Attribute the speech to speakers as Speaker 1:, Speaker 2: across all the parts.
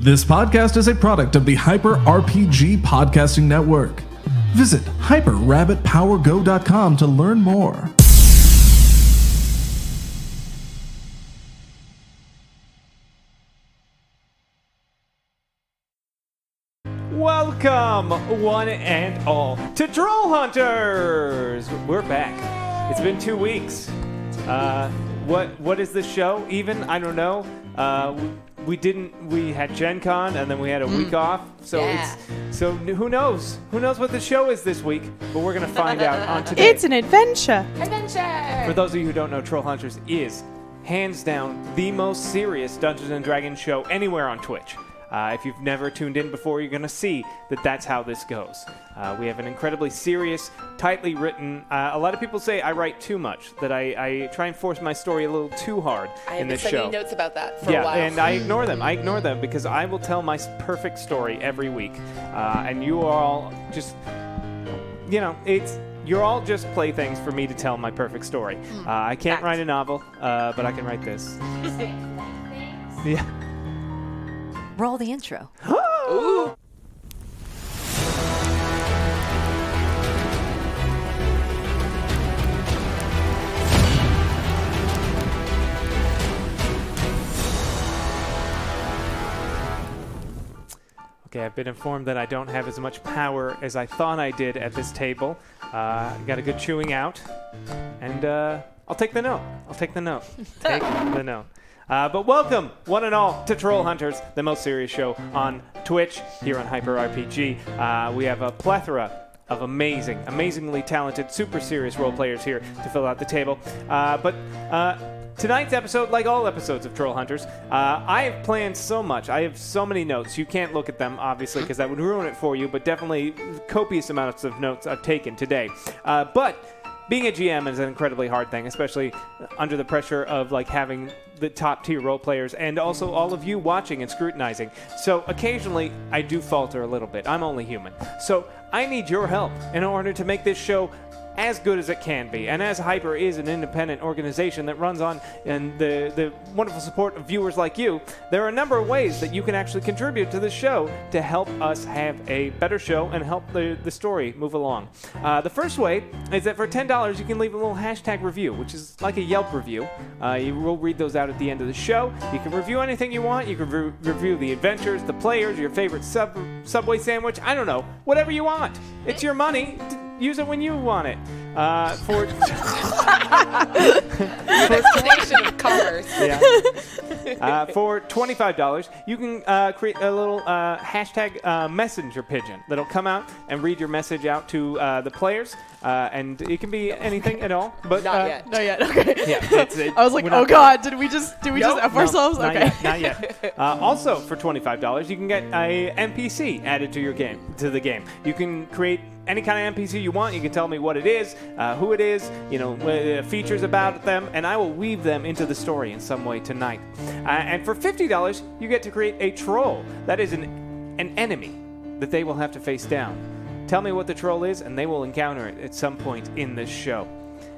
Speaker 1: This podcast is a product of the Hyper RPG Podcasting Network. Visit hyperrabbitpowergo.com to learn more.
Speaker 2: Welcome, one and all, to Troll Hunters. We're back. It's been two weeks. Uh, what what is this show? Even I don't know. Uh, we, we didn't. We had Gen Con, and then we had a week off. So it's so n- who knows? Who knows what the show is this week? But we're gonna find out on today.
Speaker 3: It's an adventure.
Speaker 2: For those of you who don't know, Troll Hunters is hands down the most serious Dungeons and Dragons show anywhere on Twitch. Uh, if you've never tuned in before, you're going to see that that's how this goes. Uh, we have an incredibly serious, tightly written. Uh, a lot of people say I write too much, that I, I try and force my story a little too hard
Speaker 4: I have
Speaker 2: in
Speaker 4: been
Speaker 2: this
Speaker 4: sending
Speaker 2: show.
Speaker 4: notes about that for
Speaker 2: yeah,
Speaker 4: a while.
Speaker 2: and uh, I ignore them. I ignore them because I will tell my s- perfect story every week, uh, and you are all just, you know, it's you're all just playthings for me to tell my perfect story.
Speaker 4: Hmm.
Speaker 2: Uh, I can't write a novel, uh, but I can write this. Yeah.
Speaker 5: Roll the intro.
Speaker 2: Okay, I've been informed that I don't have as much power as I thought I did at this table. Uh, got a good chewing out, and uh, I'll take the note. I'll take the note. Take the note. Uh, but welcome, one and all, to Troll Hunters, the most serious show on Twitch here on Hyper RPG. Uh, we have a plethora of amazing, amazingly talented, super serious role players here to fill out the table. Uh, but uh, Tonight's episode, like all episodes of Troll Hunters, uh, I have planned so much. I have so many notes. You can't look at them, obviously, because that would ruin it for you, but definitely copious amounts of notes I've taken today. Uh, but being a GM is an incredibly hard thing, especially under the pressure of like having the top tier role players and also all of you watching and scrutinizing. So occasionally I do falter a little bit. I'm only human. So I need your help in order to make this show as good as it can be. And as Hyper is an independent organization that runs on and the, the wonderful support of viewers like you, there are a number of ways that you can actually contribute to the show to help us have a better show and help the, the story move along. Uh, the first way is that for $10, you can leave a little hashtag review, which is like a Yelp review. Uh, you will read those out at the end of the show. You can review anything you want. You can re- review the adventures, the players, your favorite sub- Subway sandwich. I don't know. Whatever you want. It's your money. D- use it when you want it. Uh, for
Speaker 4: Destination of commerce.
Speaker 2: yeah. Uh, for twenty-five dollars, you can uh, create a little uh, hashtag uh, messenger pigeon that'll come out and read your message out to uh, the players, uh, and it can be anything at all. But
Speaker 4: Not
Speaker 2: uh,
Speaker 4: yet.
Speaker 3: No, yet. Okay.
Speaker 2: Yeah, it's- it-
Speaker 3: I was like,
Speaker 2: we're
Speaker 3: oh
Speaker 2: not-
Speaker 3: god, did we just did we just f
Speaker 2: No,
Speaker 3: ourselves?
Speaker 2: not
Speaker 3: okay.
Speaker 2: yet, not yet. Uh, also, for twenty-five dollars, you can get a NPC added to your game to the game. You can create any kind of NPC you want. You can tell me what it is, uh, who it is, you know, uh, features about them, and I will weave them into the story in some way tonight. Uh, and for fifty dollars, you get to create a troll. That is an an enemy that they will have to face down. Tell me what the troll is, and they will encounter it at some point in this show.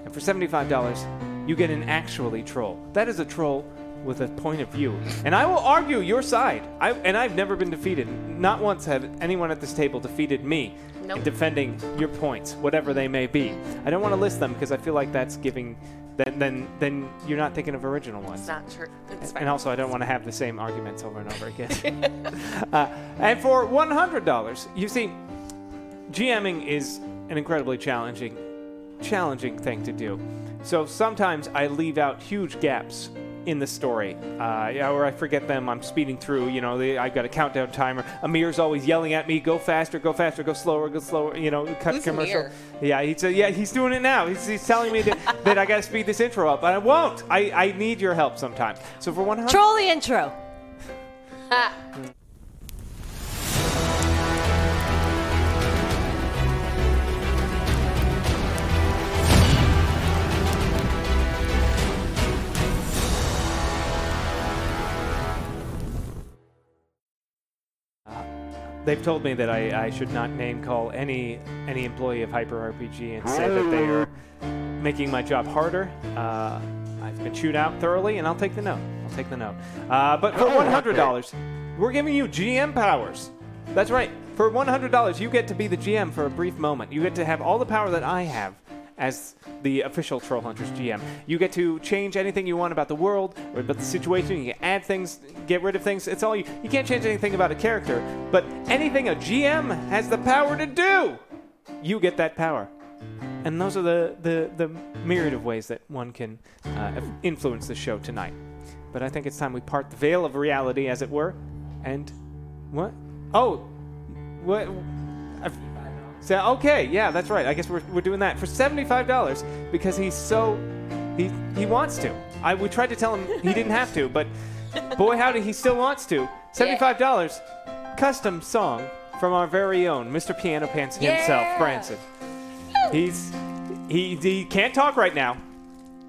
Speaker 2: And for $75, you get an actually troll. That is a troll with a point of view. And I will argue your side. I, and I've never been defeated. Not once have anyone at this table defeated me in defending your points, whatever they may be. I don't want to list them because I feel like that's giving. Then, then, then you're not thinking of original ones.
Speaker 4: It's not true. It's fine.
Speaker 2: And also, I don't want to have the same arguments over and over again. uh, and for $100, you see, GMing is an incredibly challenging, challenging thing to do. So sometimes I leave out huge gaps in the story, uh, yeah, or I forget them. I'm speeding through. You know, they, I've got a countdown timer. Amir's always yelling at me, "Go faster, go faster, go slower, go slower." You know, cut
Speaker 4: Who's
Speaker 2: commercial.
Speaker 4: Amir?
Speaker 2: Yeah, he's uh, yeah, he's doing it now. He's, he's telling me that, that I gotta speed this intro up, and I won't. I, I need your help sometime. So for one hundred,
Speaker 5: Troll the intro.
Speaker 2: they've told me that I, I should not name call any any employee of Hyper RPG and say that they are making my job harder. Uh, I've been chewed out thoroughly, and I'll take the note. I'll take the note. Uh, but for one hundred dollars, we're giving you GM powers. That's right. For one hundred dollars, you get to be the GM for a brief moment. You get to have all the power that I have as the official Troll Hunters GM. You get to change anything you want about the world or about the situation. You can add things, get rid of things. It's all you. You can't change anything about a character, but anything a GM has the power to do, you get that power. And those are the, the, the myriad of ways that one can uh, influence the show tonight. But I think it's time we part the veil of reality, as it were. And what? Oh, what? I've, so okay, yeah, that's right. I guess we're, we're doing that for seventy-five dollars because he's so he he wants to. I we tried to tell him he didn't have to, but boy howdy, he still wants to. Seventy-five dollars, custom song from our very own Mr. Piano Pants himself,
Speaker 6: Yeah.
Speaker 2: Branson. He's he he can't talk right now.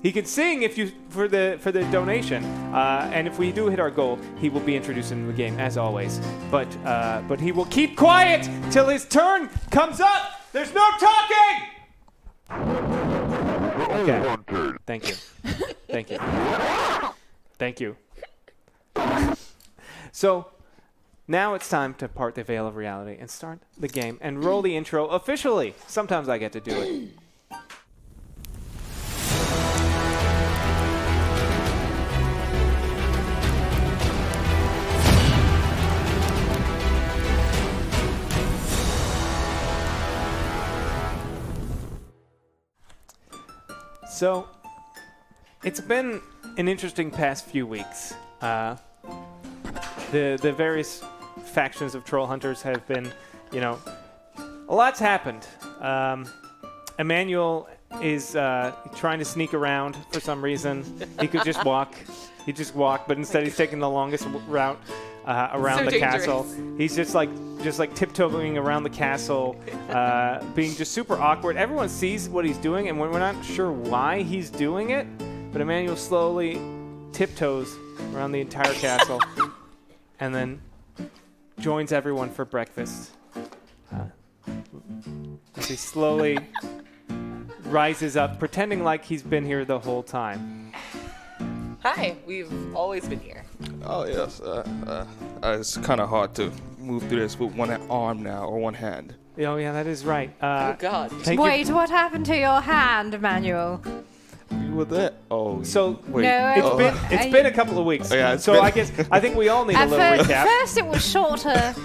Speaker 2: He can sing if you for the for the donation, uh, and if we do hit our goal, he will be introduced into the game as always. But uh, but he will keep quiet till his turn comes up. There's no talking. Okay. Thank you. Thank you. Thank you. So now it's time to part the veil of reality and start the game and roll the intro officially. Sometimes I get to do it. So, it's been an interesting past few weeks. Uh, the the various factions of troll hunters have been, you know, a lot's happened. Um, Emmanuel is uh, trying to sneak around for some reason. He could just walk. He just walk, but instead he's taking the longest w- route uh, around
Speaker 6: So
Speaker 2: the
Speaker 6: dangerous.
Speaker 2: castle. He's just like just like tiptoeing around the castle, uh, being just super awkward. Everyone sees what he's doing, and we're we're not sure why he's doing it. But Emmanuel slowly tiptoes around the entire castle, and then joins everyone for breakfast. Uh, as he slowly rises up, pretending like he's been here the whole time.
Speaker 6: Hi, we've always been here.
Speaker 7: Oh yes, uh, uh, uh, it's kind of hard to move through this with one arm now or one hand.
Speaker 2: Oh yeah, that is right. Uh,
Speaker 6: oh God.
Speaker 2: take your-
Speaker 5: Wait, what happened to your hand, Emmanuel?
Speaker 7: You were there. Oh,
Speaker 2: so
Speaker 7: wait.
Speaker 5: No,
Speaker 2: It's
Speaker 5: Oh.
Speaker 2: been it's
Speaker 5: I-
Speaker 2: been a couple of weeks.
Speaker 7: Oh, yeah, it's
Speaker 2: so
Speaker 7: been-
Speaker 2: I guess I think we all need a
Speaker 5: At
Speaker 2: little
Speaker 5: first,
Speaker 2: recap.
Speaker 5: first it was shorter,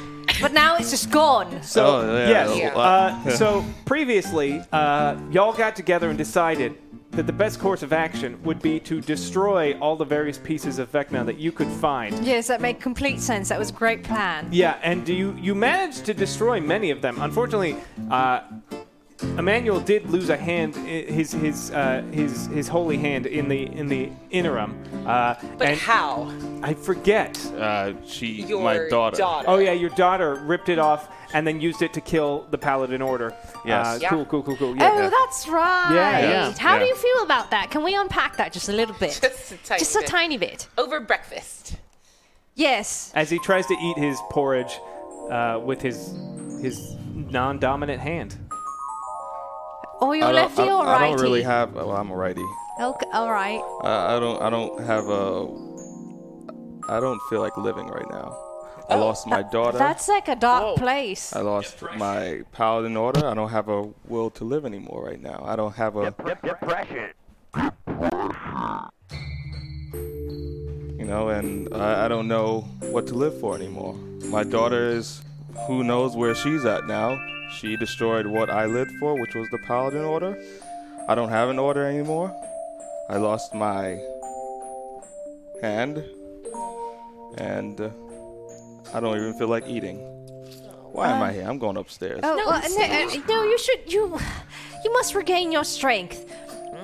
Speaker 5: but now it's just gone.
Speaker 2: So
Speaker 7: Oh, yeah,
Speaker 2: yes,
Speaker 7: yeah.
Speaker 2: Uh,
Speaker 7: Yeah.
Speaker 2: so previously, uh, y'all got together and decided that the best course of action would be to destroy all the various pieces of Vecna that you could find.
Speaker 5: Yes, that made complete sense. That was a great plan.
Speaker 2: Yeah, and you you managed to destroy many of them. Unfortunately, uh, Emmanuel did lose a hand, i- his his uh, his his holy hand in the in the interim. Uh,
Speaker 6: But
Speaker 2: and
Speaker 6: how?
Speaker 2: I forget.
Speaker 7: uh, she,
Speaker 6: Your
Speaker 7: my daughter.
Speaker 2: Oh yeah, your daughter ripped it off and then used it to kill the Paladin Order.
Speaker 7: Yes.
Speaker 2: Uh,
Speaker 6: Yeah.
Speaker 2: Cool, cool, cool, cool. Yeah.
Speaker 5: Oh, that's right.
Speaker 2: Yeah.
Speaker 5: How do
Speaker 7: Yeah.
Speaker 5: you feel about that? Can we unpack that just a little bit?
Speaker 6: Just a tiny.
Speaker 5: Just a
Speaker 6: bit.
Speaker 5: tiny bit.
Speaker 6: Over breakfast.
Speaker 5: Yes.
Speaker 2: As he tries to eat his porridge uh, with his his non-dominant hand.
Speaker 5: Or you're
Speaker 7: I don't,
Speaker 5: lefty
Speaker 7: I,
Speaker 5: or righty?
Speaker 7: I don't really have. Well, I'm a righty. Uh,
Speaker 5: Okay, all right.
Speaker 7: I, I don't. I don't have a. I don't feel like living right now. I lost my daughter.
Speaker 5: Oh, That's like a dark
Speaker 6: Whoa.
Speaker 5: place.
Speaker 7: I lost my paladin order. I don't have a will to live anymore right now. I don't have a. You know, and I, I don't know what to live for anymore. My daughter is. Who knows where she's at now? She destroyed what I lived for, which was the paladin order. I don't have an order anymore. I lost my hand, and uh, I don't even feel like eating. Why am I here? I'm going upstairs.
Speaker 5: Oh,
Speaker 6: No,
Speaker 5: well,
Speaker 6: it's
Speaker 5: no, uh, no, you should. You, you must regain your strength.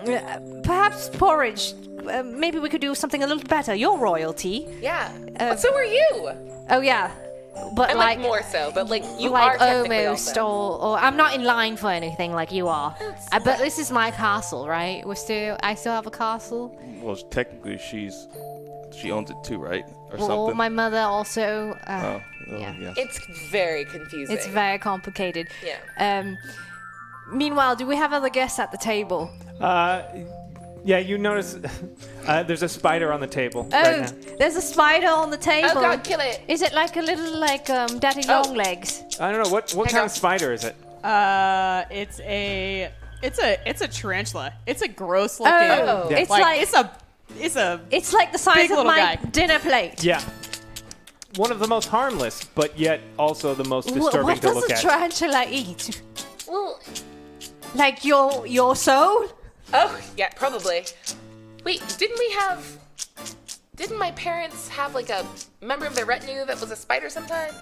Speaker 5: Uh, Perhaps porridge. Uh, maybe we could do something a little better. Your royalty.
Speaker 6: Yeah.
Speaker 5: Uh,
Speaker 6: so were you.
Speaker 5: Oh yeah, but
Speaker 6: And like,
Speaker 5: like,
Speaker 6: more so, but like you
Speaker 5: like
Speaker 6: are technically
Speaker 5: almost,
Speaker 6: also.
Speaker 5: or, or I'm not in line for anything like you are.
Speaker 8: Uh, but this is my castle, right? We're still, I still have a castle.
Speaker 7: Well, technically, she's she owns it too, right? Or
Speaker 8: Well,
Speaker 7: something.
Speaker 8: my mother also. Uh,
Speaker 7: oh, oh,
Speaker 8: Yeah.
Speaker 7: yes.
Speaker 6: It's very confusing.
Speaker 5: It's very complicated.
Speaker 6: Yeah.
Speaker 5: Um. Meanwhile, do we have other guests at the table?
Speaker 2: Uh, Yeah, you notice uh, there's a spider on the table
Speaker 5: Oh,
Speaker 2: right now.
Speaker 5: there's a spider on the table.
Speaker 6: Oh god, kill it!
Speaker 5: Is it like a little like um, daddy
Speaker 6: Oh.
Speaker 5: long legs?
Speaker 2: I don't know what what
Speaker 6: Hang
Speaker 2: kind
Speaker 6: on.
Speaker 2: of spider is it.
Speaker 3: Uh, it's a, it's a, it's a tarantula. It's a gross looking.
Speaker 5: Oh,
Speaker 2: Yeah.
Speaker 5: it's
Speaker 3: Like,
Speaker 5: like,
Speaker 3: it's a, it's a.
Speaker 5: it's like the size
Speaker 3: big
Speaker 5: of
Speaker 3: little
Speaker 5: my
Speaker 3: guy.
Speaker 5: dinner plate.
Speaker 2: Yeah, one of the most harmless, but yet also the most
Speaker 5: Wh-
Speaker 2: disturbing
Speaker 5: what
Speaker 2: to
Speaker 5: does
Speaker 2: look
Speaker 5: a
Speaker 2: at.
Speaker 5: tarantula eat?
Speaker 6: Well,
Speaker 5: Like your your soul?
Speaker 6: oh yeah, probably. Wait, didn't we have? Didn't my parents have like a member of their retinue that was a spider sometime?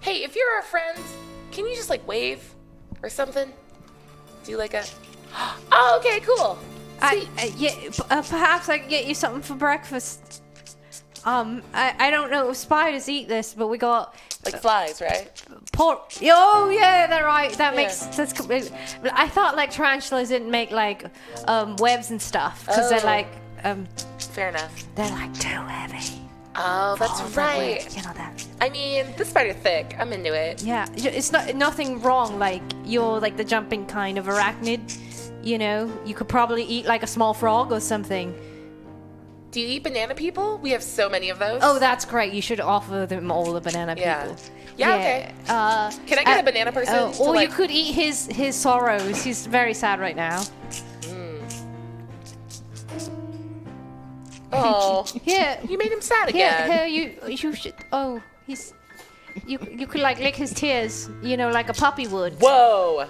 Speaker 6: Hey, if you're our friends, can you just like wave or something? Do like a? Oh, okay, cool.
Speaker 5: I, uh, yeah, p- uh, perhaps I can get you something for breakfast. Um, I, I don't know if spiders eat this, but we got
Speaker 6: Like flies, right?
Speaker 5: pork. Oh yeah, they're right. That
Speaker 6: Yeah.
Speaker 5: makes that's. com- uh, but I thought like tarantulas didn't make like um, webs and stuff because they're
Speaker 6: Oh.
Speaker 5: like um,
Speaker 6: Fair enough.
Speaker 5: they're like too heavy.
Speaker 6: Oh, that's right.
Speaker 5: You know that.
Speaker 6: I mean, this spider thick. I'm into it.
Speaker 5: Yeah, y- it's not nothing wrong. Like you're like the jumping kind of arachnid. You know, you could probably eat like a small frog or something.
Speaker 6: Do you eat banana people? We have so many of those.
Speaker 5: Oh, that's great. You should offer them all the banana
Speaker 6: Yeah.
Speaker 5: people.
Speaker 6: Yeah, okay.
Speaker 5: Uh,
Speaker 6: Can I get
Speaker 5: uh,
Speaker 6: a banana person?
Speaker 5: oh,
Speaker 6: to,
Speaker 5: or
Speaker 6: like-
Speaker 5: you could eat his his sorrows. He's very sad right now.
Speaker 6: Oh,
Speaker 5: Here,
Speaker 6: you made him sad
Speaker 5: here,
Speaker 6: again.
Speaker 5: here. You you should. Oh, he's. You you could like lick his tears. You know, like a puppy would.
Speaker 6: Whoa.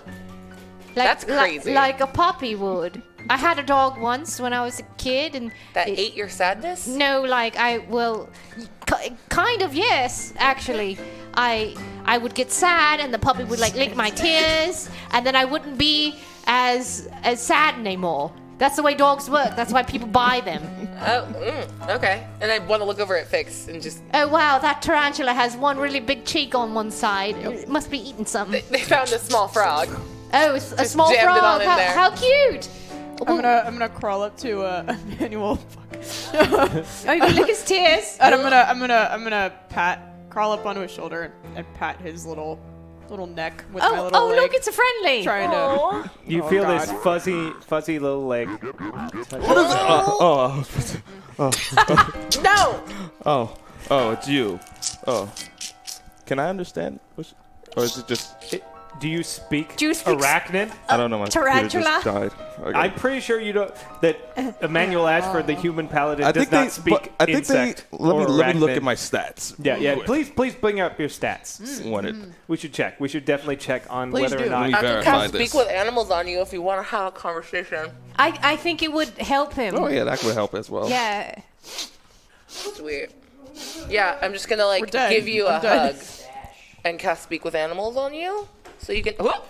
Speaker 5: Like,
Speaker 6: that's
Speaker 5: li-
Speaker 6: crazy.
Speaker 5: Like, a puppy would. I had a dog once when I was a kid, and
Speaker 6: That
Speaker 5: it-
Speaker 6: ate your sadness?
Speaker 5: No, like I well, ki- kind of yes, actually. I I would get sad, and the puppy would like lick my tears, and then I wouldn't be as as sad anymore. That's the way dogs work. That's why people buy them.
Speaker 6: Oh, mm, okay. And I want to look over at Fix and just.
Speaker 5: Oh wow, that tarantula has one really big cheek on one side. It must be eating something.
Speaker 6: They found a small frog.
Speaker 5: Oh, it's a small
Speaker 6: jammed it on
Speaker 5: frog.
Speaker 6: in
Speaker 5: How,
Speaker 6: there.
Speaker 5: how cute!
Speaker 3: I'm gonna, I'm gonna crawl up to uh, Emmanuel. Fuck.
Speaker 5: Oh, you can lick his tears.
Speaker 3: and I'm gonna, I'm gonna, I'm gonna pat, crawl up onto his shoulder and, and pat his little, little neck with my
Speaker 5: Oh,
Speaker 3: little
Speaker 5: oh
Speaker 3: leg.
Speaker 5: look, it's a friendly.
Speaker 3: trying to.
Speaker 6: Aw.
Speaker 2: You feel this fuzzy, fuzzy little leg.
Speaker 7: Oh,
Speaker 6: No!
Speaker 7: oh, oh, it's you. Oh, can I understand? What's, or is it just?
Speaker 2: It- do you speak
Speaker 5: Do you speak s-
Speaker 2: arachnid?
Speaker 7: I don't know. My computer just died. Okay.
Speaker 2: I'm pretty sure you don't. That Emmanuel Ashford, the human paladin,
Speaker 7: I
Speaker 2: does
Speaker 7: think
Speaker 2: not
Speaker 7: they.
Speaker 2: speak
Speaker 7: but I think they.
Speaker 2: insect
Speaker 7: Let me
Speaker 2: or
Speaker 7: let me look
Speaker 2: arachnid.
Speaker 7: at my stats.
Speaker 2: Yeah, yeah.
Speaker 7: Wait,
Speaker 2: Please, please bring up your stats.
Speaker 7: want it.
Speaker 2: We should check. We should definitely check on
Speaker 3: Please
Speaker 2: whether
Speaker 3: do.
Speaker 2: or
Speaker 7: Let me
Speaker 2: not.
Speaker 6: I can
Speaker 7: verify
Speaker 6: speak
Speaker 7: this.
Speaker 6: with animals on you if you want to have a conversation.
Speaker 5: I, I think it would help him.
Speaker 7: Oh yeah, that would help as well.
Speaker 5: Yeah.
Speaker 6: It's weird. Yeah, I'm just gonna like
Speaker 3: We're done.
Speaker 6: give you a
Speaker 3: I'm done.
Speaker 6: hug and cast speak with animals on you, so you can. Whoop!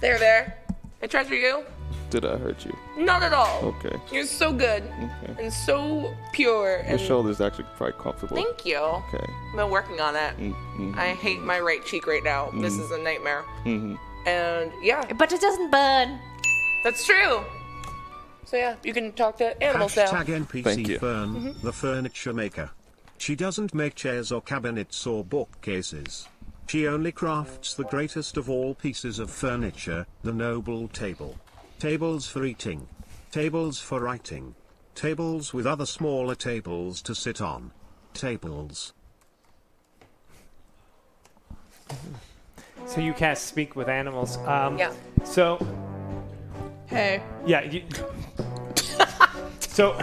Speaker 6: There, there. I treasure you.
Speaker 7: Did I hurt you?
Speaker 6: Not at all.
Speaker 7: Okay.
Speaker 6: You're so good
Speaker 7: Okay.
Speaker 6: and so pure.
Speaker 7: Your
Speaker 6: And
Speaker 7: shoulder's actually quite comfortable.
Speaker 6: thank you.
Speaker 7: Okay.
Speaker 6: I've been working on it.
Speaker 7: Mm-hmm.
Speaker 6: I hate my right cheek right now. This is a nightmare.
Speaker 7: Mm-hmm.
Speaker 6: And yeah,
Speaker 5: But it doesn't burn.
Speaker 6: that's true. So yeah, you can talk to animals now.
Speaker 9: Hashtag
Speaker 7: Thank you.
Speaker 9: NPC Fern, the furniture maker. She doesn't make chairs or cabinets or bookcases. She only crafts the greatest of all pieces of furniture, the noble table. Tables for eating. Tables for writing. Tables with other smaller tables to sit on. Tables.
Speaker 2: So you cast speak with animals. Um,
Speaker 6: Yeah.
Speaker 2: So
Speaker 3: Hey,
Speaker 2: yeah. You, so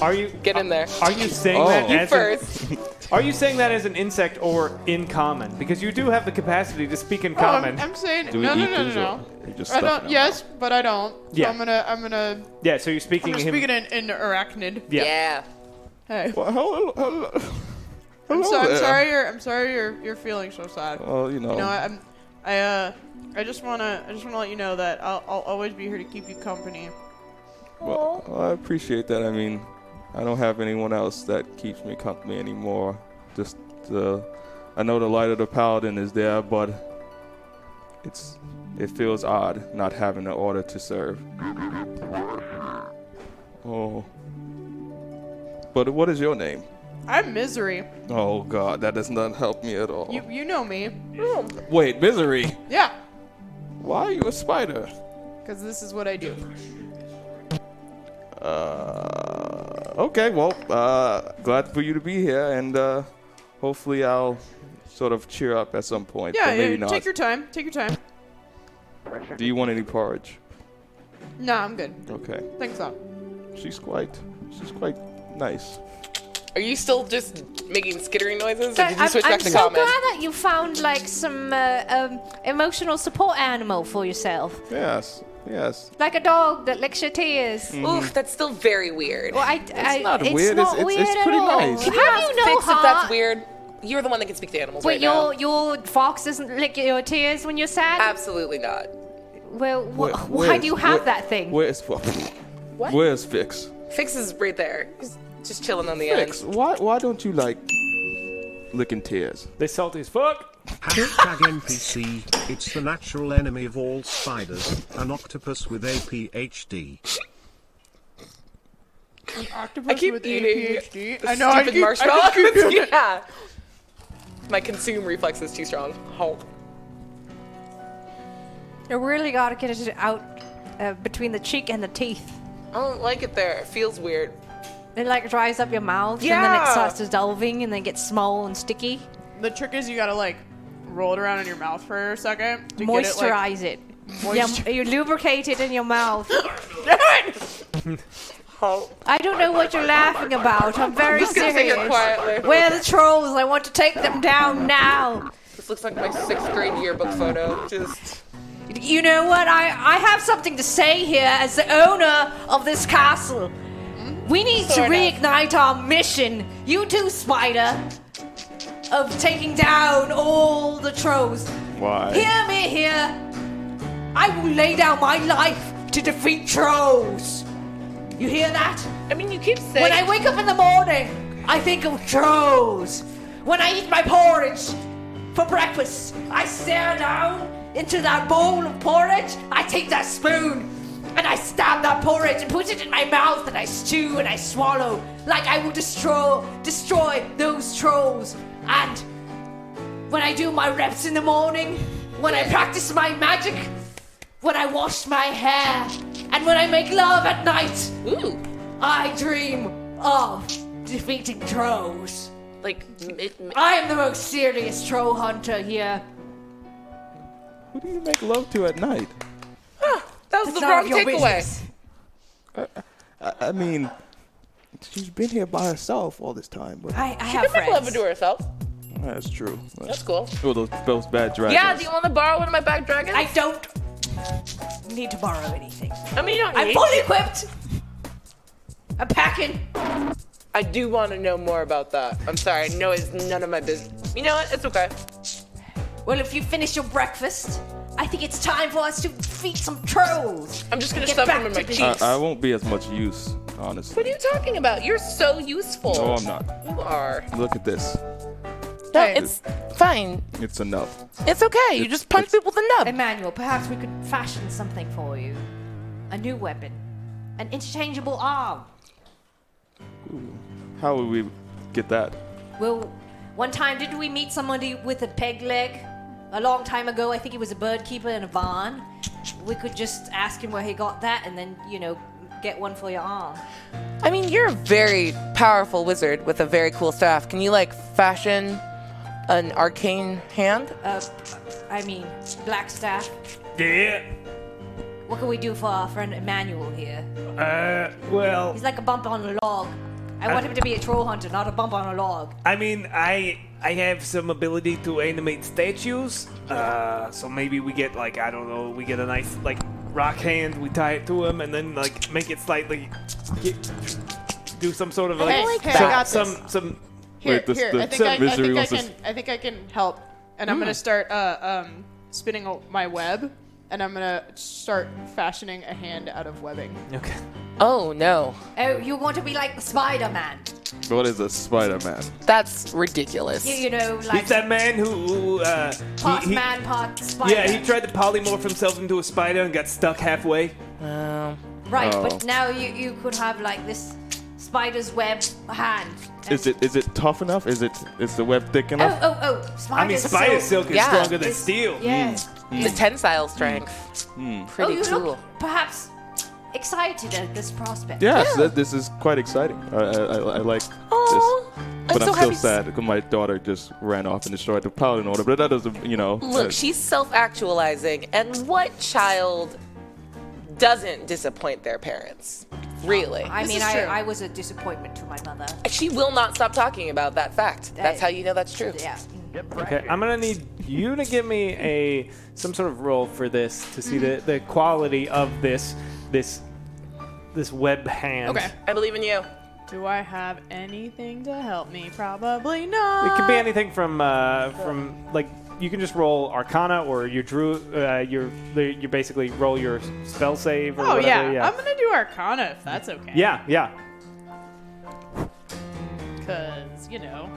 Speaker 2: are you
Speaker 6: Get in there.
Speaker 2: are you saying that
Speaker 7: Oh. You
Speaker 2: as an-
Speaker 6: First,
Speaker 2: are you saying that as an insect or in common? Because you do have the capacity to speak in
Speaker 3: Oh, I'm-
Speaker 2: common.
Speaker 3: I'm, saying
Speaker 7: Do we
Speaker 3: no, no,
Speaker 7: eat
Speaker 3: no, no,
Speaker 7: these
Speaker 3: no.
Speaker 7: or you just
Speaker 3: I
Speaker 7: stuff it
Speaker 3: don't.
Speaker 7: in our
Speaker 3: Yes, but I don't. So
Speaker 2: Yeah.
Speaker 3: I'm gonna, I'm gonna,
Speaker 2: yeah. So you're
Speaker 3: I'm
Speaker 2: speaking
Speaker 3: gonna
Speaker 2: him.
Speaker 3: speak it in, in arachnid.
Speaker 2: Yeah.
Speaker 6: yeah.
Speaker 3: Hey,
Speaker 7: Well, hello, hello, hello
Speaker 3: I'm, so, I'm
Speaker 7: there.
Speaker 3: sorry. You're, I'm sorry. You're, you're feeling so sad.
Speaker 7: Well, you know.
Speaker 3: You know, I- I'm, I, uh, I just wanna, I just wanna let you know that I'll, I'll always be here to keep you company.
Speaker 7: well, I appreciate that. I mean, I don't have anyone else that keeps me company anymore. Just uh, I know the light of the paladin is there, but it's it feels odd not having an order to serve. Oh. But what is your name?
Speaker 3: I'm misery.
Speaker 7: Oh God, that does not help me at all.
Speaker 3: You, you know me.
Speaker 7: Wait, misery.
Speaker 3: Yeah,
Speaker 7: Why are you a spider?
Speaker 3: because this is what I do.
Speaker 7: Uh, okay, well, uh, glad for you to be here, and uh, hopefully I'll sort of cheer up at some point.
Speaker 3: Yeah,
Speaker 7: but maybe
Speaker 3: yeah
Speaker 7: not.
Speaker 3: take your time. Take your time.
Speaker 7: Do you want any porridge?
Speaker 3: Nah, I'm good.
Speaker 7: Okay.
Speaker 3: Thanks, though.
Speaker 7: She's quite, she's quite nice.
Speaker 6: Are you still just making skittering noises? Or
Speaker 5: But
Speaker 6: did you
Speaker 5: I'm,
Speaker 6: switch
Speaker 5: I'm
Speaker 6: back to
Speaker 5: so
Speaker 6: common?
Speaker 5: glad that you found like some uh, um, emotional support animal for yourself,
Speaker 7: Yes, yes.
Speaker 5: like a dog that licks your tears.
Speaker 3: Mm-hmm.
Speaker 6: Oof, that's still very weird.
Speaker 5: Well, I, I,
Speaker 7: not
Speaker 5: it's
Speaker 7: weird, it's-
Speaker 5: Not
Speaker 7: it's-
Speaker 5: weird
Speaker 7: it's
Speaker 5: at
Speaker 7: pretty
Speaker 5: all.
Speaker 7: nice.
Speaker 5: How
Speaker 7: Can
Speaker 5: do you know
Speaker 6: Fix if that's
Speaker 5: heart?
Speaker 6: weird. You're the one that can speak to animals
Speaker 5: But
Speaker 6: right
Speaker 5: your
Speaker 6: now.
Speaker 5: your fox doesn't lick your tears when you're sad.
Speaker 6: Absolutely not.
Speaker 5: well, wh-
Speaker 7: Where-
Speaker 5: why
Speaker 7: where's-
Speaker 5: do you have
Speaker 7: where-
Speaker 5: that thing?
Speaker 7: Where's what? Where's Fix?
Speaker 6: Fix is right there. Just, just chilling on the
Speaker 7: Fix,
Speaker 6: end.
Speaker 7: why why don't you like licking tears?
Speaker 2: They salty as fuck.
Speaker 9: Hashtag NPC, it's the natural enemy of all spiders, an octopus with a PhD.
Speaker 6: I keep eating
Speaker 3: E I know. I
Speaker 6: stupid
Speaker 3: keep, I
Speaker 6: marshmallows.
Speaker 3: keep doing it.
Speaker 6: yeah. My consume reflex is too strong. Oh.
Speaker 5: You really gotta get it out uh, between the cheek and the teeth.
Speaker 6: I don't like it there. It feels weird.
Speaker 5: It like dries up your mouth, and then it
Speaker 6: Mm. Yeah.
Speaker 5: starts dissolving, and then gets small and sticky.
Speaker 3: The trick is you gotta like roll it around in your mouth for a second. To
Speaker 5: Moisturize it.
Speaker 3: Moisture-
Speaker 5: Yeah, you lubricate it in your mouth.
Speaker 3: Get it, like,
Speaker 6: Oh.
Speaker 5: I don't know what you're laughing about. I'm very
Speaker 6: Just gonna take it
Speaker 5: serious.
Speaker 6: quietly.
Speaker 5: Where are the trolls? I want to take them down now.
Speaker 6: This looks like my sixth grade yearbook photo. Just
Speaker 5: You know what? I, I have something to say here as the owner of this castle.
Speaker 6: Hmm?
Speaker 5: We need
Speaker 6: Sort
Speaker 5: to
Speaker 6: of.
Speaker 5: reignite our mission, you too, Spider, of taking down all the trolls.
Speaker 7: Why?
Speaker 5: Hear me here. I will lay down my life to defeat trolls. You hear that?
Speaker 6: I mean you keep saying
Speaker 5: When I wake up in the morning, I think of trolls. When I eat my porridge for breakfast, I stare down into that bowl of porridge. I take that spoon and I stab that porridge and put it in my mouth and I stew and I swallow like I will destroy destroy those trolls. And when I do my reps in the morning, when I practice my magic, when I wash my hair, and when I make love at night.
Speaker 6: Ooh.
Speaker 5: I dream of defeating trolls.
Speaker 6: Like it, m-
Speaker 5: I am the most serious troll hunter here.
Speaker 7: Who do you make love to at night?
Speaker 6: that was
Speaker 5: It's
Speaker 6: the
Speaker 5: none of
Speaker 6: wrong
Speaker 5: your
Speaker 6: takeaway.
Speaker 5: business.
Speaker 7: I, I mean, she's been here by herself all this time, but
Speaker 5: I, I
Speaker 6: She
Speaker 5: have
Speaker 6: could make love
Speaker 5: friends.
Speaker 6: to herself.
Speaker 7: that's true.
Speaker 6: That's cool.
Speaker 7: Oh, those, those bad dragons.
Speaker 6: Yeah, do you want to borrow one of my back dragons?
Speaker 5: I don't need to borrow anything.
Speaker 6: I mean, you don't
Speaker 5: I'm
Speaker 6: need
Speaker 5: fully equipped. I'm packing.
Speaker 6: I do want to know more about that. I'm sorry. I know it's none of my business. You know what? It's okay.
Speaker 5: Well, if you finish your breakfast, I think it's time for us to defeat some trolls.
Speaker 6: I'm just gonna
Speaker 5: Get
Speaker 6: stuff
Speaker 5: back
Speaker 6: them in
Speaker 5: to
Speaker 6: my
Speaker 5: business.
Speaker 6: cheeks.
Speaker 7: I, I won't be as much use, honestly.
Speaker 6: what are you talking about? You're so useful.
Speaker 7: No, I'm not.
Speaker 6: You are.
Speaker 7: Look at this.
Speaker 6: No,
Speaker 3: Hey.
Speaker 6: it's fine.
Speaker 7: It's enough.
Speaker 6: It's okay. You just punch people with a nub.
Speaker 5: Emmanuel, perhaps we could fashion something for you. A new weapon. An interchangeable arm.
Speaker 7: How would we get that?
Speaker 5: Well, one time didn't we meet somebody with a peg leg? A long time ago, I think he was a bird keeper in a barn. We could just ask him where he got that and then, you know, get one for your arm.
Speaker 6: I mean, you're a very powerful wizard with a very cool staff. Can you like fashion an arcane hand?
Speaker 5: Uh, I mean, Blackstaff,
Speaker 2: Yeah.
Speaker 5: what can we do for our friend Emmanuel here?
Speaker 2: Uh, well,
Speaker 5: He's like a bump on a log. I want him to be a troll hunter, not a bump on a log.
Speaker 2: I mean, I I have some ability to animate statues. Uh, so maybe we get like I don't know, we get a nice like rock hand, we tie it to him, and then like make it slightly get, do some sort of like,
Speaker 3: hey,
Speaker 2: some-
Speaker 3: I got
Speaker 2: some
Speaker 3: this.
Speaker 2: some.
Speaker 3: Here,
Speaker 7: Wait, this-
Speaker 3: here.
Speaker 7: the
Speaker 3: I think I, I
Speaker 7: misery Hmm.
Speaker 3: think I
Speaker 7: wants to
Speaker 3: can. I think I can help, and I'm gonna start uh, um, spinning o- my web, and I'm gonna start fashioning a hand out of webbing.
Speaker 2: Okay.
Speaker 6: Oh no,
Speaker 5: Oh, you want to be like Spider Man.
Speaker 7: What is a Spider-Man?
Speaker 6: that's ridiculous.
Speaker 5: You, you know,
Speaker 2: He's
Speaker 5: like
Speaker 2: that man who uh, he-
Speaker 5: part
Speaker 2: he-
Speaker 5: man, part spider.
Speaker 2: yeah, he tried to polymorph himself into a spider and got stuck halfway.
Speaker 5: Right,
Speaker 7: Oh.
Speaker 5: but now you, you could have like this spider's web hand.
Speaker 7: Is it is it tough enough? Is it is the web thick
Speaker 5: Oh,
Speaker 7: enough?
Speaker 5: oh, oh! Spider
Speaker 2: I mean, spider silk is
Speaker 6: Yeah.
Speaker 2: stronger than
Speaker 5: is-
Speaker 2: steel.
Speaker 5: Yeah.
Speaker 6: The tensile strength,
Speaker 5: Oh,
Speaker 6: Mm. pretty
Speaker 5: you
Speaker 6: cool.
Speaker 5: look. Perhaps excited at this prospect.
Speaker 7: Yes, th- this is quite exciting. I, I, I, I like
Speaker 6: Aw,
Speaker 7: this.
Speaker 6: I'm
Speaker 7: But
Speaker 6: so
Speaker 7: I'm still
Speaker 6: happy to
Speaker 7: sad because my daughter just ran off and destroyed the paladin order. But that doesn't, you know.
Speaker 6: Look,
Speaker 7: that-
Speaker 6: she's self actualizing, and what child doesn't disappoint their parents? Really?
Speaker 5: I
Speaker 6: This
Speaker 5: mean,
Speaker 6: is
Speaker 5: I,
Speaker 6: true.
Speaker 5: I was a disappointment to my mother.
Speaker 6: She will not stop talking about that fact. That's how you know that's true.
Speaker 5: Yeah.
Speaker 2: Okay, I'm gonna need you to give me a some sort of roll for this to see
Speaker 3: Mm-hmm.
Speaker 2: the, the quality of this this this web hand.
Speaker 3: Okay.
Speaker 6: I believe in you.
Speaker 3: Do I have anything to help me? Probably not.
Speaker 2: It could be anything from uh, from like you can just roll Arcana or you drew uh, your you basically roll your spell save or
Speaker 3: Oh
Speaker 2: whatever.
Speaker 3: yeah.
Speaker 2: yeah.
Speaker 3: I'm gonna do Arcana if that's okay.
Speaker 2: yeah, yeah.
Speaker 3: Cause you know,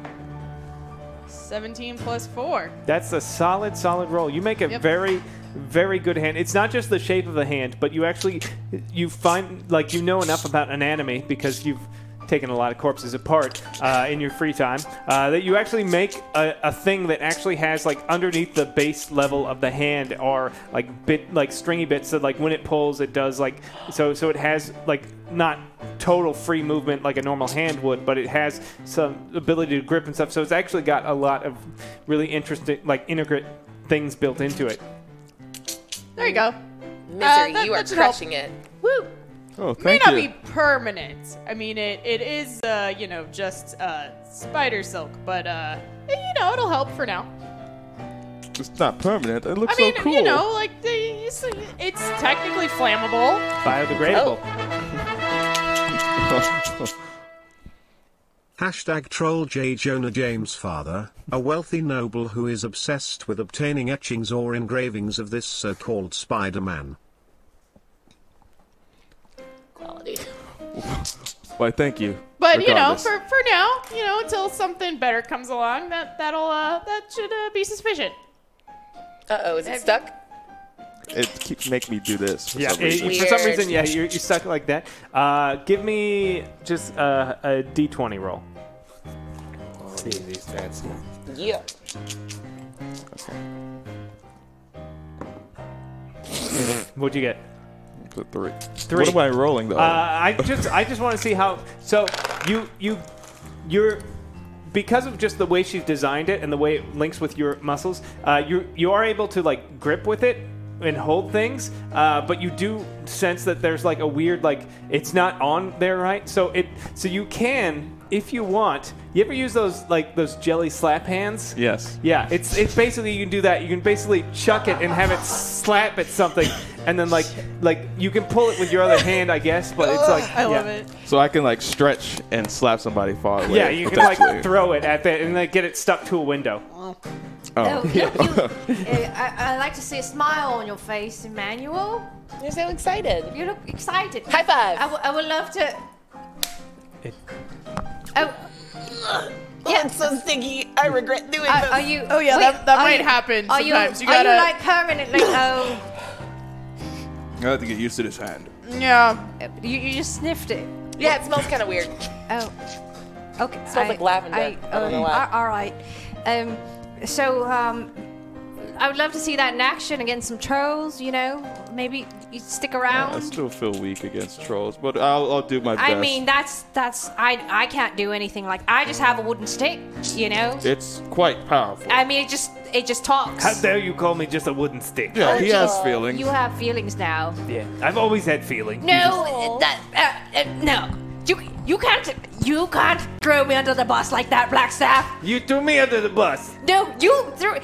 Speaker 3: 17 plus four.
Speaker 2: That's a solid, solid roll. You make a
Speaker 3: Yep.
Speaker 2: very, very good hand. It's not just the shape of the hand, but you actually you find like you know enough about anatomy because you've taken a lot of corpses apart uh, in your free time uh, that you actually make a, a thing that actually has like underneath the base level of the hand are like bit like stringy bits that like when it pulls it does like so so it has like not total free movement like a normal hand would, but it has some ability to grip and stuff. So it's actually got a lot of really interesting, like intricate things built into it.
Speaker 3: There you go.
Speaker 6: Misery,
Speaker 3: that-
Speaker 6: you are
Speaker 3: that should help.
Speaker 6: crushing it.
Speaker 3: Woo.
Speaker 7: oh,
Speaker 3: May
Speaker 7: thank
Speaker 3: not
Speaker 7: you.
Speaker 3: be permanent. I mean, it it is uh you know just uh spider silk, but uh you know it'll help for now.
Speaker 7: It's not permanent. It looks
Speaker 3: I mean,
Speaker 7: so cool.
Speaker 3: you know, like the- it's, it's technically flammable.
Speaker 2: Biodegradable.
Speaker 6: Oh.
Speaker 9: Hashtag troll J. Jonah James' father, a wealthy noble who is obsessed with obtaining etchings or engravings of this so called Spider Man.
Speaker 6: Quality.
Speaker 7: Why, thank you.
Speaker 3: But you know,
Speaker 7: regardless.
Speaker 3: for for now, you know until something better comes along, that that'll uh that should uh, be sufficient.
Speaker 6: Uh oh, is it stuck?
Speaker 7: It keeps making me do this. For
Speaker 2: Yeah,
Speaker 7: some
Speaker 2: it-
Speaker 7: reason.
Speaker 2: for some
Speaker 6: Weird.
Speaker 2: reason, yeah, you're, you're stuck like that. Uh, give me just uh, a d20 roll.
Speaker 6: Yeah.
Speaker 2: What'd you get?
Speaker 7: For three.
Speaker 2: Three.
Speaker 7: What am I rolling, though?
Speaker 2: Uh, I just I just want to see how. So you you you're because of just the way she's designed it and the way it links with your muscles. Uh, you you are able to like grip with it and hold things, uh, but you do sense that there's like a weird like it's not on there right. So it so you can if you want. You ever use those like those jelly slap hands?
Speaker 7: yes.
Speaker 2: Yeah, it's it's basically you can do that. You can basically chuck it and have it slap at something, and then like like you can pull it with your other hand, I guess. But it's like
Speaker 3: I
Speaker 2: yeah.
Speaker 3: love it.
Speaker 7: So I can, like, stretch and slap somebody far away.
Speaker 2: Yeah, you can like
Speaker 7: potentially.
Speaker 2: throw it at that and like get it stuck to a window.
Speaker 5: Oh, you, you, uh, I, I like to see a smile on your face, Emmanuel.
Speaker 6: You're so excited.
Speaker 5: You look excited.
Speaker 6: High five.
Speaker 5: I, w- I would love to.
Speaker 2: It-
Speaker 5: Oh,
Speaker 6: Yeah, it's so sticky. I regret doing
Speaker 5: are,
Speaker 6: this.
Speaker 5: are you?
Speaker 3: Oh, yeah,
Speaker 5: wait,
Speaker 3: that- that
Speaker 5: are
Speaker 3: might
Speaker 5: you-
Speaker 3: happen
Speaker 5: Are you?
Speaker 3: sometimes. You
Speaker 5: are
Speaker 3: gotta-
Speaker 5: you like permanently? Oh,
Speaker 7: I have to get used to this hand.
Speaker 3: Yeah.
Speaker 5: you, you just sniffed it.
Speaker 6: yeah, it smells kind of weird.
Speaker 5: Oh, okay.
Speaker 6: smells like lavender. I don't know
Speaker 5: um,
Speaker 6: why.
Speaker 5: a- all right. Um, so um, I would love to see that in action against some trolls. You know, maybe you stick around.
Speaker 7: I still feel weak against trolls, but I'll, I'll do my best.
Speaker 5: I mean, that's that's I I can't do anything like I just have a wooden stick, you know.
Speaker 7: it's quite powerful.
Speaker 5: I mean, it just it just talks.
Speaker 2: How dare you call me just a wooden stick?
Speaker 7: yeah, he has feelings.
Speaker 5: You have feelings now.
Speaker 2: Yeah, I've always had feelings.
Speaker 5: No, that uh, uh, no. You you can't you can't throw me under the bus like that, Blackstaff.
Speaker 2: You threw me under the bus.
Speaker 5: No, you threw.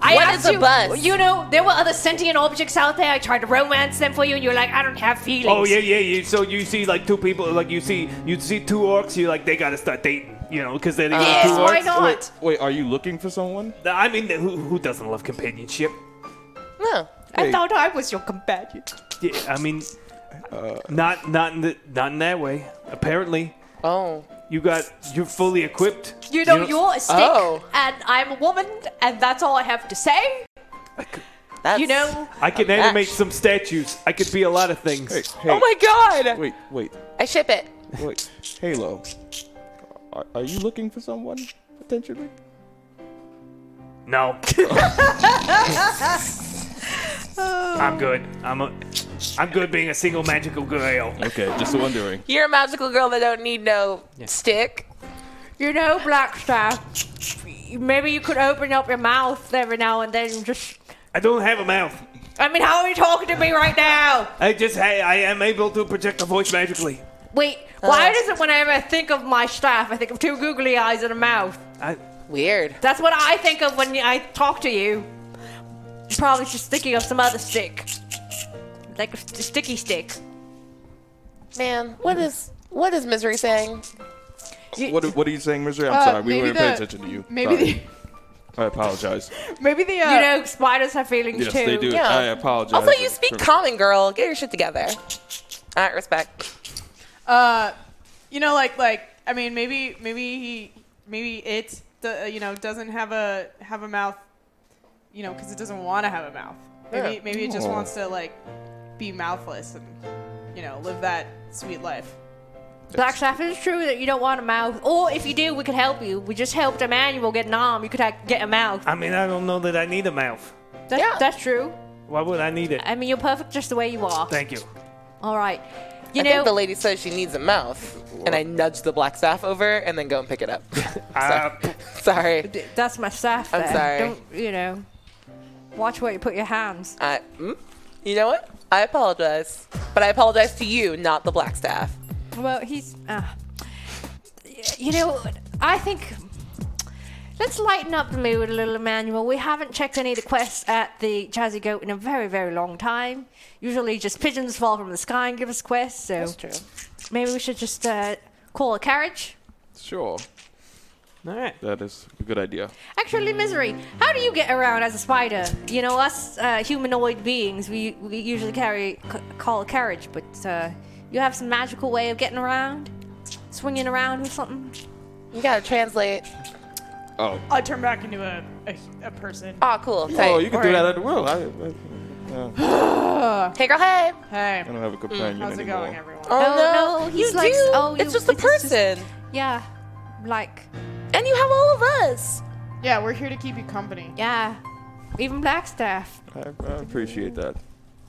Speaker 5: I
Speaker 6: What
Speaker 5: asked
Speaker 6: is a
Speaker 5: you,
Speaker 6: bus?
Speaker 5: You know, there were other sentient objects out there. I tried to romance them for you, and you're like, I don't have feelings.
Speaker 2: Oh yeah, yeah, yeah. So you see like two people, like you see you see two orcs. You like they gotta start dating, you know, because they're the
Speaker 5: Yes,
Speaker 2: two orcs.
Speaker 5: why not?
Speaker 7: Wait, are you looking for someone?
Speaker 2: I mean, who, who doesn't love companionship?
Speaker 6: No.
Speaker 5: I thought I was your companion.
Speaker 2: Yeah, I mean, not not in the, not in that way. Apparently,
Speaker 6: Oh.
Speaker 2: you got you're fully equipped.
Speaker 5: You know,
Speaker 2: don't-
Speaker 5: you are a stick,
Speaker 6: Oh.
Speaker 5: and I'm a woman, and that's all I have to say.
Speaker 6: That's,
Speaker 5: You know,
Speaker 2: I can
Speaker 6: I'm
Speaker 2: animate
Speaker 6: matched.
Speaker 2: some statues. I could be a lot of things.
Speaker 7: Hey, hey,
Speaker 6: Oh my god!
Speaker 7: wait, wait,
Speaker 6: I ship it.
Speaker 7: wait. Halo, are, are you looking for someone potentially?
Speaker 2: No. I'm good. I'm a, I'm good being a single magical girl.
Speaker 7: Okay, just wondering.
Speaker 6: You're a magical girl that don't need no stick.
Speaker 5: You know, Black Star, maybe you could open up your mouth every now and then. and Just,
Speaker 2: I don't have a mouth.
Speaker 5: I mean, how are you talking to me right now?
Speaker 2: I just I, I am able to project a voice magically.
Speaker 5: Wait,
Speaker 6: Uh.
Speaker 5: why does it whenever I think of my staff, I think of two googly eyes and a mouth?
Speaker 2: I,
Speaker 6: Weird.
Speaker 5: That's what I think of when I talk to you. You're probably just thinking of some other stick, like a st- sticky stick.
Speaker 6: Man, what is what is misery saying?
Speaker 7: What, are- what are you saying, Misery? I'm
Speaker 3: Uh,
Speaker 7: sorry, we
Speaker 3: maybe
Speaker 7: weren't paying
Speaker 3: the-
Speaker 7: attention to you.
Speaker 3: Maybe
Speaker 7: Sorry. I apologize.
Speaker 3: the maybe the uh,
Speaker 5: You know, spiders have feelings
Speaker 7: Yes,
Speaker 5: too.
Speaker 7: they do.
Speaker 6: Yeah.
Speaker 7: I apologize.
Speaker 6: Also, you speak
Speaker 7: for-
Speaker 6: common, girl. Get your shit together. All right, respect.
Speaker 3: uh, you know, like like I mean, maybe maybe he maybe it do- uh, you know doesn't have a have a mouth, you know, because it doesn't want to have a mouth. Maybe
Speaker 6: Yeah.
Speaker 3: maybe it just
Speaker 7: Oh.
Speaker 3: wants to like be mouthless and you know live that sweet life.
Speaker 5: Black Staff, it is true that you don't want a mouth. Or if you do, we could help you. We just helped Emmanuel get an arm. You could ha- get a mouth.
Speaker 2: I mean I don't know that I need a mouth.
Speaker 5: That's,
Speaker 6: Yeah.
Speaker 5: that's true.
Speaker 2: Why would I need it?
Speaker 5: I mean, you're perfect just the way you are.
Speaker 2: Thank you.
Speaker 5: All right. You
Speaker 6: I
Speaker 5: know,
Speaker 6: think the lady says she needs a mouth, and I nudge the black staff over and then go and pick it up.
Speaker 7: Ah.
Speaker 2: Uh,
Speaker 6: Sorry.
Speaker 5: d- that's my staff.
Speaker 6: I'm
Speaker 5: there.
Speaker 6: sorry.
Speaker 5: Don't, you know, watch where you put your hands.
Speaker 6: I, mm, you know what? I apologize, but I apologize to you, not the black staff.
Speaker 5: Well, he's. Uh, you know, I think. Let's lighten up the mood a little, Emmanuel. We haven't checked any of the quests at the Jazzy Goat in a very, very long time. Usually, just pigeons fall from the sky and give us quests. So
Speaker 6: That's true.
Speaker 5: Maybe we should just uh, call a carriage.
Speaker 7: Sure,
Speaker 2: all right.
Speaker 7: that is a good idea.
Speaker 5: Actually, misery. How do you get around as a spider? You know, us uh, humanoid beings, we, we usually carry c- call a carriage, but uh, you have some magical way of getting around, swinging around or something.
Speaker 6: You gotta translate.
Speaker 7: Oh,
Speaker 3: I turn back into a a, a person.
Speaker 6: Oh, cool.
Speaker 7: oh,
Speaker 6: Tight.
Speaker 7: you can do that at will. I, I, yeah,
Speaker 6: Hey, girl. Hey.
Speaker 3: Hey,
Speaker 7: I don't have a companion
Speaker 3: how's it
Speaker 7: anymore.
Speaker 3: going, everyone?
Speaker 6: Oh,
Speaker 5: no,
Speaker 6: no,
Speaker 5: he's
Speaker 6: you
Speaker 5: like-
Speaker 6: do.
Speaker 5: oh,
Speaker 6: it's
Speaker 5: you-
Speaker 6: just a
Speaker 5: it's just-
Speaker 6: person,
Speaker 5: Yeah, like
Speaker 6: and you have all of us.
Speaker 3: Yeah, we're here to keep you company.
Speaker 5: yeah, even Blackstaff.
Speaker 7: I, I appreciate that.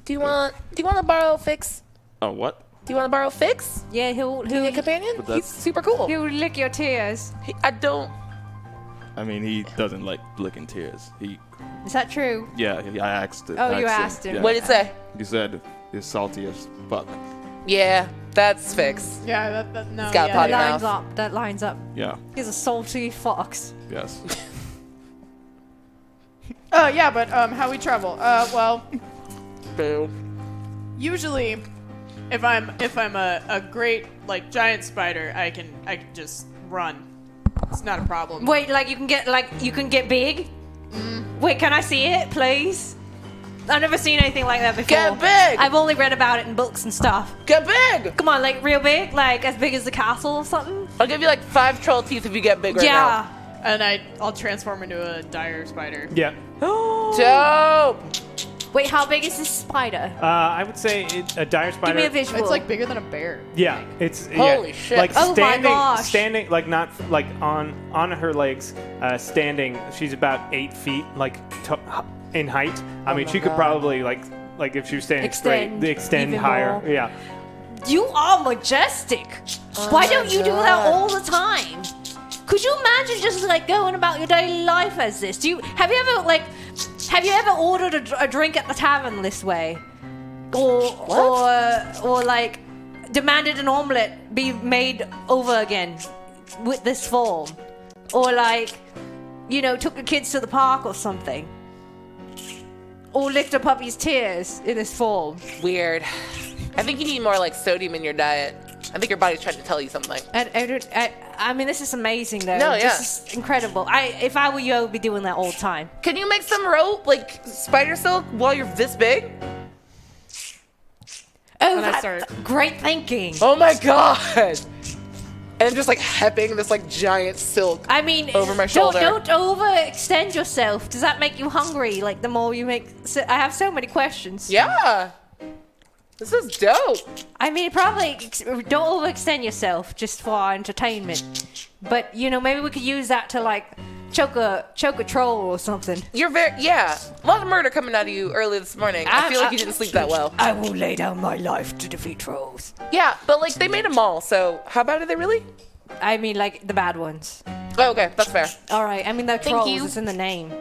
Speaker 6: Do you want? Do you want to borrow a fix?
Speaker 7: Oh, what?
Speaker 6: Do you want to borrow a fix?
Speaker 5: Yeah, he'll
Speaker 6: Your
Speaker 5: he'll,
Speaker 6: companion?
Speaker 7: But
Speaker 6: He's
Speaker 7: that's-
Speaker 6: super cool.
Speaker 5: he'll lick your tears.
Speaker 6: He- I don't.
Speaker 7: I mean, he doesn't like licking tears. He,
Speaker 5: Is that true?
Speaker 7: yeah, he, I asked it.
Speaker 5: Oh,
Speaker 7: I
Speaker 5: you asked him.
Speaker 6: What did it say?
Speaker 7: He said he's salty as fuck.
Speaker 6: Yeah, that's fix.
Speaker 3: Yeah, that, that no.
Speaker 6: got
Speaker 3: yeah,
Speaker 6: potty
Speaker 3: yeah.
Speaker 6: mouth.
Speaker 5: Lines up. That lines up.
Speaker 7: Yeah.
Speaker 5: He's a salty fox.
Speaker 7: Yes.
Speaker 3: Oh yeah, but um, how we travel? Uh, well,
Speaker 6: Boom.
Speaker 3: usually, if I'm if I'm a, a great like giant spider, I can I can just run. It's not a problem.
Speaker 5: Wait, like you can get like you can get big. Wait, can I see it, please? I've never seen anything like that before.
Speaker 6: Get big!
Speaker 5: I've only read about it in books and stuff.
Speaker 6: Get big.
Speaker 5: Come on, like real big, like as big as the castle or something.
Speaker 6: I'll give you like five troll teeth if you get big right
Speaker 5: yeah.
Speaker 3: And I I'll transform into a dire spider.
Speaker 2: Yeah. Uh,
Speaker 6: now. Dope.
Speaker 5: Wait, how big is this spider?
Speaker 2: Uh, I would say it, a dire spider.
Speaker 5: Give me a visual.
Speaker 3: It's like bigger than a bear.
Speaker 2: Yeah, it's
Speaker 6: Holy
Speaker 2: yeah.
Speaker 6: shit.
Speaker 2: Like
Speaker 5: Oh my
Speaker 2: standing,
Speaker 5: gosh.
Speaker 2: standing, like not like on on her legs, uh, standing. She's about eight feet, like to, in height. I mean, she could probably like like if she was standing
Speaker 5: Extend
Speaker 2: straight, extend
Speaker 5: even
Speaker 2: higher.
Speaker 5: more.
Speaker 2: Yeah,
Speaker 5: you are majestic. Why don't you do that all the time? Could you imagine just like going about your daily life as this? Do you have you ever like have you ever ordered a, dr- a drink at the tavern this way, or or or like demanded an omelet be made over again with this form, or like you know took the kids to the park or something, or licked a puppy's tears in this form?
Speaker 6: Weird. I think you need more like sodium in your diet. I think your body's trying to tell you something.
Speaker 5: I, I, don't, I, I mean, this is amazing, though.
Speaker 6: No, yeah.
Speaker 5: This is incredible. I, if I were you, I would be doing that all the time.
Speaker 6: Can you make some rope like spider silk while you're this big?
Speaker 5: Oh,
Speaker 3: And I
Speaker 5: that-
Speaker 3: start-
Speaker 5: great thinking.
Speaker 6: Oh my god. And just like hepping this like giant silk.
Speaker 5: I mean,
Speaker 6: Over my
Speaker 5: don't,
Speaker 6: shoulder.
Speaker 5: don't overextend yourself. Does that make you hungry? Like, the more you make. So, I have so many questions.
Speaker 6: yeah. This is dope.
Speaker 5: I mean, probably ex- don't overextend yourself just for our entertainment. But, you know, maybe we could use that to, like,
Speaker 10: choke a choke a troll or something.
Speaker 6: You're very yeah. A lot of murder coming out of you early this morning. I,
Speaker 10: I-
Speaker 6: feel like
Speaker 10: I-
Speaker 6: you didn't sleep that well.
Speaker 10: I will lay down my life to defeat trolls.
Speaker 6: Yeah, but like they made them all. So how bad are they really?
Speaker 10: I mean, like the bad ones.
Speaker 6: Oh, okay, that's fair.
Speaker 10: All right. I mean, the trolls
Speaker 5: you.
Speaker 10: is in the name.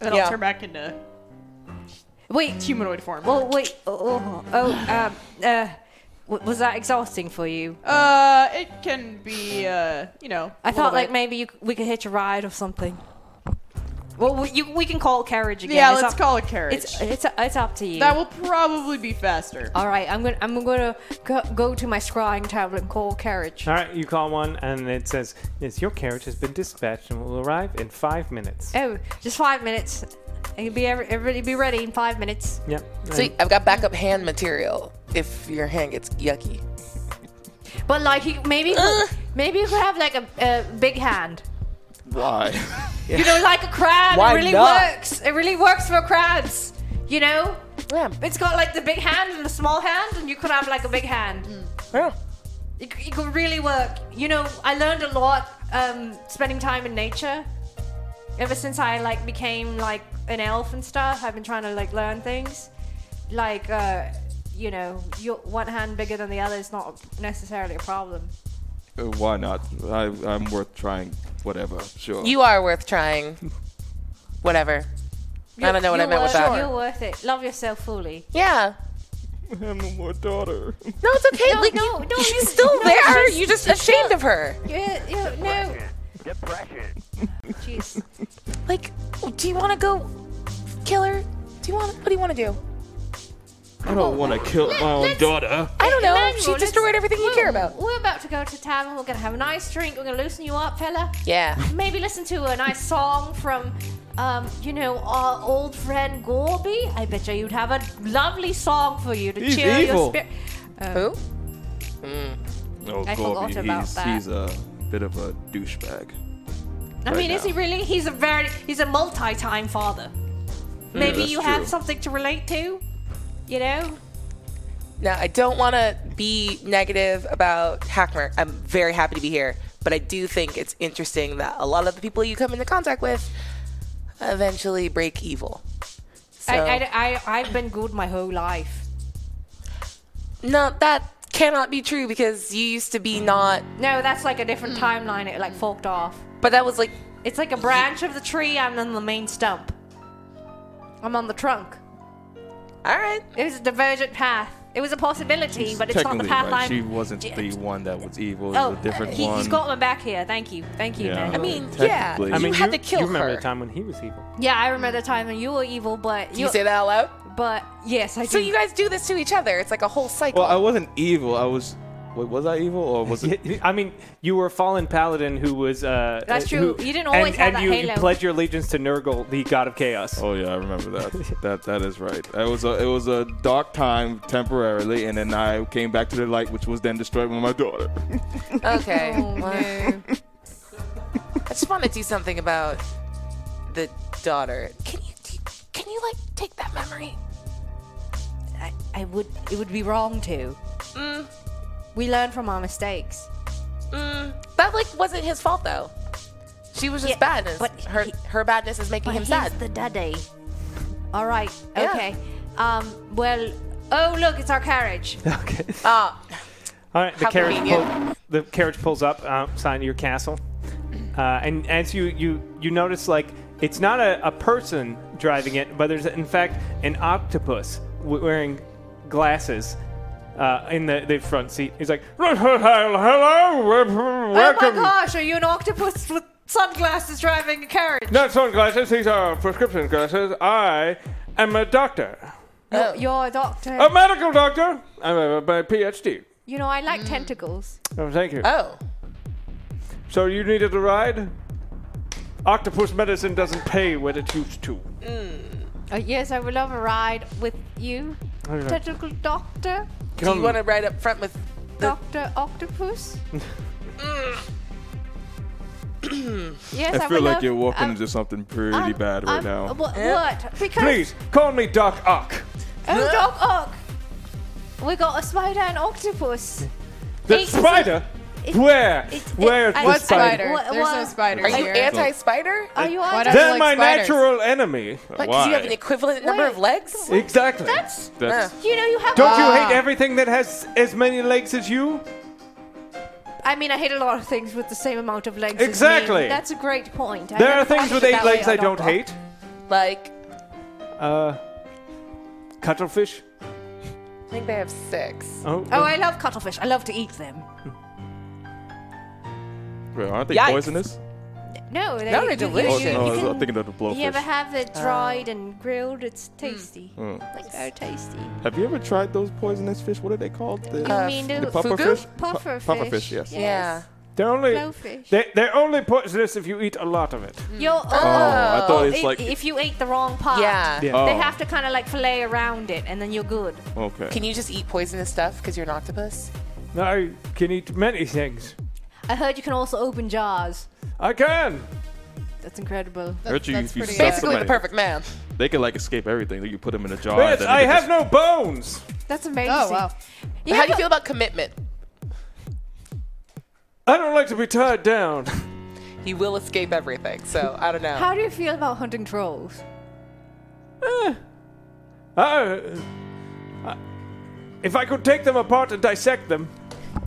Speaker 3: Then
Speaker 6: Yeah.
Speaker 3: I'll turn back into
Speaker 10: Wait.
Speaker 3: humanoid form.
Speaker 10: Well, wait. Oh, oh, um, uh, w- was that exhausting for you?
Speaker 3: Uh, it can be, uh, you know.
Speaker 10: I
Speaker 3: a
Speaker 10: thought
Speaker 3: little
Speaker 10: like
Speaker 3: bit.
Speaker 10: maybe you, c- we could hitch a ride or something. Well, we, you, we can call carriage again.
Speaker 3: Yeah,
Speaker 10: It's
Speaker 3: let's
Speaker 10: up-
Speaker 3: call a carriage.
Speaker 10: It's Uh. it's it's up to you.
Speaker 3: that will probably be faster.
Speaker 10: All right, I'm gonna I'm gonna go, go to my scrying tablet and call carriage.
Speaker 2: All right, you call one, and it says, "Yes, your carriage has been dispatched and will arrive in five minutes."
Speaker 10: Oh, just five minutes. It'll be every, everybody be ready in five minutes.
Speaker 2: Yep. and-
Speaker 6: See, I've got backup hand material if your hand gets yucky.
Speaker 10: But like he, maybe he- maybe you could have like a, a big hand.
Speaker 7: Why?
Speaker 10: You know, like a crab.
Speaker 6: Why
Speaker 10: it really
Speaker 6: not?
Speaker 10: works. It really works for crabs. You know,
Speaker 6: Yeah,
Speaker 10: it's got like the big hand and the small hand, and you could have like a big hand.
Speaker 6: yeah.
Speaker 10: It, c- it could really work. You know, I learned a lot um, spending time in nature. Ever since I like became like an elf and stuff, I've been trying to like learn things. Like, uh, you know, your one hand bigger than the other is not necessarily a problem.
Speaker 7: Uh, Why not? I, I'm worth trying. Whatever. Sure.
Speaker 6: You are worth trying. Whatever. I don't know what I meant with that.
Speaker 10: You're worth it. Love yourself fully.
Speaker 6: Yeah.
Speaker 7: have no more daughter.
Speaker 6: No, it's okay. like,
Speaker 10: no,
Speaker 6: you,
Speaker 10: no,
Speaker 6: she's
Speaker 10: you-
Speaker 6: still
Speaker 10: no,
Speaker 6: there.
Speaker 10: she's-
Speaker 6: You're just ashamed of her.
Speaker 10: Yeah, yeah, no. Jeez.
Speaker 6: Like, do you want to go kill her? Do you want? What do you want to do?
Speaker 7: I don't want to kill my own daughter.
Speaker 6: I don't know.
Speaker 10: Emmanuel,
Speaker 6: she
Speaker 10: let's-
Speaker 6: destroyed everything you care about.
Speaker 10: We're about to go to tavern. We're gonna have a nice drink. We're gonna loosen you up, fella.
Speaker 6: Yeah.
Speaker 10: Maybe listen to a nice song from, um, you know, our old friend Gorby. I bet you you'd have a lovely song for you to
Speaker 7: He's
Speaker 10: cheer
Speaker 7: evil.
Speaker 10: your spirit.
Speaker 6: Who?
Speaker 7: No,
Speaker 10: I
Speaker 7: Gorby,
Speaker 10: forgot about
Speaker 7: Oh, he's,
Speaker 10: that.
Speaker 7: he's a bit of a douchebag.
Speaker 10: I
Speaker 7: Right
Speaker 10: mean, is
Speaker 7: now.
Speaker 10: he really? He's a very, he's a multi-time father. Maybe
Speaker 7: that's
Speaker 10: you have
Speaker 7: true.
Speaker 10: something to relate to. You know,
Speaker 6: Now, I don't want to be negative about Hackmer. I'm very happy to be here, but I do think it's interesting that a lot of the people you come into contact with eventually break evil. So,
Speaker 10: I, I, I, I've been good my whole life.
Speaker 6: no, that cannot be true because you used to be not,
Speaker 10: No, that's like a different timeline. It like forked off.
Speaker 6: but that was like,
Speaker 10: It's like a branch of the tree. I'm on the main stump. I'm on the trunk.
Speaker 6: all right.
Speaker 10: It was a divergent path. It was a possibility, but it's not the
Speaker 7: Technically,
Speaker 10: path
Speaker 7: right.
Speaker 10: I'm.
Speaker 7: She wasn't
Speaker 10: Yeah.
Speaker 7: the one that was evil. It
Speaker 10: oh,
Speaker 7: was a different
Speaker 10: he,
Speaker 7: one.
Speaker 10: has got my back here. Thank you, thank you,
Speaker 7: Yeah.
Speaker 10: man.
Speaker 7: I
Speaker 6: I mean, yeah.
Speaker 7: Technically.
Speaker 6: you
Speaker 7: I mean,
Speaker 6: had to kill
Speaker 2: you remember
Speaker 6: her.
Speaker 2: the time when he was evil.
Speaker 10: yeah, I remember the time when you were evil, but
Speaker 6: Do you
Speaker 10: you,
Speaker 6: say that out loud?
Speaker 10: but yes, I
Speaker 6: So
Speaker 10: do.
Speaker 6: you guys do this to each other. It's like a whole cycle.
Speaker 7: Well, I wasn't evil. I was. Wait, was I evil or was it? e-,
Speaker 2: I mean, you were a fallen paladin who was. Uh,
Speaker 10: That's
Speaker 2: who-
Speaker 10: true. You didn't always
Speaker 2: and,
Speaker 10: have
Speaker 2: and
Speaker 10: that
Speaker 2: you,
Speaker 10: halo.
Speaker 2: you pledged your allegiance to Nurgle, the god of chaos.
Speaker 7: Oh yeah, I remember that. that that is right. It was a it was a dark time temporarily, and then I came back to the light, which was then destroyed by my daughter.
Speaker 6: Okay. well, I just want to do something about the daughter. Can you do you- can you like take that memory?
Speaker 10: I, I would. It would be wrong to. Mm. We learn from our mistakes.
Speaker 6: Mm, that like wasn't his fault though. She was just
Speaker 10: Yeah,
Speaker 6: bad, and
Speaker 10: but
Speaker 6: her
Speaker 10: he-
Speaker 6: her badness is making
Speaker 10: But
Speaker 6: him
Speaker 10: he's
Speaker 6: sad.
Speaker 10: the daddy. All right.
Speaker 6: Yeah.
Speaker 10: Okay. Um. Well. Oh, look! It's our carriage.
Speaker 2: Okay.
Speaker 6: Ah,
Speaker 2: All right, the
Speaker 6: How
Speaker 2: carriage pull,
Speaker 6: convenient.
Speaker 2: the carriage pulls up outside your castle, uh, and as you you you notice, like it's not a, a person driving it, but there's in fact an octopus w- wearing glasses. Uh, in the, the front seat, he's like, "Hello,
Speaker 10: Oh my
Speaker 2: welcome."
Speaker 10: gosh! Are you an octopus with sunglasses driving a carriage?
Speaker 2: Not sunglasses; these are prescription glasses. I am a doctor,
Speaker 10: You're, you're a doctor.
Speaker 2: a medical doctor. I'm a, a PhD.
Speaker 10: you know, I like tentacles.
Speaker 2: Oh, thank you.
Speaker 6: oh,
Speaker 2: So you needed a ride? Octopus medicine doesn't pay what it used to.
Speaker 10: Uh, yes, I would love a ride with you, tentacle doctor,
Speaker 6: do you want to ride up front with? The,
Speaker 10: Doctor Octopus. yes,
Speaker 7: I
Speaker 10: would
Speaker 7: feel like
Speaker 10: love-
Speaker 7: you're walking
Speaker 10: I'm- um,
Speaker 7: into something pretty
Speaker 10: I'm-
Speaker 7: bad right
Speaker 10: I'm-
Speaker 7: now.
Speaker 10: What? what? Because
Speaker 2: Please call me Doc Ock.
Speaker 10: oh, Doc Ock, we got a spider and octopus.
Speaker 2: The
Speaker 10: Hey,
Speaker 2: spider Where? Where is the spider?
Speaker 3: What spider?
Speaker 5: What-
Speaker 3: There's no
Speaker 5: what-
Speaker 3: spiders
Speaker 6: Are you
Speaker 3: here.
Speaker 6: anti-spider?
Speaker 5: Are you
Speaker 3: Why
Speaker 5: on?
Speaker 3: don't
Speaker 2: They're
Speaker 3: you
Speaker 2: my
Speaker 3: like spiders?
Speaker 2: natural enemy.
Speaker 6: What? 'cause you have an equivalent number of legs?
Speaker 2: Exactly.
Speaker 7: That's,
Speaker 5: You know you have.
Speaker 2: Don't you hate everything that has as many legs as you?
Speaker 5: I mean, I hate a lot of things with the same amount of legs. as me.
Speaker 2: Exactly.
Speaker 5: That's a great point. I
Speaker 2: There
Speaker 5: never
Speaker 2: are things
Speaker 5: thought
Speaker 2: with
Speaker 5: of it
Speaker 2: eight
Speaker 5: that way
Speaker 2: legs I
Speaker 5: at all.
Speaker 2: don't hate.
Speaker 6: Like,
Speaker 2: Uh, cuttlefish.
Speaker 6: I think they have six.
Speaker 2: Oh,
Speaker 5: Oh, I love cuttlefish. I love to eat them.
Speaker 7: wait, aren't they
Speaker 6: Yikes.
Speaker 7: poisonous?
Speaker 10: No, they,
Speaker 6: No, they're
Speaker 10: you- you-
Speaker 7: Oh,
Speaker 6: delicious.
Speaker 7: no, I
Speaker 10: You,
Speaker 7: was
Speaker 10: can-
Speaker 7: thinking of the blowfish.
Speaker 10: you ever have it dried and grilled? It's tasty.
Speaker 7: Mm.
Speaker 10: It's very tasty.
Speaker 7: Have you ever tried those poisonous fish? What are they called? The,
Speaker 10: You
Speaker 6: Uh,
Speaker 10: mean
Speaker 6: f-
Speaker 10: the,
Speaker 7: the
Speaker 10: f-
Speaker 7: puffer
Speaker 6: fugu?
Speaker 7: fish?
Speaker 10: puffer fish?
Speaker 7: Puffer fish, yes.
Speaker 6: Yeah.
Speaker 2: they're only
Speaker 10: Blowfish.
Speaker 2: They, they're only poisonous if you eat a lot of it.
Speaker 3: Mm.
Speaker 10: You're,
Speaker 7: Oh, I thought it's
Speaker 10: if,
Speaker 7: like.
Speaker 10: if you ate the wrong part,
Speaker 6: Yeah.
Speaker 2: Yeah.
Speaker 7: oh,
Speaker 10: they have to kind of like fillet around it, and then you're good.
Speaker 7: okay.
Speaker 6: Can you just eat poisonous stuff because you're an octopus?
Speaker 2: I can eat many things.
Speaker 10: I heard you can also open jars.
Speaker 2: I can.
Speaker 10: That's incredible.
Speaker 7: Hurt you
Speaker 3: that's
Speaker 7: if you
Speaker 3: pretty
Speaker 7: suck
Speaker 3: good.
Speaker 6: Basically, the
Speaker 7: somebody.
Speaker 6: perfect man.
Speaker 7: They can like escape everything. You put them in a jar.
Speaker 2: Yes,
Speaker 7: and then
Speaker 2: I
Speaker 7: they can
Speaker 2: have no bones.
Speaker 10: That's amazing.
Speaker 3: Oh wow.
Speaker 10: Yeah,
Speaker 6: How do you
Speaker 10: but-
Speaker 6: feel about commitment?
Speaker 2: I don't like to be tied down.
Speaker 6: You will escape everything, so I don't know.
Speaker 10: How do you feel about hunting trolls?
Speaker 2: I, I- Uh, if I could take them apart and dissect them,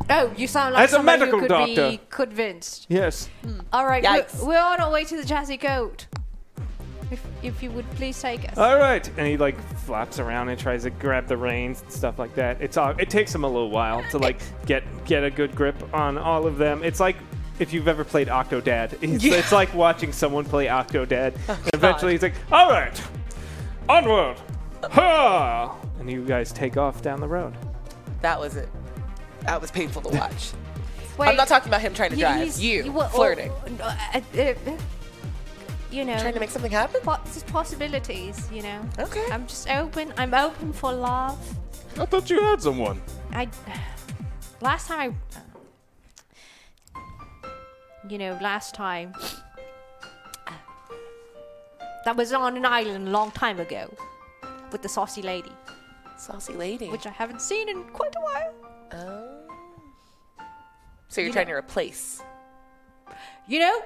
Speaker 10: Oh, you sound like
Speaker 2: As a
Speaker 10: somebody
Speaker 2: medical
Speaker 10: who could be
Speaker 2: doctor.
Speaker 10: convinced.
Speaker 2: yes.
Speaker 10: All right,
Speaker 6: Yikes.
Speaker 10: we're, we're on our way to the Jazzy Goat. If, if you would please take us.
Speaker 2: All right, and he like flaps around and tries to grab the reins and stuff like that. It's all, it takes him a little while to like get get a good grip on all of them. It's like if you've ever played Octodad, it's, it's like watching someone play Octodad. and eventually, he's like, "All right, onward!" Ha! And you guys take off down the road.
Speaker 6: that was it. That was painful to watch.
Speaker 10: Wait,
Speaker 6: I'm not talking about him trying to
Speaker 10: he-
Speaker 6: drive.
Speaker 10: he's-
Speaker 6: You,
Speaker 10: he- well,
Speaker 6: flirting.
Speaker 10: oh, uh, uh, uh, you know,
Speaker 6: Trying to make something happen?
Speaker 10: poss- possibilities. You know,
Speaker 6: Okay.
Speaker 10: I'm just open. I'm open for love.
Speaker 7: I thought you had someone.
Speaker 10: I last time I you know last time that was on an island a long time ago with the saucy lady
Speaker 6: Saucy lady.
Speaker 10: which I haven't seen in quite a while
Speaker 6: oh. So you're trying to replace.
Speaker 10: you know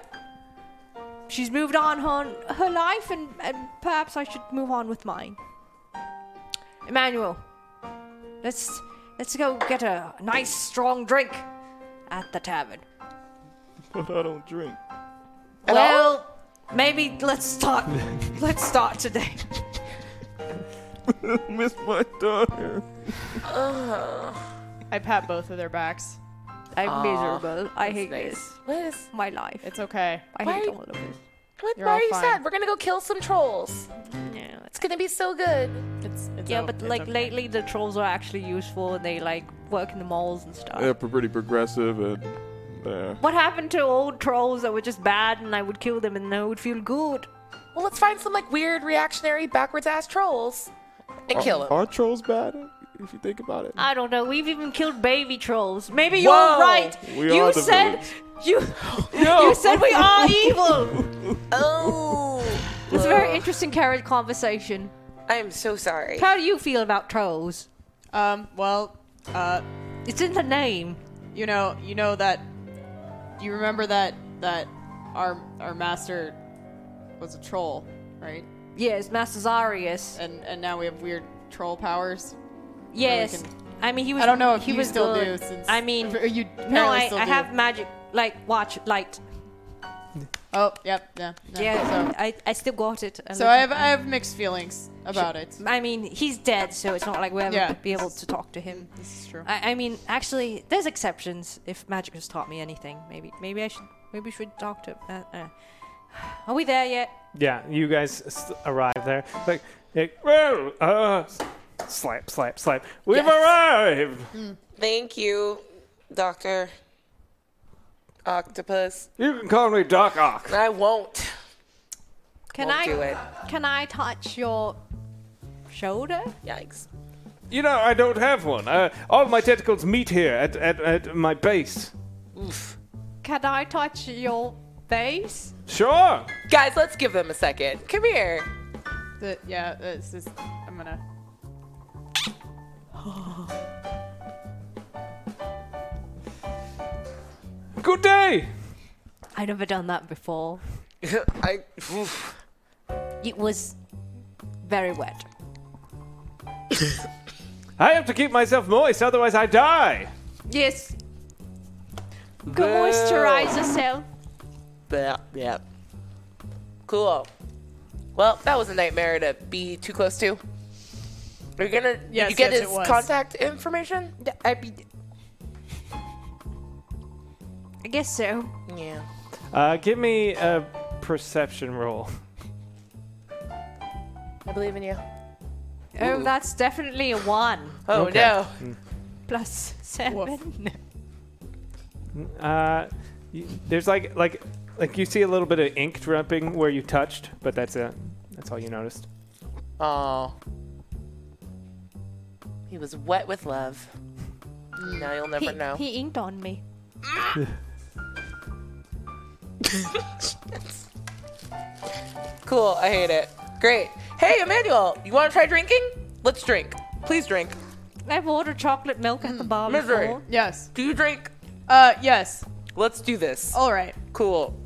Speaker 10: she's moved on her, her life and, and perhaps I should move on with mine Emmanuel let's let's go get a nice strong drink at the tavern
Speaker 7: But I don't drink.
Speaker 6: At all?
Speaker 10: Well, maybe let's start. let's start today.
Speaker 7: Miss my daughter.
Speaker 3: I pat both of their backs.
Speaker 10: I'm miserable. I hate
Speaker 6: nice.
Speaker 10: this.
Speaker 6: What is?
Speaker 10: My life.
Speaker 3: It's okay.
Speaker 10: I
Speaker 6: Why-
Speaker 10: hate all of this.
Speaker 6: What,
Speaker 3: You're
Speaker 6: why
Speaker 3: all
Speaker 6: are you
Speaker 3: fine.
Speaker 6: sad? We're gonna go kill some trolls.
Speaker 10: Yeah,
Speaker 6: It's gonna be so good. It's, it's
Speaker 10: yeah
Speaker 6: o-
Speaker 10: but
Speaker 6: it's
Speaker 10: like
Speaker 6: okay.
Speaker 10: lately the trolls are actually useful and they like work in the malls and stuff.
Speaker 7: They're pretty progressive and uh, they're
Speaker 10: What happened to old trolls that were just bad and I would kill them and I would feel good?
Speaker 6: Well, let's find some like weird reactionary backwards ass trolls and kill them.
Speaker 7: Are trolls bad? If you think about it.
Speaker 10: I don't know. We've even killed baby trolls. Maybe
Speaker 6: Whoa.
Speaker 10: you're right.
Speaker 7: We
Speaker 10: you
Speaker 7: are the
Speaker 10: said you you said we are evil.
Speaker 6: Oh,
Speaker 10: It's a very interesting carrot conversation.
Speaker 6: I am so sorry.
Speaker 10: How do you feel about trolls?
Speaker 3: Um. Well. Uh.
Speaker 10: It's in the name.
Speaker 3: You know. You know that. You remember that that our our master was a troll, right?
Speaker 10: Yes, Master Zarius.
Speaker 3: And and now we have weird troll powers.
Speaker 10: Yes.
Speaker 3: can-
Speaker 10: I mean, he was.
Speaker 3: I don't know if
Speaker 10: he
Speaker 3: you
Speaker 10: was
Speaker 3: still
Speaker 10: good.
Speaker 3: do. Since
Speaker 10: I mean,
Speaker 3: Or you
Speaker 10: no,
Speaker 3: apparently
Speaker 10: I,
Speaker 3: still
Speaker 10: I
Speaker 3: do.
Speaker 10: have magic, like watch light.
Speaker 3: Oh, yep, yeah, yeah.
Speaker 10: Yeah,
Speaker 3: So,
Speaker 10: I, I still got it.
Speaker 3: so I have I have mixed feelings about it.
Speaker 10: I mean, he's dead, so it's not like we'll ever
Speaker 3: Yeah.
Speaker 10: be able to talk to him.
Speaker 3: This is true.
Speaker 10: I, I mean, actually, there's exceptions. If magic has taught me anything, maybe, maybe I should, maybe we should talk to. Uh, uh. Are we there yet?
Speaker 2: Yeah, you guys s- arrive there. Like, like, well, uh, s- slap, slap, slap. We've arrived.
Speaker 6: Thank you, Doctor Octopus.
Speaker 2: You can call me Doc Ock.
Speaker 6: I won't.
Speaker 10: Can
Speaker 6: Won't
Speaker 10: I?
Speaker 6: do it.
Speaker 10: Can I touch your shoulder?
Speaker 6: Yikes.
Speaker 2: You know, I don't have one. Uh, all my tentacles meet here at, at, at my base.
Speaker 6: Oof.
Speaker 10: Can I touch your face?
Speaker 2: Sure.
Speaker 6: Guys, let's give them a second. Come here.
Speaker 3: The- yeah, it's just I'm gonna.
Speaker 2: good day.
Speaker 10: I've never done that before.
Speaker 11: I. oof.
Speaker 10: It was very wet.
Speaker 2: I have to keep myself moist, otherwise I die.
Speaker 5: Yes.
Speaker 2: Go
Speaker 5: Moisturize yourself.
Speaker 11: Yeah, yeah. Cool.
Speaker 6: Well, that was a nightmare to be too close to. Are you gonna did
Speaker 3: Yes,
Speaker 6: you get
Speaker 3: yes, it
Speaker 6: his
Speaker 3: was.
Speaker 6: contact information?
Speaker 10: I be. I guess so.
Speaker 6: Yeah.
Speaker 2: Uh, give me a perception roll.
Speaker 6: I believe in you.
Speaker 10: Oh, that's definitely a one
Speaker 6: Oh
Speaker 2: Okay.
Speaker 6: no.
Speaker 10: plus seven.
Speaker 2: Uh, y there's like like like you see a little bit of ink dripping where you touched, but that's it. That's all you noticed.
Speaker 6: Oh. He was wet with love. Now you'll never
Speaker 10: He,
Speaker 6: know.
Speaker 10: he inked on me.
Speaker 6: Cool. I hate it. Great. Hey, Emmanuel, you want to try drinking? Let's drink. Please drink.
Speaker 10: I've ordered chocolate milk at the bar
Speaker 6: Misery.
Speaker 10: before.
Speaker 3: Yes.
Speaker 6: Do you drink?
Speaker 3: Uh, yes. Oh.
Speaker 6: Let's do this.
Speaker 3: All right.
Speaker 6: Cool.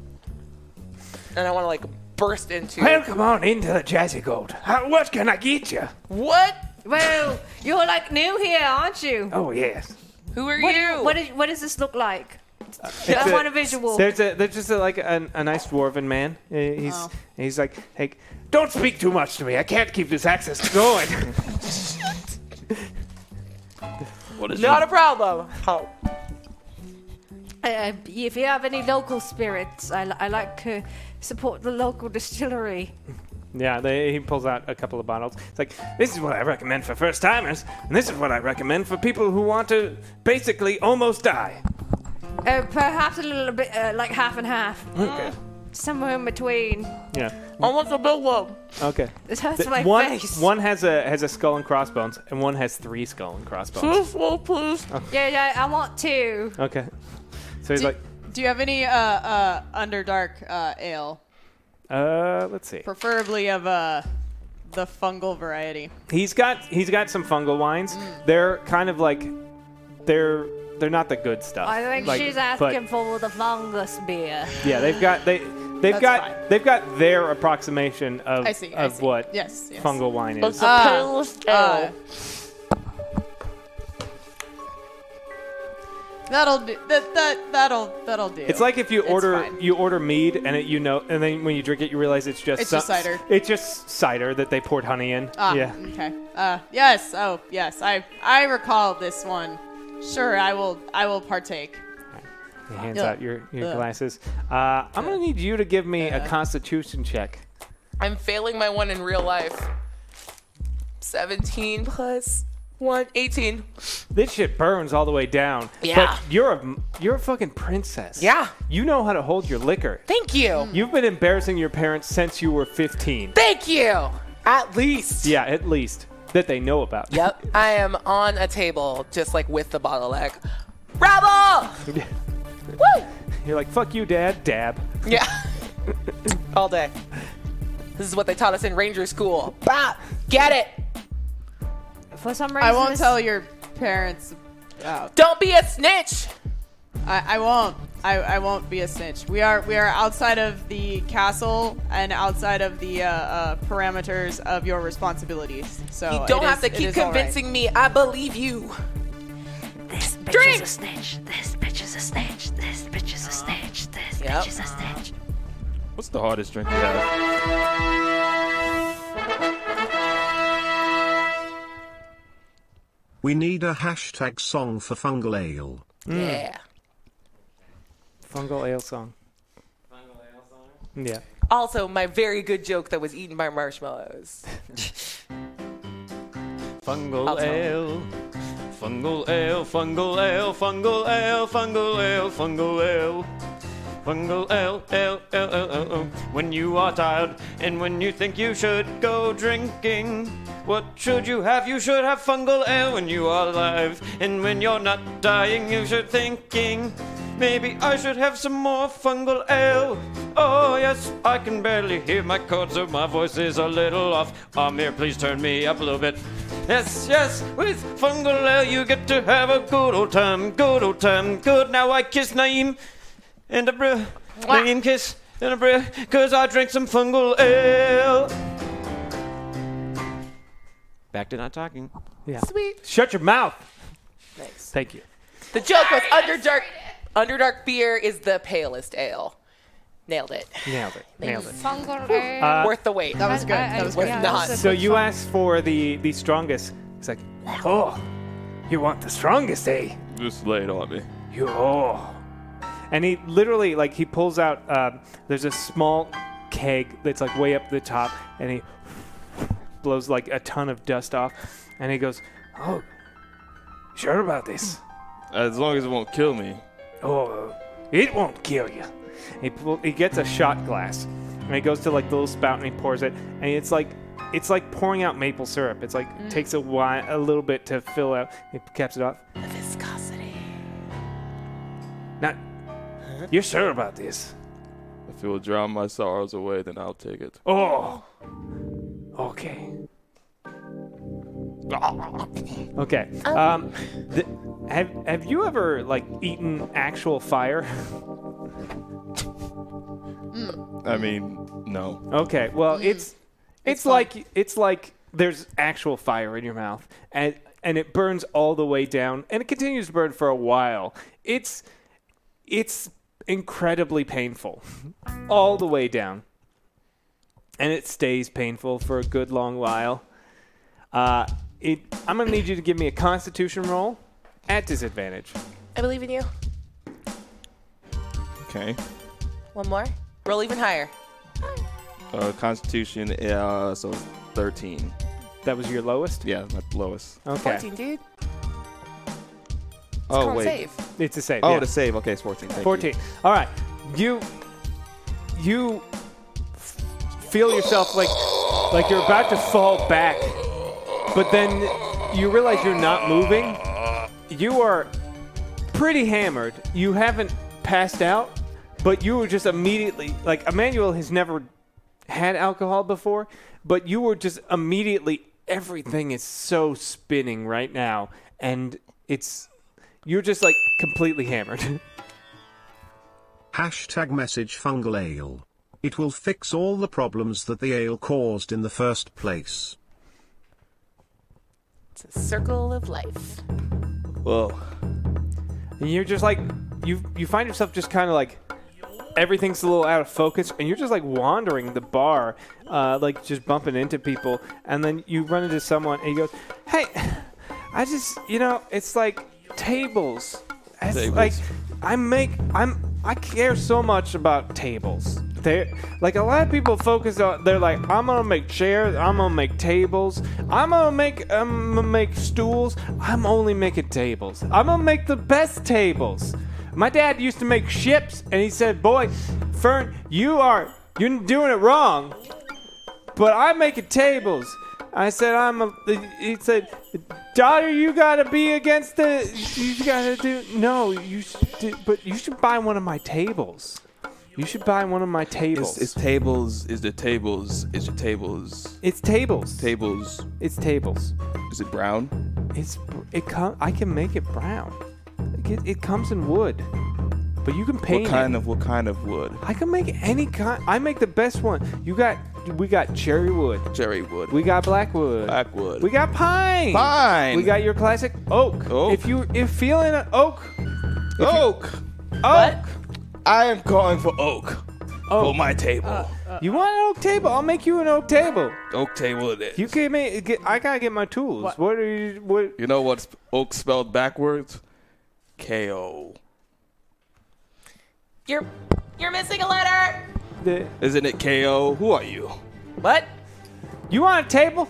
Speaker 6: And I want to like burst into.
Speaker 2: Welcome on into the Jazzy Gold. How, what can I get you?
Speaker 6: What?
Speaker 10: Well, you're like new here, aren't you?
Speaker 2: Oh yes.
Speaker 6: Who are
Speaker 10: What,
Speaker 6: you?
Speaker 10: do- what, is, what does this look like? I want a visual.
Speaker 2: There's a there's just a, like a, a nice dwarven man. Uh, He's
Speaker 3: Oh.
Speaker 2: he's like hey, don't speak too much to me. I can't keep this access going.
Speaker 7: What is
Speaker 6: Not a problem. Oh.
Speaker 10: Uh, if you have any local spirits, I, li- I like to support the local distillery.
Speaker 2: yeah, they, he pulls out a couple of bottles. It's like this is what I recommend for first timers, and this is what I recommend for people who want to basically almost die.
Speaker 10: Uh, perhaps a little bit, uh, like half and half,
Speaker 2: Okay.
Speaker 10: somewhere in between.
Speaker 2: Yeah.
Speaker 6: Almost a big one.
Speaker 2: Okay.
Speaker 10: This hurts
Speaker 2: Th-
Speaker 10: my
Speaker 2: one
Speaker 10: face.
Speaker 2: one has a has a skull and crossbones, and one has three skull and crossbones.
Speaker 6: Please, oh, please.
Speaker 10: Yeah, yeah, I want two.
Speaker 2: okay. So he's
Speaker 3: Do,
Speaker 2: like,
Speaker 3: do you have any uh, uh, underdark uh, ale,
Speaker 2: uh, let's see.
Speaker 3: preferably of uh, the fungal variety?
Speaker 2: He's got he's got some fungal wines.
Speaker 3: Mm.
Speaker 2: They're kind of like, they're they're not the good stuff.
Speaker 10: I think
Speaker 2: Like,
Speaker 10: she's
Speaker 2: but-
Speaker 10: asking for the fungus beer.
Speaker 2: yeah, they've got they they've
Speaker 3: That's
Speaker 2: got
Speaker 3: fine.
Speaker 2: they've got their approximation of
Speaker 3: I see. I
Speaker 2: of
Speaker 3: see.
Speaker 2: what
Speaker 3: Yes. yes.
Speaker 2: fungal wine
Speaker 10: Uh,
Speaker 2: is.
Speaker 6: the
Speaker 3: Ah.
Speaker 6: palest
Speaker 3: Uh,
Speaker 6: ale.
Speaker 3: that'll do. That that that'll that'll do.
Speaker 2: It's like if you
Speaker 3: It's
Speaker 2: order
Speaker 3: fine.
Speaker 2: you order mead and it, you know, and then when you drink it, you realize it's just
Speaker 3: It's
Speaker 2: some-
Speaker 3: just cider.
Speaker 2: It's just cider that they poured honey in.
Speaker 3: Ah,
Speaker 2: yeah.
Speaker 3: Okay. Uh, yes. Oh, yes. I I recall this one. Sure. I will. I will partake.
Speaker 2: He hands
Speaker 3: Ugh.
Speaker 2: out your, your
Speaker 3: Ugh.
Speaker 2: glasses. Uh, I'm going to need you to give me a constitution check.
Speaker 6: I'm failing my one in real life. 17 plus 1, 18.
Speaker 2: This shit burns all the way down.
Speaker 6: Yeah.
Speaker 2: But you're a, you're a fucking princess.
Speaker 6: Yeah.
Speaker 2: You know how to hold your liquor.
Speaker 6: Thank you.
Speaker 2: You've been embarrassing your parents since you were 15.
Speaker 6: Mm. Thank you. At least.
Speaker 2: Yeah, at least. That they know about.
Speaker 6: Yep. I am on a table, just like with the bottle leg. Bravo! Woo!
Speaker 2: You're like, fuck you, dad. Dab.
Speaker 6: Yeah. All day. This is what they taught us in Ranger School. Bah! Get it!
Speaker 10: For some reason,
Speaker 3: I won't
Speaker 10: this-
Speaker 3: tell your parents.
Speaker 6: Don't be a snitch!
Speaker 3: I, I won't. I, I won't be a snitch. We are we are outside of the castle and outside of the uh, uh, parameters of your responsibilities. So
Speaker 6: You
Speaker 3: Oh, it
Speaker 6: don't
Speaker 3: is-
Speaker 6: have to
Speaker 3: it
Speaker 6: keep
Speaker 3: is all right.
Speaker 6: convincing me. I believe you.
Speaker 12: This bitch is a snitch. This bitch is a snitch. This bitch is a snitch. This
Speaker 6: Yep.
Speaker 12: bitch is a snitch.
Speaker 7: What's the hardest drink you have?
Speaker 9: We need a hashtag song for fungal ale.
Speaker 3: Mm.
Speaker 6: Yeah.
Speaker 2: Fungal ale song. Fungal ale song? Yeah.
Speaker 6: Also, my very good joke that was eaten by marshmallows. I'll
Speaker 7: Fungal
Speaker 6: tell.
Speaker 7: ale. Fungal ale, fungal ale, fungal ale, fungal ale, fungal ale. Fungal ale, ale, ale, ale, ale, ale. When you are tired and when you think you should go drinking, what should you have? You should have fungal ale when you are alive. And when you're not dying, you should thinking. Maybe I should have some more fungal ale. Oh, yes, I can barely hear my chords, so my voice is a little off. Amir, please turn me up a little bit. Yes, yes, with fungal ale, you get to have a good old time, good old time, good. Now I kiss Naeem.
Speaker 13: and a brew. Medium kiss and a brew. Cause I drink some fungal ale. Back to not talking.
Speaker 2: Yeah.
Speaker 6: Sweet.
Speaker 2: Shut your mouth.
Speaker 6: Nice.
Speaker 2: Thank you.
Speaker 6: The joke was Underdark. Underdark beer is the palest ale. Nailed it.
Speaker 2: Nailed it. Nailed it.
Speaker 14: Fungal
Speaker 2: Uh,
Speaker 6: Worth the wait.
Speaker 3: That was good. That was
Speaker 6: Worth
Speaker 3: good.
Speaker 6: not.
Speaker 2: So you asked for the the strongest. It's like, oh, you want the strongest, eh?
Speaker 7: Just lay it on me.
Speaker 2: You oh. And he literally like he pulls out. Um, there's a small keg that's like way up the top, and he blows like a ton of dust off, and he goes, oh, sure about this.
Speaker 7: As long as it won't kill me.
Speaker 2: Oh, it won't kill you. He, pull, he gets a shot glass and he goes to like the little spout and he pours it and it's like it's like pouring out maple syrup. It's like takes a while, a little bit to fill out. He caps it off.
Speaker 6: The viscosity.
Speaker 2: Now, you're sure about this?
Speaker 7: If it will drown my sorrows away, then I'll take it.
Speaker 2: Oh, okay, okay. Um, th- have have you ever like eaten actual fire?
Speaker 7: I mean, no.
Speaker 2: Okay, well, it's it's, like it's like there's actual fire in your mouth, and and it burns all the way down, and it continues to burn for a while. It's it's incredibly painful, all the way down, and it stays painful for a good long while. Uh, it, I'm gonna need you to give me a Constitution roll at disadvantage.
Speaker 6: I believe in you.
Speaker 7: Okay.
Speaker 6: One more. Roll even higher.
Speaker 7: Uh, Constitution, uh, so 13.
Speaker 2: That was your lowest.
Speaker 7: Yeah, my lowest.
Speaker 2: Okay,
Speaker 6: 14, dude.
Speaker 7: oh,
Speaker 6: Con
Speaker 7: wait.
Speaker 6: save.
Speaker 2: it's a save.
Speaker 7: Oh,
Speaker 2: yeah.
Speaker 7: to save. Okay, it's 14. Thank you.
Speaker 2: 14. All right. You you feel yourself like like you're about to fall back, but then you realize you're not moving. You are pretty hammered. You haven't passed out, but you were just immediately like Emmanuel has never had alcohol before, but you were just immediately everything is so spinning right now and it's you're just like completely hammered.
Speaker 9: Hashtag message fungal ale. It will fix all the problems that the ale caused in the first place.
Speaker 6: It's a circle of life.
Speaker 7: Whoa.
Speaker 2: and you're just like you you find yourself just kind of like everything's a little out of focus and you're just like wandering the bar uh, like just bumping into people and then you run into someone and you go hey i just you know it's like tables it's
Speaker 7: Tables.
Speaker 2: like i make i'm i care so much about tables they like a lot of people focus on they're like i'm gonna make chairs i'm gonna make tables i'm gonna make i'm gonna make stools i'm only making tables i'm gonna make the best tables my dad used to make ships, and he said, "Boy, Fern, you are you're doing it wrong." But I'm making tables. I said, "I'm a." He said, "Daughter, you gotta be against the. You gotta do no. You should, but you should buy one of my tables. You should buy one of my tables.
Speaker 7: It's, it's tables. Is the tables? Is your tables?
Speaker 2: It's tables.
Speaker 7: Tables.
Speaker 2: It's tables.
Speaker 7: Is it brown?
Speaker 2: It's it. Com- I can make it brown. It, it comes in wood, but you can paint
Speaker 7: What
Speaker 2: it.
Speaker 7: kind of what kind of wood?
Speaker 2: I can make any kind. I make the best one. You got, we got cherry wood.
Speaker 7: Cherry wood.
Speaker 2: We got blackwood.
Speaker 7: Blackwood.
Speaker 2: We got pine.
Speaker 7: Pine.
Speaker 2: We got your classic oak.
Speaker 7: Oak.
Speaker 2: If you if feeling an oak,
Speaker 7: oak.
Speaker 2: oak.
Speaker 7: I am calling for oak.
Speaker 2: Oh.
Speaker 7: For my table.
Speaker 2: You want an oak table? I'll make you an oak table.
Speaker 7: oak table it is.
Speaker 2: You can make. Get, I gotta get my tools. What, are you? What?
Speaker 7: You know what's oak spelled backwards? K-O.
Speaker 6: You're you're missing a letter.
Speaker 2: The,
Speaker 7: Isn't it K-O? Who are you?
Speaker 6: What?
Speaker 2: you want a table?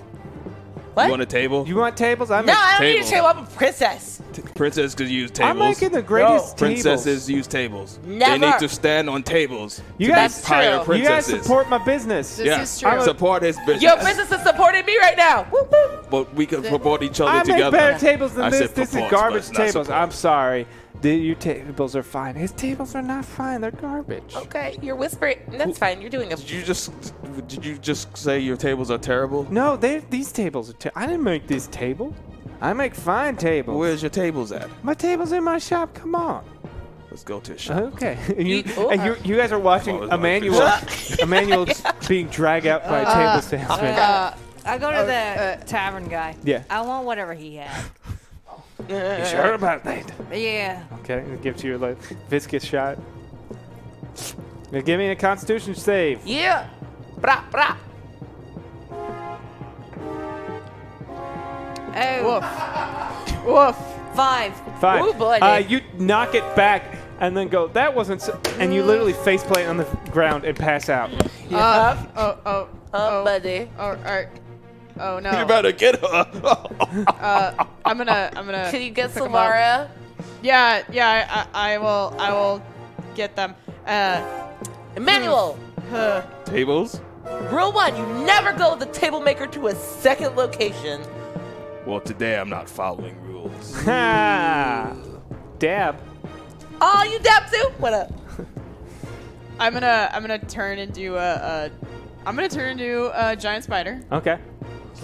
Speaker 6: What?
Speaker 7: You want a table?
Speaker 2: You want tables? I
Speaker 6: no,
Speaker 2: make.
Speaker 6: I don't need a
Speaker 7: table.
Speaker 6: table. I'm a princess.
Speaker 7: Princess could use
Speaker 2: I'm
Speaker 7: tables.
Speaker 2: making the greatest tables.
Speaker 7: Princesses use tables. They need
Speaker 6: Never.
Speaker 7: to stand on tables.
Speaker 2: You
Speaker 7: to
Speaker 2: guys-
Speaker 7: hire
Speaker 6: That's true.
Speaker 2: You guys
Speaker 7: princesses.
Speaker 2: support my business.
Speaker 3: This
Speaker 7: yeah.
Speaker 3: is true.
Speaker 7: Support his business.
Speaker 6: Your business is supporting me right now. Woo, woo.
Speaker 7: But we can support each other
Speaker 2: I make
Speaker 7: together.
Speaker 2: better tables than
Speaker 7: I
Speaker 2: this.
Speaker 7: said
Speaker 2: This is
Speaker 7: purports, but
Speaker 2: garbage
Speaker 7: it's not
Speaker 2: tables.
Speaker 7: support.
Speaker 2: I'm sorry. The, your tables are fine. His tables are not fine. They're garbage.
Speaker 7: Oh.
Speaker 6: Okay, you're whispering. That's fine. You're doing a.
Speaker 7: Did you just did you just say your tables are terrible?
Speaker 2: No, they these tables are. Ter- I didn't make this table. I make fine tables.
Speaker 7: Where's your tables at?
Speaker 2: My table's in my shop. Come on.
Speaker 7: Let's go to a shop.
Speaker 2: Okay. you, and you, you guys are watching Emmanuel, Emmanuel being dragged out by a table salesman.
Speaker 10: Uh, I go to
Speaker 3: Oh,
Speaker 15: Uh,
Speaker 10: the tavern guy.
Speaker 2: Yeah.
Speaker 10: I want whatever he had.
Speaker 2: you sure about that?
Speaker 10: Yeah.
Speaker 2: Okay, and give to your like viscous shot. Now give me a Constitution save.
Speaker 6: Yeah. Brah, brah.
Speaker 10: Oh. Woof. Woof. Five.
Speaker 2: Five. Uh, you knock it back and then go. That wasn't. So, and you literally faceplant on the ground and pass out.
Speaker 3: Uh, oh, oh,
Speaker 6: Um,
Speaker 3: oh,
Speaker 6: buddy.
Speaker 3: Oh, oh, oh
Speaker 2: Uh-huh.
Speaker 3: no.
Speaker 7: You better get her.
Speaker 3: Uh, I'm gonna, I'm gonna.
Speaker 6: Can you get
Speaker 3: pick 'em
Speaker 6: Samara?
Speaker 3: up. Yeah, yeah. I, I, I will, I will get them. Uh,
Speaker 6: Hmm. Emmanuel,
Speaker 3: huh.
Speaker 7: Tables?
Speaker 6: rule one: you never go with the table maker to a second location.
Speaker 7: Well, today I'm not following rules.
Speaker 2: Ha! Ah. Dab.
Speaker 6: Oh, you dab too? What up?
Speaker 3: I'm gonna, I'm gonna turn into a, a I'm gonna turn into a giant spider,
Speaker 2: Okay.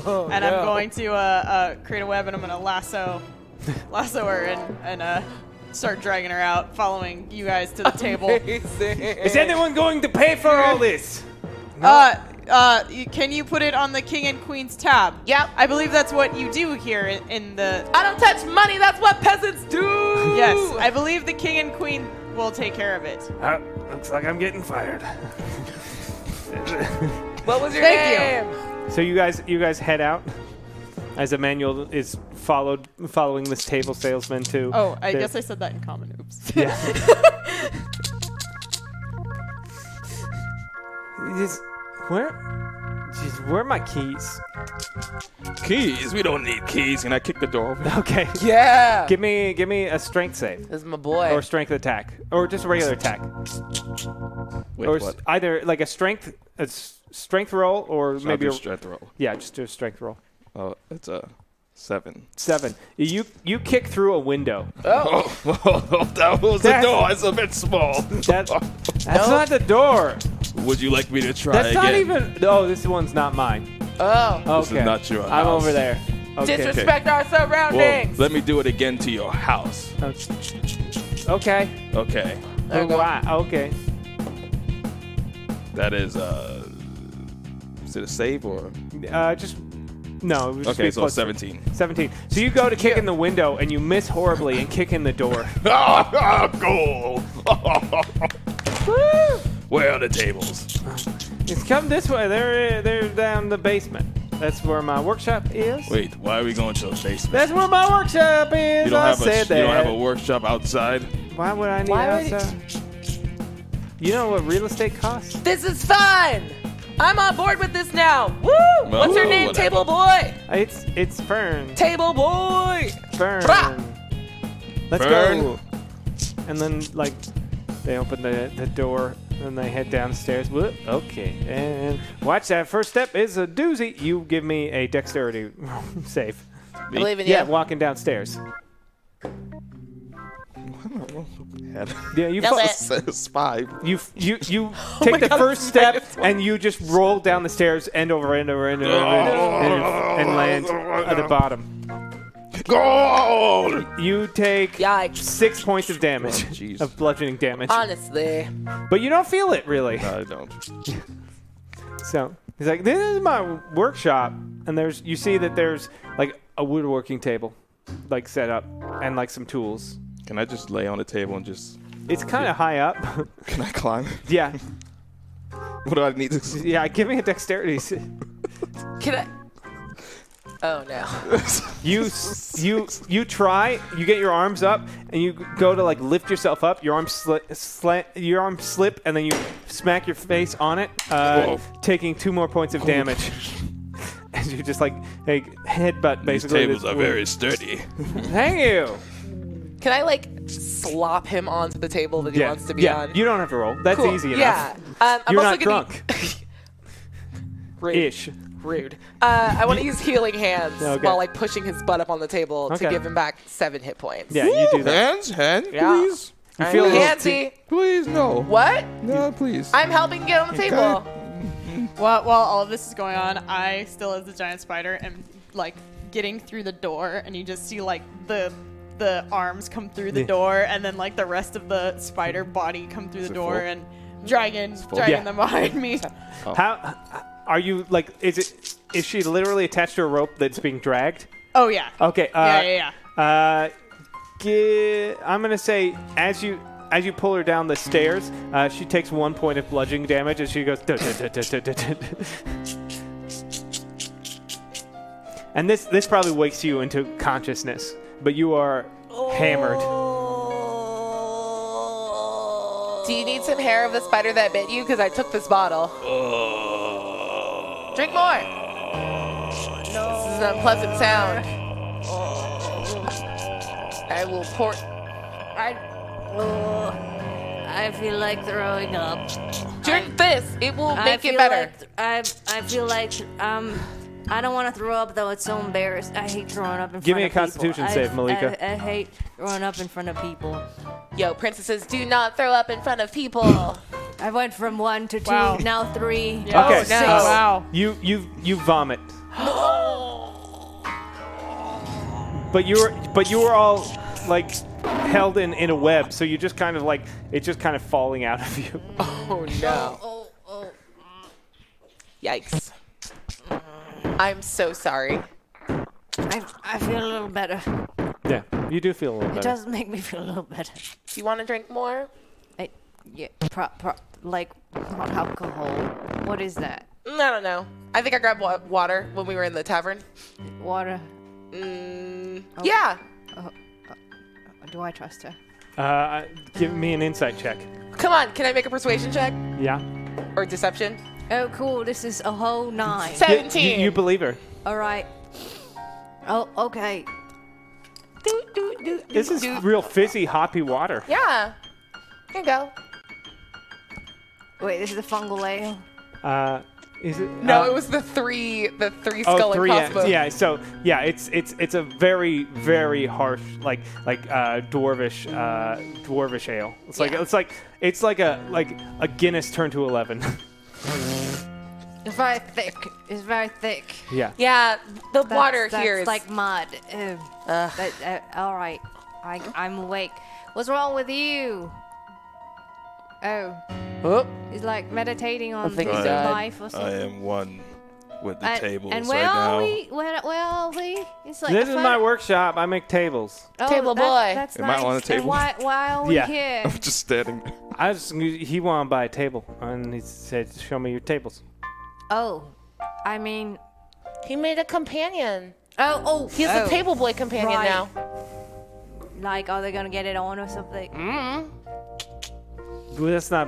Speaker 3: and I'm going to uh, uh, create a web, and I'm gonna lasso, lasso her, and and uh, start dragging her out, following you guys to the table.
Speaker 2: Is anyone going to pay for all this?
Speaker 3: Uh, uh, you- can you put it on the king and queen's tab?
Speaker 6: Yep.
Speaker 3: I believe that's what you do here in, in the.
Speaker 6: I don't touch money. That's what peasants do.
Speaker 3: Yes, I believe the king and queen will take care of it.
Speaker 2: Uh, looks like I'm getting fired.
Speaker 6: What was your
Speaker 3: Thank
Speaker 6: name?
Speaker 2: So you guys, you guys head out as Emmanuel is followed, following this table salesman to.
Speaker 3: Oh, I
Speaker 2: the-
Speaker 3: guess I said that in common. Oops.
Speaker 2: Yeah. Just- where? Jeez, where are my keys?
Speaker 7: Keys? We don't need keys. Can I kick the door open?
Speaker 2: Okay.
Speaker 6: Yeah.
Speaker 2: Give me, give me a strength save
Speaker 6: This is my boy.
Speaker 2: or strength attack or just a regular attack
Speaker 7: Wait,
Speaker 2: or s-
Speaker 7: what?
Speaker 2: either like a strength, a s- strength roll or
Speaker 7: I'll
Speaker 2: maybe
Speaker 7: do
Speaker 2: a,
Speaker 7: strength roll.
Speaker 2: yeah, just do a strength roll.
Speaker 7: Oh, it's a seven.
Speaker 2: Seven. You you kick through a window.
Speaker 7: Oh, that was
Speaker 2: That's-
Speaker 7: the door. It's a bit small.
Speaker 2: That- That's not the door.
Speaker 7: Would you like me to try
Speaker 2: That's
Speaker 7: again?
Speaker 2: not even. No, this one's not mine.
Speaker 6: oh,
Speaker 2: Okay.
Speaker 7: is not your
Speaker 2: I'm
Speaker 7: house.
Speaker 2: over there. Okay.
Speaker 6: disrespect our
Speaker 7: Well,
Speaker 6: surroundings.
Speaker 7: let me do it again to your house.
Speaker 2: Okay.
Speaker 7: Okay,
Speaker 6: There you go.
Speaker 2: Wow. Okay.
Speaker 7: that is uh, is it a save or?
Speaker 2: Uh, just no. It was just
Speaker 7: Okay,
Speaker 2: be
Speaker 7: so
Speaker 2: plus three.
Speaker 7: 17.
Speaker 2: 17. So you go to kick in the window and you miss horribly and kick in the door.
Speaker 7: Ah, goal! Where are the tables?
Speaker 2: it's come this way. They're they're down the basement. That's where my workshop is.
Speaker 7: Wait, why are we going to the basement?
Speaker 2: That's where my workshop is.
Speaker 7: You don't,
Speaker 2: I
Speaker 7: have a,
Speaker 2: said
Speaker 7: you
Speaker 2: that.
Speaker 7: don't have a workshop outside?
Speaker 2: Why would I need
Speaker 6: Why would it-
Speaker 2: outside? You know what real estate costs?
Speaker 6: This is fun. I'm on board with this now. Woo! What's your
Speaker 7: Ooh,
Speaker 6: name,
Speaker 7: whatever.
Speaker 6: table boy?
Speaker 2: It's it's Fern.
Speaker 6: Table boy.
Speaker 2: Fern.
Speaker 6: Brah!
Speaker 2: Let's
Speaker 7: Fern.
Speaker 2: go. And then like they open the the door and they head downstairs. Whoop. Okay. And watch that first step is a doozy. You give me a dexterity save.
Speaker 6: I believe in
Speaker 2: Yeah,
Speaker 6: you.
Speaker 2: walking downstairs. Yeah, you
Speaker 6: Nailed
Speaker 2: fu-
Speaker 6: it.
Speaker 7: Says five.
Speaker 2: you f- you you take the first step and you just roll down the stairs end over end over end over
Speaker 7: Oh.
Speaker 2: end, and, and land at the bottom.
Speaker 7: Goal!
Speaker 2: You take
Speaker 6: Yikes. Uh,
Speaker 2: six points of damage
Speaker 7: Oh, jeez.
Speaker 2: of bludgeoning damage,
Speaker 6: Honestly.
Speaker 2: but you don't feel it really.
Speaker 7: I don't.
Speaker 2: So he's like, "This is my workshop," and there's you see that there's like a woodworking table, like set up, and like some tools.
Speaker 7: Can I just lay on the table and just?
Speaker 2: It's kind of high up.
Speaker 7: Can I climb?
Speaker 2: yeah,
Speaker 7: What do I need to?
Speaker 2: yeah. Give me a dexterity. s-
Speaker 6: Can I? Oh no.
Speaker 2: You s- you you try. You get your arms up, and you go to like lift yourself up. Your arms sli- slant. Your arms slip, and then you smack your face on it, uh,
Speaker 7: Whoa.
Speaker 2: taking two more points of damage. And you just like, like headbutt
Speaker 7: These
Speaker 2: basically.
Speaker 7: tables
Speaker 2: this
Speaker 7: are
Speaker 2: wood.
Speaker 7: very sturdy.
Speaker 2: Thank you.
Speaker 6: Can I like slop him onto the table that he wants to be
Speaker 2: yeah.
Speaker 6: on?
Speaker 2: You don't have to roll. That's
Speaker 6: Cool.
Speaker 2: easy
Speaker 6: Yeah.
Speaker 2: enough.
Speaker 6: Um, I'm
Speaker 2: You're
Speaker 6: also
Speaker 2: not
Speaker 6: gonna
Speaker 2: drunk.
Speaker 6: Rude.
Speaker 2: Ish.
Speaker 6: Rude. Uh, I want to use healing hands
Speaker 2: Okay.
Speaker 6: while like pushing his butt up on the table
Speaker 2: Okay.
Speaker 6: to give him back seven hit points.
Speaker 2: Yeah, you do that.
Speaker 7: Hands, hand,
Speaker 6: Yeah.
Speaker 7: please,
Speaker 6: You
Speaker 2: feel a little
Speaker 6: handsy.
Speaker 7: please, no.
Speaker 6: What?
Speaker 7: No, please.
Speaker 6: I'm helping get on the table.
Speaker 3: While, while all of this is going on, I still, as the giant spider, am like getting through the door, and you just see like the the arms come through the
Speaker 2: Yeah.
Speaker 3: door, and then like the rest of the spider body come through the
Speaker 2: it
Speaker 3: door,
Speaker 2: full?
Speaker 3: and dragging, dragging them behind me.
Speaker 2: How are you? Like, is it? Is she literally attached to a rope that's being dragged?
Speaker 3: Oh yeah.
Speaker 2: Okay. Uh,
Speaker 3: Yeah, yeah,
Speaker 2: Uh, gi- I'm gonna say as you as you pull her down the stairs, uh, she takes one point of bludgeoning damage, and she goes. "Duh, duh, duh, duh, duh, duh, duh, duh." and this this probably wakes you into consciousness, but you are hammered.
Speaker 6: Do you need some hair of the spider that bit you? Because I took this bottle. Drink more. This is an unpleasant sound.
Speaker 10: I will pour. I. Oh, I feel like throwing up.
Speaker 6: Drink this. It will
Speaker 10: I
Speaker 6: make it
Speaker 10: feel
Speaker 6: better.
Speaker 10: like- I I feel like um. I don't want to throw up though. It's so embarrassed. I hate throwing up in
Speaker 2: Give
Speaker 10: front
Speaker 2: me a
Speaker 10: of people.
Speaker 2: constitution
Speaker 10: I-
Speaker 2: save, Malika.
Speaker 10: I, I hate throwing up in front of people.
Speaker 6: Yo, princesses, do not throw up in front of people.
Speaker 10: I went from one to two,
Speaker 6: Wow. Oh,
Speaker 10: now three.
Speaker 2: Okay.
Speaker 10: now
Speaker 2: uh,
Speaker 10: six.
Speaker 2: You you you vomit. But you were but you were all like held in in a web, so you just kind of like it's just kind of falling out of you.
Speaker 6: Oh no. Yikes. I'm so sorry.
Speaker 10: I, I feel a little better.
Speaker 2: Yeah, you do feel a little
Speaker 10: It
Speaker 2: better.
Speaker 10: does make me feel a little better.
Speaker 6: Do you want to drink more?
Speaker 10: I, yeah, pro, pro, like not alcohol. What is that?
Speaker 6: Mm, I don't know. I think I grabbed wa- water when we were in the tavern.
Speaker 10: Water.
Speaker 6: Mm,
Speaker 2: Oh.
Speaker 6: Yeah.
Speaker 10: Do I trust her?
Speaker 2: Uh, give me an insight check.
Speaker 6: Come on. Can I make a persuasion check
Speaker 2: Yeah.
Speaker 6: or deception?
Speaker 10: Oh, cool. This is a whole nine.
Speaker 2: Yeah, you- You, believe her.
Speaker 10: All right. Oh, okay. Do, do, do,
Speaker 2: This is real fizzy, hoppy water.
Speaker 6: Yeah. Here you go.
Speaker 10: Wait, this is a fungal ale.
Speaker 2: Uh, is it?
Speaker 6: No,
Speaker 2: uh,
Speaker 6: it was the three, the three
Speaker 2: Oh,
Speaker 6: skull
Speaker 2: three,
Speaker 6: and
Speaker 2: yeah,
Speaker 6: crossbones.
Speaker 2: Yeah, so yeah, it's it's it's a very very harsh like like uh, dwarvish uh, dwarvish ale. It's like
Speaker 6: Yeah.
Speaker 2: it's like it's like a like a Guinness turned to eleven.
Speaker 10: It's very thick. It's very thick.
Speaker 2: yeah.
Speaker 6: Yeah, the
Speaker 10: That's-
Speaker 6: water
Speaker 10: that's
Speaker 6: here is
Speaker 10: like mud. Ew. But, uh, all right, I, I'm awake. What's wrong with you? Oh,
Speaker 16: Oh,
Speaker 10: he's like meditating on
Speaker 16: think he
Speaker 10: his
Speaker 16: died.
Speaker 10: life or
Speaker 7: I
Speaker 10: something.
Speaker 7: am one with the
Speaker 3: Uh,
Speaker 10: and,
Speaker 7: tables
Speaker 10: and where
Speaker 7: right
Speaker 10: are
Speaker 7: now.
Speaker 10: we? Where, where are we? It's like
Speaker 2: this is
Speaker 10: I found-
Speaker 2: my workshop. I make tables.
Speaker 10: Oh,
Speaker 6: Table
Speaker 10: that-
Speaker 6: boy.
Speaker 10: That's
Speaker 7: Am I
Speaker 10: nice.
Speaker 7: on the
Speaker 10: And
Speaker 7: table?
Speaker 10: why, why are we
Speaker 2: Yeah.
Speaker 10: here?
Speaker 7: I'm just standing.
Speaker 2: I just he wanted to buy a table, and he said, "Show me your tables."
Speaker 10: Oh, I mean,
Speaker 6: he made a companion.
Speaker 10: oh, oh,
Speaker 6: He has
Speaker 10: oh,
Speaker 6: a table boy companion
Speaker 10: right.
Speaker 6: now.
Speaker 10: Like, are they gonna get it on or something?
Speaker 2: Well, That's not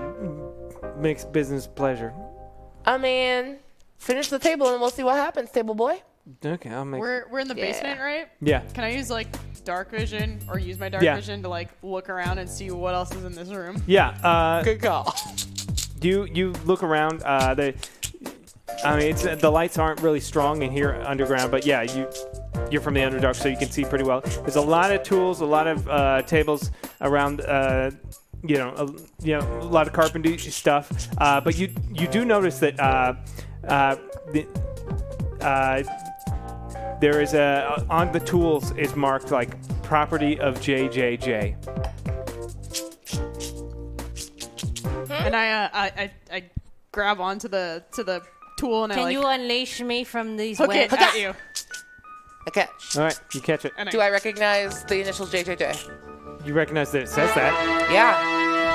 Speaker 2: mixed business pleasure.
Speaker 6: I mean, finish the table and we'll see what happens, table boy.
Speaker 2: Okay, I'll make.
Speaker 3: We're we're in the
Speaker 6: Yeah.
Speaker 3: basement, right?
Speaker 2: yeah.
Speaker 3: Can I use like dark vision or use my dark
Speaker 2: Yeah.
Speaker 3: vision to like look around and see what else is in this room?
Speaker 2: Yeah. Uh,
Speaker 6: Good call.
Speaker 2: you you look around. Uh, the I mean, it's the lights aren't really strong in here underground, but yeah, you you're from the underdark, so you can see pretty well. There's a lot of tools, a lot of uh, tables around. Uh, you know, a, you know, a lot of carpentry stuff. Uh, but you you do notice that uh, uh, the, uh, there is a uh, on the tools is marked like property of JJJ.
Speaker 3: And I, uh, I I I grab onto the to the tool and I
Speaker 10: Can
Speaker 3: like
Speaker 10: you
Speaker 6: uh,
Speaker 10: unleash me from these
Speaker 3: hook
Speaker 10: webs?
Speaker 3: it at you.
Speaker 6: Okay.
Speaker 2: All right, you catch it.
Speaker 3: And
Speaker 6: Do I recognize the initial JJJ?
Speaker 2: You recognize that it says that.
Speaker 6: Yeah.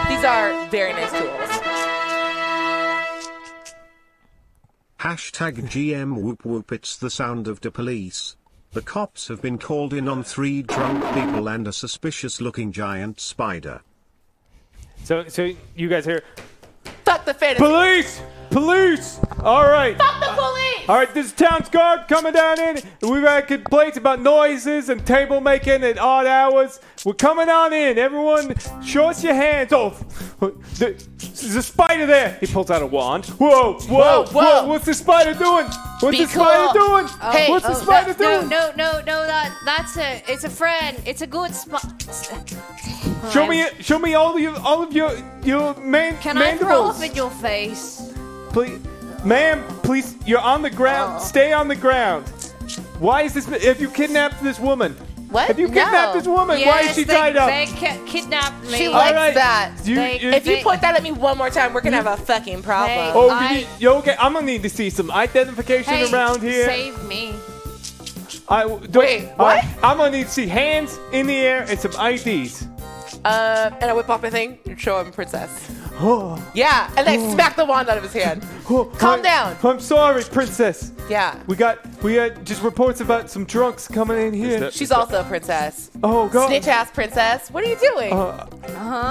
Speaker 6: These are very nice tools.
Speaker 9: Hashtag GM whoop whoop it's the sound of the police. The cops have been called in on three drunk people and a suspicious looking giant spider.
Speaker 2: So, so you guys hear
Speaker 6: Fuck the fantasy.
Speaker 2: police, police. All right,
Speaker 6: Fuck the police.
Speaker 2: all right. This is town's guard coming down in. We've had complaints about noises and table making at odd hours. We're coming on in. Everyone, show us your hands. Oh, the, there's a spider there. He pulls out a wand. Whoa, whoa, whoa.
Speaker 6: Whoa, whoa.
Speaker 2: What's the spider doing? What's
Speaker 6: Be
Speaker 2: the spider
Speaker 6: cool.
Speaker 2: doing?
Speaker 6: Hey,
Speaker 2: What's the
Speaker 6: oh,
Speaker 2: spider doing?
Speaker 10: That- no, no, no, no. That that's a. It's a friend. It's a good spot.
Speaker 2: Show me, it- show me all your, all of your, your man,
Speaker 10: Can I
Speaker 2: mandibles.
Speaker 10: throw up in your face?
Speaker 2: Please, ma'am, please, you're on the ground. Stay on the ground. Why is this? If you kidnapped this woman,
Speaker 5: What?
Speaker 2: Have you kidnapped
Speaker 5: No.
Speaker 2: this woman? Why is she
Speaker 5: they,
Speaker 2: tied up?
Speaker 5: They ki- kidnapped me.
Speaker 6: She likes that.
Speaker 2: You-
Speaker 5: They-
Speaker 2: you-
Speaker 6: If you
Speaker 5: They-
Speaker 6: point that at me one more time, we're gonna have a fucking problem.
Speaker 2: Oh,
Speaker 5: I-
Speaker 2: we need, yo, okay, I'm gonna need to see some identification
Speaker 17: Hey,
Speaker 2: around here.
Speaker 17: save me.
Speaker 2: I don't,
Speaker 6: Wait, what?
Speaker 2: I, am gonna need to see hands in the air and some IDs.
Speaker 6: Uh, and I whip off my thing and show him princess.
Speaker 2: Oh,
Speaker 6: Yeah, and I smack the wand out of his hand.
Speaker 2: oh,
Speaker 6: Calm
Speaker 2: I-
Speaker 6: down.
Speaker 2: I'm sorry, princess.
Speaker 6: Yeah.
Speaker 2: We got we got just reports about some drunks coming in here.
Speaker 7: that-
Speaker 6: She's also a princess.
Speaker 2: oh god.
Speaker 6: Snitch ass princess. What are you doing?
Speaker 2: Uh,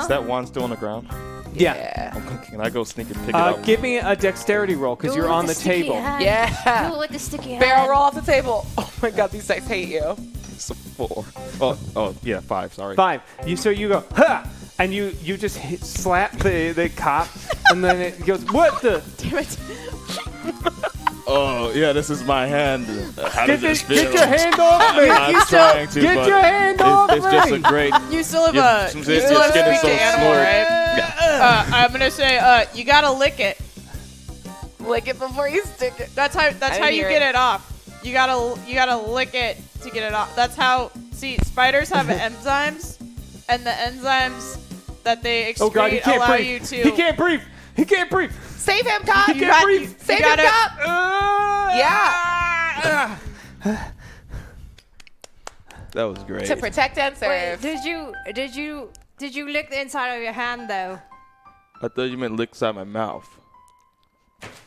Speaker 7: Is that wand still on the ground?
Speaker 2: yeah.
Speaker 7: Can I go sneak and pick it
Speaker 2: Uh,
Speaker 7: up?
Speaker 2: give me a dexterity roll because
Speaker 17: Do
Speaker 2: you're
Speaker 17: it with
Speaker 2: on the
Speaker 17: sticky
Speaker 2: table.
Speaker 17: hand.
Speaker 6: Yeah.
Speaker 17: Do it with the sticky hand.
Speaker 6: Barrel roll off the table. Oh my god, these dice hate you.
Speaker 7: It's a four. Oh, oh, yeah, five. Sorry.
Speaker 2: Five. You so you go ha, and you you just hit, slap the the cop, and then it goes what the
Speaker 3: Damn it.
Speaker 7: Oh, yeah, this is my hand. Uh, How
Speaker 2: get,
Speaker 7: does this
Speaker 2: this,
Speaker 7: feel?
Speaker 2: get your hand off me.
Speaker 7: I'm trying to,
Speaker 2: Get
Speaker 7: but
Speaker 2: your hand
Speaker 7: it's,
Speaker 2: off
Speaker 7: It's just
Speaker 2: me.
Speaker 7: a great.
Speaker 3: You still have
Speaker 7: Your-
Speaker 3: a.
Speaker 7: some
Speaker 3: You
Speaker 7: of this
Speaker 3: still
Speaker 7: is
Speaker 3: have
Speaker 7: getting
Speaker 3: to
Speaker 7: so
Speaker 3: speak to animal,
Speaker 7: small.
Speaker 3: right? Uh, I'm gonna say, uh, you gotta lick it.
Speaker 6: Lick it before you stick it.
Speaker 3: That's how. That's
Speaker 6: I
Speaker 3: how
Speaker 6: didn't
Speaker 3: you
Speaker 6: hear
Speaker 3: get
Speaker 6: it.
Speaker 3: it off. You gotta. You gotta lick it to get it off. That's how. See, spiders have enzymes, and the enzymes that they excrete
Speaker 2: Oh god, he can't
Speaker 3: allow
Speaker 2: breathe.
Speaker 3: you to.
Speaker 2: He can't breathe. He can't breathe.
Speaker 6: Save him, cop.
Speaker 3: You got- breathe. you
Speaker 6: Save him,
Speaker 3: gotta- Uh,
Speaker 6: cop. Yeah.
Speaker 7: That was great.
Speaker 6: To protect and
Speaker 10: Wait,
Speaker 6: serve.
Speaker 10: did you did you did you lick the inside of your hand though?
Speaker 7: I thought you meant lick side my mouth.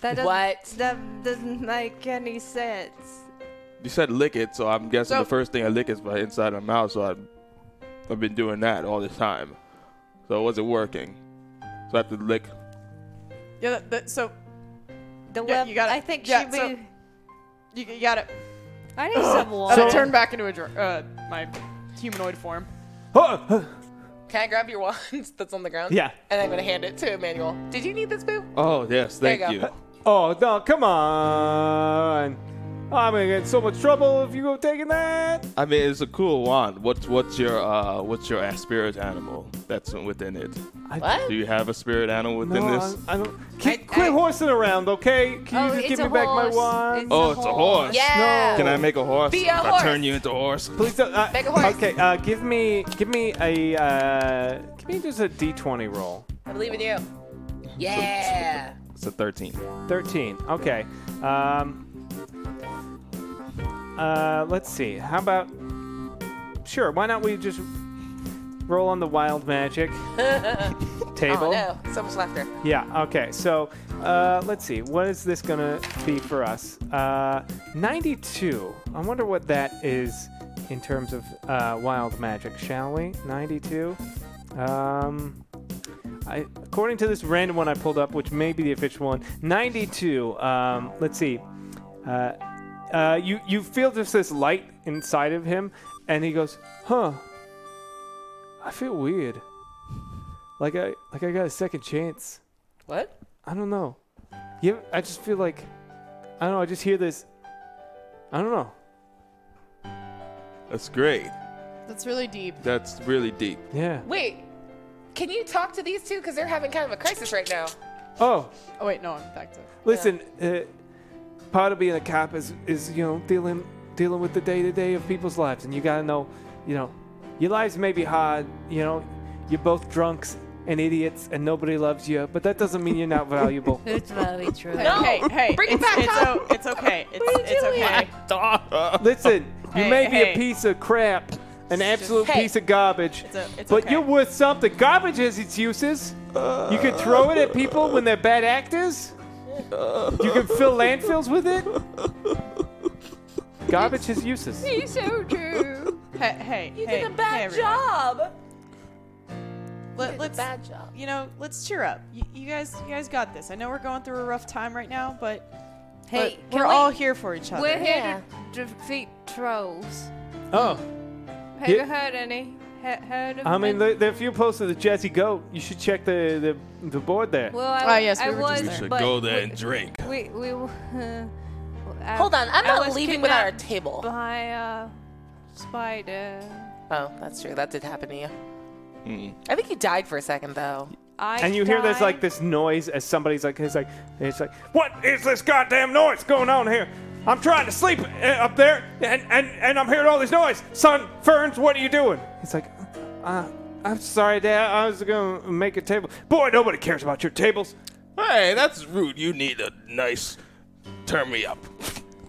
Speaker 10: That doesn't,
Speaker 6: What?
Speaker 10: That doesn't make any sense.
Speaker 7: You said lick it, so I'm guessing
Speaker 3: So-
Speaker 7: the first thing I lick is my inside my mouth. So I've, I've been doing that all this time. So it wasn't working. So I have to lick.
Speaker 3: Yeah, that, that, so
Speaker 10: The
Speaker 3: Yeah,
Speaker 10: web,
Speaker 3: you gotta-
Speaker 10: I think
Speaker 3: yeah,
Speaker 10: she.
Speaker 3: so-
Speaker 10: be
Speaker 3: you, you gotta.
Speaker 10: I need some water.
Speaker 3: So, turn back into a dr- uh, my humanoid form.
Speaker 2: Oh, uh,
Speaker 6: Can I grab your wand that's on the ground?
Speaker 2: Yeah.
Speaker 6: And I'm gonna hand it to Emmanuel. Did you need this, boo?
Speaker 7: Oh yes,
Speaker 6: There
Speaker 7: thank
Speaker 6: you
Speaker 7: you.
Speaker 6: go.
Speaker 2: oh no, come on. I'm gonna get in so much trouble if you go taking that.
Speaker 7: I mean, it's a cool wand. What's what's your uh what's your spirit animal that's within it?
Speaker 6: What?
Speaker 7: Do you have a spirit animal within
Speaker 2: No,
Speaker 7: this?
Speaker 2: I, I don't. Keep,
Speaker 10: I-
Speaker 2: quit
Speaker 10: I-
Speaker 2: horsing around, okay? Can
Speaker 10: Oh,
Speaker 2: you just
Speaker 10: it's
Speaker 2: give
Speaker 10: a
Speaker 2: me back my
Speaker 10: horse.
Speaker 2: wand?
Speaker 10: It's
Speaker 7: oh, it's a horse.
Speaker 6: Yeah.
Speaker 7: Can I make a horse?
Speaker 6: Be a
Speaker 7: If
Speaker 6: horse.
Speaker 7: I turn you into a horse.
Speaker 2: Please don't. Uh,
Speaker 6: Make a horse.
Speaker 2: Okay, uh, give me, give me a, uh, give me just a D20 roll.
Speaker 6: I believe in you. Yeah.
Speaker 7: It's a thirteen.
Speaker 2: 13. Okay. Um, uh, let's see. How about? Sure. Why not we just roll on the wild magic
Speaker 6: Oh
Speaker 2: table?
Speaker 6: no, so much laughter.
Speaker 2: Yeah. Okay. So uh, let's see. What is this gonna be for us? Uh, 92. I wonder what that is in terms of uh, wild magic. Shall we? 92. Um, I, according to this random one I pulled up, which may be the official one, 92. Um, let's see. Uh, uh, you you feel just this light inside of him, and he goes, "Huh? I feel weird. Like I like I got a second chance.
Speaker 6: What?
Speaker 2: I don't know. Yeah, I just feel like I don't know. I just hear this. I don't know.
Speaker 7: That's great.
Speaker 3: That's really deep.
Speaker 7: That's really deep.
Speaker 2: Yeah.
Speaker 6: Wait. Can you talk to these two? Because they're having kind of a crisis right now.
Speaker 2: Oh,
Speaker 3: Oh wait, no, I'm back to.
Speaker 2: listen. Uh, part of being a cop is is you know dealing dealing with the day to day of people's lives, and you gotta know, you know, your lives may be hard. You know, you're both drunks and idiots, and nobody loves you, but that doesn't mean you're not valuable.
Speaker 5: It's very true.
Speaker 3: Hey,
Speaker 6: No!
Speaker 3: hey, hey!
Speaker 6: Bring it
Speaker 3: it's,
Speaker 6: back
Speaker 3: it's,
Speaker 6: up!
Speaker 3: o- it's okay. It's, it's okay.
Speaker 2: Listen, you
Speaker 3: Oh. Hey,
Speaker 2: may be
Speaker 3: hey.
Speaker 2: a piece of crap, an absolute
Speaker 6: hey.
Speaker 2: piece of garbage,
Speaker 3: It's o- it's
Speaker 2: but
Speaker 3: okay.
Speaker 2: you're worth something. Garbage has its uses. you can throw it at people when they're bad actors. you can fill landfills with it. Garbage has uses.
Speaker 5: It's so true.
Speaker 3: Hey, hey,
Speaker 5: You
Speaker 3: hey,
Speaker 5: did a bad
Speaker 3: hey, everyone.
Speaker 5: job.
Speaker 3: Let, let's,
Speaker 6: Bad job.
Speaker 3: you know, let's cheer up. You, you guys, you guys got this. I know we're going through a rough time right now, but,
Speaker 5: Hey,
Speaker 3: but
Speaker 5: can
Speaker 3: we're
Speaker 5: we-
Speaker 3: all here for each other.
Speaker 10: We're
Speaker 5: Yeah.
Speaker 10: here to defeat trolls.
Speaker 2: Oh,
Speaker 10: Have
Speaker 2: Yeah.
Speaker 10: you heard any? He- heard of
Speaker 2: I mean,
Speaker 10: them?
Speaker 2: there, there are a few posts of the Jazzy Goat. You should check the, the, the board there.
Speaker 10: Well, I,
Speaker 3: Oh, yes,
Speaker 10: I
Speaker 3: we were
Speaker 10: was,
Speaker 3: just
Speaker 7: We should
Speaker 10: but
Speaker 7: go there
Speaker 10: we-
Speaker 7: and drink.
Speaker 10: We we. Uh, I-
Speaker 6: Hold on, I'm
Speaker 10: I
Speaker 6: not
Speaker 10: was
Speaker 6: leaving without our
Speaker 10: kidnapped
Speaker 6: table.
Speaker 10: By a spider.
Speaker 6: Oh, that's true. That did happen to you. I think you died for a second though.
Speaker 10: I
Speaker 2: and you hear there's like
Speaker 10: died.
Speaker 2: this noise as somebody's like, it's like, it's like, what is this goddamn noise going on here? I'm trying to sleep uh, up there, and, and, and I'm hearing all this noise. Son, Ferns, what are you doing? He's like, uh, I'm sorry, Dad. I was going to make a table. Boy, nobody cares about your tables.
Speaker 7: Hey, that's rude. You need a nice turn me up.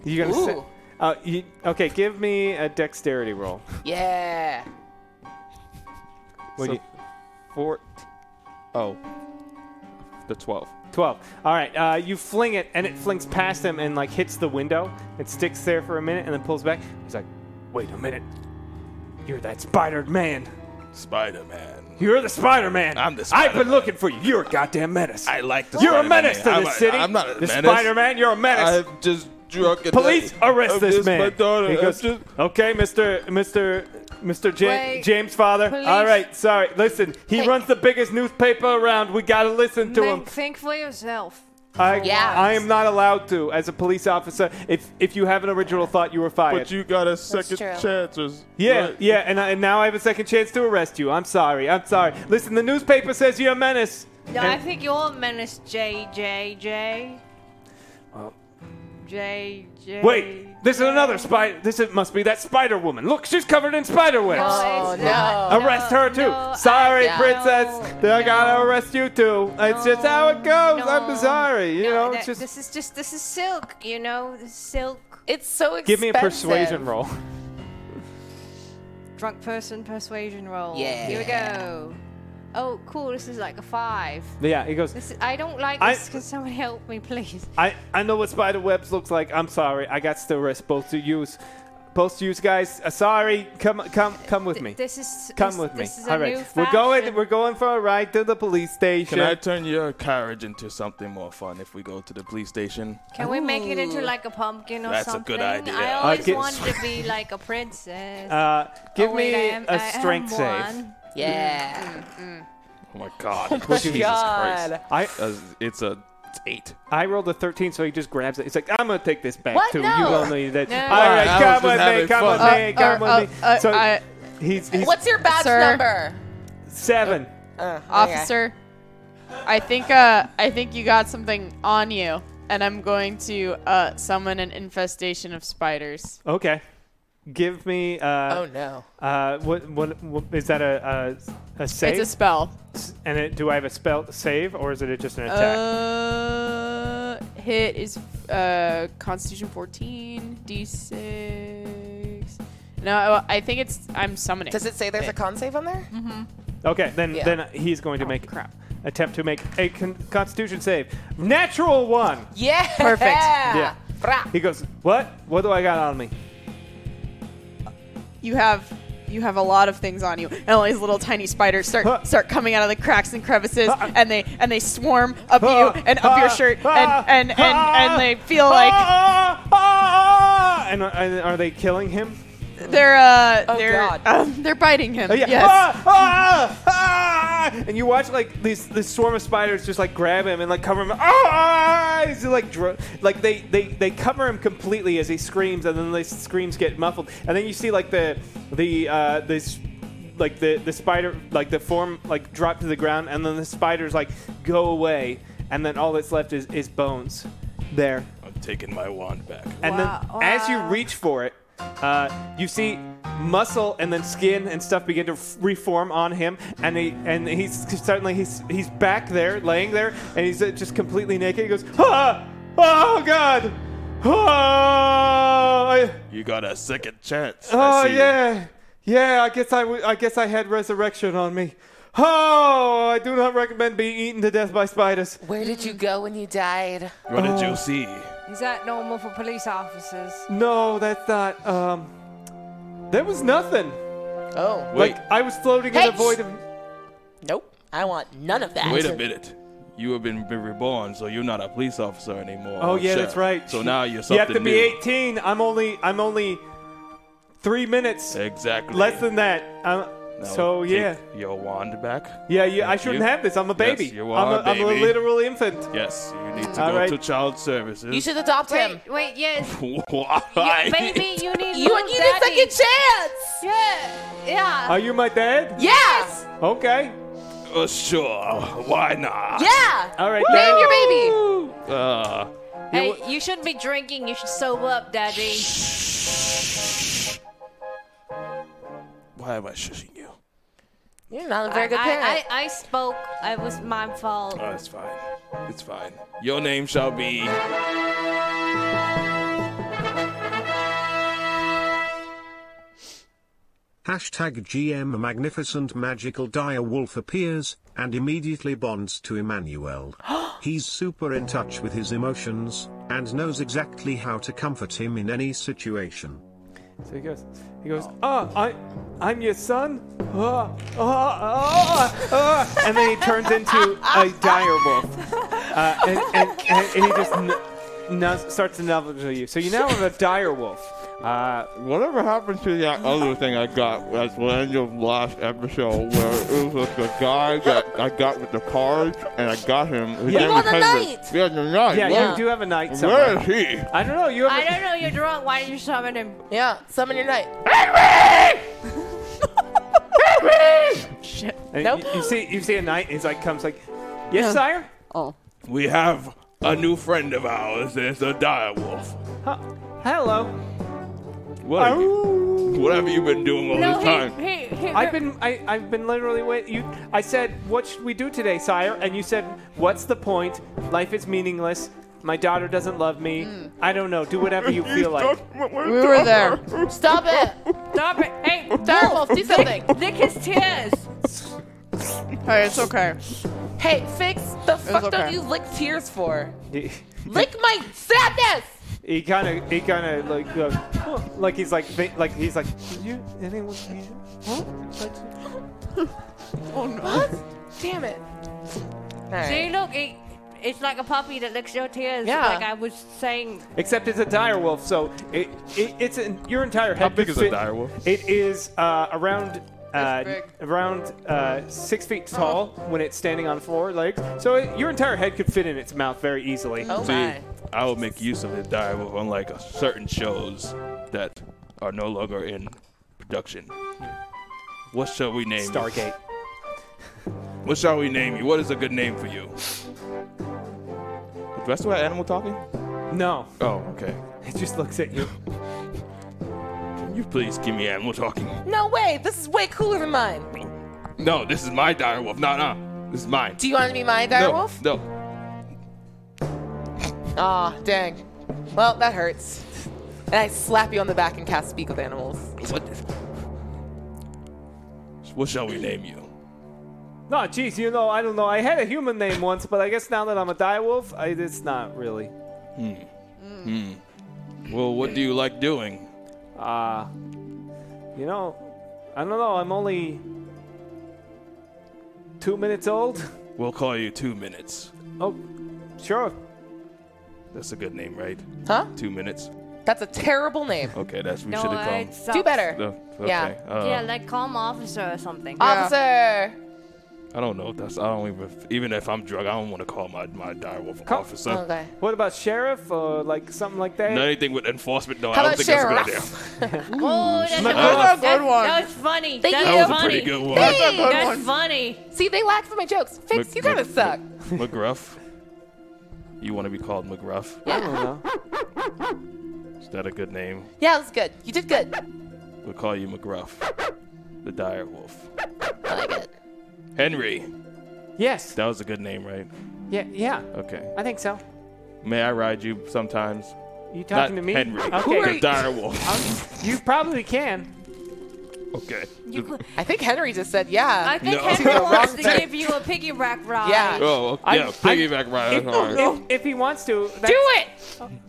Speaker 2: You gonna
Speaker 7: Ooh.
Speaker 2: sit? Uh, you, okay, give me a dexterity roll.
Speaker 4: Yeah.
Speaker 18: So
Speaker 2: What do you-
Speaker 18: Fort. Oh. The 12.
Speaker 2: 12. All right, uh, you fling it, and it flings past him and like hits the window. It sticks there for a minute and then pulls back. He's like, "Wait a minute, you're that Spider Man.
Speaker 7: Spider Man.
Speaker 2: You're the Spider Man.
Speaker 7: I'm the
Speaker 2: I've been looking for you. You're a goddamn menace. I
Speaker 7: like the
Speaker 2: You're a
Speaker 7: Spider-Man.
Speaker 2: menace to
Speaker 7: I'm
Speaker 2: this
Speaker 7: a-
Speaker 2: city.
Speaker 7: I'm not a
Speaker 2: the
Speaker 7: menace.
Speaker 2: Spider Man. You're a menace.
Speaker 7: I'm just drunk. at
Speaker 2: Police
Speaker 7: night.
Speaker 2: arrest
Speaker 7: I'm
Speaker 2: this
Speaker 7: just
Speaker 2: man.
Speaker 7: My daughter.
Speaker 2: He
Speaker 7: I'm
Speaker 2: goes,
Speaker 7: just-
Speaker 2: okay, Mister, Mister, Mister
Speaker 7: Wait.
Speaker 2: James, father.
Speaker 5: Police.
Speaker 2: All right, sorry. Listen, he
Speaker 5: Hey.
Speaker 2: runs the biggest newspaper around. We gotta listen to him.
Speaker 10: Think, think for yourself.
Speaker 2: I,
Speaker 10: Yeah.
Speaker 2: I am not allowed to as a police officer. If if you have an original thought, you were fired.
Speaker 18: But you got a second chance. Or s-
Speaker 2: yeah,
Speaker 18: Right.
Speaker 2: yeah, and, I, and now I have a second chance to arrest you. I'm sorry. I'm sorry. Listen, the newspaper says you're a menace.
Speaker 10: No, I
Speaker 2: And-
Speaker 10: think you're a menace, JJJ. JJ.
Speaker 2: Wait, this is another spider. This is, must be that Spider Woman. Look, she's covered in spider webs.
Speaker 10: Oh, No, it's not.
Speaker 2: Arrest her too. sorry,
Speaker 10: I-
Speaker 2: princess. I gotta arrest you too. It's just how it goes. I'm sorry. You know,
Speaker 10: That-
Speaker 2: it's just.
Speaker 10: this is just this is silk, you know, this is silk.
Speaker 4: It's so
Speaker 2: Give me a persuasion roll.
Speaker 10: Drunk person persuasion roll.
Speaker 2: Yeah.
Speaker 10: Here we go. Oh, cool. This is like a five.
Speaker 2: Yeah, he goes.
Speaker 10: This is, I don't like
Speaker 2: I-
Speaker 10: this. Can someone help me, please?
Speaker 2: I, I know what spider webs looks like. I'm sorry. I got to arrest both of you. Both of you guys. Uh, sorry. Come come come with me.
Speaker 10: This is
Speaker 2: Come
Speaker 10: this-
Speaker 2: with me.
Speaker 10: This is a
Speaker 2: All
Speaker 10: new
Speaker 2: right, we're going. We're going for a ride to the police station.
Speaker 7: Can I turn your carriage into something more fun if we go to the police station?
Speaker 10: Can we make it into like a pumpkin or
Speaker 7: That's a
Speaker 10: something?
Speaker 7: good idea.
Speaker 10: I
Speaker 7: I
Speaker 10: always
Speaker 7: get-
Speaker 10: wanted to be like a princess.
Speaker 2: Uh, give
Speaker 10: Oh, wait,
Speaker 2: me
Speaker 10: I am-
Speaker 2: a
Speaker 10: I am
Speaker 2: strength save.
Speaker 10: one.
Speaker 2: Mm.
Speaker 4: Yeah.
Speaker 7: Oh my god.
Speaker 2: Oh my
Speaker 7: Jesus
Speaker 2: God.
Speaker 7: Christ.
Speaker 2: I-
Speaker 7: Uh, it's a it's eight.
Speaker 2: I rolled a 13, so he just grabs it. He's like, I'm gonna take this back
Speaker 7: What?
Speaker 2: too.
Speaker 7: No.
Speaker 2: You don't need that.
Speaker 7: No.
Speaker 2: All
Speaker 7: Why?
Speaker 2: right,
Speaker 7: I was
Speaker 2: come
Speaker 7: just
Speaker 2: with me,
Speaker 7: having
Speaker 2: come with
Speaker 7: fun.
Speaker 2: me,
Speaker 7: Uh,
Speaker 2: come
Speaker 7: uh,
Speaker 2: with me.
Speaker 7: uh,
Speaker 2: so
Speaker 7: I-
Speaker 2: he's, he's
Speaker 4: What's your badge
Speaker 3: Sir.
Speaker 4: number?
Speaker 2: seven?
Speaker 3: Officer, I think uh, I think you got something on you, and I'm going to uh, summon an infestation of spiders.
Speaker 2: Okay, give me. Uh,
Speaker 3: Oh, no.
Speaker 2: Uh, what, what what is that? A a, a save?
Speaker 3: It's a spell.
Speaker 2: S- And it, do I have a spell save or is it just an attack?
Speaker 3: Uh, hit is uh, Constitution 14, D6. No, I think it's I'm summoning.
Speaker 4: Does it say there's a con save on there? Mm-hmm.
Speaker 2: Okay, then
Speaker 4: Yeah.
Speaker 2: then he's
Speaker 7: Oh,
Speaker 2: going to make attempt to make a con- Constitution save. Natural one.
Speaker 4: Yeah.
Speaker 2: Perfect. Yeah.
Speaker 4: Bra.
Speaker 2: He goes, what? What do I got on me?
Speaker 3: You have you have a lot of things on you, and all these little tiny spiders start start coming out of the cracks and crevices, and they and they swarm up you and up your shirt, and and and, and they feel like
Speaker 2: Ah, and, are- and are they killing him?
Speaker 3: they're uh
Speaker 2: Oh,
Speaker 3: they're
Speaker 2: God.
Speaker 3: um, they're biting him.
Speaker 2: Oh, yeah.
Speaker 3: Yes.
Speaker 2: Ah, ah, ah, and you watch like these this swarm of spiders just like grab him and like cover him. Oh, Ah, he's like dro- like they, they they cover him completely as he screams, and then the screams get muffled, and then you see like the the uh, this like the the spider like the form like drop to the ground, and then the spiders like go away, and then all that's left is is bones there.
Speaker 7: I'm taking my wand back.
Speaker 2: And then as you reach for it, uh, you see muscle and then skin and stuff begin to f- reform on him, and he and he's suddenly he's he's back there, laying there, and he's uh, just completely naked. He goes, ah! "Oh God, oh, I-
Speaker 7: You got a second chance. I
Speaker 2: oh
Speaker 7: see.
Speaker 2: yeah, yeah. I guess I w- I guess I had resurrection on me. Oh, I do not recommend being eaten to death by spiders.
Speaker 4: Where did you go when you died?
Speaker 7: What did
Speaker 2: Oh.
Speaker 7: you see?
Speaker 10: Is that normal for police officers?
Speaker 2: No, that's not. Um, there was nothing.
Speaker 4: Oh,
Speaker 7: Wait.
Speaker 2: Like I was floating
Speaker 4: Hey,
Speaker 2: in a void of.
Speaker 4: Nope. I want none of that.
Speaker 7: Wait a minute. You have been re- reborn, so you're not a police officer anymore.
Speaker 2: Oh
Speaker 7: or
Speaker 2: yeah, that's
Speaker 7: sheriff.
Speaker 2: right.
Speaker 7: So now you're something
Speaker 2: You have to be
Speaker 7: new.
Speaker 2: 18. I'm only I'm only three minutes
Speaker 7: Exactly.
Speaker 2: less than that. I'm,
Speaker 7: Now
Speaker 2: so
Speaker 7: take
Speaker 2: yeah,
Speaker 7: Your wand back.
Speaker 2: yeah. You, I
Speaker 7: Thank
Speaker 2: shouldn't
Speaker 7: you.
Speaker 2: have this. I'm a
Speaker 7: Yes,
Speaker 2: baby.
Speaker 7: you
Speaker 2: I'm,
Speaker 7: are,
Speaker 2: a, I'm a
Speaker 7: baby.
Speaker 2: literal infant.
Speaker 7: Yes, you need to
Speaker 2: All
Speaker 7: go
Speaker 2: right.
Speaker 7: to child services.
Speaker 4: You should adopt
Speaker 10: wait,
Speaker 4: him.
Speaker 10: Wait, yes.
Speaker 7: Why?
Speaker 10: Baby, you need
Speaker 4: You
Speaker 10: more
Speaker 4: need a
Speaker 10: daddy.
Speaker 4: second chance.
Speaker 10: Yeah. Yeah.
Speaker 2: Are you my dad?
Speaker 4: Yes.
Speaker 2: Okay.
Speaker 7: Uh, sure. Why not?
Speaker 4: Yeah.
Speaker 2: All right.
Speaker 4: Name
Speaker 2: then.
Speaker 4: your baby.
Speaker 7: Uh,
Speaker 10: Hey, you shouldn't be drinking. You should sober up, Daddy.
Speaker 7: Why am I shushing you?
Speaker 10: You're
Speaker 6: not a very good
Speaker 10: I,
Speaker 6: parent.
Speaker 10: I, I spoke. I was my fault.
Speaker 7: Oh, it's fine. It's fine. Your name shall be.
Speaker 9: Hashtag GM a magnificent magical dire wolf appears, and immediately bonds to Emmanuel. He's super in touch with his emotions, and knows exactly how to comfort him in any situation.
Speaker 2: So he goes, he goes, ah, I, I'm your son. Ah, ah, ah, ah. And then he turns into a dire wolf. Uh, and, and, and, and he just n- n- starts to nuzzle you. So you now have a dire wolf. Uh,
Speaker 19: Whatever happened to that other thing I got at the end of last episode where it was like the guy that I got with the cards and I got him. His
Speaker 2: Yeah.
Speaker 19: name
Speaker 2: You
Speaker 19: was
Speaker 2: got a
Speaker 19: Henry.
Speaker 2: knight!
Speaker 19: Yeah, the knight.
Speaker 2: Yeah,
Speaker 19: Where-
Speaker 2: you do have a knight somewhere.
Speaker 19: Where is he?
Speaker 2: I don't know. You have
Speaker 10: I don't know. You're drunk. Why did you summon him?
Speaker 6: Yeah, summon your knight.
Speaker 2: Shit. And you, you see, you see a knight, and he's like, comes like, yes, sire.
Speaker 7: Oh. We have a new friend of ours. It's a dire wolf.
Speaker 2: Hello.
Speaker 7: What? have you- Whatever you've been doing all this time.
Speaker 2: I've been, I, I've been literally wait. You, I said, what should we do today, sire? And you said, what's the point? Life is meaningless. My daughter doesn't love me. I don't know. Do whatever you feel like.
Speaker 6: We were there. Stop it.
Speaker 10: Stop it. Hey,
Speaker 6: dire wolf, do something.
Speaker 10: Lick his tears.
Speaker 5: Hey, it's okay.
Speaker 6: Hey, fix the fuck
Speaker 5: okay.
Speaker 6: don't you lick tears for?
Speaker 2: He,
Speaker 6: Lick my sadness.
Speaker 2: he kind of, he kind of like, goes, "Huh," like he's like, thi- like he's like, did you, anyone, you, huh?
Speaker 5: Oh no.
Speaker 6: What? Damn it.
Speaker 10: See, look, it, it's like a puppy that licks your tears.
Speaker 6: Yeah.
Speaker 10: Like I was saying.
Speaker 2: Except it's a dire wolf, so it, it it's an, your entire head.
Speaker 19: How big
Speaker 2: could
Speaker 19: is a
Speaker 2: fit-
Speaker 19: dire wolf?
Speaker 2: It is uh, around uh,
Speaker 5: big.
Speaker 2: around uh, six feet tall when it's standing on four legs. So it, your entire head could fit in its mouth very easily.
Speaker 6: Oh.
Speaker 7: See, I will make use of the dire wolf, unlike a certain shows that are no longer in production. What shall we name? you?
Speaker 2: Stargate.
Speaker 7: What shall we name you? What is a good name for you?
Speaker 19: The rest of that animal talking?
Speaker 2: No,
Speaker 7: Oh, okay.
Speaker 2: it just looks at you.
Speaker 7: Can you please give me animal talking?
Speaker 6: No way. This is way cooler than mine.
Speaker 7: No, this is my dire wolf. No, no. This is mine.
Speaker 6: Do you want to be my dire wolf?
Speaker 7: No, no.
Speaker 6: Ah, dang. Well, that hurts. And I slap you on the back and cast Speak with Animals.
Speaker 7: What? What shall we name you?
Speaker 2: No, jeez, you know, I don't know. I had a human name once, but I guess now that I'm a dire wolf, I, it's not really.
Speaker 7: Well, what do you like doing?
Speaker 2: Uh, you know, I don't know. I'm only two minutes old.
Speaker 7: We'll call you Two Minutes.
Speaker 2: Oh, sure.
Speaker 7: That's a good name, right?
Speaker 6: Huh?
Speaker 7: Two Minutes.
Speaker 6: That's a terrible name.
Speaker 7: Okay, that's we
Speaker 10: No,
Speaker 7: should have
Speaker 10: uh,
Speaker 7: called.
Speaker 10: it
Speaker 6: Do
Speaker 10: sucks.
Speaker 6: better.
Speaker 7: No, okay.
Speaker 6: Yeah.
Speaker 7: Uh,
Speaker 10: yeah, like calm officer or something.
Speaker 6: Officer.
Speaker 7: I don't know. If that's I don't even even if I'm drunk, I don't want to call my my dire wolf
Speaker 2: Call-
Speaker 7: officer.
Speaker 6: Okay.
Speaker 2: What about sheriff or like something like that?
Speaker 7: Not anything with enforcement. No,
Speaker 6: How
Speaker 7: I don't
Speaker 6: about
Speaker 7: think that's a good idea.
Speaker 10: Oh, that's,
Speaker 2: Smack
Speaker 10: a,
Speaker 2: off.
Speaker 10: that-
Speaker 5: Good one.
Speaker 10: That was funny.
Speaker 6: Thank
Speaker 10: That's
Speaker 6: you. That
Speaker 7: was a
Speaker 10: funny.
Speaker 7: pretty good one.
Speaker 10: That's,
Speaker 7: That's
Speaker 6: a
Speaker 5: good one.
Speaker 10: funny.
Speaker 6: See, they laughed for my jokes. Fix,
Speaker 7: Mc-
Speaker 6: you kind of
Speaker 7: Mc-
Speaker 6: suck.
Speaker 7: McGruff. You want to be called McGruff?
Speaker 2: I don't know.
Speaker 7: Is that a good name?
Speaker 6: Yeah, that's good. You did good.
Speaker 7: We'll call you McGruff, the dire wolf.
Speaker 6: I like it.
Speaker 7: Henry.
Speaker 2: Yes.
Speaker 7: That was a good name, right?
Speaker 2: Yeah. Yeah.
Speaker 7: Okay.
Speaker 2: I think so.
Speaker 7: May I ride you sometimes?
Speaker 2: You talking
Speaker 7: Not
Speaker 2: to me?
Speaker 7: Henry.
Speaker 2: Okay.
Speaker 7: The dire wolf.
Speaker 2: You probably can.
Speaker 7: okay.
Speaker 6: I think Henry just said, yeah.
Speaker 10: I think
Speaker 7: No.
Speaker 10: Henry wants to
Speaker 6: Wrong
Speaker 10: give you a piggyback ride.
Speaker 6: Yeah.
Speaker 7: Oh, okay.
Speaker 2: I-
Speaker 7: yeah. Piggyback ride.
Speaker 2: If,
Speaker 7: That's hard.
Speaker 2: if, if he wants to, that's,
Speaker 6: Do it.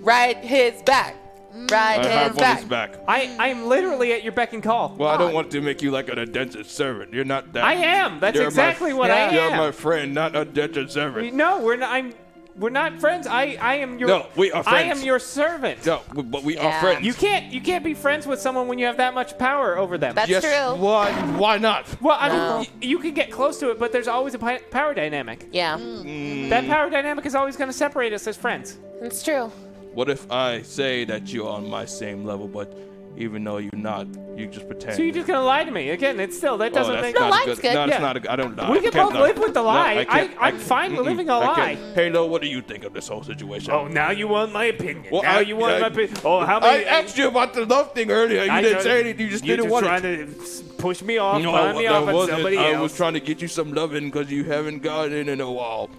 Speaker 6: Ride his back. Ride
Speaker 7: I
Speaker 6: his
Speaker 7: have on
Speaker 6: back.
Speaker 7: his back.
Speaker 2: I I'm literally at your beck and call.
Speaker 7: Well, I don't want to make you like an indentured servant. You're not that.
Speaker 2: I am. That's
Speaker 7: You're my-
Speaker 2: exactly what I
Speaker 6: Yeah.
Speaker 2: am.
Speaker 7: You're my friend, not an indentured servant.
Speaker 2: no, we're not. I'm. We're not friends. I I am your.
Speaker 7: No, we are
Speaker 2: I
Speaker 7: friends.
Speaker 2: am your servant.
Speaker 7: No, w- but we
Speaker 6: Yeah.
Speaker 7: are friends.
Speaker 2: You can't you can't be friends with someone when you have that much power over them.
Speaker 6: That's
Speaker 7: yes.
Speaker 6: true.
Speaker 7: Why? Why not?
Speaker 2: well, I
Speaker 6: No.
Speaker 2: mean, y- you can get close to it, but there's always a pi- power dynamic.
Speaker 6: Yeah.
Speaker 7: Mm.
Speaker 2: That power dynamic is always going to separate us as friends.
Speaker 6: It's true.
Speaker 7: What if I say that you're on my same level, but even though you're not. You just pretend.
Speaker 2: So you're just gonna lie to me again? It's still that
Speaker 7: Oh,
Speaker 2: doesn't
Speaker 7: that's
Speaker 2: make
Speaker 7: not a good. No, it's not a good. I don't. no,
Speaker 2: We
Speaker 7: I
Speaker 2: can
Speaker 7: can't-
Speaker 2: both
Speaker 7: no.
Speaker 2: live with the
Speaker 7: No,
Speaker 2: lie. I
Speaker 7: can't-
Speaker 2: I, am
Speaker 7: can't-
Speaker 2: fine with
Speaker 7: mm-mm,
Speaker 2: living a
Speaker 7: I
Speaker 2: lie.
Speaker 7: can't. Halo, what do you think of this whole situation?
Speaker 2: Oh, now you want my opinion.
Speaker 7: Well,
Speaker 2: now
Speaker 7: I-
Speaker 2: you want
Speaker 7: I-
Speaker 2: my opinion. Oh, how many?
Speaker 7: I asked you about the love thing earlier. You
Speaker 2: I
Speaker 7: didn't
Speaker 2: don't-
Speaker 7: say anything. You just
Speaker 2: you're
Speaker 7: didn't want
Speaker 2: trying
Speaker 7: it.
Speaker 2: to s- push me off,
Speaker 7: No,
Speaker 2: find me
Speaker 7: that
Speaker 2: off on
Speaker 7: wasn't.
Speaker 2: somebody
Speaker 7: I
Speaker 2: else.
Speaker 7: was trying to get you some loving because you haven't gotten it in a while.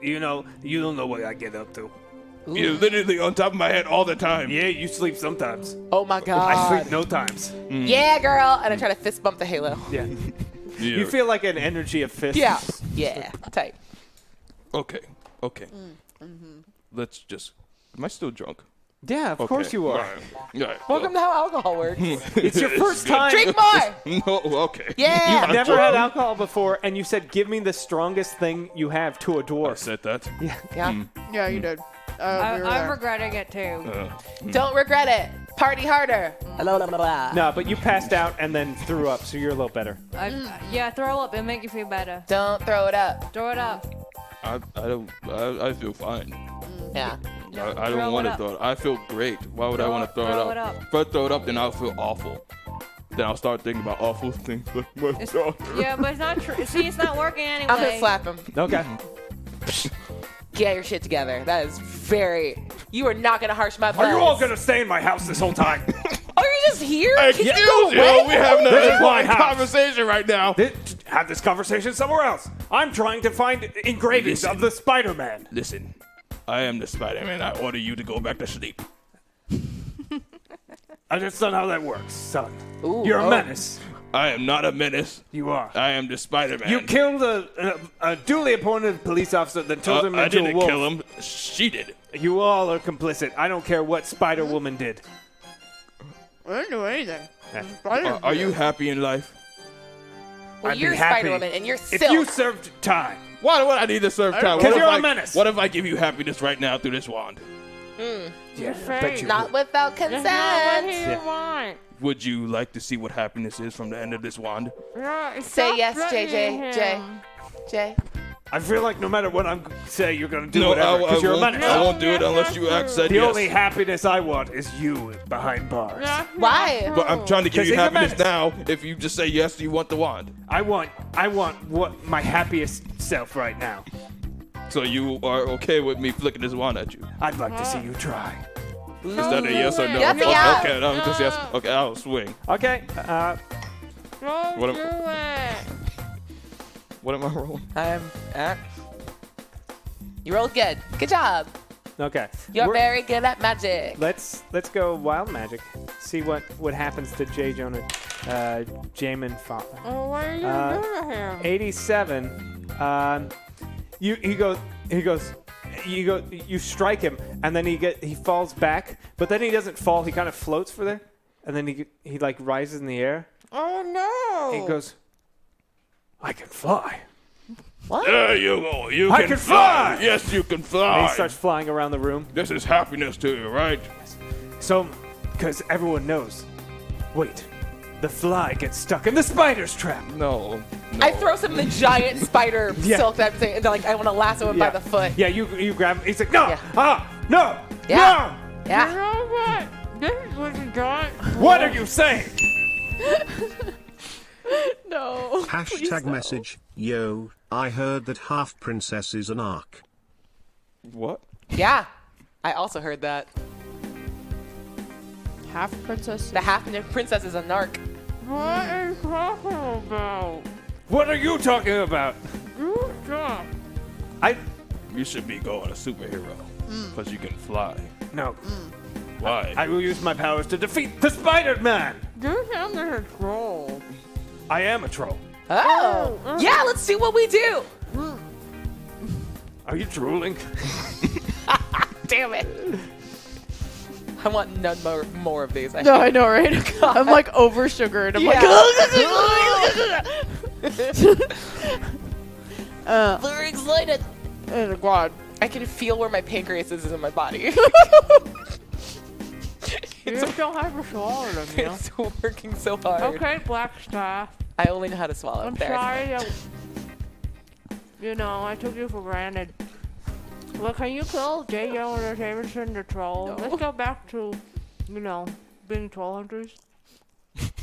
Speaker 2: you know, you don't know what I get up to.
Speaker 7: You're literally on top of my head all the time.
Speaker 2: Yeah, you sleep sometimes.
Speaker 6: Oh my god.
Speaker 2: I sleep no times.
Speaker 6: Yeah, girl. And I try to fist bump the halo.
Speaker 2: Yeah. You feel like an energy of fists.
Speaker 6: Yeah. Yeah. Tight.
Speaker 7: Okay. Okay.
Speaker 10: Mm, mm-hmm.
Speaker 7: Let's just. Am I still drunk?
Speaker 2: Yeah, of course you are.
Speaker 7: All right. All right.
Speaker 6: Welcome to how alcohol works.
Speaker 2: It's your first time.
Speaker 6: Drink more.
Speaker 7: No, okay.
Speaker 6: Yeah.
Speaker 2: You've never had alcohol before, and you said, "Give me the strongest thing you have to a dwarf." I
Speaker 7: said that.
Speaker 2: Yeah.
Speaker 6: Yeah.
Speaker 3: Yeah,
Speaker 2: Hmm.
Speaker 3: you did. Uh,
Speaker 10: I,
Speaker 3: we were
Speaker 10: I'm
Speaker 3: there.
Speaker 10: regretting it too.
Speaker 6: Don't regret it. Party harder. Blah, blah, blah, blah.
Speaker 2: No, but you passed out and then threw up, so you're a little better.
Speaker 10: I, yeah, throw up. It'll make you feel better.
Speaker 6: Don't throw it up.
Speaker 10: Throw it up.
Speaker 7: I, I don't. I, I feel fine.
Speaker 6: Yeah.
Speaker 7: I, I
Speaker 10: Throw it
Speaker 7: don't want to
Speaker 10: up.
Speaker 7: throw it. I feel great. Why would I
Speaker 10: Throw
Speaker 7: want
Speaker 10: up-
Speaker 7: to throw,
Speaker 10: throw
Speaker 7: it
Speaker 10: it
Speaker 7: up?
Speaker 10: up.
Speaker 7: If I throw it up, then I'll feel awful. Then I'll start thinking about awful things like my daughter.
Speaker 10: Yeah, but it's not true. See, it's not working anyway.
Speaker 6: I'm gonna slap him.
Speaker 2: Okay.
Speaker 7: Mm-hmm.
Speaker 6: Get your shit together. That is very. You are not gonna harsh my.
Speaker 2: Are you all
Speaker 6: buzz.
Speaker 2: gonna stay in my house this whole time?
Speaker 6: Are you just here? Can you
Speaker 7: Excuse
Speaker 6: go
Speaker 7: you,
Speaker 6: away?
Speaker 7: we having
Speaker 2: This
Speaker 7: a
Speaker 2: is my house.
Speaker 7: conversation right now.
Speaker 2: Th- Have this conversation somewhere else. I'm trying to find engravings of the Spider-Man.
Speaker 7: Listen, I am the Spider-Man. I order you to go back to sleep.
Speaker 2: I just don't know how that works, son.
Speaker 6: Ooh,
Speaker 2: You're a
Speaker 6: oh.
Speaker 2: menace.
Speaker 7: I am not a menace.
Speaker 2: You are.
Speaker 7: I am the Spider-Man.
Speaker 2: You killed a, a, a duly appointed police officer that
Speaker 7: Uh,
Speaker 2: turned him
Speaker 7: I
Speaker 2: into
Speaker 7: didn't
Speaker 2: a wolf.
Speaker 7: kill him. She did.
Speaker 2: You all are complicit. I don't care what Spider Woman did.
Speaker 3: I didn't do anything.
Speaker 2: Yeah.
Speaker 7: Are, are you happy in life?
Speaker 6: Well,
Speaker 2: I'd
Speaker 6: you're
Speaker 2: be happy
Speaker 6: Spider Woman, and you're
Speaker 2: If
Speaker 6: silk.
Speaker 2: you served time,
Speaker 7: Why would I need to serve time?
Speaker 2: 'Cause
Speaker 7: What if
Speaker 2: you're a
Speaker 7: I-
Speaker 2: menace.
Speaker 7: What if I give you happiness right now through this wand?
Speaker 2: yeah, I bet you
Speaker 6: not
Speaker 2: would.
Speaker 6: without consent.
Speaker 2: Yeah.
Speaker 7: Would you like to see what happiness is from the end of this wand?
Speaker 6: Say yes, JJ. Jay. Jay.
Speaker 2: I feel like no matter what I am say, you're gonna do
Speaker 7: no, I,
Speaker 2: whatever
Speaker 7: I
Speaker 2: because you're a
Speaker 7: won't,
Speaker 2: menace.
Speaker 7: I won't do it unless you have said
Speaker 2: the
Speaker 7: yes.
Speaker 2: only happiness I want is you behind bars.
Speaker 6: Why?
Speaker 7: but I'm trying to give
Speaker 2: 'Cause
Speaker 7: you
Speaker 2: he's a
Speaker 7: happiness now. If you just say yes, you want the wand.
Speaker 2: I want, I want what my happiest self right now.
Speaker 7: So you are okay with me flicking this wand at you?
Speaker 2: I'd like to see you try.
Speaker 7: Is that a yes or no?
Speaker 6: Yes,
Speaker 7: okay,
Speaker 6: yes.
Speaker 7: okay, I'm just yes. Okay, I'll swing.
Speaker 2: Okay. Uh,
Speaker 7: What am, what am I rolling?
Speaker 6: I'm at. You rolled good. Good job.
Speaker 2: okay.
Speaker 6: You're
Speaker 2: We're-
Speaker 6: very good at magic.
Speaker 2: Let's let's go wild magic. See what what happens to J Jonah, uh, Jamin Fa. Oh, what are you him? Eighty-seven. Um, you he goes he goes. You go. You strike him, and then he get he falls back. But then he doesn't fall. He kind of floats for there, and then he he like rises in the air. Oh no! He goes. I can fly.
Speaker 7: There you go. You
Speaker 2: I
Speaker 7: can,
Speaker 2: can fly.
Speaker 7: Yes, you can
Speaker 2: And he
Speaker 7: fly.
Speaker 2: starts flying around the room.
Speaker 7: This is happiness to you, right?
Speaker 2: So, because everyone knows. Wait, the fly gets stuck in the spider's trap.
Speaker 7: No. no.
Speaker 6: I throw some of the giant spider
Speaker 2: Yeah.
Speaker 6: silk that I'm saying, and like I want to lasso him by the foot.
Speaker 2: Yeah, you you grab him. He's like, no,
Speaker 6: Yeah.
Speaker 2: ah, no,
Speaker 6: Yeah. Yeah.
Speaker 2: no. What are you saying?
Speaker 3: No.
Speaker 9: Hashtag message, yo, I heard that half princess is an arc.
Speaker 7: What?
Speaker 6: Yeah. I also heard that
Speaker 3: Half princess.
Speaker 6: the half princess is a narc.
Speaker 2: What are you talking about? I
Speaker 7: You should be going a superhero because you can fly.
Speaker 2: no.
Speaker 7: Why?
Speaker 2: I will use my powers to defeat the Spider-Man. I am a troll.
Speaker 6: Oh. Yeah. Let's see what we do.
Speaker 2: Are you drooling?
Speaker 6: Damn it. I want none more, more of these. I
Speaker 3: No, I know, right? I'm like over sugared. I'm like, uh,
Speaker 6: Very excited.
Speaker 3: oh god.
Speaker 6: I can feel where my pancreas is in my body.
Speaker 3: You don't have to swallow them,
Speaker 6: it's working so hard.
Speaker 3: Black Star.
Speaker 6: I only know how to swallow.
Speaker 3: I'm
Speaker 6: There.
Speaker 3: sorry that, you know, I took you for granted. Well, can you kill J. Jonah Jameson the troll? Let's go back to, you know,
Speaker 10: being troll hunters?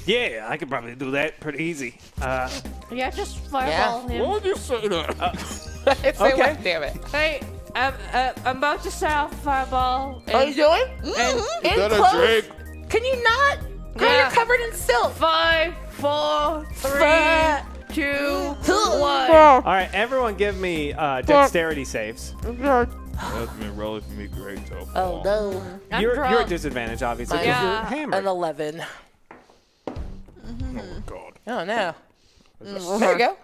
Speaker 20: Yeah, I could probably do that pretty easy. Uh,
Speaker 10: Yeah, just fireball him.
Speaker 20: would you say that?
Speaker 10: Say
Speaker 20: okay.
Speaker 10: what?
Speaker 20: Damn it.
Speaker 10: Hey, I'm, uh, I'm about to set off fireball.
Speaker 4: How you doing?
Speaker 6: Mm-hmm.
Speaker 10: And,
Speaker 4: Is
Speaker 10: and
Speaker 4: that a
Speaker 10: close.
Speaker 4: drink? Can you not? Girl,
Speaker 10: Yeah.
Speaker 4: you're covered in silk.
Speaker 10: Five, four,
Speaker 4: Five.
Speaker 10: three, two, one.
Speaker 2: All right, everyone, give me uh, dexterity saves.
Speaker 7: That's been rolling for me great so far.
Speaker 6: Oh no.
Speaker 2: You're, you're at disadvantage, obviously. 'cause you're hammered.
Speaker 6: An eleven.
Speaker 7: Oh, God.
Speaker 6: Oh no.
Speaker 7: Mm,
Speaker 6: There
Speaker 7: okay.
Speaker 6: you go.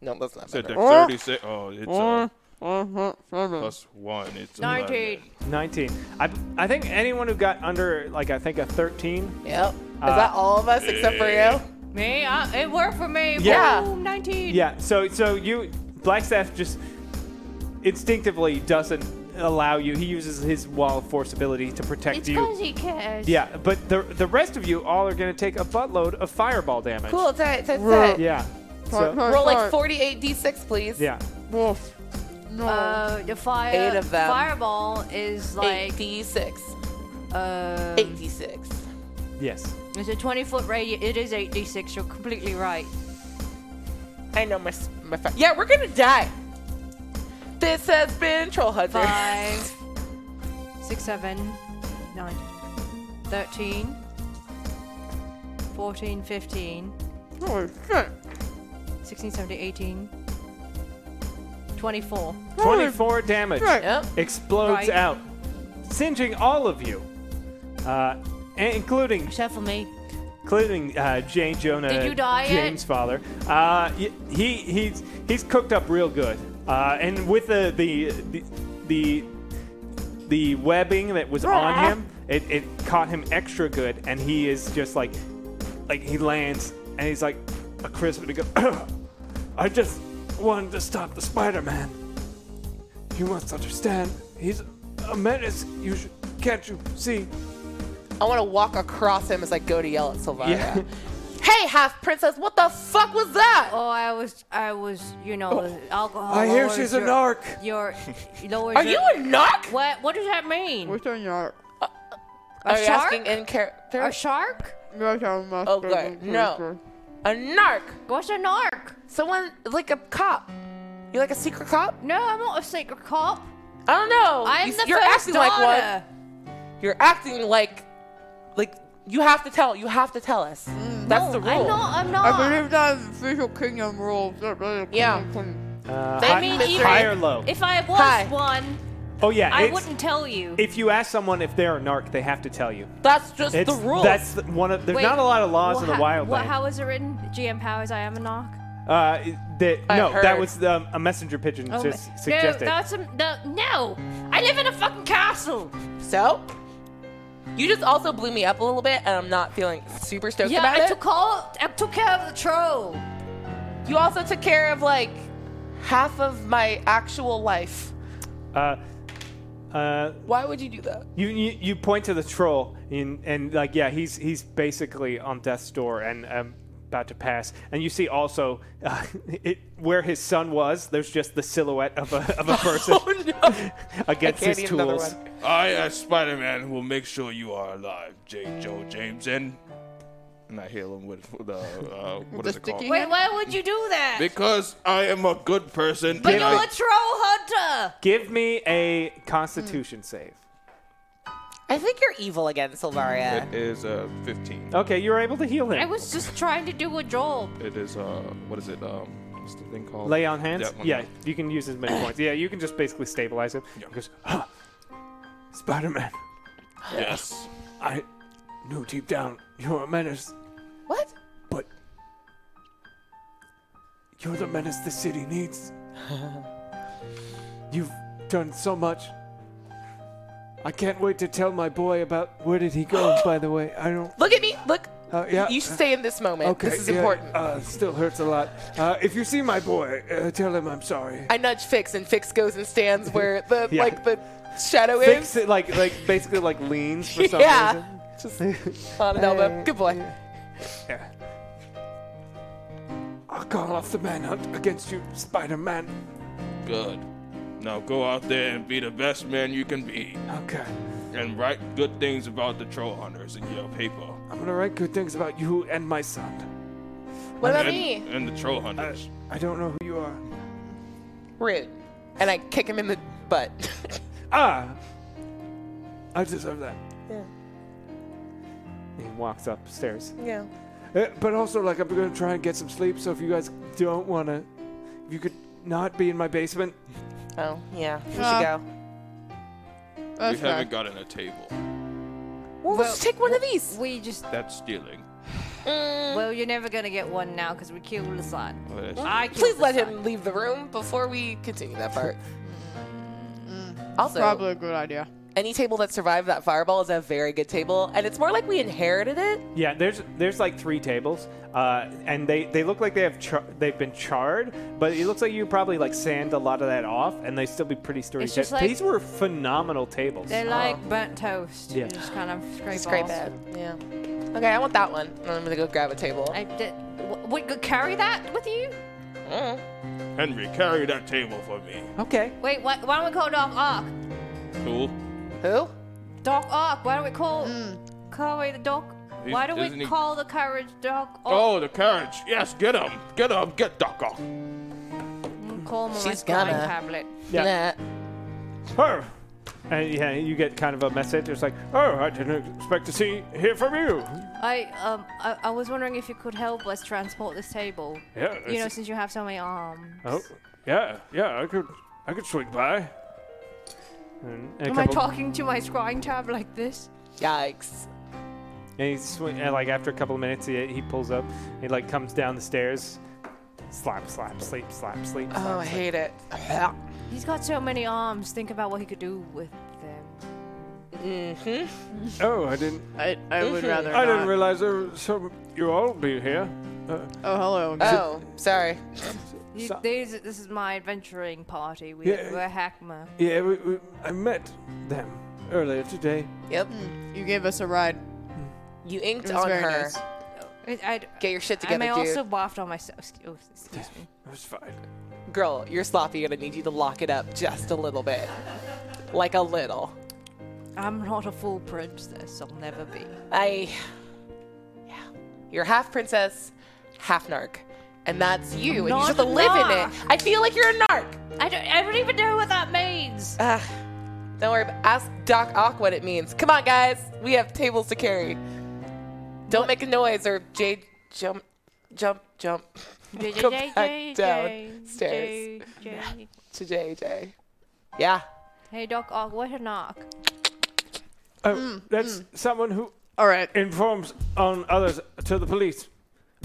Speaker 6: No, that's not
Speaker 7: Said
Speaker 6: better.
Speaker 7: that 36. Oh, it's uh,
Speaker 6: Plus-
Speaker 7: plus one. It's
Speaker 2: 19. 19. I, I think anyone who got under, like, I think a 13.
Speaker 6: Yep. Is
Speaker 2: Uh,
Speaker 6: that all of us except for you?
Speaker 10: Me? Uh, it worked for me.
Speaker 2: Yeah.
Speaker 10: Boom, 19.
Speaker 2: Yeah, so so you, Blackstaff just instinctively doesn't allow you. He uses his wall of force ability to protect
Speaker 5: It's
Speaker 2: you.
Speaker 5: because he cares.
Speaker 2: Yeah, but the the rest of you all are going to take a buttload of fireball damage.
Speaker 6: Cool. That's it. That's it.
Speaker 2: Yeah. So,
Speaker 6: Roll like 48 d6, please.
Speaker 2: yeah.
Speaker 6: No.
Speaker 10: Uh, the fire.
Speaker 6: Eight of them.
Speaker 10: Fireball is like.
Speaker 6: Eight d6.
Speaker 10: Uh,
Speaker 6: Eight d6.
Speaker 2: Yes.
Speaker 10: It's a 20 foot radius. It is 8d6. You're completely right.
Speaker 6: I know my s- my. Fa- yeah, we're gonna die. This has been Troll Hunter.
Speaker 10: Five, six, seven, nine, 13, 14, 15,
Speaker 6: Oh
Speaker 10: 16, 17, 18, 24.
Speaker 2: 24 damage
Speaker 6: Yep.
Speaker 2: explodes
Speaker 10: Right.
Speaker 2: out, singeing all of you, uh, a- including
Speaker 5: Except for me.
Speaker 2: including uh, Jane Jonah,
Speaker 5: Did you die yet?
Speaker 2: James' father. Uh, y- he he's he's cooked up real good, uh, and with the the the the, the webbing that was on him, it, it caught him extra good, and he is just like like he lands and he's like a crisp and he goes, I just wanted to stop the Spider-Man. You must understand, he's a menace. You should, can't you see?
Speaker 6: I want to walk across him as I go to yell at Sylvia.
Speaker 2: Yeah.
Speaker 6: Hey, half princess, what the fuck was that?
Speaker 10: Oh, I was, I was, you know,
Speaker 6: Oh,
Speaker 10: alcohol.
Speaker 2: I hear
Speaker 10: lowers
Speaker 2: she's a
Speaker 10: your-
Speaker 2: narc.
Speaker 10: Your, lowers
Speaker 6: Are
Speaker 10: your-
Speaker 6: you a narc?
Speaker 10: What, what does that mean?
Speaker 21: a shark?
Speaker 10: A
Speaker 6: Are you
Speaker 10: shark?
Speaker 6: asking in character?
Speaker 10: A shark?
Speaker 6: Oh, good. No. A narc.
Speaker 10: What's a narc?
Speaker 6: Someone like a cop. You like a secret cop?
Speaker 10: No, I'm not a secret cop.
Speaker 6: I don't know.
Speaker 10: I'm
Speaker 6: You-
Speaker 10: the
Speaker 6: You're
Speaker 10: first
Speaker 6: acting
Speaker 10: daughter.
Speaker 6: like one. You're acting like, like you have to tell. You have to tell us. That's the rule.
Speaker 10: I'm not. I'm not.
Speaker 21: I believe that is official kingdom rules. That really
Speaker 6: Yeah.
Speaker 21: kingdom-
Speaker 2: Uh,
Speaker 10: I
Speaker 2: hi-
Speaker 10: mean,
Speaker 2: high,
Speaker 10: even
Speaker 2: or low?
Speaker 10: If I was
Speaker 6: Hi.
Speaker 10: one,
Speaker 2: oh yeah,
Speaker 10: I
Speaker 2: it's-
Speaker 10: wouldn't tell you.
Speaker 2: If you ask someone if they're a narc, they have to tell you.
Speaker 6: That's just
Speaker 2: It's,
Speaker 6: the rule.
Speaker 2: That's the- one of. There's
Speaker 10: Wait,
Speaker 2: not a lot of laws in
Speaker 10: wha-
Speaker 2: the wild.
Speaker 10: wha-
Speaker 2: land.
Speaker 10: How is it written? GM powers. I am a knock.
Speaker 2: uh, that,
Speaker 6: I
Speaker 2: no, that
Speaker 6: heard. Oh,
Speaker 2: was um, a messenger pigeon just suggested.
Speaker 10: No, that's a, no, no. I live in a fucking castle.
Speaker 6: so. You just also blew me up a little bit, and I'm not feeling super stoked
Speaker 10: yeah,
Speaker 6: about
Speaker 10: I
Speaker 6: it.
Speaker 10: took all. I took care of the troll.
Speaker 6: You also took care of like half of my actual life.
Speaker 2: uh, uh,
Speaker 6: Why would you do that?
Speaker 2: you, you you point to the troll and and like yeah, he's he's basically on death's door and um, about to pass. And you see also uh, it, where his son was. There's just the silhouette of a of a person against
Speaker 6: Oh, I can't
Speaker 2: his
Speaker 6: eat another
Speaker 2: tools.
Speaker 6: one.
Speaker 7: I, as Spider Man, will make sure you are alive, J. Joe James. And, and I heal him with, with uh, uh, what
Speaker 21: the
Speaker 7: is it called?
Speaker 21: sticky
Speaker 10: Wait, why would you do that?
Speaker 7: Because I am a good person.
Speaker 10: but
Speaker 7: and
Speaker 10: you're
Speaker 7: I-
Speaker 10: a troll hunter.
Speaker 2: Give me a Constitution
Speaker 6: Hmm.
Speaker 2: save.
Speaker 6: I think you're evil again, Silvaria.
Speaker 7: It is uh, 15.
Speaker 2: Okay, you're able to heal him.
Speaker 5: I was just trying to do a job.
Speaker 7: It is, uh, what is it? Um, what's the thing called?
Speaker 2: Lay on hands?
Speaker 7: That one.
Speaker 2: Yeah, you can use as many points. Yeah, you can just basically stabilize him.
Speaker 7: Yeah.
Speaker 2: He goes, huh, Spider Man,
Speaker 7: Yes.
Speaker 2: I knew deep down you were a menace,
Speaker 6: What?
Speaker 2: but you're the menace the city needs. You've done so much. I can't wait to tell my boy about where did he go, by the way. I don't.
Speaker 6: Look at me. Look.
Speaker 2: Uh, yeah.
Speaker 6: You stay in this moment.
Speaker 2: Okay,
Speaker 6: this is
Speaker 2: yeah,
Speaker 6: important.
Speaker 2: Uh, still hurts a lot. Uh, if you see my boy, uh, tell him I'm sorry.
Speaker 6: I nudge Fix, and Fix goes and stands where the
Speaker 2: Yeah.
Speaker 6: like the shadow
Speaker 2: Fix
Speaker 6: is.
Speaker 2: it like like basically like leans for some
Speaker 6: Yeah.
Speaker 2: reason.
Speaker 6: Just on an elbow. Good boy.
Speaker 2: Yeah. I'll call off the manhunt against you, Spider Man.
Speaker 7: Good. Now go out there and be the best man you can be.
Speaker 2: Okay.
Speaker 7: and write good things about the troll hunters in your paper.
Speaker 2: I'm gonna write good things about you and my son.
Speaker 6: What about
Speaker 7: and,
Speaker 6: me?
Speaker 7: And the troll hunters.
Speaker 2: I don't know who you are.
Speaker 6: Rude. And I kick him in the butt.
Speaker 2: Ah! I deserve that.
Speaker 6: Yeah.
Speaker 2: He walks upstairs.
Speaker 6: Yeah.
Speaker 2: Uh, but also, like, I'm gonna try and get some sleep. So if you guys don't wanna, if you could not be in my basement.
Speaker 6: Oh yeah, we
Speaker 2: Uh,
Speaker 6: should go.
Speaker 7: we haven't gotten a table.
Speaker 6: Well, let's take one of these.
Speaker 10: We just.
Speaker 7: That's stealing.
Speaker 6: Mm.
Speaker 10: Well, you're never gonna get one now because we killed Lasan.
Speaker 7: Oh, that's-
Speaker 10: I killed
Speaker 6: Please let
Speaker 10: Lasan.
Speaker 6: him leave the room before we continue that part.
Speaker 21: Also,
Speaker 6: Also-
Speaker 21: probably a good idea.
Speaker 6: Any table that survived that fireball is a very good table, and it's more like we inherited it.
Speaker 2: Yeah, there's there's like three tables, uh, and they, they look like they have char- they've been charred, but it looks like you probably like sand a lot of that off, and they still be pretty sturdy.
Speaker 10: It's just
Speaker 2: ta-
Speaker 10: like-
Speaker 2: These were phenomenal tables.
Speaker 10: They're like burnt toast.
Speaker 2: Yeah.
Speaker 10: You just kind of scrape,
Speaker 6: Oh. Scrape
Speaker 10: off.
Speaker 6: it. Yeah. Okay, I want that one. And I'm gonna go grab a table.
Speaker 10: I did. w- Would you carry that with you?
Speaker 7: Henry, carry that table for me.
Speaker 2: Okay.
Speaker 10: Wait, why, why don't we call Doc Ark?
Speaker 7: Cool.
Speaker 6: Who?
Speaker 10: Doc Ark. Why don't we call
Speaker 6: Hmm.
Speaker 10: call away the Doc?
Speaker 7: Is-
Speaker 10: Why don't
Speaker 7: isn't
Speaker 10: we
Speaker 7: he-
Speaker 10: call the carriage Doc Ark?
Speaker 7: Oh, the carriage. Yes, get him. Get him. Get Doc off.
Speaker 2: Oh.
Speaker 10: Call him on my
Speaker 6: She's
Speaker 10: Skype
Speaker 6: gonna.
Speaker 10: tablet.
Speaker 2: Yeah. Her. Uh, And yeah, you get kind of a message. It's like, oh, I didn't expect to see hear from you.
Speaker 10: I um I, I was wondering if you could help us transport this table.
Speaker 2: Yeah,
Speaker 10: You know,
Speaker 2: it's-
Speaker 10: since you have so many arms.
Speaker 2: Oh, yeah, yeah, I could I could swing by. And, and a
Speaker 10: Am I
Speaker 2: couple-
Speaker 10: talking to Oh my scrying tab like this?
Speaker 6: Yikes.
Speaker 2: And he swing, and like after a couple of minutes, he, he pulls up. He like comes down the stairs, slap, slap, sleep, slap, sleep. slap,
Speaker 6: Oh, I
Speaker 2: sleep.
Speaker 6: hate it.
Speaker 10: He's got so many arms. Think about what he could do with them.
Speaker 6: Mm-hmm.
Speaker 2: Oh, I didn't.
Speaker 21: I, I would
Speaker 6: Mhm.
Speaker 21: rather.
Speaker 2: I
Speaker 21: not.
Speaker 2: didn't realize there were some you all be here. Uh,
Speaker 21: Oh, hello.
Speaker 6: Oh, sorry.
Speaker 10: You,
Speaker 2: So-
Speaker 10: these, this is my adventuring party. We,
Speaker 2: Yeah.
Speaker 10: We're Hackma.
Speaker 2: yeah, we, we, I met them earlier today.
Speaker 6: Yep.
Speaker 21: You gave us a ride.
Speaker 6: You inked
Speaker 21: It was
Speaker 6: on
Speaker 21: very
Speaker 6: her.
Speaker 21: nice.
Speaker 10: I, I,
Speaker 6: Get your shit
Speaker 10: I
Speaker 6: together,
Speaker 10: may
Speaker 6: dude.
Speaker 10: also waft on myself. Excuse, oh, excuse me.
Speaker 2: That's fine.
Speaker 6: Girl, you're sloppy. You're gonna need you to lock it up just a little bit, like a little.
Speaker 10: I'm not a full princess. I'll never be.
Speaker 6: I. Yeah. You're half princess, half narc. And that's you. and you
Speaker 10: not
Speaker 6: just live
Speaker 10: a
Speaker 6: in it. I feel like you're a narc.
Speaker 10: I don't, I don't even know what that means.
Speaker 6: Ugh. Don't worry. ab- Ask Doc Ock what it means. Come on, guys. We have tables to carry. Don't make a noise or Jade jump, jump, jump. Go
Speaker 10: J-
Speaker 6: back
Speaker 10: J- J-
Speaker 6: down stairs
Speaker 10: J- J.
Speaker 6: to JJ. Yeah.
Speaker 10: Hey, Doc Ock, what a knock.
Speaker 2: Oh,
Speaker 10: Mm,
Speaker 2: that's someone who
Speaker 21: All right.
Speaker 2: informs on others to the police,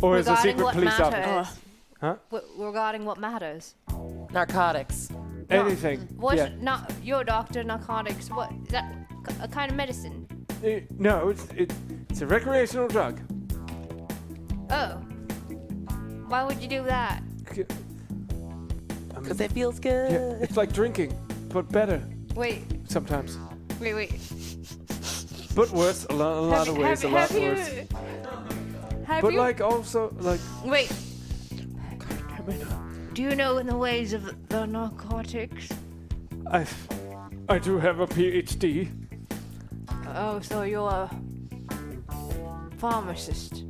Speaker 2: or is a secret
Speaker 10: what
Speaker 2: police
Speaker 10: matters.
Speaker 2: officer. Huh?
Speaker 10: W- regarding what matters.
Speaker 6: Narcotics.
Speaker 2: Anything.
Speaker 10: What?
Speaker 2: Yeah.
Speaker 10: Not your doctor, narcotics. What? Is that k- a kind of medicine?
Speaker 2: Uh, no, it's, it, it's a recreational drug.
Speaker 10: Oh. Why would you do that?
Speaker 2: C- I mean,
Speaker 6: Because it feels good.
Speaker 2: yeah, it's like drinking, but better
Speaker 10: Wait,
Speaker 2: sometimes.
Speaker 10: wait, wait.
Speaker 2: But worse, a lot, a lot of ways, a lot
Speaker 10: have
Speaker 2: worse.
Speaker 10: you, have
Speaker 2: but
Speaker 10: you-
Speaker 2: like also like
Speaker 10: wait. Do you know the ways of the narcotics?
Speaker 2: I, I do have a PhD.
Speaker 10: Oh, so you're a pharmacist.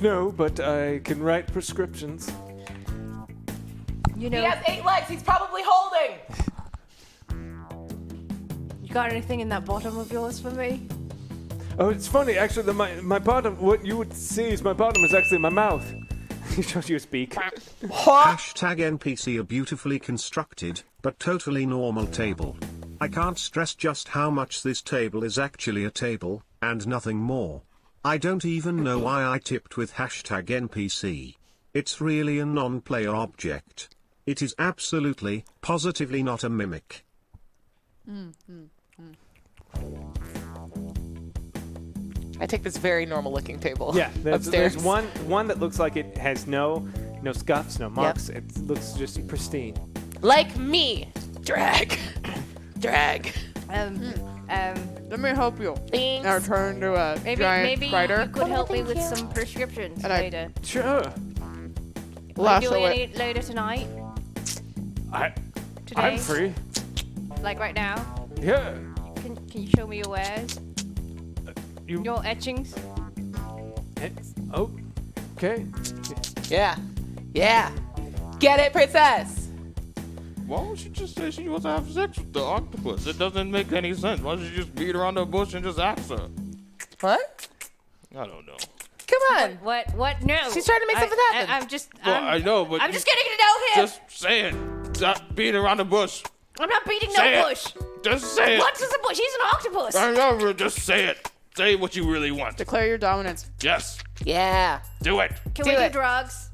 Speaker 2: No, but I can write prescriptions.
Speaker 10: You know,
Speaker 6: He has eight legs. He's probably holding.
Speaker 10: you got anything in that bottom of yours for me?
Speaker 2: Oh, it's funny actually. The, my my bottom. What you would see is my bottom is actually my mouth. he shows you his beak.
Speaker 9: Hashtag NPC a beautifully constructed, but totally normal table. I can't stress just how much this table is actually a table, and nothing more. I don't even know why I tipped with hashtag NPC. It's really a non player object. It is absolutely, positively not a mimic.
Speaker 6: I take this very normal looking table.
Speaker 2: Yeah, there's,
Speaker 6: upstairs.
Speaker 2: there's one one that looks like it has no no scuffs, no marks. It looks just pristine.
Speaker 6: Like me. Drag. Drag.
Speaker 10: Um,
Speaker 6: Hmm.
Speaker 10: um,
Speaker 21: Let me help you.
Speaker 6: Thanks.
Speaker 21: Now turn to uh, a
Speaker 10: maybe
Speaker 21: giant
Speaker 10: maybe
Speaker 21: spider.
Speaker 10: you could help me with some prescriptions
Speaker 21: And I
Speaker 10: later.
Speaker 2: Sure.
Speaker 10: Are you
Speaker 21: lasso
Speaker 10: doing
Speaker 21: it.
Speaker 10: any later tonight?
Speaker 2: I
Speaker 10: Today?
Speaker 2: I'm free.
Speaker 10: Like right now?
Speaker 2: Yeah.
Speaker 10: Can, can Can you show me your wares?
Speaker 21: Uh,
Speaker 2: You-
Speaker 10: Your etchings?
Speaker 2: Eh, Oh, okay.
Speaker 6: Yeah. Yeah. Get it, princess.
Speaker 7: Why would she just say she wants to have sex with the octopus? It doesn't make any sense. Why don't you just beat around the bush and just ask her?
Speaker 6: What?
Speaker 7: I don't know.
Speaker 6: Come on.
Speaker 22: What? What? No.
Speaker 6: She's trying to make
Speaker 22: I-
Speaker 6: something happen.
Speaker 22: I, am just.
Speaker 10: uh,
Speaker 7: Well,
Speaker 22: I'm,
Speaker 7: I know, but
Speaker 22: I'm
Speaker 7: you-
Speaker 22: just getting to know him.
Speaker 7: Just say it. Stop beating around the bush.
Speaker 22: I'm not beating
Speaker 7: say
Speaker 22: no
Speaker 7: it.
Speaker 22: bush.
Speaker 7: Just say it.
Speaker 22: What's a bush? He's an octopus.
Speaker 7: I know, but just say it. Say what you really want.
Speaker 21: Declare your dominance.
Speaker 7: Yes,
Speaker 6: Yeah.
Speaker 7: do it.
Speaker 22: Can
Speaker 21: Do
Speaker 22: we
Speaker 21: it.
Speaker 22: do drugs?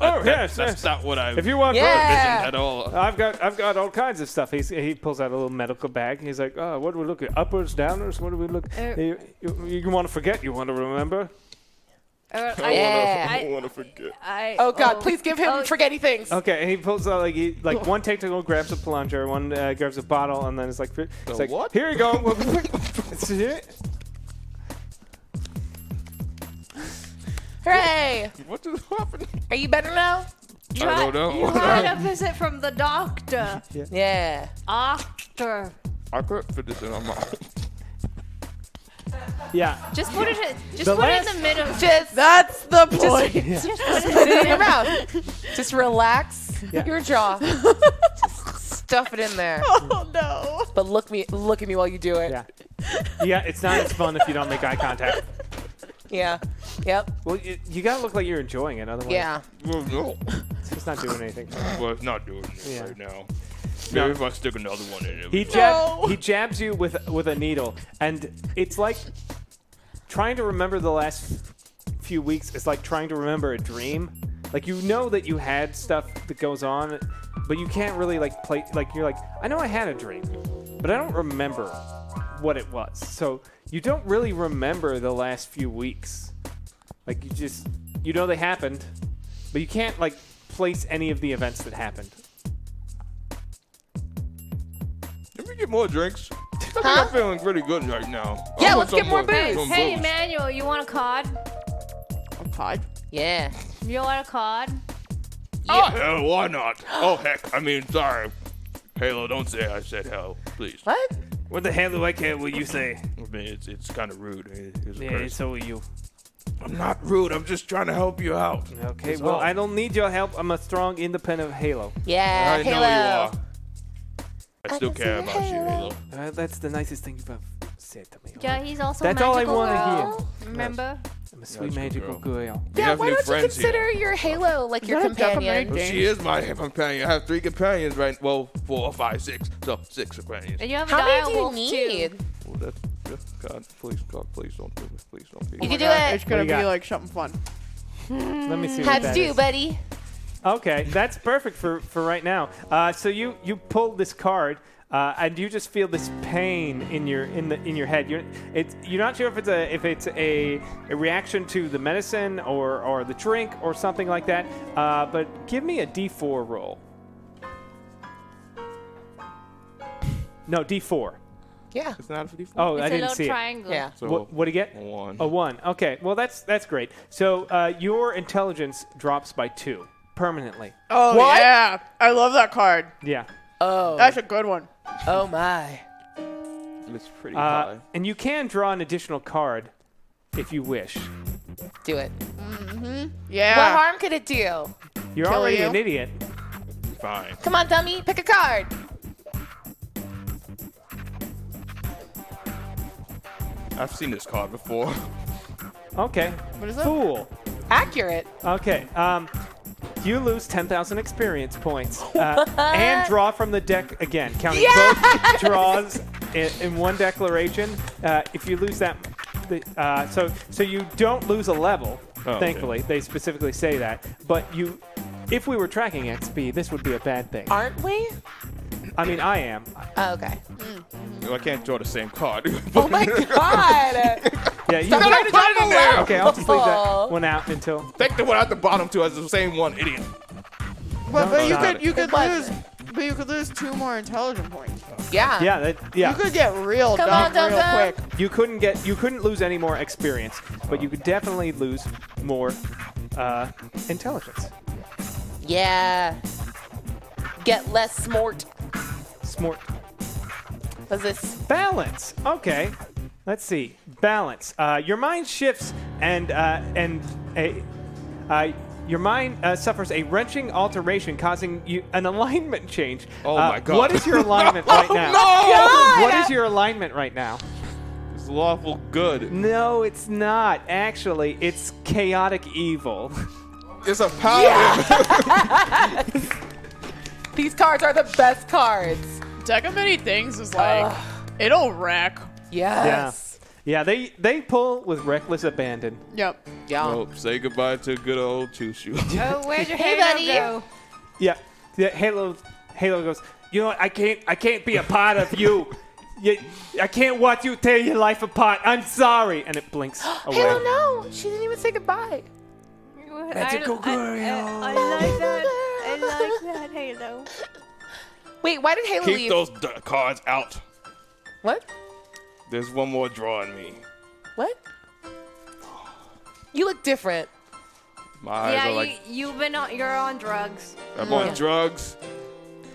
Speaker 2: Oh,
Speaker 7: That-
Speaker 2: yes,
Speaker 7: that's
Speaker 2: yes.
Speaker 7: not what I.
Speaker 2: If you Uh, want
Speaker 7: envisioned
Speaker 2: Yeah.
Speaker 7: at all.
Speaker 2: I've got I've got all kinds of stuff. He's, he pulls out a little medical bag. And he's like, oh, what do we look at? Uppers, downers? What do we look?
Speaker 5: Uh,
Speaker 2: you you, you want to forget? You want to remember?
Speaker 10: Uh,
Speaker 2: I Yeah. wanna- I
Speaker 7: want to forget.
Speaker 10: I,
Speaker 6: Oh God, please give him forgetty things.
Speaker 2: Okay, and he pulls out like he, like one technical grabs a plunger, one uh, grabs a bottle, and then it's like, it's like
Speaker 7: what?
Speaker 2: Here you go. It's it.
Speaker 6: Hooray!
Speaker 7: What just happened?
Speaker 6: Are you better now?
Speaker 7: I don't know.
Speaker 10: You had a visit from the doctor.
Speaker 6: Yeah.
Speaker 10: Doctor.
Speaker 7: I could fit this in on my
Speaker 2: Yeah.
Speaker 10: Just put it in, just
Speaker 7: The
Speaker 10: put it
Speaker 7: last-
Speaker 10: in the middle.
Speaker 6: Just that's the point.
Speaker 10: Just, just put
Speaker 6: Put it in your
Speaker 10: your mouth.
Speaker 6: mouth. Just relax
Speaker 2: Yeah.
Speaker 6: your jaw. Stuff it in there.
Speaker 21: Oh no.
Speaker 6: But look me, look at me while you do it.
Speaker 2: Yeah. Yeah, it's not as fun if you don't make eye contact.
Speaker 6: Yeah. Yep.
Speaker 2: Well, you, you gotta look like you're enjoying it, otherwise,
Speaker 6: Yeah.
Speaker 7: Well, no.
Speaker 2: it's not doing anything.
Speaker 7: Well, it's not doing it
Speaker 2: Yeah.
Speaker 7: right now. Maybe
Speaker 2: No.
Speaker 7: if I stick another one in it.
Speaker 2: He
Speaker 7: we-
Speaker 2: jab, he jabs you with with a needle, and it's like trying to remember the last few weeks is like trying to remember a dream. Like you know that you had stuff that goes on, but you can't really like play. Like you're like, I know I had a dream, but I don't remember what it was. So you don't really remember the last few weeks. Like you just you know they happened, but you can't like place any of the events that happened.
Speaker 7: Let me get more drinks. I think I'm feeling pretty good right now.
Speaker 6: Yeah,
Speaker 7: I want
Speaker 6: let's get
Speaker 7: some
Speaker 6: more
Speaker 7: some
Speaker 6: booze.
Speaker 7: booze.
Speaker 5: Hey, Emmanuel, you want a card?
Speaker 21: A cod?
Speaker 6: Yeah.
Speaker 5: You want a card?
Speaker 7: Oh, hell, why not? Oh, heck. I mean, sorry. Halo, don't say I said hell, please.
Speaker 6: What?
Speaker 2: What the hell do I care what you say?
Speaker 7: I mean, it's, it's kind of rude. It- It's a
Speaker 2: Yeah,
Speaker 7: curse.
Speaker 2: so are you.
Speaker 7: I'm not rude. I'm just trying to help you out.
Speaker 2: Okay,
Speaker 7: That's
Speaker 2: well,
Speaker 7: all.
Speaker 2: I don't need your help. I'm a strong, independent Halo.
Speaker 6: Yeah.
Speaker 7: I
Speaker 6: Halo.
Speaker 7: know you are. I still care about you, Halo.
Speaker 2: Uh, that's the nicest thing you've ever said to me.
Speaker 5: Yeah, he's also
Speaker 2: That's
Speaker 5: a
Speaker 2: all I
Speaker 5: magical
Speaker 2: wanna
Speaker 5: girl. Remember?
Speaker 2: I'm a sweet magical girl.
Speaker 7: We
Speaker 6: Yeah.
Speaker 7: have
Speaker 6: Why
Speaker 7: new
Speaker 6: don't you
Speaker 7: friends here.
Speaker 6: consider your Halo like your
Speaker 21: What a dumb
Speaker 6: companion?
Speaker 7: Well, she is my companion. I have three companions right Well, four, five, six. So, six companions.
Speaker 5: And you have a
Speaker 6: How many do you
Speaker 5: direwolf,
Speaker 6: need?
Speaker 5: too.
Speaker 7: Well, that's, that's God, please, God, please don't do this. Please don't do
Speaker 6: You
Speaker 7: this.
Speaker 6: can do
Speaker 21: God,
Speaker 6: it.
Speaker 21: It's gonna
Speaker 2: What
Speaker 21: be
Speaker 2: do you got?
Speaker 21: like something fun.
Speaker 2: Let
Speaker 5: Mm.
Speaker 2: me see what
Speaker 6: How'd
Speaker 2: that
Speaker 6: you do,
Speaker 2: is.
Speaker 6: buddy?
Speaker 2: Okay, that's perfect for, for right now. Uh, so you you pull this card, uh, and you just feel this pain in your in the in your head. You're it's you're not sure if it's a if it's a, a reaction to the medicine or or the drink or something like that. Uh, but give me a D4 roll. No D4.
Speaker 6: Yeah.
Speaker 7: It's not a 54.
Speaker 2: Oh, I
Speaker 5: It's a
Speaker 2: didn't
Speaker 5: little
Speaker 2: see it.
Speaker 5: triangle.
Speaker 6: Yeah.
Speaker 7: So,
Speaker 2: what what do you get?
Speaker 7: One.
Speaker 2: A one. Okay. Well, that's that's great. So uh, your intelligence drops by two permanently.
Speaker 21: Oh
Speaker 6: What?
Speaker 21: yeah. I love that card.
Speaker 2: Yeah.
Speaker 6: Oh.
Speaker 21: That's a good one.
Speaker 6: oh my.
Speaker 7: It's pretty
Speaker 2: Uh,
Speaker 7: high.
Speaker 2: and you can draw an additional card if you wish.
Speaker 6: Do it. What
Speaker 21: Yeah.
Speaker 6: harm could it do?
Speaker 2: You're
Speaker 21: Kill
Speaker 2: already
Speaker 21: you.
Speaker 2: an idiot.
Speaker 7: Fine.
Speaker 6: Come on, dummy. Pick a card.
Speaker 7: I've seen this card before.
Speaker 2: Okay.
Speaker 21: What is that?
Speaker 2: Fool.
Speaker 6: Accurate.
Speaker 2: Okay. Um, you lose 10,000 experience points uh, and draw from the deck again, counting both draws in, in one declaration. Uh, if you lose that, the, uh, so so you don't lose a level.
Speaker 7: okay.
Speaker 2: thankfully, they specifically say that. But you, if we were tracking XP, this would be a bad thing.
Speaker 6: Aren't we?
Speaker 2: I mean, I am.
Speaker 6: Oh, okay.
Speaker 7: I can't draw the same card.
Speaker 6: Oh my God.
Speaker 2: Yeah, you.
Speaker 6: Stop trying to
Speaker 7: put it in
Speaker 6: double
Speaker 7: there.
Speaker 6: up.
Speaker 2: Okay, I'll just leave
Speaker 6: Oh.
Speaker 2: that one out until.
Speaker 7: Take the one at the bottom too as the same one, idiot.
Speaker 21: But, but you
Speaker 2: Got
Speaker 21: could
Speaker 2: it.
Speaker 21: you could
Speaker 6: Good one.
Speaker 21: lose but you could lose two more intelligent points.
Speaker 6: Yeah.
Speaker 2: Yeah, that,
Speaker 21: You
Speaker 2: yeah.
Speaker 21: could get real
Speaker 6: Come
Speaker 21: dumb
Speaker 6: on, dumb
Speaker 21: real
Speaker 6: dumb.
Speaker 21: quick.
Speaker 2: You couldn't get, you couldn't lose any more experience, but you could definitely lose more uh, intelligence.
Speaker 6: Yeah. Get less smart.
Speaker 2: Smart.
Speaker 6: Was this
Speaker 2: Balance. Okay. Let's see. Balance. Uh, your mind shifts, and uh, and a, uh, your mind uh, suffers a wrenching alteration, causing you an alignment change.
Speaker 7: Oh
Speaker 2: Uh,
Speaker 7: my God. Oh
Speaker 2: What is your alignment right now?
Speaker 7: No!
Speaker 2: Oh! What is your alignment right now?
Speaker 7: It's lawful good.
Speaker 2: No, it's not. Actually, it's chaotic evil.
Speaker 18: It's a power.
Speaker 6: These cards are the best cards.
Speaker 3: Deck of many things is like it'll wreck.
Speaker 6: Yes.
Speaker 2: Yeah. Yeah. They they pull with reckless abandon.
Speaker 3: Yep.
Speaker 7: Oh,
Speaker 18: Nope. Say goodbye to good old Two Shoe.
Speaker 22: Oh, where'd your
Speaker 3: Hey,
Speaker 22: halo
Speaker 3: buddy.
Speaker 22: go?
Speaker 2: Yeah. yeah Halo Halo goes, "You know what? I can't I can't be a part of you. you. I can't watch you tear your life apart. I'm sorry." And it blinks away.
Speaker 6: Halo, no, she didn't even say goodbye.
Speaker 2: Magical
Speaker 6: Halo.
Speaker 10: I like that. I like that Halo.
Speaker 6: Wait, why did Halo
Speaker 7: Keep
Speaker 6: leave?
Speaker 7: those d- cards out.
Speaker 6: What?
Speaker 7: There's one more draw in me.
Speaker 6: What? You look different.
Speaker 7: My eyes
Speaker 10: yeah,
Speaker 7: are like
Speaker 10: you, you've been on, you're on drugs.
Speaker 7: I'm on drugs.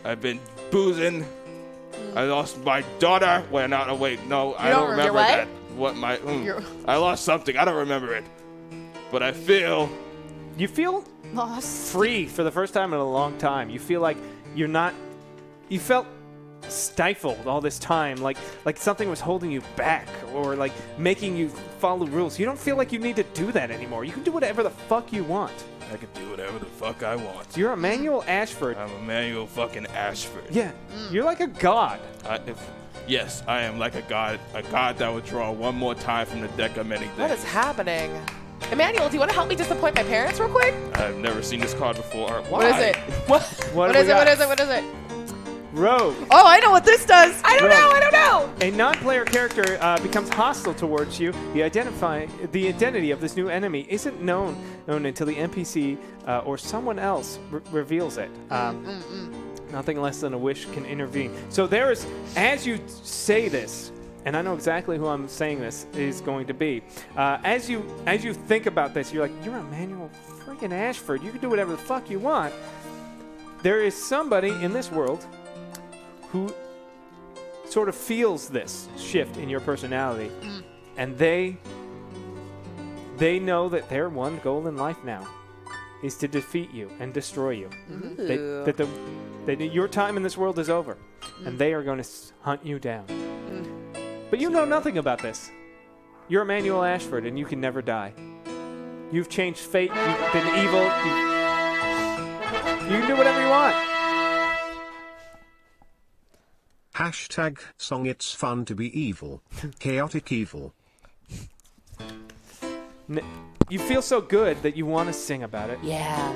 Speaker 7: I've been boozing. I lost my daughter. Wait, not awake. No, I
Speaker 6: don't
Speaker 7: don't
Speaker 6: remember
Speaker 7: remember
Speaker 6: what?
Speaker 7: that. What my? mm.
Speaker 6: Your-
Speaker 7: I lost something. I don't remember it. But I feel
Speaker 2: You feel lost. Free for the first time in a long time. You feel like you're not you felt stifled all this time like like something was holding you back or like making you follow rules. You don't feel like you need to do that anymore. You can do whatever the fuck you want.
Speaker 7: I can do whatever the fuck I want.
Speaker 2: You're Emmanuel Ashford.
Speaker 7: I'm Emmanuel fucking Ashford.
Speaker 2: Yeah,
Speaker 6: Mm.
Speaker 2: you're like a god.
Speaker 7: I, if, yes, I am like a god, a god that would draw one more time from the deck of many
Speaker 6: What
Speaker 7: things.
Speaker 6: is happening? Emmanuel, do you want to help me disappoint my parents real quick?
Speaker 7: I've never seen this card before. Why?
Speaker 6: What is it? What?
Speaker 2: What
Speaker 6: what
Speaker 2: do
Speaker 6: is
Speaker 2: we
Speaker 6: it? What
Speaker 2: got?
Speaker 6: is it? What is it?
Speaker 2: Rogue.
Speaker 3: Oh, I know what this does.
Speaker 6: I don't
Speaker 2: Rogue.
Speaker 6: know. I don't know.
Speaker 2: A non-player character uh, becomes hostile towards you. The identify the identity of this new enemy isn't known known until the NPC uh, or someone else re- reveals it.
Speaker 6: Mm,
Speaker 2: Um, Nothing less than a wish can intervene. So there is, as you say this, and I know exactly who I'm saying this is going to be. Uh, as you as you think about this, you're like, you're Emmanuel freaking Ashford. You can do whatever the fuck you want. There is somebody in this world who sort of feels this shift in your personality, and they they know that their one goal in life now is to defeat you and destroy you. They,
Speaker 6: Ooh.
Speaker 2: that the that your time in this world is over, and they are going to hunt you down. But you know nothing about this. You're Emmanuel Ashford, and you can never die. You've changed fate. You've been evil. You, you can do whatever you want.
Speaker 9: Hashtag song it's fun to be evil. Chaotic evil.
Speaker 2: N- You feel so good that you want to sing about it.
Speaker 6: Yeah.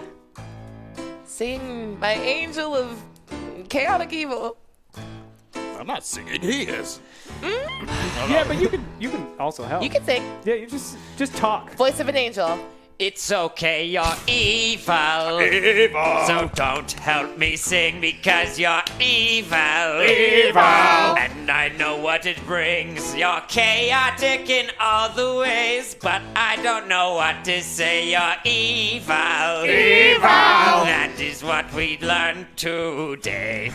Speaker 6: Sing my angel of chaotic evil.
Speaker 7: I'm not singing. He is.
Speaker 2: Yeah, but you can you can also help.
Speaker 6: You can sing.
Speaker 2: Yeah, you just just talk.
Speaker 6: Voice of an angel.
Speaker 23: It's okay, you're evil.
Speaker 7: Evil.
Speaker 23: So don't help me sing because you're evil.
Speaker 7: Evil.
Speaker 23: And I know what it brings. You're chaotic in all the ways, but I don't know what to say. You're evil.
Speaker 7: Evil.
Speaker 23: That is what we learned today.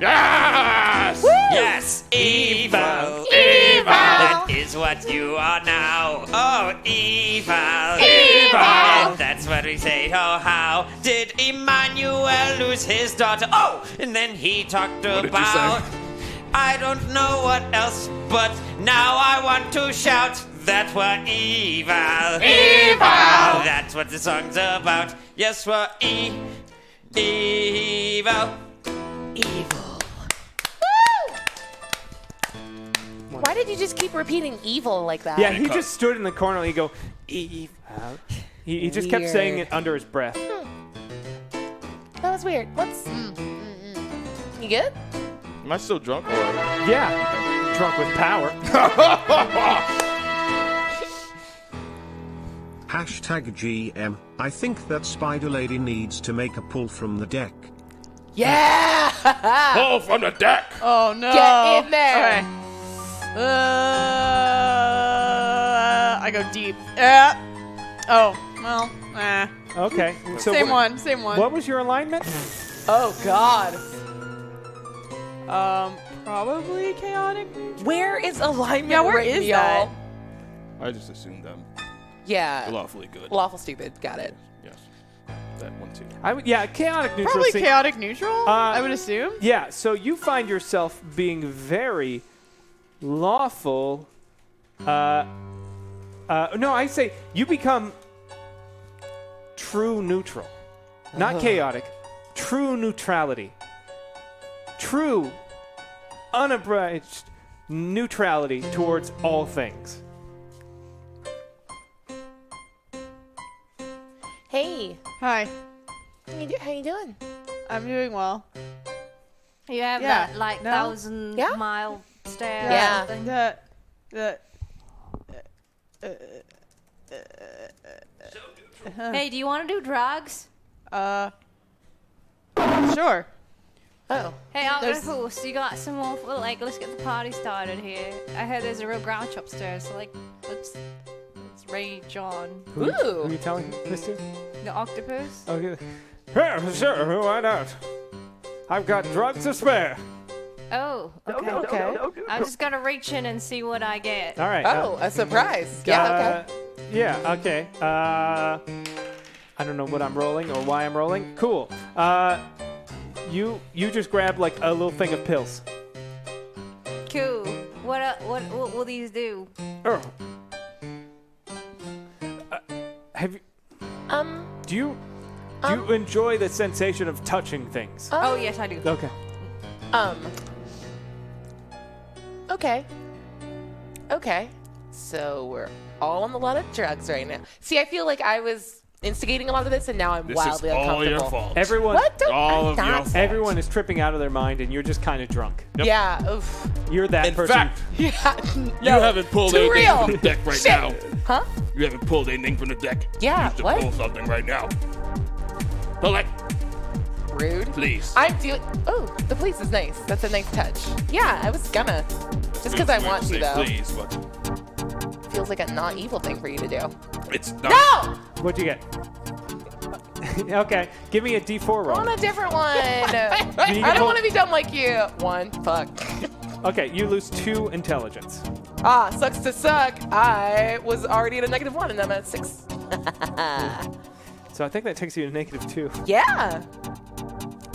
Speaker 7: Yes.
Speaker 23: Yes, evil.
Speaker 7: Evil.
Speaker 23: That is what you are now. Oh, evil.
Speaker 7: Evil.
Speaker 23: And that's what we say. Oh, how did Emmanuel lose his daughter? Oh, and then he talked
Speaker 7: did you
Speaker 23: about.
Speaker 7: say?
Speaker 23: I don't know what else, but now I want to shout that we're evil.
Speaker 7: Evil.
Speaker 23: That's what the song's about. Yes, we're e- evil.
Speaker 6: Evil. Why did you just keep repeating evil like that?
Speaker 2: Yeah, he just stood in the corner and he go evil. He, he just kept saying it under his breath.
Speaker 6: That was weird. What's.
Speaker 10: Mm,
Speaker 6: You good?
Speaker 7: Am I still drunk? Or?
Speaker 2: Yeah, drunk with power.
Speaker 9: Hashtag GM. I think that Spider Lady needs to make a pull from the deck.
Speaker 6: Yeah!
Speaker 7: Pull from the deck.
Speaker 3: Oh no.
Speaker 6: Get in there.
Speaker 3: Okay. Uh, I go deep. Uh, oh well. Eh.
Speaker 2: Okay.
Speaker 3: same
Speaker 2: what-
Speaker 3: one. Same one.
Speaker 2: What was your alignment?
Speaker 6: Oh, God.
Speaker 3: Um, probably chaotic.
Speaker 6: Where is alignment?
Speaker 3: Yeah, where
Speaker 6: ring,
Speaker 3: is
Speaker 6: y'all?
Speaker 3: that?
Speaker 7: I just assumed I'm
Speaker 6: Yeah.
Speaker 7: lawfully good.
Speaker 6: Lawful stupid. Got it.
Speaker 7: Yes. That one too.
Speaker 2: I would, yeah, chaotic neutral.
Speaker 3: Probably
Speaker 2: scene.
Speaker 3: chaotic neutral.
Speaker 2: Uh,
Speaker 3: I would assume.
Speaker 2: Yeah, so you find yourself being very lawful. Uh, uh, no, I say you become true neutral, not chaotic. True neutrality. True, unabridged neutrality towards all things.
Speaker 4: Hey,
Speaker 3: Hi,
Speaker 4: how you, do- how you doing?
Speaker 3: I'm doing well.
Speaker 22: You have
Speaker 3: Yeah.
Speaker 22: that like
Speaker 3: No?
Speaker 22: thousand mile stare.
Speaker 3: Yeah.
Speaker 22: Thing.
Speaker 3: The, Uh, the, uh, uh, uh, uh,
Speaker 22: Hey, do you want to do drugs?
Speaker 3: Uh, sure.
Speaker 6: Oh.
Speaker 22: Hey, I'm
Speaker 3: There's-
Speaker 22: cool. So you got some more? Well, like, let's get the party started here. I heard there's a real grouch upstairs. So like, let's let's rage on.
Speaker 2: Who, who are you telling this to?
Speaker 22: The octopus.
Speaker 2: Okay. Oh, Yeah, sure, why not? I've got drugs to spare.
Speaker 22: Oh, okay.
Speaker 6: okay.
Speaker 22: I'm just gonna reach in and see what I get.
Speaker 2: All right.
Speaker 6: Oh, a surprise. Yeah,
Speaker 2: okay. Yeah, okay. Uh, I don't know what I'm rolling or why I'm rolling. Cool. Uh, you you just grab like a little thing of pills.
Speaker 22: Cool. What uh, what what will these do?
Speaker 2: Oh. Uh, have you,
Speaker 4: Um.
Speaker 2: do you do you enjoy the sensation of touching things?
Speaker 10: Uh,
Speaker 22: Oh, yes, I do.
Speaker 2: Okay.
Speaker 6: Um. Okay. Okay. So we're all on a lot of drugs right now. See, I feel like I was instigating a lot of this, and now I'm
Speaker 7: This is
Speaker 6: wildly
Speaker 7: all your
Speaker 6: uncomfortable.
Speaker 7: fault.
Speaker 2: Everyone
Speaker 6: What? Don't- I'm
Speaker 7: All of your
Speaker 6: not-
Speaker 7: fault.
Speaker 2: Everyone is tripping out of their mind and you're just kind of drunk.
Speaker 6: Yeah. Oof.
Speaker 2: You're that
Speaker 7: In
Speaker 2: person.
Speaker 7: fact,
Speaker 6: Yeah.
Speaker 7: you haven't pulled
Speaker 6: too
Speaker 7: anything
Speaker 6: real.
Speaker 7: from the deck right
Speaker 6: Shit.
Speaker 7: now.
Speaker 6: Huh?
Speaker 7: You haven't pulled anything from the deck.
Speaker 6: Yeah,
Speaker 7: You should
Speaker 6: what?
Speaker 7: pull something right now. Pull it,
Speaker 6: Rude.
Speaker 7: please.
Speaker 6: I'm doing. Oh, the police is nice. That's a nice touch. Yeah, I was gonna. Just because I
Speaker 7: Wait
Speaker 6: want
Speaker 7: say
Speaker 6: to, though.
Speaker 7: Please, but
Speaker 6: Feels like a not evil thing for you to do.
Speaker 7: it's not.
Speaker 6: No!
Speaker 2: What'd you get? okay, give me a D4 roll.
Speaker 6: I want a different one.
Speaker 2: you pull-
Speaker 6: I don't want to be dumb like you. One. Fuck.
Speaker 2: Okay, you lose two intelligence.
Speaker 6: Ah, sucks to suck. I was already at a negative one and I'm at six.
Speaker 2: So I think that takes you to negative two.
Speaker 6: Yeah.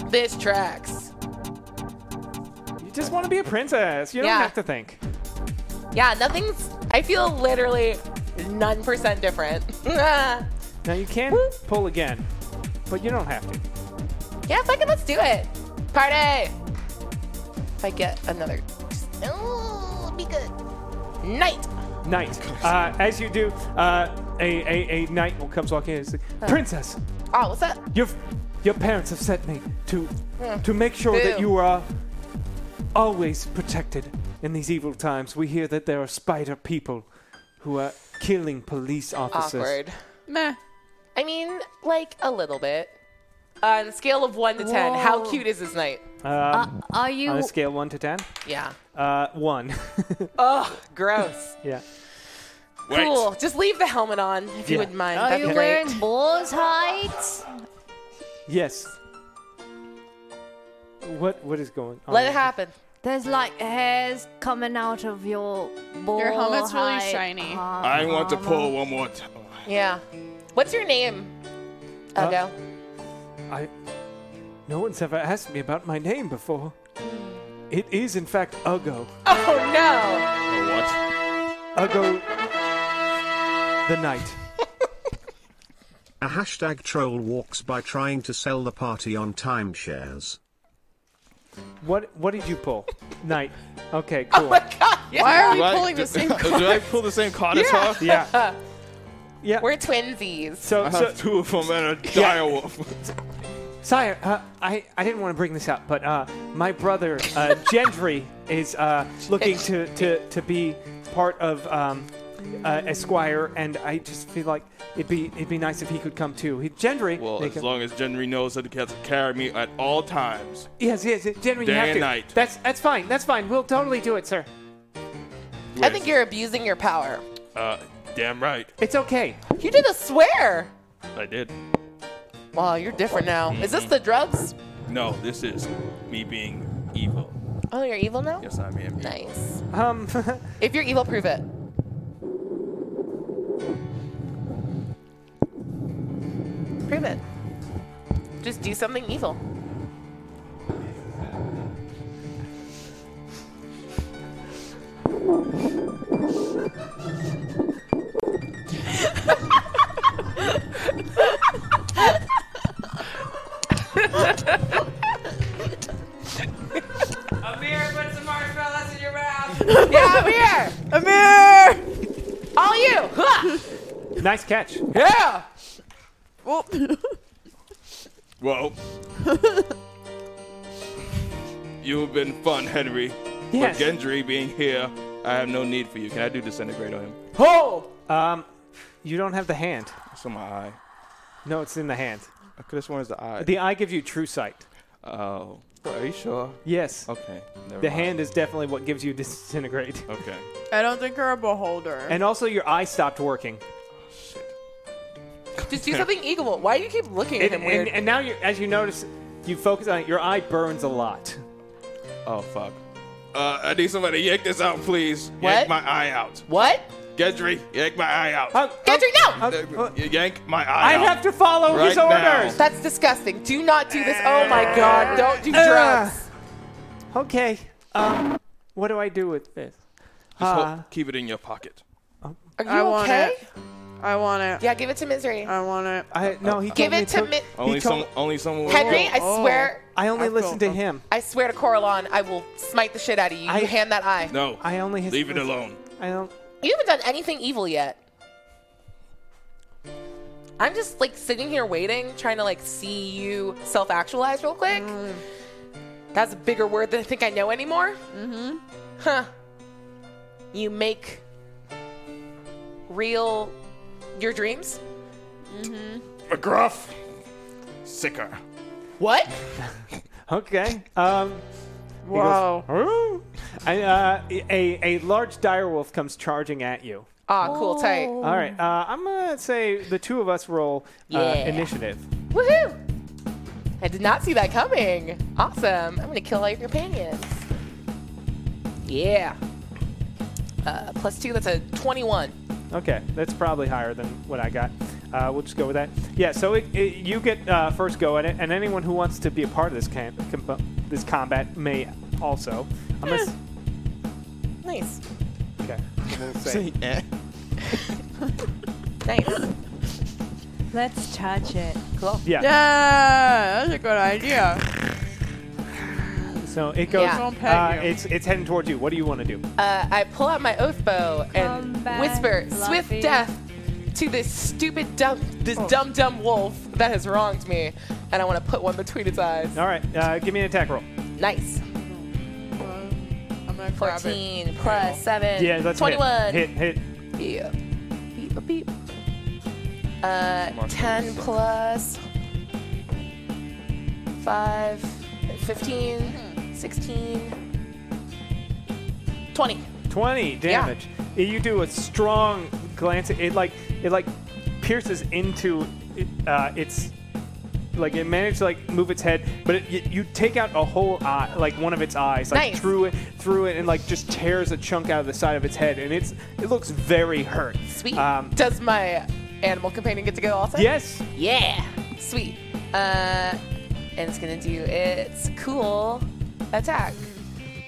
Speaker 6: This tracks.
Speaker 2: You just want to be a princess. You don't
Speaker 6: Yeah.
Speaker 2: have to think.
Speaker 6: Yeah, nothing's. I feel literally none percent different. yeah,
Speaker 2: Now you can pull again, but you don't have to.
Speaker 6: fuck it, let's do it. Party. If I get another. Oh, be good. Night.
Speaker 2: Knight, uh, as you do, uh, a, a, a knight will comes walking in. And is like, Princess,
Speaker 6: Oh, what's up?
Speaker 2: your your parents have sent me to
Speaker 6: Hmm.
Speaker 2: to make sure that
Speaker 6: Boo.
Speaker 2: you are always protected in these evil times. We hear that there are spider people who are killing police officers.
Speaker 6: Awkward.
Speaker 3: Meh.
Speaker 6: I mean, like a little bit. On a scale of one to ten, how
Speaker 22: Whoa.
Speaker 6: cute is this night?
Speaker 2: Um,
Speaker 22: uh, Are
Speaker 2: On
Speaker 22: you?
Speaker 2: a scale one to ten,
Speaker 6: Yeah.
Speaker 2: uh, one.
Speaker 6: Oh, gross.
Speaker 2: yeah.
Speaker 7: Wait.
Speaker 6: Cool. Just leave the helmet on if
Speaker 2: Yeah.
Speaker 6: you wouldn't mind.
Speaker 22: Are
Speaker 6: That'd
Speaker 22: you
Speaker 6: be great.
Speaker 22: wearing balls heights?
Speaker 2: Yes. What what is going on?
Speaker 6: Let it happen.
Speaker 22: There's like hairs coming out of your ball.
Speaker 3: Your helmet's really
Speaker 10: Oh,
Speaker 22: height. Uh, um,
Speaker 3: shiny.
Speaker 7: I want to pull one more oh, time.
Speaker 6: Yeah. What's your name?
Speaker 2: Huh?
Speaker 6: Ugo.
Speaker 2: I no one's ever asked me about my name before. It is in fact Ugo.
Speaker 6: Oh no.
Speaker 7: Oh,
Speaker 2: Ugo the Knight.
Speaker 9: A hashtag troll walks by trying to sell the party on timeshares.
Speaker 2: What what did you pull? Knight. Okay,
Speaker 6: Oh
Speaker 2: cool.
Speaker 3: Why are we
Speaker 7: Do I-
Speaker 3: pulling
Speaker 7: do-
Speaker 3: the same?
Speaker 7: what? Do I pull the same card as her?
Speaker 2: yeah.
Speaker 6: We're twinsies.
Speaker 2: So
Speaker 7: I
Speaker 2: so
Speaker 7: have two of them and a
Speaker 2: Yeah.
Speaker 7: dire wolf.
Speaker 2: Sire, uh, I, I didn't want to bring this up, but uh, my brother, uh, Gendry, is uh, looking to, to, to be part of um, uh, Esquire, and I just feel like it'd be it'd be nice if he could come too. He, Gendry,
Speaker 7: Well,
Speaker 2: they
Speaker 7: as
Speaker 2: can-
Speaker 7: long as Jenry knows that he has to carry me at all times.
Speaker 2: yes, yes, yes, Gendry, you
Speaker 7: Day
Speaker 2: have
Speaker 7: and
Speaker 2: to.
Speaker 7: night.
Speaker 2: That's that's fine, that's fine. We'll totally do it, sir.
Speaker 6: I think you're abusing your power.
Speaker 7: Uh, damn right.
Speaker 2: It's okay.
Speaker 6: You did a swear.
Speaker 7: I did.
Speaker 6: Wow, you're different now. Is this the drugs?
Speaker 7: No, this is me being evil.
Speaker 6: Oh, you're evil now?
Speaker 7: Yes, I am.
Speaker 6: Nice.
Speaker 2: Um,
Speaker 6: if you're evil, prove it. Prove it. Just do something evil.
Speaker 23: Amir, put some marshmallows in your mouth.
Speaker 6: yeah, Amir!
Speaker 21: Amir!
Speaker 6: All you! Huh!
Speaker 2: Nice catch.
Speaker 6: Yeah!
Speaker 21: Well,
Speaker 7: Well, you've been fun, Henry.
Speaker 2: Yes.
Speaker 7: But Gendry being here, I have no need for you. Can I do disintegrate on him?
Speaker 2: Ho! Um, you don't have the hand.
Speaker 7: It's on my eye.
Speaker 2: No, it's in the hand.
Speaker 7: Okay, this one is the eye.
Speaker 2: The eye gives you true sight.
Speaker 7: Oh, are you sure?
Speaker 2: Yes.
Speaker 7: Okay. Never
Speaker 2: the
Speaker 7: mind.
Speaker 2: hand is definitely what gives you disintegrate.
Speaker 7: Okay.
Speaker 21: I don't think you're a beholder.
Speaker 2: And also, your eye stopped working.
Speaker 6: Just do something evil. Why do you keep looking at
Speaker 2: And,
Speaker 6: him weird?
Speaker 2: and, and now, you as you notice, you focus on it. Your eye burns a lot.
Speaker 7: Oh fuck. Uh, I need somebody to yank this out, please.
Speaker 6: What?
Speaker 7: Yank my eye out.
Speaker 6: What?
Speaker 7: Gendry, yank my eye out.
Speaker 2: Uh, Oh.
Speaker 6: Gendry, no!
Speaker 7: yank my eye out.
Speaker 2: to follow
Speaker 7: his Right now. orders.
Speaker 6: That's disgusting. Do not do this. Oh my god, don't do
Speaker 2: Ah.
Speaker 6: drugs.
Speaker 2: Okay. Um, what do I do with this?
Speaker 7: Just ho-
Speaker 2: Ah.
Speaker 7: keep it in your pocket.
Speaker 6: Are you
Speaker 21: I want
Speaker 6: okay?
Speaker 21: it. I want it.
Speaker 6: Yeah, give it to Misery.
Speaker 21: I want Oh. it.
Speaker 2: I no. He told
Speaker 6: Give
Speaker 2: me
Speaker 6: it to Mi-
Speaker 7: Only
Speaker 2: told-
Speaker 7: some, only someone.
Speaker 6: Henry, I
Speaker 21: Oh.
Speaker 6: swear,
Speaker 2: I only listened to him.
Speaker 6: I swear to Coralon, I will smite the shit out of you. You
Speaker 2: I-
Speaker 6: hand that eye.
Speaker 7: No.
Speaker 2: I only
Speaker 7: leave it alone.
Speaker 2: I don't.
Speaker 6: You haven't done anything evil yet. I'm just like sitting here waiting, trying to like see you self actualize real quick. That's a bigger word than I think I know anymore. Mm-hmm. Huh. You make real your dreams? Mm-hmm.
Speaker 7: McGruff, sicker.
Speaker 6: What?
Speaker 2: Okay. Um. he goes,
Speaker 6: Wow.
Speaker 2: "Ooh." And, uh, a a large direwolf comes charging at you.
Speaker 6: Ah, cool, tight.
Speaker 2: All right. Uh, I'm gonna say the two of us roll uh,
Speaker 6: Mm. Yeah.
Speaker 2: initiative.
Speaker 6: Woohoo! I did not see that coming. Awesome. I'm gonna kill all your companions. Yeah. Uh, plus two, that's a 21.
Speaker 2: Okay, that's probably higher than what I got. Uh, we'll just go with that. Yeah. So it, it, you get uh, first go at it, and anyone who wants to be a part of this camp, comp- this combat may also. I'm gonna s-
Speaker 6: Nice.
Speaker 2: okay. we'll
Speaker 7: Say,
Speaker 2: say-
Speaker 7: eh.
Speaker 6: Nice.
Speaker 10: Let's touch it.
Speaker 6: Cool.
Speaker 2: Yeah.
Speaker 21: Yeah, that's a good idea.
Speaker 2: So it goes.
Speaker 6: Yeah. Don't pet
Speaker 2: Uh,
Speaker 6: you.
Speaker 2: it's it's heading towards you. What do you want to do?
Speaker 6: Uh, I pull out my oath bow and whisper
Speaker 10: Luffy."
Speaker 6: swift death to this stupid dumb, this
Speaker 21: Oh.
Speaker 6: dumb dumb wolf that has wronged me, and I want to put one between its eyes.
Speaker 2: All right. Uh, give me an attack roll.
Speaker 6: Nice.
Speaker 21: I'm gonna grab it.
Speaker 6: 14 plus seven.
Speaker 2: yeah, that's
Speaker 6: 21.
Speaker 2: Hit. hit. hit.
Speaker 6: Yeah. Beep a beep. Uh,
Speaker 2: Mark
Speaker 6: 10
Speaker 2: this.
Speaker 6: plus 5, 15, 16, 20.
Speaker 2: 20 damage. You do a strong glance. It like it like pierces into uh, its like it managed to like move its head, but it, you, you take out a whole eye, like one of its eyes, like
Speaker 6: Nice.
Speaker 2: through it, through it, and like just tears a chunk out of the side of its head, and it's it looks very hurt.
Speaker 6: Sweet.
Speaker 2: Um,
Speaker 6: Does my animal companion get to go also?
Speaker 2: Yes.
Speaker 6: Yeah. Sweet. Uh, and it's going to do its cool attack,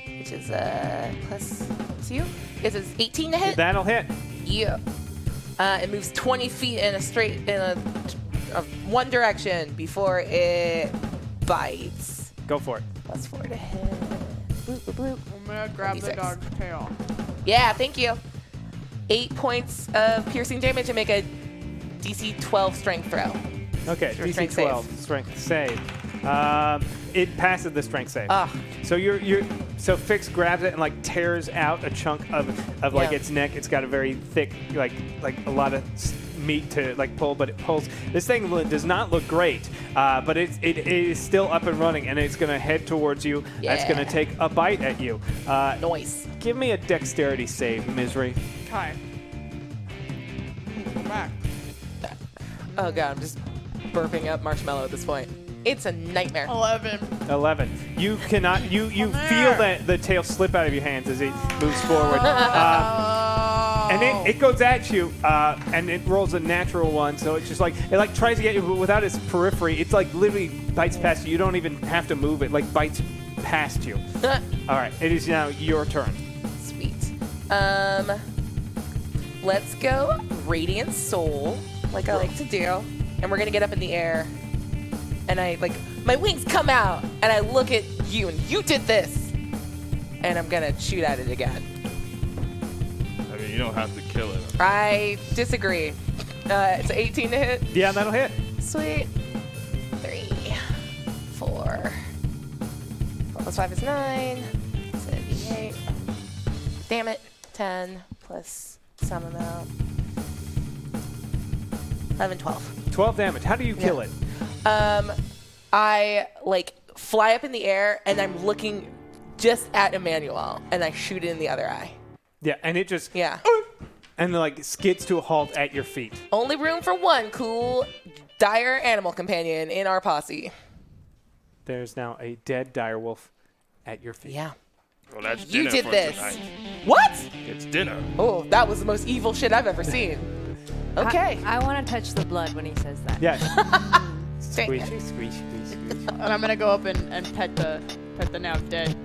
Speaker 6: which is uh, plus two. This is 18 to hit.
Speaker 2: That'll hit.
Speaker 6: Yeah. Uh, it moves 20 feet in a straight in a, a one direction before it bites.
Speaker 2: Go for it.
Speaker 6: Plus four to hit. Bloop, bloop, bloop.
Speaker 21: I'm gonna grab the
Speaker 6: 26.
Speaker 21: dog's tail.
Speaker 6: Yeah, thank you. Eight points of piercing damage and make a DC 12 strength throw.
Speaker 2: Okay,
Speaker 6: Your
Speaker 2: DC
Speaker 6: strength
Speaker 2: 12 strength save. Um, it passes the strength save.
Speaker 6: Ah.
Speaker 2: So you're you're so Fix grabs it and like tears out a chunk of of like
Speaker 6: Yeah.
Speaker 2: its neck. It's got a very thick like like a lot of s- meat to like pull, but it pulls. This thing lo- does not look great, uh, but it's it, it is still up and running, and it's gonna head towards you. That's
Speaker 6: Yeah.
Speaker 2: gonna take a bite at you. Uh,
Speaker 6: Noise.
Speaker 2: Give me a dexterity save, misery.
Speaker 21: Okay. Go back.
Speaker 6: Oh god, I'm just burping up marshmallow at this point. Oh. It's a nightmare.
Speaker 21: 11.
Speaker 2: 11. You cannot, you, you feel that the tail slip out of your hands as it moves forward. Uh, and it, it goes at you, uh, and it rolls a natural one, so it's just like, it like tries to get you but without its periphery. It's like literally bites past you. You don't even have to move it, like bites past you.
Speaker 6: Uh,
Speaker 2: All right, it is now your turn.
Speaker 6: Um, let's go Radiant Soul, like I like to do. And we're gonna get up in the air. And I like my wings come out, and I look at you, and you did this. And I'm gonna shoot at it again.
Speaker 7: I mean, you don't have to kill it.
Speaker 6: I disagree. Uh, it's an 18 to hit.
Speaker 2: Yeah, that'll hit.
Speaker 6: Sweet. Three, four. Four plus five is nine. Seven, eight. Damn it. Ten plus some amount. 11, 12.
Speaker 2: 12 damage. How do you kill it?
Speaker 6: Um, I like fly up in the air and I'm looking just at Emmanuel and I shoot it in the other eye.
Speaker 2: Yeah, and it just,
Speaker 6: yeah.
Speaker 2: and like skids to a halt at your feet.
Speaker 6: Only room for one cool dire animal companion in our posse.
Speaker 2: There's now a dead direwolf at your feet.
Speaker 6: Yeah.
Speaker 7: Well, that's
Speaker 6: You
Speaker 7: dinner
Speaker 6: did
Speaker 7: for
Speaker 6: this.
Speaker 7: tonight.
Speaker 6: What?
Speaker 7: It's dinner.
Speaker 6: Oh, that was the most evil shit I've ever seen. Okay.
Speaker 22: I, want to touch the blood when he says that.
Speaker 2: Yeah.
Speaker 7: Squeeze, squeeze, squeeze, squeeze.
Speaker 3: And I'm gonna go up and, and pet the pet the now dead.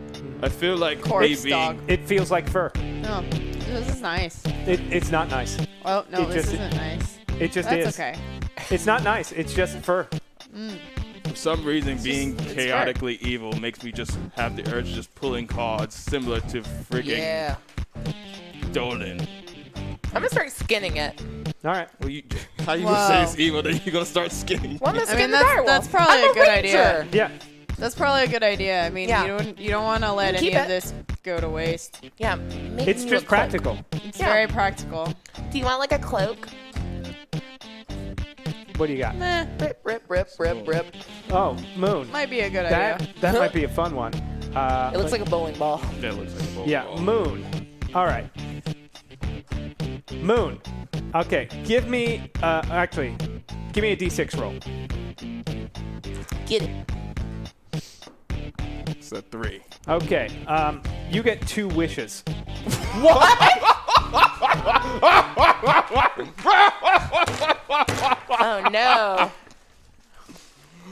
Speaker 7: I feel like
Speaker 3: Corpse
Speaker 7: maybe
Speaker 3: dog.
Speaker 2: It feels like fur.
Speaker 3: Oh, this is nice.
Speaker 2: It, it's not nice.
Speaker 3: Oh no,
Speaker 2: It
Speaker 3: this
Speaker 2: just-
Speaker 3: isn't nice.
Speaker 2: It just
Speaker 3: That's
Speaker 2: is.
Speaker 3: okay.
Speaker 2: It's not nice. It's just fur.
Speaker 3: Mm.
Speaker 7: for some reason being
Speaker 2: it's fair.
Speaker 7: chaotically evil makes me just have the urge to just pulling cards similar to friggin'
Speaker 6: Yeah.
Speaker 7: Dolan.
Speaker 6: I'm gonna start skinning it.
Speaker 2: All right.
Speaker 7: Well, you, how you
Speaker 6: Wow.
Speaker 7: gonna say it's evil? Then you gonna start skinning?
Speaker 6: Well, I'm
Speaker 7: it?
Speaker 6: gonna
Speaker 3: I
Speaker 6: skin
Speaker 3: mean,
Speaker 6: the
Speaker 3: that's,
Speaker 6: direwolf.
Speaker 3: that's probably
Speaker 6: I'm
Speaker 3: a good
Speaker 6: ranger.
Speaker 3: idea.
Speaker 2: Yeah.
Speaker 3: That's probably a good idea. I mean,
Speaker 6: Yeah.
Speaker 3: you don't you don't want to let
Speaker 6: Keep
Speaker 3: any of
Speaker 6: it.
Speaker 3: this go to waste.
Speaker 6: Yeah.
Speaker 2: It's just practical.
Speaker 3: It's
Speaker 6: Yeah.
Speaker 3: very practical.
Speaker 6: Do you want like a cloak?
Speaker 2: What do you got?
Speaker 3: Meh,
Speaker 6: Rip, rip, rip, rip, rip.
Speaker 2: Oh, moon.
Speaker 3: might be a good
Speaker 2: that
Speaker 3: idea.
Speaker 2: that might be a fun one. Uh,
Speaker 6: It looks like a bowling ball.
Speaker 7: That looks like a bowl.
Speaker 2: yeah, moon. All right. Moon. Okay, give me uh, actually, give me a d6 roll.
Speaker 6: Get it.
Speaker 7: It's a three.
Speaker 2: Okay, um, you get two wishes.
Speaker 6: oh no.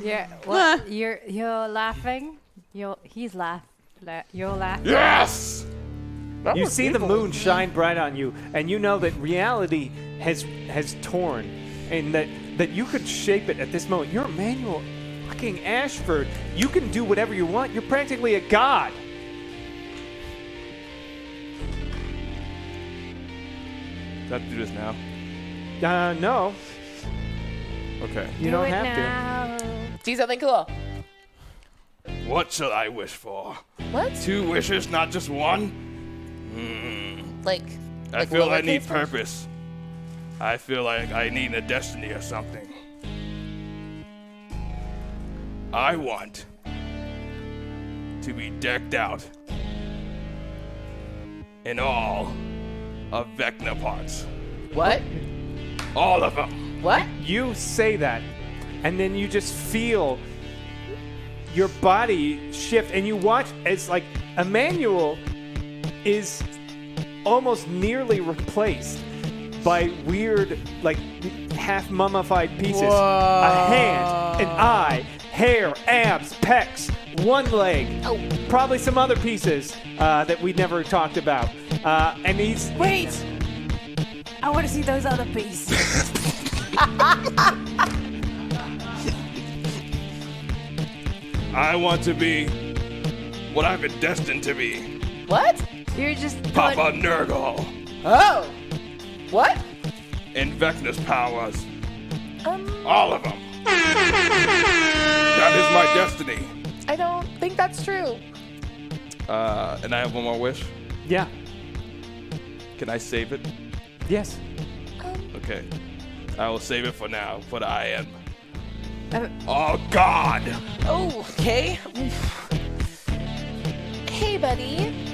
Speaker 22: Yeah. What? You're you're laughing. You're he's laugh. La- you're laughing.
Speaker 7: Yes.
Speaker 2: you see the moon shine bright on you, and you know that reality has has torn, and that that you could shape it at this moment. You're Emmanuel fucking Ashford. You can do whatever you want. You're practically a god.
Speaker 7: Do I have to do this now?
Speaker 2: Uh, no,
Speaker 7: Okay.
Speaker 2: you don't have
Speaker 6: Do something cool.
Speaker 7: What shall I wish for?
Speaker 6: What?
Speaker 7: Two wishes, not just one. Hmm.
Speaker 6: Like
Speaker 7: I
Speaker 6: Like
Speaker 7: feel I
Speaker 6: lowercase
Speaker 7: need
Speaker 6: ones?
Speaker 7: purpose. I feel like I need a destiny or something. I want to be decked out in all of Vecna parts.
Speaker 6: what?
Speaker 7: All of them.
Speaker 6: What?
Speaker 2: You say that, and then you just feel your body shift, and you watch as like Emmanuel is almost nearly replaced by weird, like half mummified pieces. A hand, an eye, hair, abs, pecs, one leg, probably some other pieces uh, that we never talked about. Uh, and he's
Speaker 22: Wait. I want to see those other pieces.
Speaker 7: I want to be what I've been destined to be.
Speaker 6: What?
Speaker 22: You're just
Speaker 7: Papa Nurgle
Speaker 6: Oh. What?
Speaker 7: and Vecna's powers.
Speaker 6: Um.
Speaker 7: All of them. that is my destiny.
Speaker 6: I don't think that's true.
Speaker 7: Uh, and I have one more wish.
Speaker 2: yeah,
Speaker 7: Can I save it?
Speaker 2: yes.
Speaker 7: Okay. I will save it for now, but I am.
Speaker 22: Uh,
Speaker 7: oh, God!
Speaker 6: Oh, okay. Hey, buddy.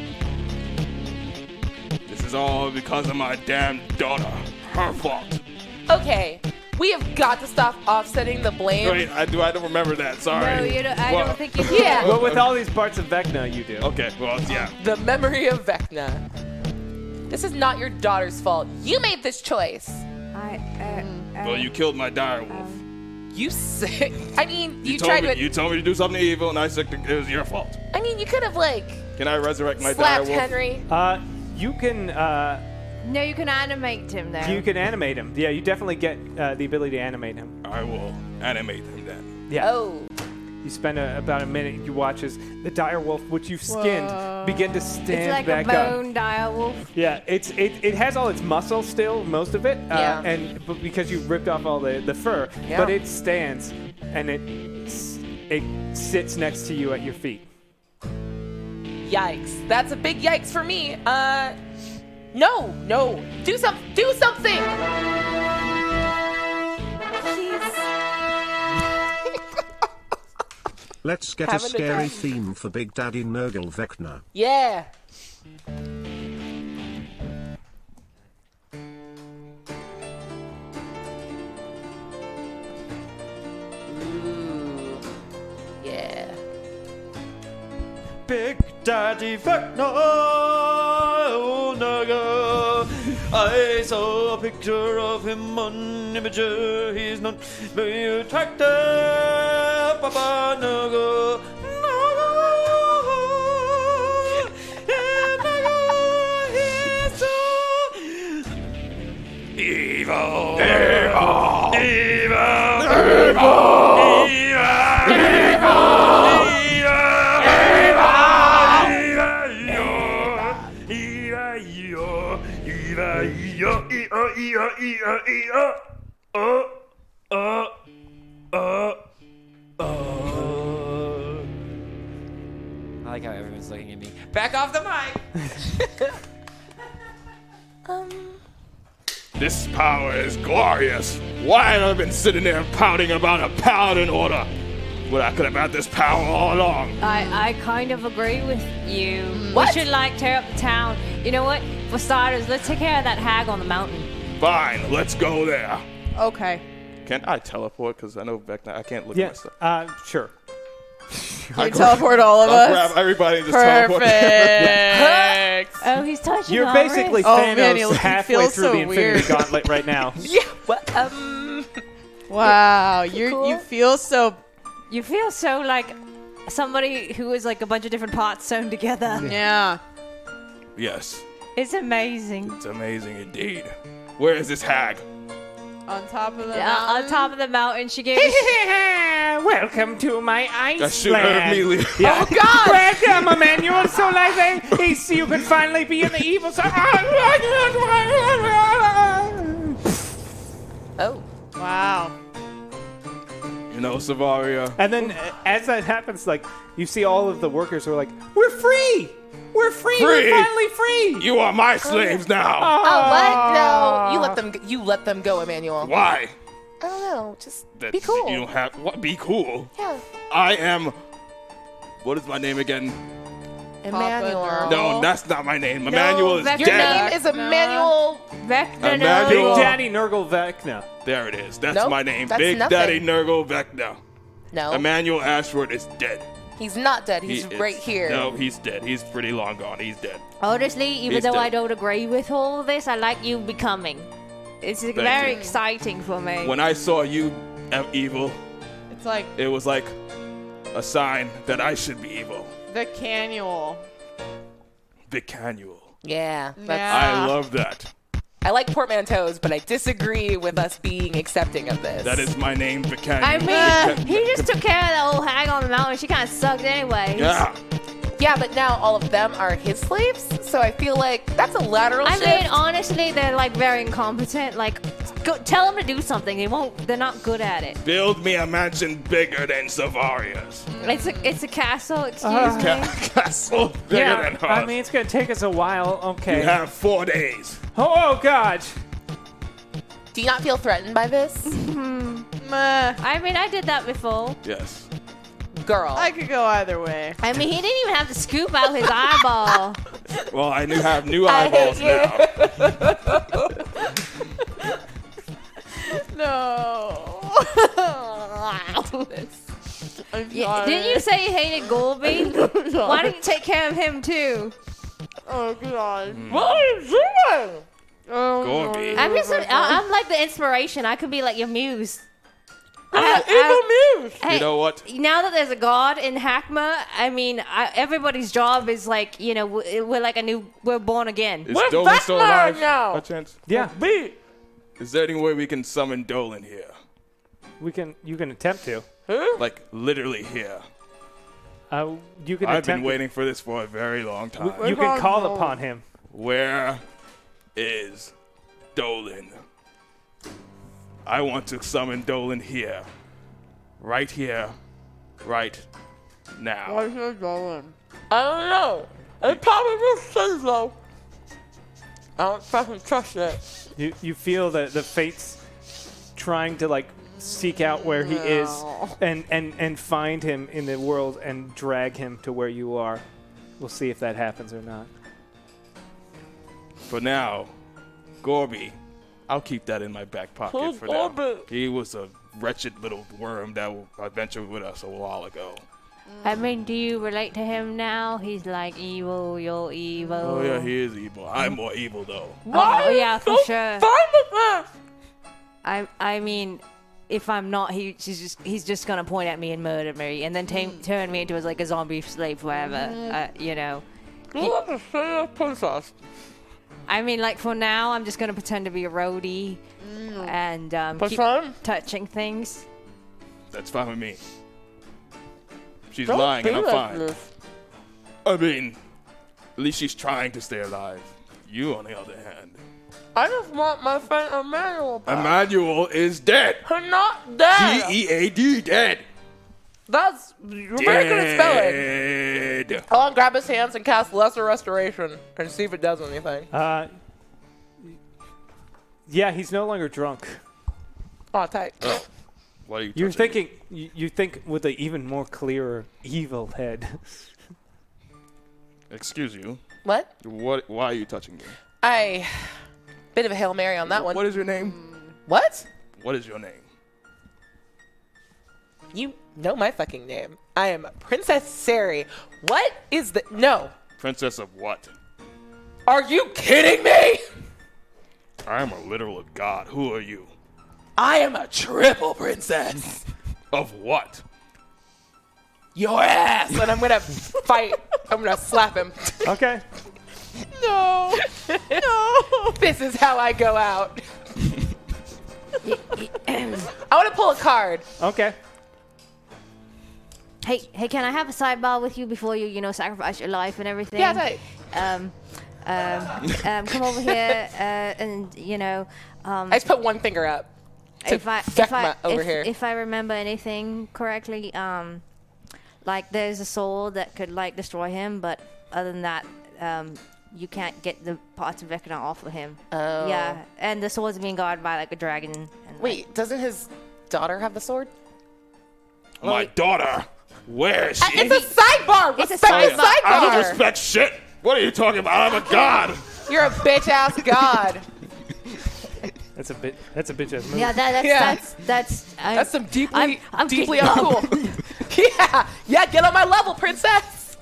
Speaker 7: This is all because of my damn daughter. Her fault.
Speaker 6: Okay. We have got to stop offsetting the blame.
Speaker 7: Wait, I do. I don't remember that. Sorry.
Speaker 6: No, you don't- I
Speaker 7: Well-
Speaker 6: don't think you do. Yeah.
Speaker 2: Well, with all these parts of Vecna, you do.
Speaker 7: Okay. Well, yeah.
Speaker 6: The memory of Vecna. This is not your daughter's fault. You made this choice.
Speaker 10: I. Uh,
Speaker 6: oh.
Speaker 7: Well, you killed my direwolf.
Speaker 6: You sick. I mean, you,
Speaker 7: you told
Speaker 6: tried
Speaker 7: me.
Speaker 6: to.
Speaker 7: You told me to do something evil, and I said it was your fault.
Speaker 6: I mean, you could have like
Speaker 7: Can I resurrect my
Speaker 6: slapped
Speaker 7: direwolf?
Speaker 6: Henry.
Speaker 2: Uh, you can uh,
Speaker 10: No, you can animate him though.
Speaker 2: you can animate him. Yeah, you definitely get uh, the ability to animate him.
Speaker 7: I will animate him then.
Speaker 2: Yeah.
Speaker 6: Oh.
Speaker 2: You spend a, about a minute. You watch as the direwolf, which you've skinned, begin to stand
Speaker 10: it's like
Speaker 2: back
Speaker 10: a
Speaker 2: up.
Speaker 10: bone direwolf.
Speaker 2: Yeah, it's it, it has all its muscle still, most of it,
Speaker 10: Yeah.
Speaker 2: uh, and but because you ripped off all the, the fur,
Speaker 10: Yeah.
Speaker 2: but it stands and it s- it sits next to you at your feet.
Speaker 6: Yikes. That's a big yikes for me. Uh, no, no. Do some. Do something.
Speaker 9: Let's get
Speaker 6: Having a
Speaker 9: a
Speaker 6: time.
Speaker 9: scary theme for Big Daddy Nurgle Vecna.
Speaker 6: Yeah. Ooh. Yeah.
Speaker 20: Big Daddy Vecna, oh Naga. I saw a picture of him on Imager. He's not very attractive, Papa Naga. Naga. Yeah, Naga, he's so
Speaker 7: Evil.
Speaker 20: Evil.
Speaker 24: I like how everyone's looking at me. Back off the mic.
Speaker 7: This power is glorious. Why have I been sitting there pouting about a paladin order? Well, I could have had this power all along.
Speaker 22: I, I kind of agree with you.
Speaker 7: What?
Speaker 22: We should like tear up the town. You know what? For starters, let's take care of that hag on the mountain.
Speaker 7: Fine, let's go there.
Speaker 3: Okay.
Speaker 7: Can I teleport? Because I know Vecna, I can't look at
Speaker 2: Yes.
Speaker 7: myself.
Speaker 2: Uh, sure.
Speaker 7: I
Speaker 3: You teleport all of
Speaker 7: I'll
Speaker 3: us?
Speaker 7: grab everybody and just teleport.
Speaker 3: Perfect.
Speaker 22: oh, he's touching
Speaker 2: You're
Speaker 22: our
Speaker 2: basically
Speaker 22: wrist.
Speaker 10: Oh,
Speaker 2: Thanos halfway through the Infinity
Speaker 3: weird.
Speaker 2: Gauntlet right now.
Speaker 6: Yeah. Well, um.
Speaker 3: Wow. You you feel so.
Speaker 22: You feel so like somebody who is like a bunch of different parts sewn together.
Speaker 3: Yeah.
Speaker 7: Yes,
Speaker 22: It's amazing.
Speaker 7: it's amazing indeed. Where is this hag?
Speaker 3: On top of the
Speaker 22: yeah, uh, on top of the mountain, she gave.
Speaker 2: Welcome to my
Speaker 7: I shoot her
Speaker 2: Iceland.
Speaker 7: immediately.
Speaker 2: Yeah. Oh God! Welcome, Emmanuel. So like, I, I see you could finally be in the evil side.
Speaker 6: Oh.
Speaker 3: Wow.
Speaker 7: You know, Savaria.
Speaker 2: And then, uh, as that happens, like you see all of the workers who are like, "We're free! We're free!
Speaker 7: Free!
Speaker 2: We're finally free!
Speaker 7: You are my slaves now.
Speaker 6: Oh, what? No, you let them. g- You let them go, Emmanuel.
Speaker 7: Why?
Speaker 6: I don't know. Just
Speaker 7: That
Speaker 6: be cool.
Speaker 7: You don't have what? Be cool.
Speaker 6: Yeah.
Speaker 7: I am. What is my name again?
Speaker 6: Emmanuel.
Speaker 7: No, that's not my name. Emmanuel is
Speaker 6: Oh. Your
Speaker 7: dead.
Speaker 6: name is Emmanuel.
Speaker 7: Emmanuel.
Speaker 2: Big Daddy Nurgle Vecna.
Speaker 7: There it is. That's
Speaker 6: Nope,
Speaker 7: my name.
Speaker 6: that's
Speaker 7: Big
Speaker 6: nothing.
Speaker 7: Daddy Nurgle Vecna.
Speaker 6: No.
Speaker 7: Emmanuel Ashford is dead.
Speaker 6: He's not dead. He's
Speaker 7: He is-
Speaker 6: right here.
Speaker 7: No, he's dead. He's pretty long gone. He's dead.
Speaker 22: Honestly, even
Speaker 7: He's
Speaker 22: though
Speaker 7: dead.
Speaker 22: I don't agree with all this, I like you becoming. It's
Speaker 7: Thank
Speaker 22: very
Speaker 7: you.
Speaker 22: exciting for me.
Speaker 7: When I saw you, am evil.
Speaker 3: It's like
Speaker 7: It was like a sign that I should be evil.
Speaker 3: the canule.
Speaker 7: Vicanuel.
Speaker 6: Yeah. Ah.
Speaker 7: I love that.
Speaker 6: I like portmanteaus, but I disagree with us being accepting of this.
Speaker 7: That is my name, Vicanuel.
Speaker 22: I
Speaker 6: uh,
Speaker 22: mean,
Speaker 7: Vica-
Speaker 22: he just took care of that old hag Oh, on the mountain. She kind of sucked anyway.
Speaker 7: Yeah.
Speaker 6: Yeah, but now all of them are his slaves, so I feel like that's a lateral
Speaker 22: I
Speaker 6: shift.
Speaker 22: mean, honestly, they're like very incompetent. Like, go, tell them to do something. They won't. They're not good at it.
Speaker 7: Build me a mansion bigger than Savaria's.
Speaker 22: It's a it's a castle. Excuse
Speaker 3: Ah.
Speaker 22: me.
Speaker 7: Castle bigger than ours.
Speaker 2: I mean, it's gonna take us a while. Okay.
Speaker 7: You have four days.
Speaker 2: Oh, oh God!
Speaker 6: Do you not feel threatened by this?
Speaker 3: Uh,
Speaker 22: I mean, I did that before.
Speaker 7: Yes.
Speaker 6: Girl.
Speaker 3: I could go either way.
Speaker 22: I mean, he didn't even have to scoop out his eyeball.
Speaker 7: Well, I knew have new eyeballs now.
Speaker 25: No.
Speaker 3: I'm
Speaker 5: Yeah,
Speaker 3: sorry.
Speaker 5: didn't you say you hated Goldby? Why don't you take care of him too?
Speaker 3: Oh god.
Speaker 5: What are you doing?
Speaker 3: Oh,
Speaker 7: Goldby.
Speaker 10: I'm just, I- I'm like the inspiration. I could be like your muse.
Speaker 5: evil
Speaker 7: you know what?
Speaker 5: Now that there's a god in Hakma, I mean, I, everybody's job is like, you know, we're, we're like a new, we're born again.
Speaker 7: Is Dolan still alive? By chance?
Speaker 2: Yeah.
Speaker 7: Me. Is there any way we can summon Dolan here?
Speaker 2: We can. You can attempt to.
Speaker 7: Like literally here.
Speaker 2: Uh, you can.
Speaker 7: I've been
Speaker 2: attempt-
Speaker 7: waiting for this for a very long time.
Speaker 2: You can call upon him.
Speaker 7: Where is Dolan? I want to summon Dolan here. Right here. Right now.
Speaker 3: Why should I go in? I don't know. It probably will say though. I don't fucking trust it.
Speaker 2: You you feel the the fates trying to like seek out where he is and and and find him in the world and drag him to where you are. We'll see if that happens or not.
Speaker 7: For now, Gorby. I'll keep that in my back pocket
Speaker 2: Who's
Speaker 7: for now.
Speaker 2: Gorby?
Speaker 7: He was a wretched little worm that adventured with us a while ago.
Speaker 10: I mean, do you relate to him now? He's like evil. You're evil.
Speaker 7: Oh, yeah, he is evil. I'm more evil though.
Speaker 5: Oh, yeah, for sure. I I mean, if I'm not, he she's just he's just gonna point at me and murder me, and then ta- turn me into as like a zombie slave forever. Uh, you know.
Speaker 3: princess.
Speaker 5: I mean, like for now, I'm just gonna pretend to be a roadie and um, keep touching things.
Speaker 7: That's fine with me. She's
Speaker 5: Don't
Speaker 7: lying
Speaker 5: be
Speaker 7: and I'm
Speaker 5: like
Speaker 7: fine.
Speaker 5: this.
Speaker 7: I mean, at least she's trying to stay alive. You, on the other hand,
Speaker 3: I just want my friend Emmanuel
Speaker 6: Ah.
Speaker 3: back.
Speaker 7: Emmanuel is dead.
Speaker 3: Her not dead.
Speaker 7: D E A D, dead.
Speaker 6: That's you're very good at spelling.
Speaker 7: Dead.
Speaker 6: I'll grab his hands and cast Lesser Restoration and see if it does anything.
Speaker 2: Uh, yeah, he's no longer drunk.
Speaker 6: Oh, tight.
Speaker 7: Why are you
Speaker 2: You're thinking. You, you think with an even more clearer evil head.
Speaker 7: Excuse you.
Speaker 6: What?
Speaker 7: What? Why are you touching me?
Speaker 6: I bit of a hail mary on that one.
Speaker 7: What is your name?
Speaker 6: What?
Speaker 7: What is your name?
Speaker 6: You know my fucking name. I am Princess Sari. What is the no?
Speaker 7: Princess of what?
Speaker 6: Are you kidding me?
Speaker 7: I am a literal god. Who are you?
Speaker 6: I am a triple princess.
Speaker 7: Of what?
Speaker 6: Your ass. And I'm gonna fight. I'm gonna slap him.
Speaker 2: Okay.
Speaker 6: No. No. this is how I go out. I want to pull a card.
Speaker 2: Okay.
Speaker 10: Hey, hey, can I have a sidebar with you before you, you know, sacrifice your life and everything?
Speaker 6: Yeah, right.
Speaker 10: Um, um, um, come over here, uh, and you know, um,
Speaker 6: I just put one finger up. to
Speaker 10: if I, if I,
Speaker 6: Sekhma over
Speaker 10: if,
Speaker 6: here.
Speaker 10: if I remember anything correctly, um, like there's a sword that could like destroy him, but other than that, um, you can't get the parts of Vecna off of him.
Speaker 6: Oh.
Speaker 10: Yeah, and the sword's being guarded by like a dragon. And,
Speaker 6: Wait, doesn't his daughter have the sword?
Speaker 7: My daughter. Where is
Speaker 6: Uh,
Speaker 7: she? Oh,
Speaker 6: It's a sidebar. Respect the sidebar.
Speaker 7: I don't respect shit. What are you talking about? I'm a god.
Speaker 6: You're a bitch ass god.
Speaker 2: That's a bit. That's a bitch ass move.
Speaker 10: yeah, that, that's,
Speaker 6: Yeah.
Speaker 10: that's that's I'm,
Speaker 6: That's some deeply,
Speaker 10: I'm
Speaker 6: deeply
Speaker 10: getting up.
Speaker 6: uncool. yeah, yeah. Get on my level, princess.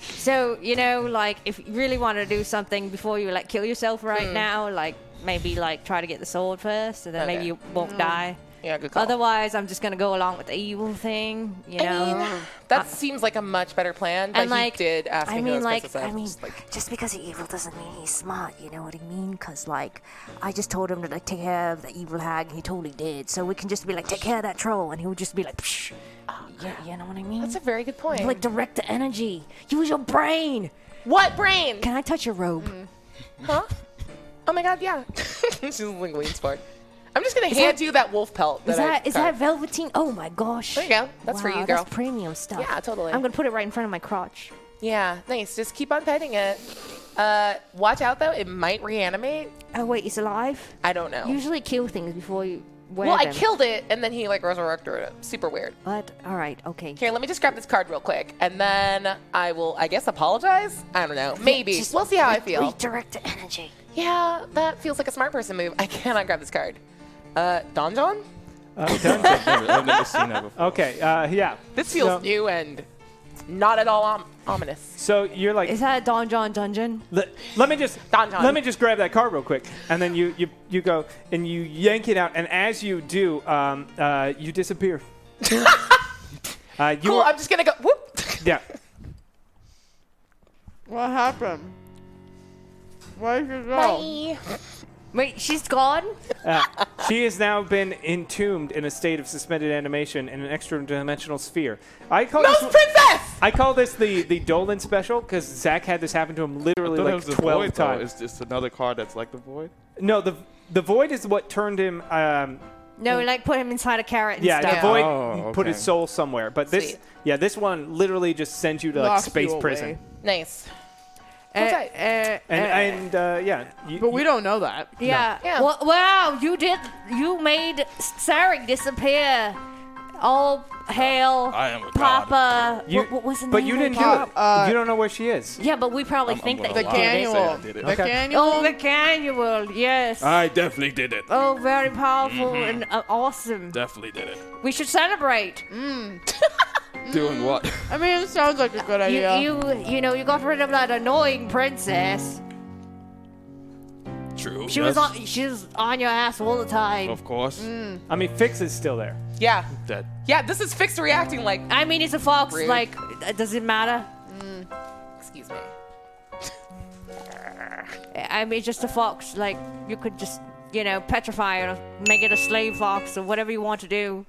Speaker 5: So you know, like if you really want to do something before you like kill yourself right
Speaker 6: Hmm.
Speaker 5: now, like maybe like try to get the sword first, and then
Speaker 6: Okay.
Speaker 5: maybe you won't
Speaker 10: Hmm.
Speaker 6: Mm.
Speaker 5: die.
Speaker 6: Yeah, good call.
Speaker 5: Otherwise, I'm just gonna go along with the evil thing. You
Speaker 6: I
Speaker 5: know.
Speaker 6: mean, that seems like a much better plan. But
Speaker 5: And like,
Speaker 6: he did ask me
Speaker 5: I
Speaker 6: who
Speaker 5: mean,
Speaker 6: was
Speaker 5: like,
Speaker 6: princess
Speaker 5: I
Speaker 6: of.
Speaker 5: mean,
Speaker 10: just because he's evil doesn't mean he's smart. You know what I mean? Cause like, I just told him to like take care of the evil hag, and he totally did. So we can just be like, take care of that troll, and he would just be like, Psh.
Speaker 6: Oh,
Speaker 10: yeah, you know what I mean? That's a
Speaker 6: very good point.
Speaker 10: Like, direct the energy. Use your brain.
Speaker 6: What brain?
Speaker 10: Can I touch your robe?
Speaker 6: huh? Oh my god, yeah. She's like leans forward. I'm just gonna
Speaker 10: Is
Speaker 6: hand
Speaker 10: that-
Speaker 6: you that wolf pelt.
Speaker 10: Is
Speaker 6: that I
Speaker 10: that is
Speaker 6: got.
Speaker 10: that velveteen? Oh my gosh!
Speaker 6: There you go. That's for
Speaker 10: Wow,
Speaker 6: you, girl.
Speaker 10: That's premium stuff.
Speaker 6: Yeah, totally.
Speaker 10: I'm gonna put it right in front of my crotch.
Speaker 6: Yeah, nice. Just keep on petting it. Uh, watch out though, it might reanimate.
Speaker 10: Oh wait, it's alive.
Speaker 6: I don't know.
Speaker 10: Usually kill things before you wear
Speaker 6: well, I
Speaker 10: them.
Speaker 6: killed it and then he like resurrected it. Super weird.
Speaker 10: But all right, okay.
Speaker 6: Here, let me just grab this card real quick, and then I will, I guess, apologize. I don't know. Maybe
Speaker 10: Just
Speaker 6: we'll see how I
Speaker 10: re-
Speaker 6: feel.
Speaker 10: Redirect the energy.
Speaker 6: Yeah, that feels like a smart person move. I cannot grab this card. Uh, Donjon?
Speaker 2: Uh, dungeon.
Speaker 6: I've never seen that before.
Speaker 2: Okay, uh, yeah.
Speaker 6: This feels
Speaker 2: So-
Speaker 6: new and not at all om- ominous.
Speaker 2: So you're like,
Speaker 10: Is that a donjon dungeon?
Speaker 2: let, let me just
Speaker 6: Donjon.
Speaker 2: let me just grab that card real quick, and then you you, you go and you yank it out, and as you do, um, uh, you disappear. uh, you
Speaker 6: cool.
Speaker 2: are-
Speaker 6: I'm just gonna go. Whoop.
Speaker 2: yeah.
Speaker 21: What happened? Where'd you
Speaker 10: Bye. Wait, she's gone?
Speaker 2: Uh, she has now been entombed in a state of suspended animation in an extra dimensional sphere. I call this
Speaker 6: princess.
Speaker 2: I call this the the Dolan special because Zach had this happen to him
Speaker 18: I
Speaker 2: literally
Speaker 18: thought it
Speaker 2: like
Speaker 18: was the
Speaker 2: twelve
Speaker 18: void, though.
Speaker 2: times.
Speaker 18: It's just another card that's like the void.
Speaker 2: No, the the void is what turned him. Um,
Speaker 10: No, like put him inside a carrot and
Speaker 2: yeah,
Speaker 10: stuff.
Speaker 2: the void
Speaker 18: Oh,
Speaker 2: put his
Speaker 18: okay.
Speaker 2: soul somewhere. But this, yeah, this one literally just sends you to like
Speaker 6: Locks
Speaker 2: space
Speaker 6: you away.
Speaker 2: prison.
Speaker 6: Nice.
Speaker 10: Okay.
Speaker 2: And
Speaker 10: Eh.
Speaker 2: and uh, yeah, you,
Speaker 3: But we don't know that.
Speaker 10: Yeah.
Speaker 6: Yeah.
Speaker 10: Wa- wow, you did. You made Sarek disappear. All hail,
Speaker 7: I am a
Speaker 10: Papa.
Speaker 2: you-
Speaker 10: what, what was the
Speaker 2: but
Speaker 10: name
Speaker 2: you
Speaker 10: of
Speaker 2: didn't
Speaker 10: the Uh,
Speaker 2: do
Speaker 10: guy?
Speaker 2: it. you don't know where she is.
Speaker 10: Yeah, but we probably think that
Speaker 7: gonna
Speaker 10: you
Speaker 7: lie.
Speaker 10: did.
Speaker 7: Say I did it.
Speaker 10: The Oh, the Canuel. Yes.
Speaker 7: I definitely did it.
Speaker 10: oh, very powerful
Speaker 7: Mhm.
Speaker 10: and uh, awesome.
Speaker 7: Definitely did it.
Speaker 10: We should celebrate.
Speaker 7: Doing what?
Speaker 3: I mean, it sounds like a good
Speaker 10: You, you, you know, you got rid of that annoying princess.
Speaker 7: True.
Speaker 10: She was on. She was on your ass all the time.
Speaker 7: Of course.
Speaker 6: Mm.
Speaker 2: I mean, Fix is still there.
Speaker 6: Yeah.
Speaker 7: That
Speaker 6: Yeah. This is fixed reacting like.
Speaker 10: I mean, it's a fox.
Speaker 6: Rude.
Speaker 10: Like, uh, does it matter?
Speaker 6: Excuse me.
Speaker 10: I mean, it's just a fox. Like, you could just, you know, petrify it or make it a slave fox or whatever you want to do.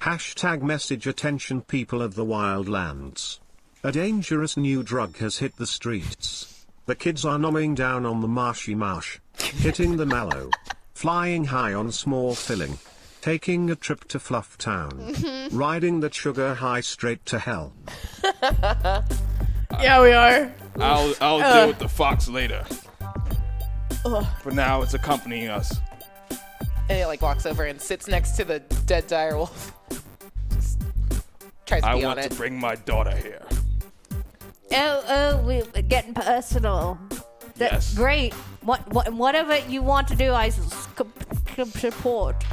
Speaker 9: Hashtag message attention people of the wildlands. A dangerous new drug has hit the streets. The kids are nomming down on the marshy marsh, hitting the mallow, flying high on small filling, taking a trip to Fluff Town, riding the sugar high straight to hell.
Speaker 3: yeah, we are.
Speaker 7: I'll I'll
Speaker 3: Ugh.
Speaker 7: deal with the fox later.
Speaker 6: Ugh.
Speaker 7: For now, it's accompanying us.
Speaker 6: And it like walks over and sits next to the dead direwolf. Just tries to
Speaker 7: I
Speaker 6: be
Speaker 7: want
Speaker 6: on it.
Speaker 7: to bring my daughter here.
Speaker 10: Oh, oh, we- we're getting personal. That- Great. What, what, whatever you want to do, I s- c- c- support.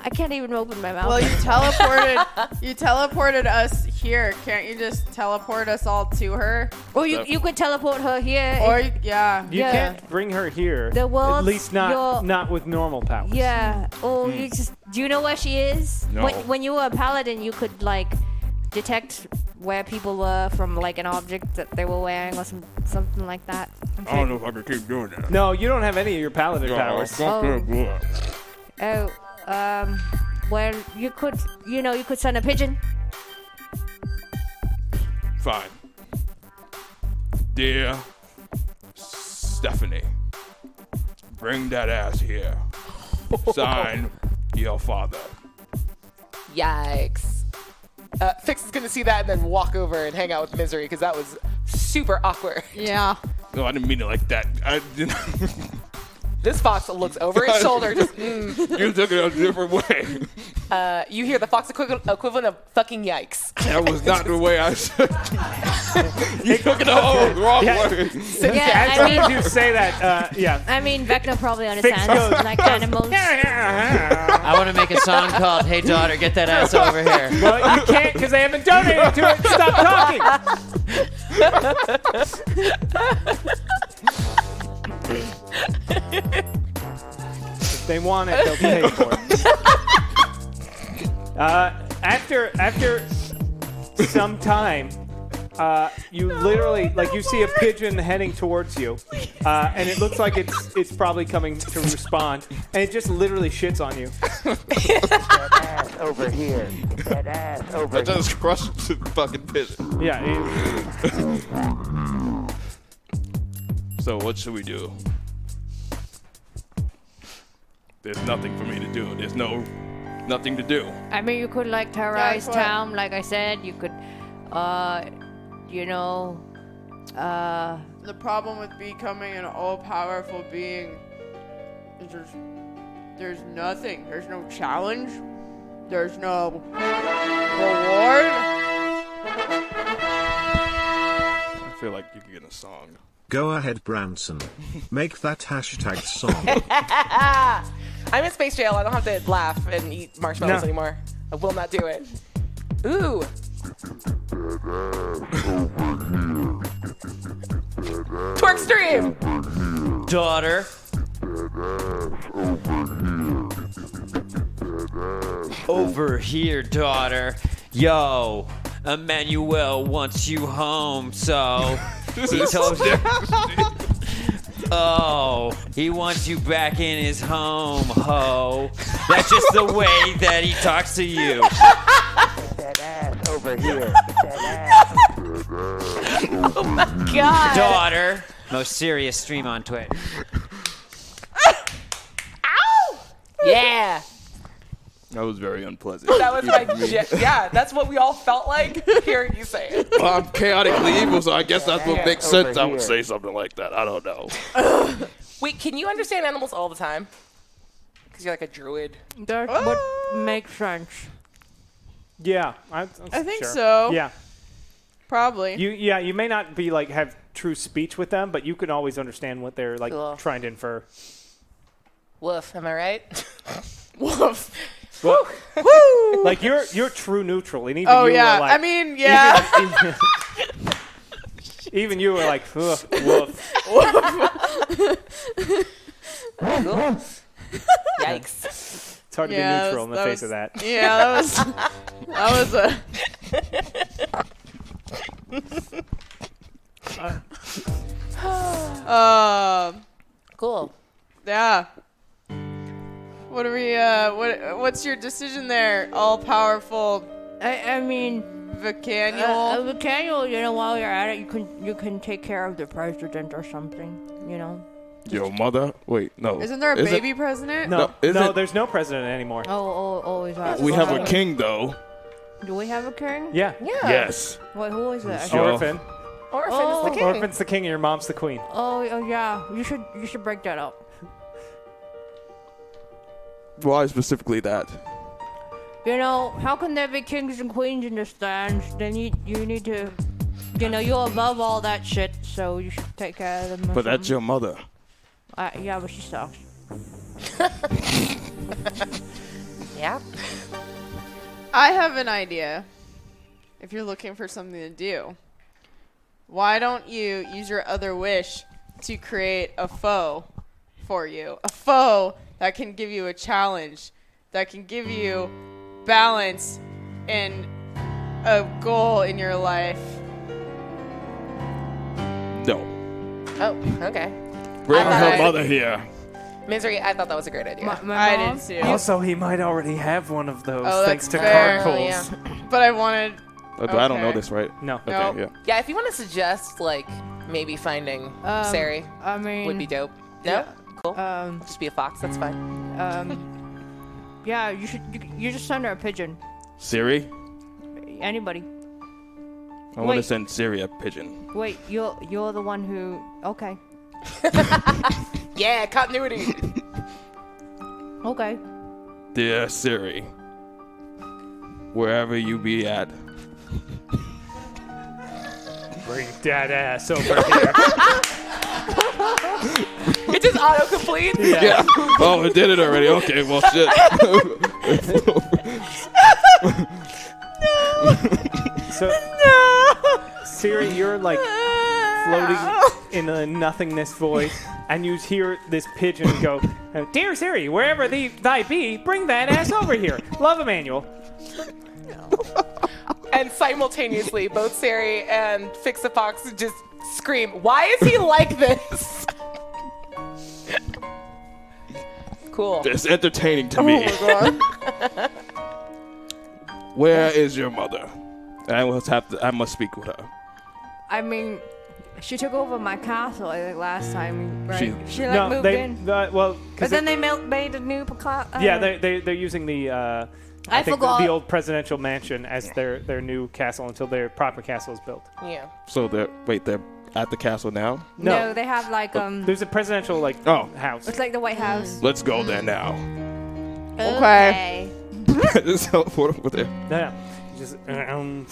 Speaker 10: I can't even open my mouth.
Speaker 3: Well, you teleported. you teleported us here. Can't you just teleport us all to her?
Speaker 10: Well, you, you could teleport her here.
Speaker 3: Or yeah.
Speaker 2: You can't bring her here.
Speaker 10: The
Speaker 2: At
Speaker 10: world's
Speaker 2: least not
Speaker 10: your-
Speaker 2: not with normal powers.
Speaker 10: Yeah. Oh,
Speaker 2: Mm.
Speaker 10: you just. Do you know where she is?
Speaker 2: No.
Speaker 10: When, when you were a paladin, you could like detect where people were from like an object that they were wearing or some something like that.
Speaker 7: I don't know if I can keep doing that.
Speaker 2: No, you don't have any of your paladin
Speaker 7: No,
Speaker 2: powers.
Speaker 7: don't
Speaker 10: Oh. Oh, um. Well, you could. You know, you could send a pigeon.
Speaker 6: Oh.
Speaker 7: Fine. Dear Stephanie, bring that ass here. Sign your father.
Speaker 6: Yikes. Uh, Fix is gonna see that and then walk over and hang out with Misery because that was super awkward.
Speaker 3: Yeah.
Speaker 7: No, I didn't mean it like that. I didn't.
Speaker 6: This fox looks over his shoulder. Just, mm.
Speaker 7: you took it a different way.
Speaker 6: uh, you hear the fox equiv- equivalent of fucking yikes.
Speaker 7: That was not the way I should. you took it the whole wrong
Speaker 2: Yeah.
Speaker 7: way.
Speaker 2: Yeah,
Speaker 10: Yeah,
Speaker 2: as
Speaker 10: I
Speaker 2: soon as you
Speaker 10: mean-
Speaker 2: say that, uh, yeah.
Speaker 10: I mean, Vecna probably understands
Speaker 2: goes-
Speaker 10: like animals.
Speaker 24: I want to make a song called "Hey Daughter, Get That Ass Over Here."
Speaker 2: Well, you can't because I haven't donated to it. Stop talking. if they want it, they'll pay for it. Uh, after after some time, uh, you literally like you see a pigeon heading towards you, uh, and it looks like it's it's probably coming to respond, and it just literally shits on you.
Speaker 18: Over here. That ass over I just crushed the fucking pigeon.
Speaker 2: Yeah.
Speaker 7: So what should we do? There's nothing for me to do. There's no nothing to do.
Speaker 10: I mean, you could like terrorize
Speaker 3: Yeah, I-
Speaker 10: town, like I said. You could, uh, you know, uh,
Speaker 3: The problem with becoming an all-powerful being is there's there's nothing. There's no challenge. There's no reward.
Speaker 7: I feel like you could get a song.
Speaker 9: Go ahead, Branson. Make that hashtag song.
Speaker 6: I'm in space jail. I don't have to laugh and eat marshmallows
Speaker 9: No.
Speaker 6: anymore. I will not do it. Ooh. Twerk stream.
Speaker 20: Daughter. Over here, daughter. Yo, Emmanuel wants you home, so he told you. Oh, he wants you back in his home, ho. That's just the way that he talks to you.
Speaker 21: Over here.
Speaker 20: oh my
Speaker 21: God.
Speaker 20: Daughter. Most serious stream on Twitch.
Speaker 6: Yeah.
Speaker 7: That was very unpleasant.
Speaker 6: That was my
Speaker 7: Even for me.
Speaker 6: shit. Yeah, that's what we all felt like hearing you say it.
Speaker 7: Well, I'm chaotically evil, so I guess that's what
Speaker 6: Yeah,
Speaker 7: makes
Speaker 6: over
Speaker 7: sense. I would
Speaker 6: here.
Speaker 7: say something like that. I don't know.
Speaker 6: Wait, can you understand animals all the time? Because you're like a druid.
Speaker 10: That would make sense.
Speaker 2: Yeah, I, I'm
Speaker 3: I think
Speaker 2: sure.
Speaker 3: so.
Speaker 2: Yeah,
Speaker 3: Probably.
Speaker 2: you yeah you may not be like have true speech with them, but you can always understand what they're like
Speaker 6: Cool.
Speaker 2: trying to infer.
Speaker 6: Woof, am I right? Woof.
Speaker 2: Well,
Speaker 3: Woo!
Speaker 2: like you're you're true neutral, and even
Speaker 3: Oh
Speaker 2: you
Speaker 3: yeah.
Speaker 2: were like,
Speaker 3: I mean, yeah.
Speaker 2: even, even you were like, "Ugh, woof.
Speaker 6: Yikes.
Speaker 2: It's hard to
Speaker 3: Yeah,
Speaker 2: be
Speaker 3: that
Speaker 2: neutral
Speaker 3: was-
Speaker 2: in the face of that.
Speaker 3: Yeah, that was that was uh, a. um.
Speaker 6: Cool.
Speaker 3: Yeah. What are we? Uh, what What's your decision there? All powerful.
Speaker 10: I, I mean,
Speaker 3: Vacannual.
Speaker 10: Uh, uh, Vacannual, you know, while you're at it, you can you can take care of the president or something, you know.
Speaker 7: Your mother? Wait, no.
Speaker 10: Isn't there a
Speaker 7: Is it-
Speaker 10: baby president?
Speaker 2: No, no,
Speaker 7: No, isn't-
Speaker 2: there's no president anymore.
Speaker 10: Oh, oh, oh, is that?
Speaker 7: We have a king, though.
Speaker 10: Do we have a king?
Speaker 2: Yeah.
Speaker 10: Yeah.
Speaker 7: Yes.
Speaker 10: What? Who is that?
Speaker 2: Orphan.
Speaker 10: Orphan
Speaker 6: is the king.
Speaker 2: Orphan's the king, and your mom's the queen.
Speaker 10: Oh, oh yeah. You should you should break that up.
Speaker 7: Why specifically that?
Speaker 10: You know, how can there be kings and queens in the stands? They need you need to, you know, you're above all that shit, so you should take care of them. or
Speaker 7: But that's
Speaker 10: something.
Speaker 7: your mother.
Speaker 10: Uh, yeah, but she sucks.
Speaker 6: yeah.
Speaker 3: I have an idea. If you're looking for something to do, why don't you use your other wish to create a foe for you? A foe that can give you a challenge, that can give you balance and a goal in your life.
Speaker 7: No.
Speaker 6: Oh, okay.
Speaker 7: Bring
Speaker 6: I thought
Speaker 7: her
Speaker 6: I-
Speaker 7: mother here.
Speaker 6: Misery, I thought that was a great idea.
Speaker 3: I didn't see it.
Speaker 2: Also, he might already have one of those
Speaker 3: Oh,
Speaker 2: thanks
Speaker 3: that's
Speaker 2: to
Speaker 3: fair.
Speaker 2: card pulls.
Speaker 3: But I wanted.
Speaker 7: Uh, do I don't know
Speaker 3: Okay.
Speaker 7: this, right?
Speaker 2: No.
Speaker 7: Okay,
Speaker 3: Nope.
Speaker 7: yeah.
Speaker 6: Yeah, if you want to suggest, like, maybe finding
Speaker 10: Um,
Speaker 6: Sari
Speaker 10: I mean,
Speaker 3: mm.
Speaker 6: would be dope. No? Cool. Um, Just be a fox, that's fine.
Speaker 10: Um, yeah, you should. You, you just send her a pigeon.
Speaker 7: Siri?
Speaker 10: Anybody.
Speaker 7: I want to
Speaker 10: Wait.
Speaker 7: send Siri a pigeon.
Speaker 10: Wait, you're you're the one who. Okay.
Speaker 6: Yeah, continuity.
Speaker 10: Okay.
Speaker 7: Dear Siri, wherever you be at,
Speaker 2: Bring that ass over here.
Speaker 6: it just autocomplete.
Speaker 7: Yeah. Oh, it did it already. Okay, well, shit.
Speaker 2: So, Siri, you're like
Speaker 3: Oh,
Speaker 2: floating in a nothingness void, and you hear this pigeon go, uh, "Dear Siri, wherever thee thy be, bring that ass over here." Love Emmanuel.
Speaker 6: and simultaneously, both Sari and Fix the Fox just scream, Why is he like this? cool.
Speaker 7: It's entertaining to me. Where is your mother? I must have to. I must speak with her.
Speaker 10: I mean, she took over my castle I think, last time, right?
Speaker 7: She-
Speaker 10: She, like
Speaker 2: no,
Speaker 10: moved
Speaker 2: they,
Speaker 10: in,
Speaker 2: uh, well, 'cause
Speaker 10: but then
Speaker 2: it-
Speaker 10: they mil- made a new. Pla- uh,
Speaker 2: yeah, they they they're using the. Uh, I,
Speaker 10: I
Speaker 2: think
Speaker 10: forgot.
Speaker 2: the old presidential mansion as their their new castle until their proper castle is built.
Speaker 6: Yeah.
Speaker 7: So they're wait. They're at the castle now.
Speaker 10: no. they have like um.
Speaker 2: There's a presidential like
Speaker 7: Oh.
Speaker 2: house.
Speaker 10: It's like the White House.
Speaker 7: Let's go there now.
Speaker 10: Okay.
Speaker 7: so what over there?
Speaker 2: No, no. Just, uh, um,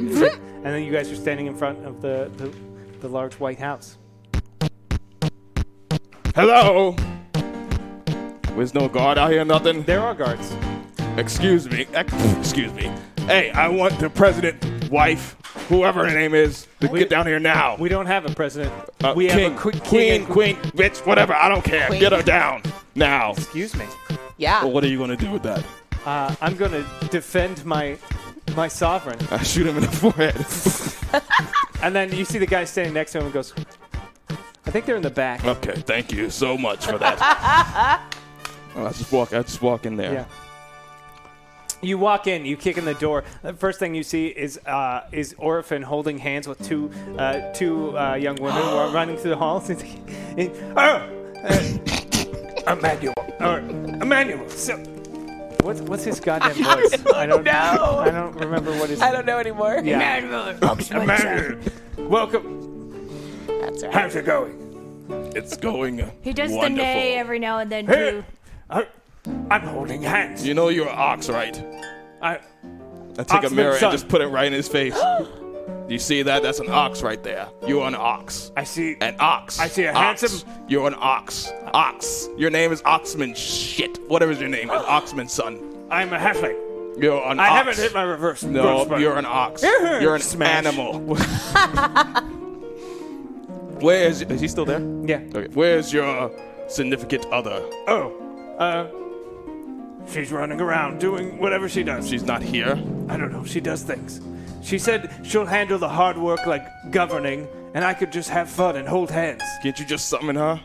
Speaker 2: and then you guys are standing in front of the, the, the large white house.
Speaker 7: Hello? There's no guard out here, nothing? There
Speaker 2: are guards.
Speaker 7: Excuse me. ex- Excuse me. Hey, I want the president, wife, whoever her name is, to get down here now.
Speaker 2: We don't have a president.
Speaker 7: Uh,
Speaker 2: we
Speaker 7: king,
Speaker 2: have a qu-
Speaker 7: queen,
Speaker 2: king.
Speaker 7: queen, bitch, whatever. I don't care.
Speaker 2: Queen.
Speaker 7: Get her down now.
Speaker 2: Excuse me.
Speaker 6: Yeah.
Speaker 2: Oh.
Speaker 7: Well, what are you going to do with that?
Speaker 2: Uh, I'm going to defend my my sovereign.
Speaker 7: I shoot him in the forehead.
Speaker 2: and then you see the guy standing next to him and goes, I think they're in the back.
Speaker 7: Okay, thank you so much for that. Oh, I just walk. I just walk in there.
Speaker 2: Yeah. You walk in, you kick in the door. The first thing you see is uh, is Orphan holding hands with two uh, two uh, young women who are running through the halls. He's like, oh, uh, Emmanuel, or Emmanuel. So, what's what's his goddamn voice? I don't know. I don't remember what his.
Speaker 6: I don't know anymore.
Speaker 2: Yeah.
Speaker 6: Emmanuel.
Speaker 2: Welcome.
Speaker 6: That's right.
Speaker 7: How's it going? It's going.
Speaker 26: He does
Speaker 7: wonderful.
Speaker 26: the nay every now and then
Speaker 7: Hey.
Speaker 26: too.
Speaker 2: I'm holding hands.
Speaker 7: You know you're an ox, right?
Speaker 2: I.
Speaker 7: I take a
Speaker 2: Oxman's
Speaker 7: mirror
Speaker 2: son.
Speaker 7: and just put it right in his face. you see that? That's an ox right there. You're an ox.
Speaker 2: I see.
Speaker 7: An ox.
Speaker 2: I see a
Speaker 7: Ox.
Speaker 2: handsome-
Speaker 7: You're an ox. Ox. Your name is Oxman. Shit. Whatever your name is, Oxman son.
Speaker 2: I'm a halfling.
Speaker 7: You're an
Speaker 2: I
Speaker 7: ox.
Speaker 2: haven't hit my reverse.
Speaker 7: No,
Speaker 2: growth spurt.
Speaker 7: you're an ox.
Speaker 2: Yeah.
Speaker 7: You're an
Speaker 2: Smash.
Speaker 7: animal. Where is? Is he still there?
Speaker 2: Yeah.
Speaker 7: Okay. Where's your significant other?
Speaker 2: Oh, uh, she's running around doing whatever she does.
Speaker 7: She's not here.
Speaker 2: I don't know. She does things. She said she'll handle the hard work like governing, and I could just have fun and hold hands.
Speaker 7: Can't you just summon her?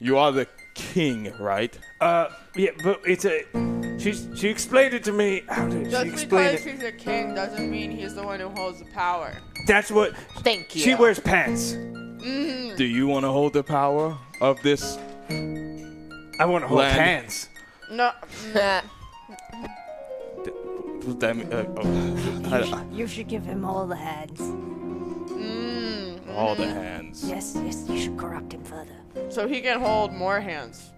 Speaker 7: You are the king, right?
Speaker 2: Uh, yeah, but it's a. She's, she explained it to me. How did
Speaker 3: Just
Speaker 2: she explain
Speaker 3: because
Speaker 2: it?
Speaker 3: he's a king doesn't mean he's the one who holds the power.
Speaker 2: That's what.
Speaker 3: Thank
Speaker 2: She wears pants.
Speaker 3: Mm.
Speaker 7: Do you want to hold the power of this?
Speaker 2: I want to hold
Speaker 7: Land.
Speaker 2: hands.
Speaker 3: No.
Speaker 7: What that mean? Uh, oh. I- I-
Speaker 27: You should give him all the hands.
Speaker 7: all the hands.
Speaker 27: Yes, yes, you should corrupt him further.
Speaker 3: so he can hold more hands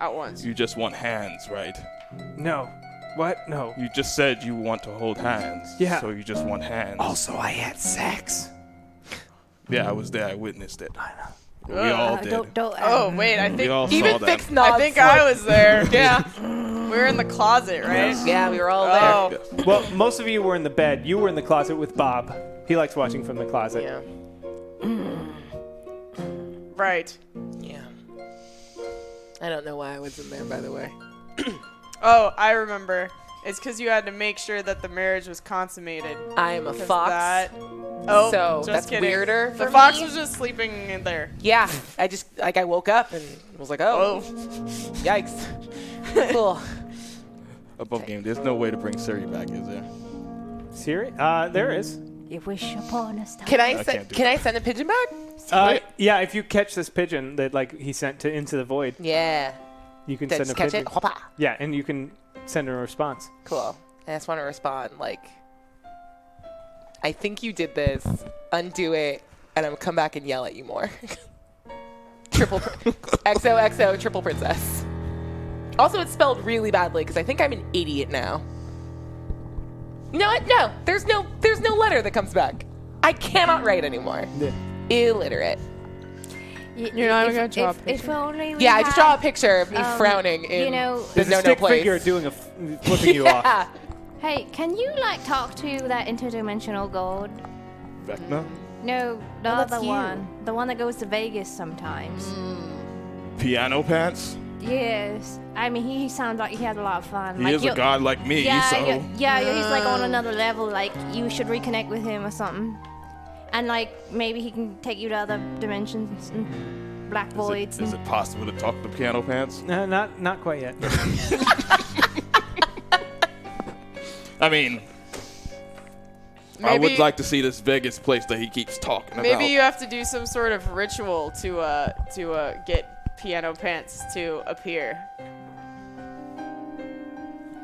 Speaker 3: at once.
Speaker 7: You just want hands, right?
Speaker 2: No. What? No.
Speaker 7: You just said you want to hold hands.
Speaker 2: Yeah.
Speaker 7: So you just want hands.
Speaker 2: Also, I had sex.
Speaker 7: Yeah, I was there. I witnessed it. I know. We
Speaker 3: Ugh.
Speaker 7: all
Speaker 3: Uh,
Speaker 7: did.
Speaker 3: don't- Oh wait, I
Speaker 7: We
Speaker 3: think
Speaker 7: all saw
Speaker 3: even
Speaker 7: that.
Speaker 3: fixed I think I was there. Yeah, we were in the closet, right?
Speaker 7: Yes.
Speaker 6: Yeah, we were all
Speaker 3: Oh.
Speaker 6: there.
Speaker 2: Well, most of you were in the bed. You were in the closet with Bob. He likes watching from the closet.
Speaker 3: Yeah. Right.
Speaker 6: Yeah. I don't know why I was in there, by the way.
Speaker 3: Oh, I remember. It's because you had to make sure that the marriage was consummated.
Speaker 6: I am a
Speaker 3: 'Cause
Speaker 6: fox,
Speaker 3: that- Oh,
Speaker 6: so
Speaker 3: just
Speaker 6: that's
Speaker 3: kidding.
Speaker 6: weirder
Speaker 3: The
Speaker 6: for
Speaker 3: fox
Speaker 6: me.
Speaker 3: was just sleeping in there.
Speaker 6: Yeah, I just like I woke up and was like, oh, yikes. cool.
Speaker 7: Above game. There's no way to bring Siri back, is there?
Speaker 2: Siri? Uh, there is.
Speaker 27: You wish upon a star.
Speaker 6: Can I,
Speaker 7: I
Speaker 6: se-
Speaker 7: can't do
Speaker 6: can I send a pigeon back?
Speaker 2: Uh, yeah, if you catch this pigeon that like he sent to into the void,
Speaker 6: Yeah.
Speaker 2: you can
Speaker 6: Then
Speaker 2: send
Speaker 6: just
Speaker 2: a
Speaker 6: catch
Speaker 2: pigeon.
Speaker 6: it. Hoppa.
Speaker 2: Yeah, and you can send her a response.
Speaker 6: Cool. I just want to respond like, I think you did this. Undo it, and I'm gonna come back and yell at you more. triple pr- XOXO triple princess. Also, it's spelled really badly because I think I'm an idiot now. You know what? No, there's no there's no letter that comes back. I cannot write anymore. Illiterate.
Speaker 3: You're not even gonna draw a
Speaker 27: if, if only we
Speaker 6: Yeah, I just draw a
Speaker 27: had-
Speaker 6: picture of me
Speaker 27: um,
Speaker 6: frowning in
Speaker 27: you know-
Speaker 6: the
Speaker 2: There's
Speaker 6: no
Speaker 2: a
Speaker 6: no
Speaker 2: stick
Speaker 6: place. Ah.
Speaker 2: figure doing a f- flipping you off.
Speaker 6: Yeah.
Speaker 10: Hey, can you like talk to that interdimensional god?
Speaker 7: Vecna?
Speaker 10: No, the
Speaker 26: No, that's
Speaker 10: other
Speaker 26: you.
Speaker 10: one. The one that goes to Vegas sometimes.
Speaker 7: Piano pants?
Speaker 10: Yes. I mean, he sounds like he had a lot of fun.
Speaker 7: He
Speaker 10: like,
Speaker 7: is a
Speaker 10: you're-
Speaker 7: god like me,
Speaker 10: yeah,
Speaker 7: so.
Speaker 10: you're- yeah, you're- he's like on another level. Like, you should reconnect with him or something. And like, maybe he can take you to other dimensions and black
Speaker 7: Is it-
Speaker 10: voids.
Speaker 7: is it possible to talk to piano pants?
Speaker 2: No, not not quite yet.
Speaker 7: I mean, I
Speaker 3: Maybe-
Speaker 7: would like to see this Vegas place that he keeps talking
Speaker 3: Maybe
Speaker 7: about.
Speaker 3: you have to do some sort of ritual to uh to uh get piano pants to appear.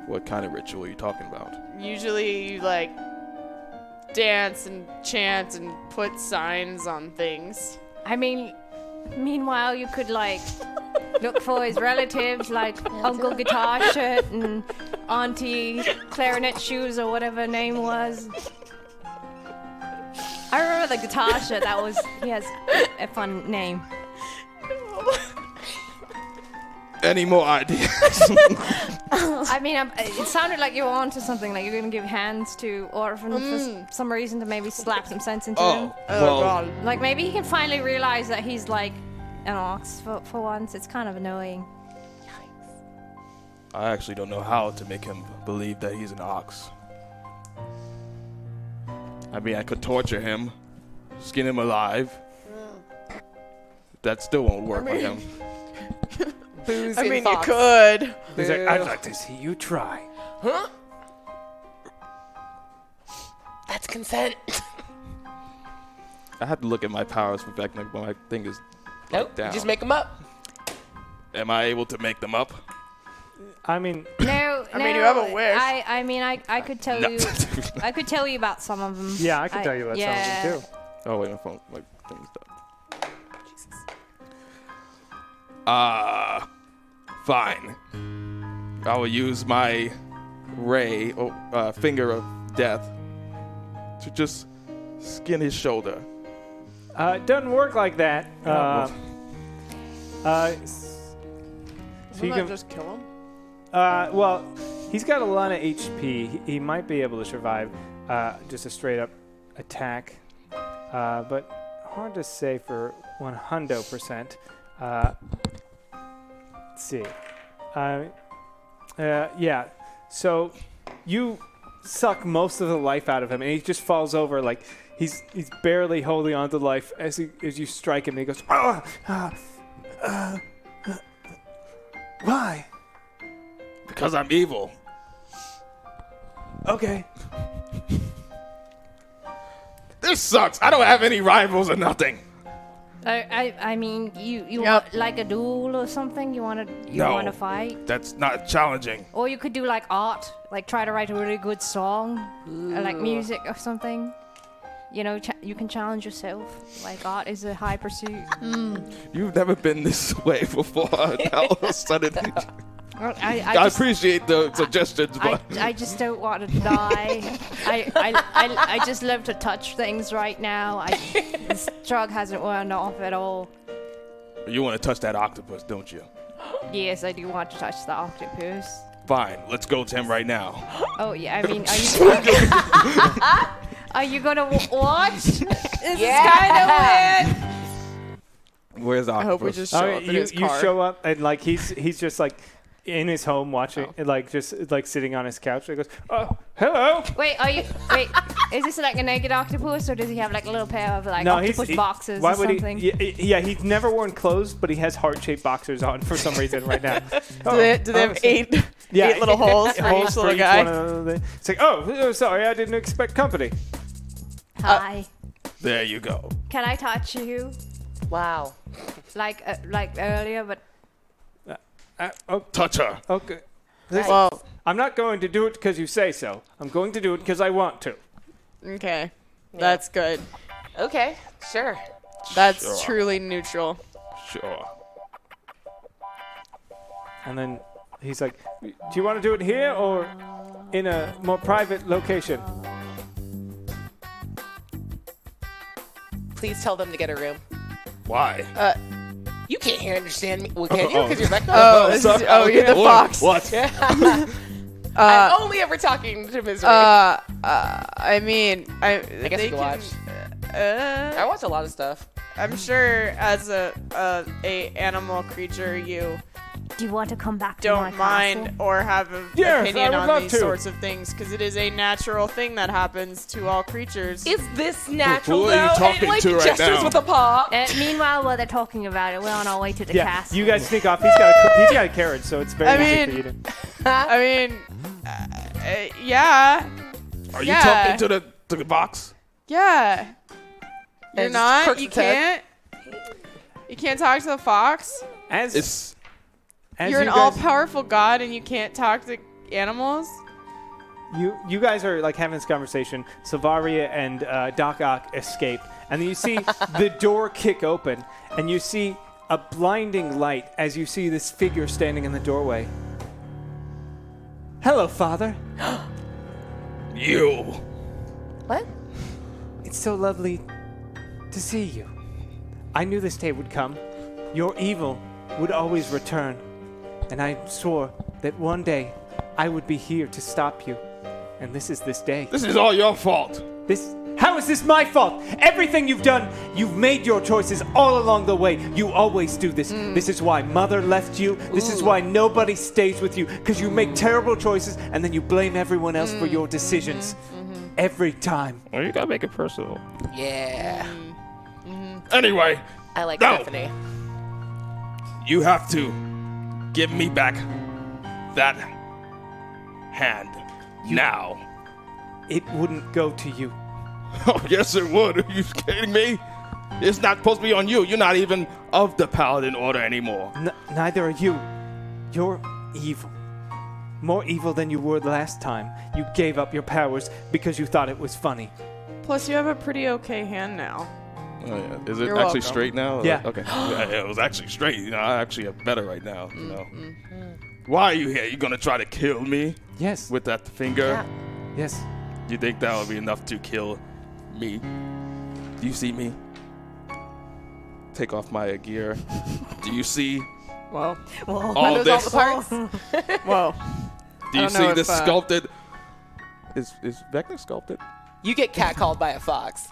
Speaker 7: what kind of ritual are you talking about?
Speaker 3: Usually you like dance and chant and put signs on things.
Speaker 10: I mean, meanwhile, you could like look for his relatives, like Uncle Guitar Shirt and Auntie Clarinet Shoes or whatever her name was. I remember the guitar shirt. That was he has a fun name.
Speaker 18: Any more ideas?
Speaker 10: I mean, I'm, it sounded like you were onto something. Like you're gonna give hands to Orphan
Speaker 3: Mm.
Speaker 10: for s- some reason to maybe slap some sense into
Speaker 18: Oh,
Speaker 10: him.
Speaker 18: Oh, well- God.
Speaker 10: Like maybe he can finally realize that he's like an ox for, for once. It's kind of annoying.
Speaker 7: I actually don't know how to make him believe that he's an ox. I mean, I could torture him, skin him alive. That still won't work
Speaker 21: I
Speaker 7: with him.
Speaker 21: mean- Booze
Speaker 3: I
Speaker 21: and
Speaker 3: mean,
Speaker 21: fox.
Speaker 3: you could.
Speaker 2: He's like, I'd like to see you try.
Speaker 21: Huh?
Speaker 4: That's consent.
Speaker 18: I have to look at my powers for back neck, but my thing is like,
Speaker 21: Nope. You
Speaker 18: down.
Speaker 21: just make them up.
Speaker 18: Am I able to make them up?
Speaker 2: I mean,
Speaker 10: No,
Speaker 3: I mean,
Speaker 10: no,
Speaker 3: you have a wish.
Speaker 10: I, I mean, I, I could tell
Speaker 18: No.
Speaker 10: you, I could tell you about some of them.
Speaker 18: Yeah, I
Speaker 10: could
Speaker 18: could tell you about some of them,
Speaker 10: yeah.
Speaker 18: too. Oh wait, my phone, my thing's done. Ah, fine. I will use my ray, oh, uh, finger of death, to just skin his shoulder.
Speaker 2: Uh, it doesn't work like that.
Speaker 18: Oh,
Speaker 2: Uh,
Speaker 18: well.
Speaker 2: uh, s- so you
Speaker 3: Wouldn't that
Speaker 2: can,
Speaker 3: just kill him?
Speaker 2: uh, well, he's got a lot of HP. He, he might be able to survive uh, just a straight up attack, uh, but hard to say for 100%. Uh, let's see. Uh, uh, yeah. So you suck most of the life out of him, and he just falls over like he's he's barely holding on to life as he, as you strike him. And he goes, ah, ah, ah, ah." why?
Speaker 18: Because I'm evil.
Speaker 2: Okay.
Speaker 18: This sucks. I don't have any rivals or nothing.
Speaker 10: I, I, I mean, you, you want like a duel or something? You want to, you
Speaker 18: no,
Speaker 10: want to fight?
Speaker 18: That's not challenging.
Speaker 10: Or you could do like art, like try to write a really good song, or like
Speaker 22: Ooh.
Speaker 10: music or something. You know, cha- you can challenge yourself. Like art is a high pursuit.
Speaker 18: You've never been this way before. Now all of a sudden,
Speaker 10: Well, I,
Speaker 18: I,
Speaker 10: I, just,
Speaker 18: appreciate the suggestions,
Speaker 10: I,
Speaker 18: but
Speaker 10: I just don't want to die. I, I, I, I just love to touch things right now. I, this drug hasn't worn off at all.
Speaker 7: You want to touch that octopus, don't you?
Speaker 10: Yes, I do want to touch the octopus.
Speaker 7: Fine, let's go to him right now.
Speaker 10: Oh yeah, I mean, are you? are you gonna w- watch? This is kind of weird.
Speaker 18: Where's the octopus?
Speaker 2: Oh, you, you show up and like he's he's just like in his home watching, like just like sitting on his couch. He goes, oh, hello.
Speaker 10: Wait, are you? Wait, is this like a naked octopus, or does he have like a little pair of like octopus
Speaker 2: he-
Speaker 10: boxes
Speaker 2: why
Speaker 10: or
Speaker 2: would
Speaker 10: something?
Speaker 2: He, yeah, yeah, he's never worn clothes, but he has heart-shaped boxers on for some reason right now. Oh,
Speaker 3: Do they, do they have eight,
Speaker 2: Yeah,
Speaker 3: eight little holes for
Speaker 2: holes
Speaker 3: each little
Speaker 2: each
Speaker 3: guy?
Speaker 2: one of the- It's like, oh, oh, sorry, I didn't expect company.
Speaker 22: Uh,
Speaker 10: Hi,
Speaker 18: There you go.
Speaker 10: can I touch you?
Speaker 21: Wow.
Speaker 10: Like uh, like earlier, but
Speaker 2: Uh, oh,
Speaker 18: Touch her.
Speaker 2: okay. This-
Speaker 3: Well-
Speaker 2: I'm not going to do it because you say so. I'm going to do it because I want to.
Speaker 3: Okay, that's good.
Speaker 4: Okay, sure.
Speaker 3: That's
Speaker 2: Sure.
Speaker 3: truly neutral.
Speaker 18: Sure.
Speaker 2: And then he's like, do you want to do it here or in a more private location?
Speaker 4: Please tell them to get a room.
Speaker 18: Why?
Speaker 4: Uh, you can't hear, understand me. Well, can you?
Speaker 18: Uh-oh.
Speaker 4: Because you're like,
Speaker 18: Oh, this is- Sorry. oh, you're the What? fox. What?
Speaker 3: Uh,
Speaker 4: "Oh, I'm only ever talking to misery.
Speaker 3: Uh, uh, I mean, I.
Speaker 4: I guess
Speaker 3: they
Speaker 4: you can watch.
Speaker 3: Uh,
Speaker 4: I watch a lot of stuff.
Speaker 3: I'm sure as a a, a animal creature, you
Speaker 10: do you want to come back?
Speaker 3: don't mind or have an
Speaker 2: Yes,
Speaker 3: opinion
Speaker 2: I would
Speaker 3: on
Speaker 2: love
Speaker 3: these
Speaker 2: to.
Speaker 3: sorts of things because it is a natural thing that happens to all creatures.
Speaker 4: Is this
Speaker 18: natural, are you though? It, talking like, to right gestures now? with
Speaker 4: a paw.
Speaker 10: Uh, meanwhile, while they're talking about it, we're on our way to the
Speaker 2: yeah,
Speaker 10: castle.
Speaker 2: you guys sneak off. He's got a, he's got a carriage, so it's very
Speaker 3: I
Speaker 2: easy
Speaker 3: mean-
Speaker 2: for you to.
Speaker 3: I mean, uh, uh, yeah,
Speaker 18: Are
Speaker 3: Yeah.
Speaker 18: you talking to the to the box?
Speaker 3: yeah. You're
Speaker 4: just
Speaker 3: not.
Speaker 4: quirks
Speaker 3: You
Speaker 4: its head.
Speaker 3: can't. You can't talk to the fox.
Speaker 2: As
Speaker 18: it's
Speaker 2: as
Speaker 3: You're an
Speaker 2: you guys-
Speaker 3: all-powerful god, and you can't talk to animals.
Speaker 2: You you guys are like having this conversation. Savaria and uh, Doc Ock escape, and then you see the door kick open, and you see a blinding light as you see this figure standing in the doorway. Hello, Father.
Speaker 18: You.
Speaker 4: What?
Speaker 2: It's so lovely to see you. I knew this day would come. Your evil would always return. and I swore that one day I would be here to stop you. And this is this day.
Speaker 7: This is all your fault.
Speaker 2: This. How is this my fault? Everything you've done, you've made your choices all along the way. You always do this. This is why mother left you. This is
Speaker 28: Ooh.
Speaker 2: why nobody stays with you because you make terrible choices and then you blame everyone else for your decisions every time.
Speaker 7: Well, you gotta make it personal.
Speaker 6: Yeah.
Speaker 7: Anyway,
Speaker 6: I like
Speaker 7: No.
Speaker 6: Stephanie.
Speaker 7: you have to give me back that hand now.
Speaker 2: It wouldn't go to you.
Speaker 7: Oh, yes, it would. Are you kidding me? It's not supposed to be on you. You're not even of the Paladin Order anymore.
Speaker 2: N- neither are you. You're evil. More evil than you were last time. You gave up your powers because you thought it was funny.
Speaker 3: Plus, you have a pretty okay hand now.
Speaker 7: Oh, yeah. Is it
Speaker 3: You're
Speaker 7: actually
Speaker 3: welcome.
Speaker 7: straight now?
Speaker 2: Yeah.
Speaker 7: Okay. yeah, yeah, it was actually straight. You know, I actually am better right now. You know.
Speaker 21: Mm-hmm.
Speaker 7: Why are you here? You gonna try to kill me?
Speaker 2: Yes.
Speaker 7: With that finger?
Speaker 2: Yes.
Speaker 7: You think that will be enough to kill me? Do you see me? Take off my gear. Do you see?
Speaker 3: Well,
Speaker 7: All
Speaker 21: all the
Speaker 7: this-
Speaker 21: parts.
Speaker 3: Whoa.
Speaker 7: Do
Speaker 21: I
Speaker 7: you
Speaker 21: don't
Speaker 7: see
Speaker 21: know
Speaker 7: this
Speaker 21: if, uh,
Speaker 7: sculpted? Is is Vecna sculpted?
Speaker 6: You get catcalled by a fox.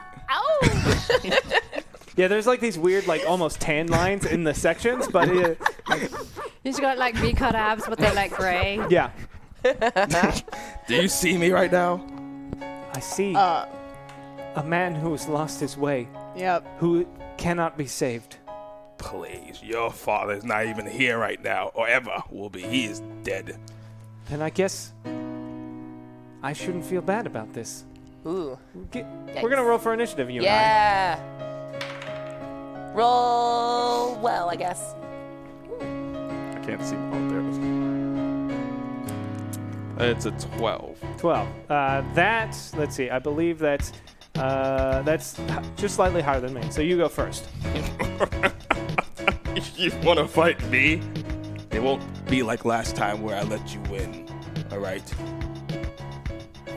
Speaker 2: Yeah, there's like these weird, like almost tan lines in the sections, but uh,
Speaker 22: He's got like V cut abs, but they're like grey.
Speaker 2: yeah,
Speaker 7: Do you see me right now?
Speaker 2: I see
Speaker 3: Uh,
Speaker 2: a man who has lost his way,
Speaker 3: yep.
Speaker 2: who cannot be saved.
Speaker 7: Please, your father is not even here right now, or ever will be. He is dead.
Speaker 2: Then I guess I shouldn't feel bad about this.
Speaker 6: Ooh.
Speaker 2: We're gonna roll for initiative, you
Speaker 6: yeah. Roll well, I guess.
Speaker 7: I can't see. Oh, there it is. It's a 12.
Speaker 2: and I. Twelve. Uh, that let's see. I believe that's uh, that's h- just slightly higher than me. So you go first.
Speaker 7: If you want to fight me, it won't be like last time where I let you win. All right.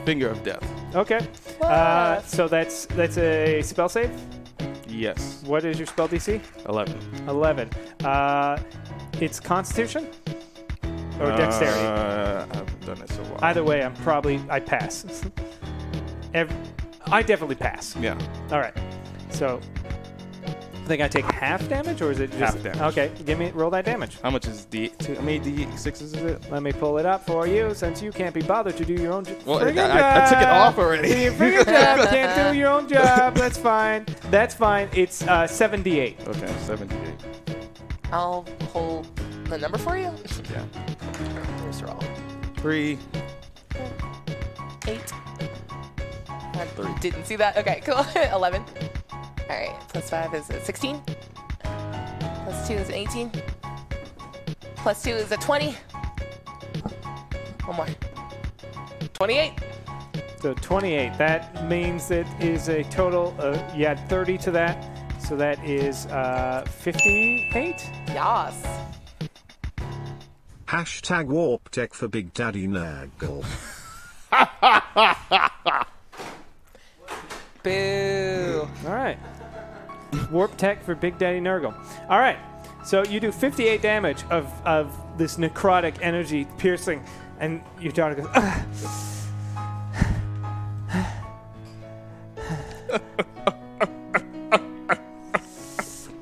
Speaker 7: Finger of death.
Speaker 2: Okay. Uh, so that's that's a spell save.
Speaker 7: Yes.
Speaker 2: What is your spell DC?
Speaker 7: 11.
Speaker 2: 11. Uh, it's Constitution or Dexterity.
Speaker 7: Uh, I haven't done this in a while.
Speaker 2: Either way, I'm probably I pass. Ev- I definitely pass.
Speaker 7: Yeah.
Speaker 2: All right. So I think I take half damage, or is it just
Speaker 7: Half damage.
Speaker 2: Okay, give me roll that damage.
Speaker 7: How much is D? Two, how many D6s is it?
Speaker 2: Let me pull it up for you, since you can't be bothered to do your own. J-
Speaker 7: Well,
Speaker 2: friggin'
Speaker 7: I- I- I took it
Speaker 2: job.
Speaker 7: off already.
Speaker 2: Do your friggin' job. You can't do your own job. That's fine. That's fine. It's uh, 78.
Speaker 7: Okay, 78.
Speaker 6: I'll hold the number for you.
Speaker 7: Yeah.
Speaker 6: First roll.
Speaker 7: Three.
Speaker 6: Eight. I
Speaker 7: Three.
Speaker 6: didn't see that. Okay, cool. 11. All right, plus 5 is a 16. Plus 2 is an 18. Plus 2 is a 20. One more. 28.
Speaker 2: So 28. That means it is a total of, you add 30 to that. So that is uh, 58?
Speaker 6: Yas.
Speaker 9: Hashtag warp tech for Big Daddy Nagel.
Speaker 6: Boo.
Speaker 2: All right. Warp tech for Big Daddy Nurgle. All right. So you do 58 damage of, of this necrotic energy piercing, and your daughter goes, "Ugh."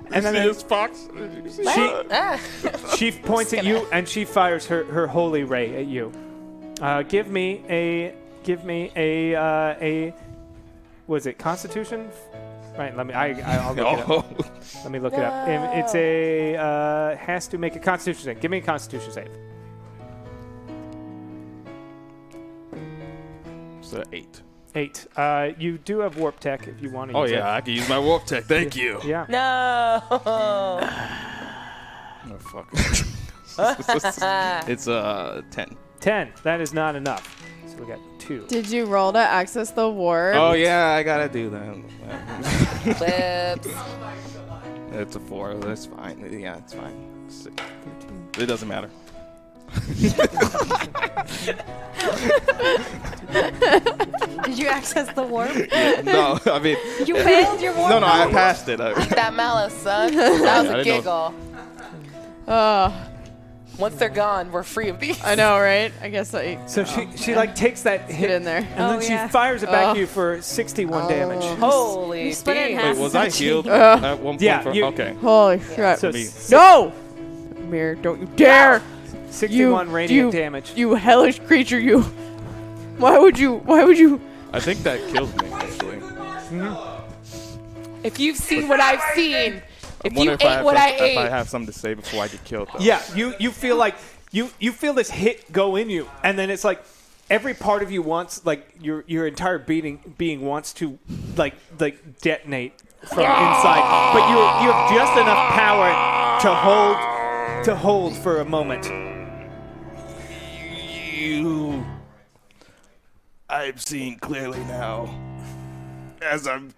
Speaker 7: You
Speaker 2: And then
Speaker 7: see
Speaker 2: it-
Speaker 7: this fox? Did you see
Speaker 2: She-
Speaker 6: Ah.
Speaker 7: that?
Speaker 2: she points at you and she fires her, her holy ray at you. Uh, give me a give me a uh, a was it Constitution? Right. Let me. I I- I'll look it
Speaker 7: Oh.
Speaker 2: up. Let me look it up. Um, It's a uh, has to make a Constitution save. Give me a Constitution save.
Speaker 7: So eight.
Speaker 2: Eight. Uh, you do have warp tech if you want to.
Speaker 7: Oh
Speaker 2: use
Speaker 7: yeah, I
Speaker 2: it.
Speaker 7: can use my warp tech. Thank you.
Speaker 2: Yeah.
Speaker 6: No.
Speaker 7: Oh fuck. it's uh ten.
Speaker 2: Ten. That is not enough. So we got two.
Speaker 3: Did you roll to access the ward?
Speaker 7: Oh yeah, I gotta do that. it's a four. That's fine. Yeah, it's fine. Six. It doesn't matter.
Speaker 22: Did you access the warp?
Speaker 7: no, I mean
Speaker 22: You failed your warp
Speaker 7: No, no, I
Speaker 22: roll.
Speaker 7: passed it. I-
Speaker 6: Eat that mallow, son. That was
Speaker 7: Yeah, I
Speaker 6: a
Speaker 7: didn't
Speaker 6: giggle.
Speaker 3: Oh.
Speaker 6: Once they're gone, we're free of these.
Speaker 3: I know, right? I guess I.
Speaker 2: So she
Speaker 3: Oh,
Speaker 2: she like takes that hit
Speaker 3: in there, Oh.
Speaker 2: and then she fires it back at you for 61 damage.
Speaker 6: Holy.
Speaker 3: You split it in
Speaker 6: beans.
Speaker 3: half.
Speaker 7: Wait, was I healed
Speaker 3: Ugh.
Speaker 7: at one point?
Speaker 2: Yeah,
Speaker 7: for-
Speaker 2: you-
Speaker 7: okay.
Speaker 3: Holy
Speaker 2: Yeah.
Speaker 3: crap!
Speaker 2: So
Speaker 3: no, Amir, don't you dare!
Speaker 2: 61
Speaker 3: you,
Speaker 2: radiant
Speaker 3: you-
Speaker 2: damage.
Speaker 3: You hellish creature! You. Why would you? Why would you?
Speaker 7: I think that killed me, actually.
Speaker 6: Mm-hmm. If you've seen what I've seen, if
Speaker 7: I'm
Speaker 6: you
Speaker 7: wondering
Speaker 6: ate
Speaker 7: if I have
Speaker 6: what
Speaker 7: some-
Speaker 6: I
Speaker 7: If I
Speaker 6: ate,
Speaker 7: have something to say before I get killed, though.
Speaker 2: Yeah, you you feel like you you feel this hit go in you, and then it's like every part of you wants like your your entire being being wants to like like detonate from inside, but you you have just enough power to hold to hold for a moment.
Speaker 29: You. I'm seeing clearly now. As I'm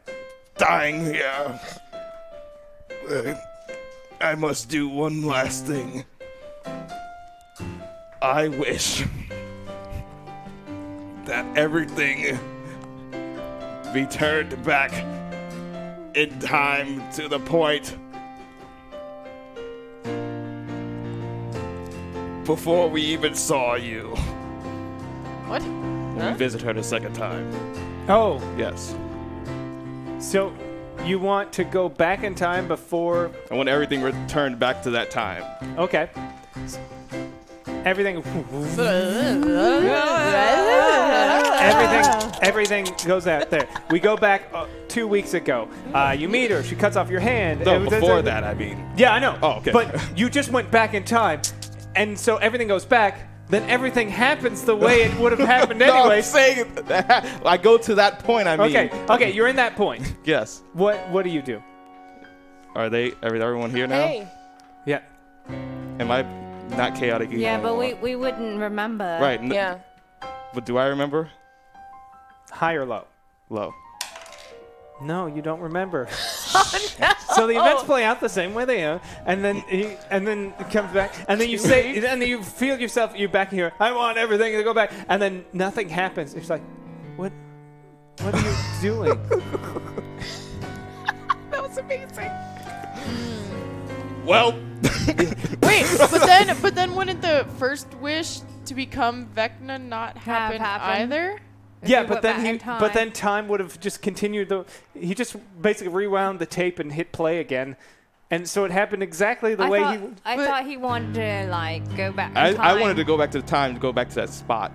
Speaker 29: dying here, Uh, I must do one last thing. I wish that everything be turned back in time to the point before we even saw you.
Speaker 3: What?
Speaker 7: We visit her the second time.
Speaker 2: Oh,
Speaker 7: Yes.
Speaker 2: so you want to go back in time before?
Speaker 7: I want everything returned back to that time.
Speaker 2: Okay, everything. everything everything goes out there. We go back uh, two weeks ago. Uh, you meet her. She cuts off your hand.
Speaker 7: No,
Speaker 2: It was-
Speaker 7: before that, I mean.
Speaker 2: Yeah, I know.
Speaker 7: Oh, okay.
Speaker 2: But you just went back in time, and so everything goes back. Then everything happens the way it would have happened
Speaker 7: No, I'm
Speaker 2: anyway.
Speaker 7: saying I go to that point. I mean.
Speaker 2: okay, okay, you're in that point.
Speaker 7: Yes.
Speaker 2: What What do you do?
Speaker 7: Are they? Are everyone here now?
Speaker 2: Yeah.
Speaker 7: Am I not chaotic? evil
Speaker 10: Yeah, but
Speaker 7: anymore?
Speaker 10: we, we wouldn't remember.
Speaker 7: Right, n- Yeah. But do I remember?
Speaker 2: High or low?
Speaker 7: Low.
Speaker 2: No, you don't remember. So the
Speaker 10: Oh.
Speaker 2: events play out the same way they are, and then he, and then it comes back, and then you say, and then you feel yourself, you're back here. I want everything to go back, and then nothing happens. It's like, what, what are you doing?
Speaker 6: that was amazing.
Speaker 7: Well.
Speaker 3: Wait, but then, but then, wouldn't the first wish to become Vecna not happen,
Speaker 10: happened.
Speaker 3: either?
Speaker 2: yeah,
Speaker 3: we
Speaker 2: but
Speaker 3: went
Speaker 2: then
Speaker 3: back
Speaker 2: he,
Speaker 3: in time.
Speaker 2: but then time would have just continued. The he just basically rewound the tape and hit play again, and so it happened exactly the
Speaker 10: I
Speaker 2: way
Speaker 10: thought,
Speaker 2: he.
Speaker 10: I thought he wanted to like go back. in
Speaker 7: I, I
Speaker 10: time.
Speaker 7: wanted to go back to the time, to go back to that spot.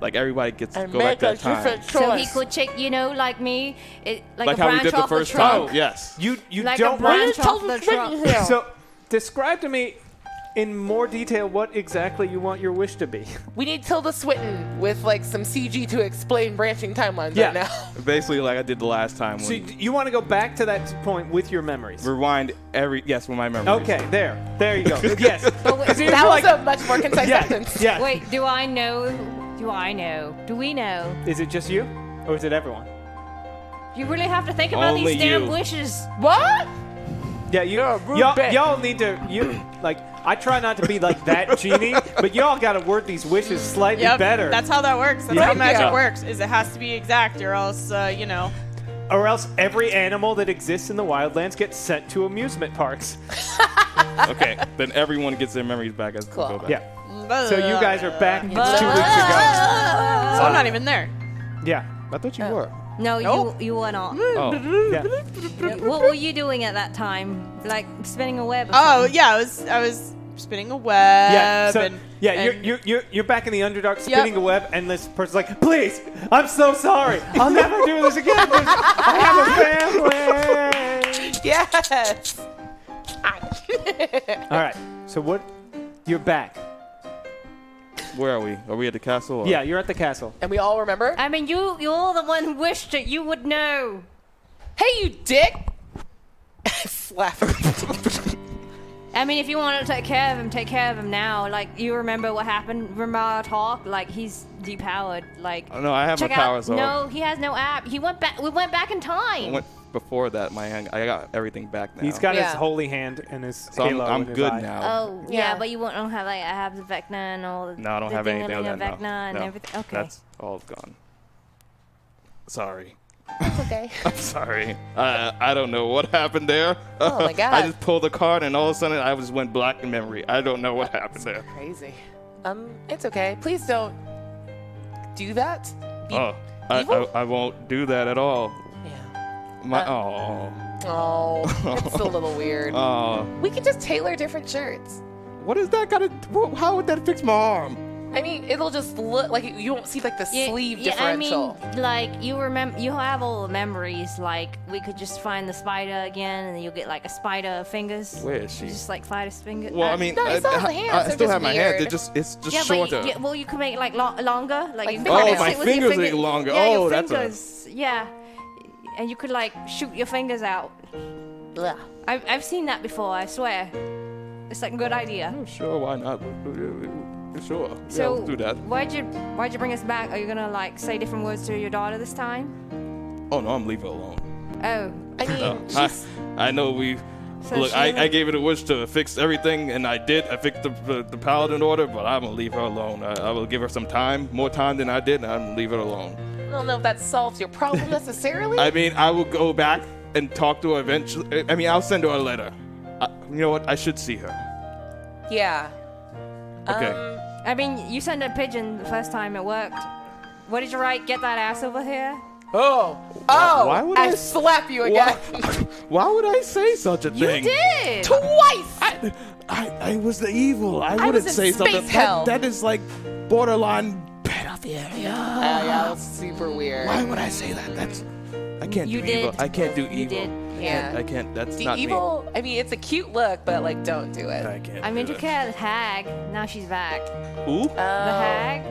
Speaker 7: Like everybody gets to
Speaker 10: And
Speaker 7: go back
Speaker 10: make
Speaker 7: to
Speaker 10: a
Speaker 7: that time.
Speaker 10: So he could check, you know, like me, it, like,
Speaker 7: Like
Speaker 10: a
Speaker 7: how we
Speaker 10: branch
Speaker 7: did the
Speaker 10: off
Speaker 7: first
Speaker 10: the trunk.
Speaker 7: time. Yes.
Speaker 2: You you
Speaker 10: Like a
Speaker 2: don't
Speaker 10: branch off the trunk.
Speaker 2: So describe to me in more detail what exactly you want your wish to be.
Speaker 6: We need Tilda Swinton with like some CG to explain branching timelines
Speaker 2: Yeah.
Speaker 6: right now.
Speaker 7: Basically, like I did the last time.
Speaker 2: So you,
Speaker 7: when-
Speaker 2: you want to go back to that point with your memories.
Speaker 7: rewind every. Yes, with my memory.
Speaker 2: Okay, there. There you go. yes.
Speaker 10: But wait,
Speaker 2: That was
Speaker 10: like-
Speaker 6: a much more concise
Speaker 2: Yeah,
Speaker 6: sentence.
Speaker 2: yeah.
Speaker 10: Wait, do I know? Do I know? Do we know?
Speaker 2: Is it just you? Or is it everyone?
Speaker 10: You really have to think about
Speaker 2: Only
Speaker 10: these damn
Speaker 2: you.
Speaker 10: wishes. What?
Speaker 2: Yeah, you,
Speaker 10: rude
Speaker 2: y'all,
Speaker 10: bitch.
Speaker 2: y'all need to you like I try not to be like that genie, but y'all gotta word these wishes slightly
Speaker 3: Yep,
Speaker 2: better.
Speaker 3: That's how that works. That's
Speaker 2: Yeah.
Speaker 3: how magic
Speaker 2: Yeah.
Speaker 3: works. Is it has to be exact, or else uh, you know.
Speaker 2: or else every animal that exists in the wildlands gets sent to amusement parks.
Speaker 7: okay. Then everyone gets their memories back as we go back.
Speaker 2: Yeah. So you guys are back two weeks
Speaker 3: So
Speaker 2: ago.
Speaker 3: I'm not even there.
Speaker 2: Yeah.
Speaker 7: I thought you were.
Speaker 10: No,
Speaker 3: Nope.
Speaker 10: you you were not.
Speaker 7: Oh.
Speaker 2: Yeah.
Speaker 10: What were you doing at that time? Like spinning a web? Or
Speaker 3: Oh
Speaker 10: something?
Speaker 3: yeah, I was I was spinning a web.
Speaker 2: Yeah, so,
Speaker 3: Um, and-
Speaker 2: yeah,
Speaker 3: and-
Speaker 2: you're, you're, you're, you're back in the underdark
Speaker 3: Yep.
Speaker 2: spinning a web, and this person's like, please, I'm so sorry. I'll never do this again. I have a family.
Speaker 6: Yes.
Speaker 2: All right, so what? You're back.
Speaker 7: Where are we? Are we at the castle? Or?
Speaker 2: Yeah, you're at the castle.
Speaker 3: Oh,
Speaker 6: And we all remember?
Speaker 10: I mean, you you're the one who wished that you would know.
Speaker 6: Hey, you dick! Slap.
Speaker 10: I mean, if you want to take care of him, take care of him now. Like you remember what happened? Remember our talk? Like he's depowered. Like
Speaker 7: Oh, no, I have
Speaker 10: check
Speaker 7: my
Speaker 10: out-
Speaker 7: powers off.
Speaker 10: No, he has no app. He went back. We went back in
Speaker 7: I
Speaker 10: time.
Speaker 7: went before that. My hand. I got everything back now.
Speaker 2: He's got
Speaker 10: Yeah.
Speaker 2: his holy hand and his
Speaker 7: So I'm-
Speaker 2: halo.
Speaker 7: I'm
Speaker 2: in his
Speaker 7: good
Speaker 2: eye.
Speaker 7: now.
Speaker 10: Oh yeah. but you won't don't have like I have the Vecna and all. The,
Speaker 7: No, I don't
Speaker 10: the
Speaker 7: have anything of
Speaker 10: ding-a-ling
Speaker 7: that.
Speaker 10: of Vecna
Speaker 7: now.
Speaker 10: and
Speaker 7: No.
Speaker 10: everything. Okay.
Speaker 7: That's all gone. Sorry.
Speaker 6: That's okay.
Speaker 7: I'm sorry. I I don't know what happened there.
Speaker 6: Oh my God.
Speaker 7: I just pulled a card and all of a sudden I just went black in memory. I don't know what happened there.
Speaker 6: Crazy. Um, it's okay. Please don't do that.
Speaker 7: Oh, I, I, I won't do that at all. Yeah. My oh.
Speaker 6: Oh, it's a little weird.
Speaker 7: Oh.
Speaker 6: We can just tailor different shirts.
Speaker 7: What is that got to? How would that fix my arm?
Speaker 6: I mean, it'll just look like you won't see like the sleeve
Speaker 10: yeah, I
Speaker 6: differential.
Speaker 10: mean, like you remember, you have all the memories. Like we could just find the spider again, and then you'll get like a spider fingers.
Speaker 7: Where is she?
Speaker 10: Just like spider's fingers.
Speaker 7: Well, I mean, I, I- I still have my hands. It just it's just
Speaker 10: Uh, yeah,
Speaker 7: shorter.
Speaker 10: But you- yeah, well, you can make like lo- longer. Like, you can
Speaker 7: fingers.
Speaker 10: kinda
Speaker 7: Oh, my
Speaker 10: sit with your
Speaker 7: fingers
Speaker 10: finger-
Speaker 7: are longer.
Speaker 10: Yeah, your
Speaker 7: Oh, that's a-
Speaker 10: fingers. Yeah, and you could like shoot your fingers out. Blah. I've I've seen that before. I swear, it's like a good idea.
Speaker 7: Sure, why not? Sure. yeah,
Speaker 10: So
Speaker 7: let's do that.
Speaker 10: Why'd you Why'd you bring us back? Are you gonna like say different words to your daughter this time?
Speaker 7: Oh no, I'm leaving it alone.
Speaker 10: Oh, I mean,
Speaker 7: No, I, I know we.
Speaker 10: So
Speaker 7: look,
Speaker 10: she
Speaker 7: I, I
Speaker 10: doesn't-
Speaker 7: gave it a wish to fix everything, and I did. I fixed the, the, the paladin order, but I'm gonna leave her alone. I, I will give her some time, more time than I did, and I'm gonna leave her alone.
Speaker 6: I don't know if that solves your problem necessarily.
Speaker 7: I mean, I will go back and talk to her eventually. I mean, I'll send her a letter. I, you know what? I should see her.
Speaker 10: yeah.
Speaker 7: Okay.
Speaker 10: I mean, you sent a pigeon the first time it worked. What did you write? Get that ass over here.
Speaker 6: Oh, oh!
Speaker 7: why would I s-
Speaker 6: slap you again?
Speaker 7: Why would I say such a
Speaker 6: You
Speaker 7: thing?
Speaker 6: did twice.
Speaker 7: I, I was the evil. I,
Speaker 6: I
Speaker 7: wouldn't
Speaker 6: was in
Speaker 7: say something.
Speaker 6: space
Speaker 7: That-
Speaker 6: hell.
Speaker 7: that is like borderline pedophilia.
Speaker 6: yeah, yeah, that's super weird.
Speaker 7: Why would I say that? That's I can't
Speaker 6: You
Speaker 7: do evil.
Speaker 6: did.
Speaker 7: I can't do evil. I
Speaker 6: Yeah.
Speaker 7: can't, I can't. That's
Speaker 6: The
Speaker 7: not
Speaker 6: evil. I mean, it's a cute look, but like, don't do it. I
Speaker 7: can't.
Speaker 10: I mean, you care the hag. Now she's back.
Speaker 7: me. Ooh.
Speaker 6: Uh,
Speaker 10: The hag.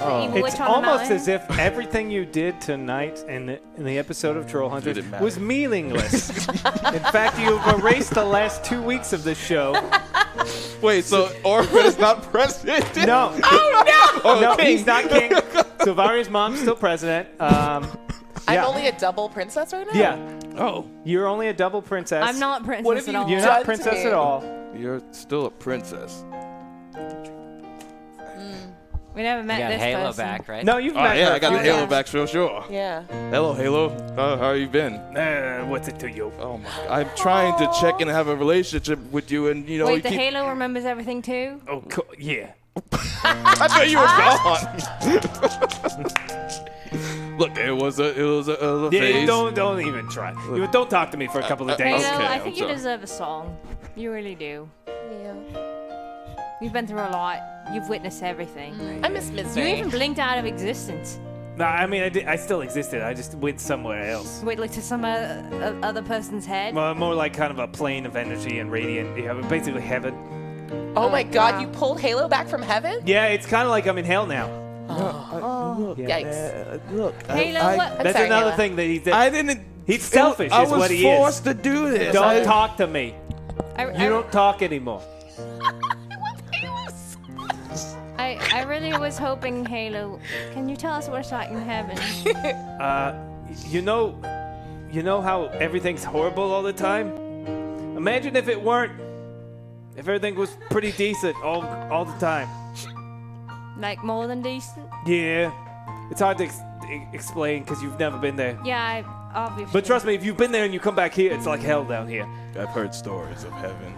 Speaker 10: Oh. evil
Speaker 2: It's
Speaker 10: witch on the
Speaker 2: almost
Speaker 10: mountain?
Speaker 2: as if everything you did tonight in the, in the episode of Troll Hunters
Speaker 7: Mm, Didn't matter.
Speaker 2: was meaningless. in fact, you've erased the last two weeks of this show.
Speaker 7: Wait, so Orphan is not president?
Speaker 2: No.
Speaker 6: Oh no!
Speaker 2: no, he's not king. So Varia's mom's still president. Um,
Speaker 6: I'm
Speaker 2: yeah.
Speaker 6: only a double princess right now.
Speaker 2: yeah.
Speaker 7: Oh.
Speaker 2: You're only a double princess.
Speaker 10: I'm not princess
Speaker 6: What have
Speaker 10: at
Speaker 6: you
Speaker 10: all.
Speaker 2: You're
Speaker 6: done
Speaker 2: not
Speaker 6: to
Speaker 2: princess
Speaker 6: me?
Speaker 2: at all.
Speaker 7: You're still a princess.
Speaker 10: We never met
Speaker 5: got
Speaker 10: this
Speaker 5: Halo
Speaker 10: person.
Speaker 5: back, right?
Speaker 2: No, you've
Speaker 7: Oh,
Speaker 2: met
Speaker 7: yeah,
Speaker 2: her.
Speaker 7: I got the
Speaker 2: You-
Speaker 7: Halo back, sure, sure.
Speaker 6: Yeah.
Speaker 7: Hello, Halo. Uh, how you been?
Speaker 2: Uh, what's it to you?
Speaker 7: Oh my! I'm trying to check and have a relationship with you, and you know
Speaker 10: Wait,
Speaker 7: Oh, you
Speaker 10: the
Speaker 7: keep.
Speaker 10: Halo remembers everything too.
Speaker 2: Oh, co- yeah.
Speaker 7: I thought you were gone. Uh-huh. Look, it was a, it was a, it was a
Speaker 2: yeah
Speaker 7: phase.
Speaker 2: don't don't even try. You don't talk to me for a couple of
Speaker 7: Uh, uh,
Speaker 2: days.
Speaker 10: Halo,
Speaker 7: Okay,
Speaker 10: I
Speaker 7: I'm
Speaker 10: think you
Speaker 7: sorry.
Speaker 10: deserve a song. You really do. Yeah. You've been through a lot. You've witnessed everything.
Speaker 6: I miss misery.
Speaker 10: You even blinked out of existence.
Speaker 2: No, I mean I, did, I still existed. I just went somewhere else.
Speaker 10: Wait, like to some uh, uh, other person's head.
Speaker 2: Well, more like kind of a plane of energy and radiant, yeah, but basically heaven.
Speaker 6: Oh, my God! You pulled Halo back from heaven?
Speaker 2: Yeah, it's kind of like I'm in hell now.
Speaker 6: Oh, yikes!
Speaker 7: look,
Speaker 6: Halo.
Speaker 7: I-
Speaker 6: what? I'm
Speaker 2: That's
Speaker 6: sorry,
Speaker 2: another
Speaker 6: Halo.
Speaker 2: thing that he did.
Speaker 7: I didn't.
Speaker 2: He's selfish.
Speaker 7: I
Speaker 2: is
Speaker 7: was
Speaker 2: what he
Speaker 7: forced
Speaker 2: is.
Speaker 7: to do this.
Speaker 2: Don't
Speaker 7: I-
Speaker 2: talk to me.
Speaker 10: I,
Speaker 2: You don't talk anymore.
Speaker 10: I, I really was hoping Halo. Can you tell us what's like in heaven?
Speaker 2: Uh, you know, you know how everything's horrible all the time. Imagine if it weren't. If everything was pretty decent all all the time.
Speaker 10: like more than decent?
Speaker 2: Yeah, it's hard to ex- e- explain because you've never been there.
Speaker 10: Yeah, I obviously.
Speaker 2: But trust me, if you've been there and you come back here, it's like hell down here.
Speaker 7: I've heard stories of heaven.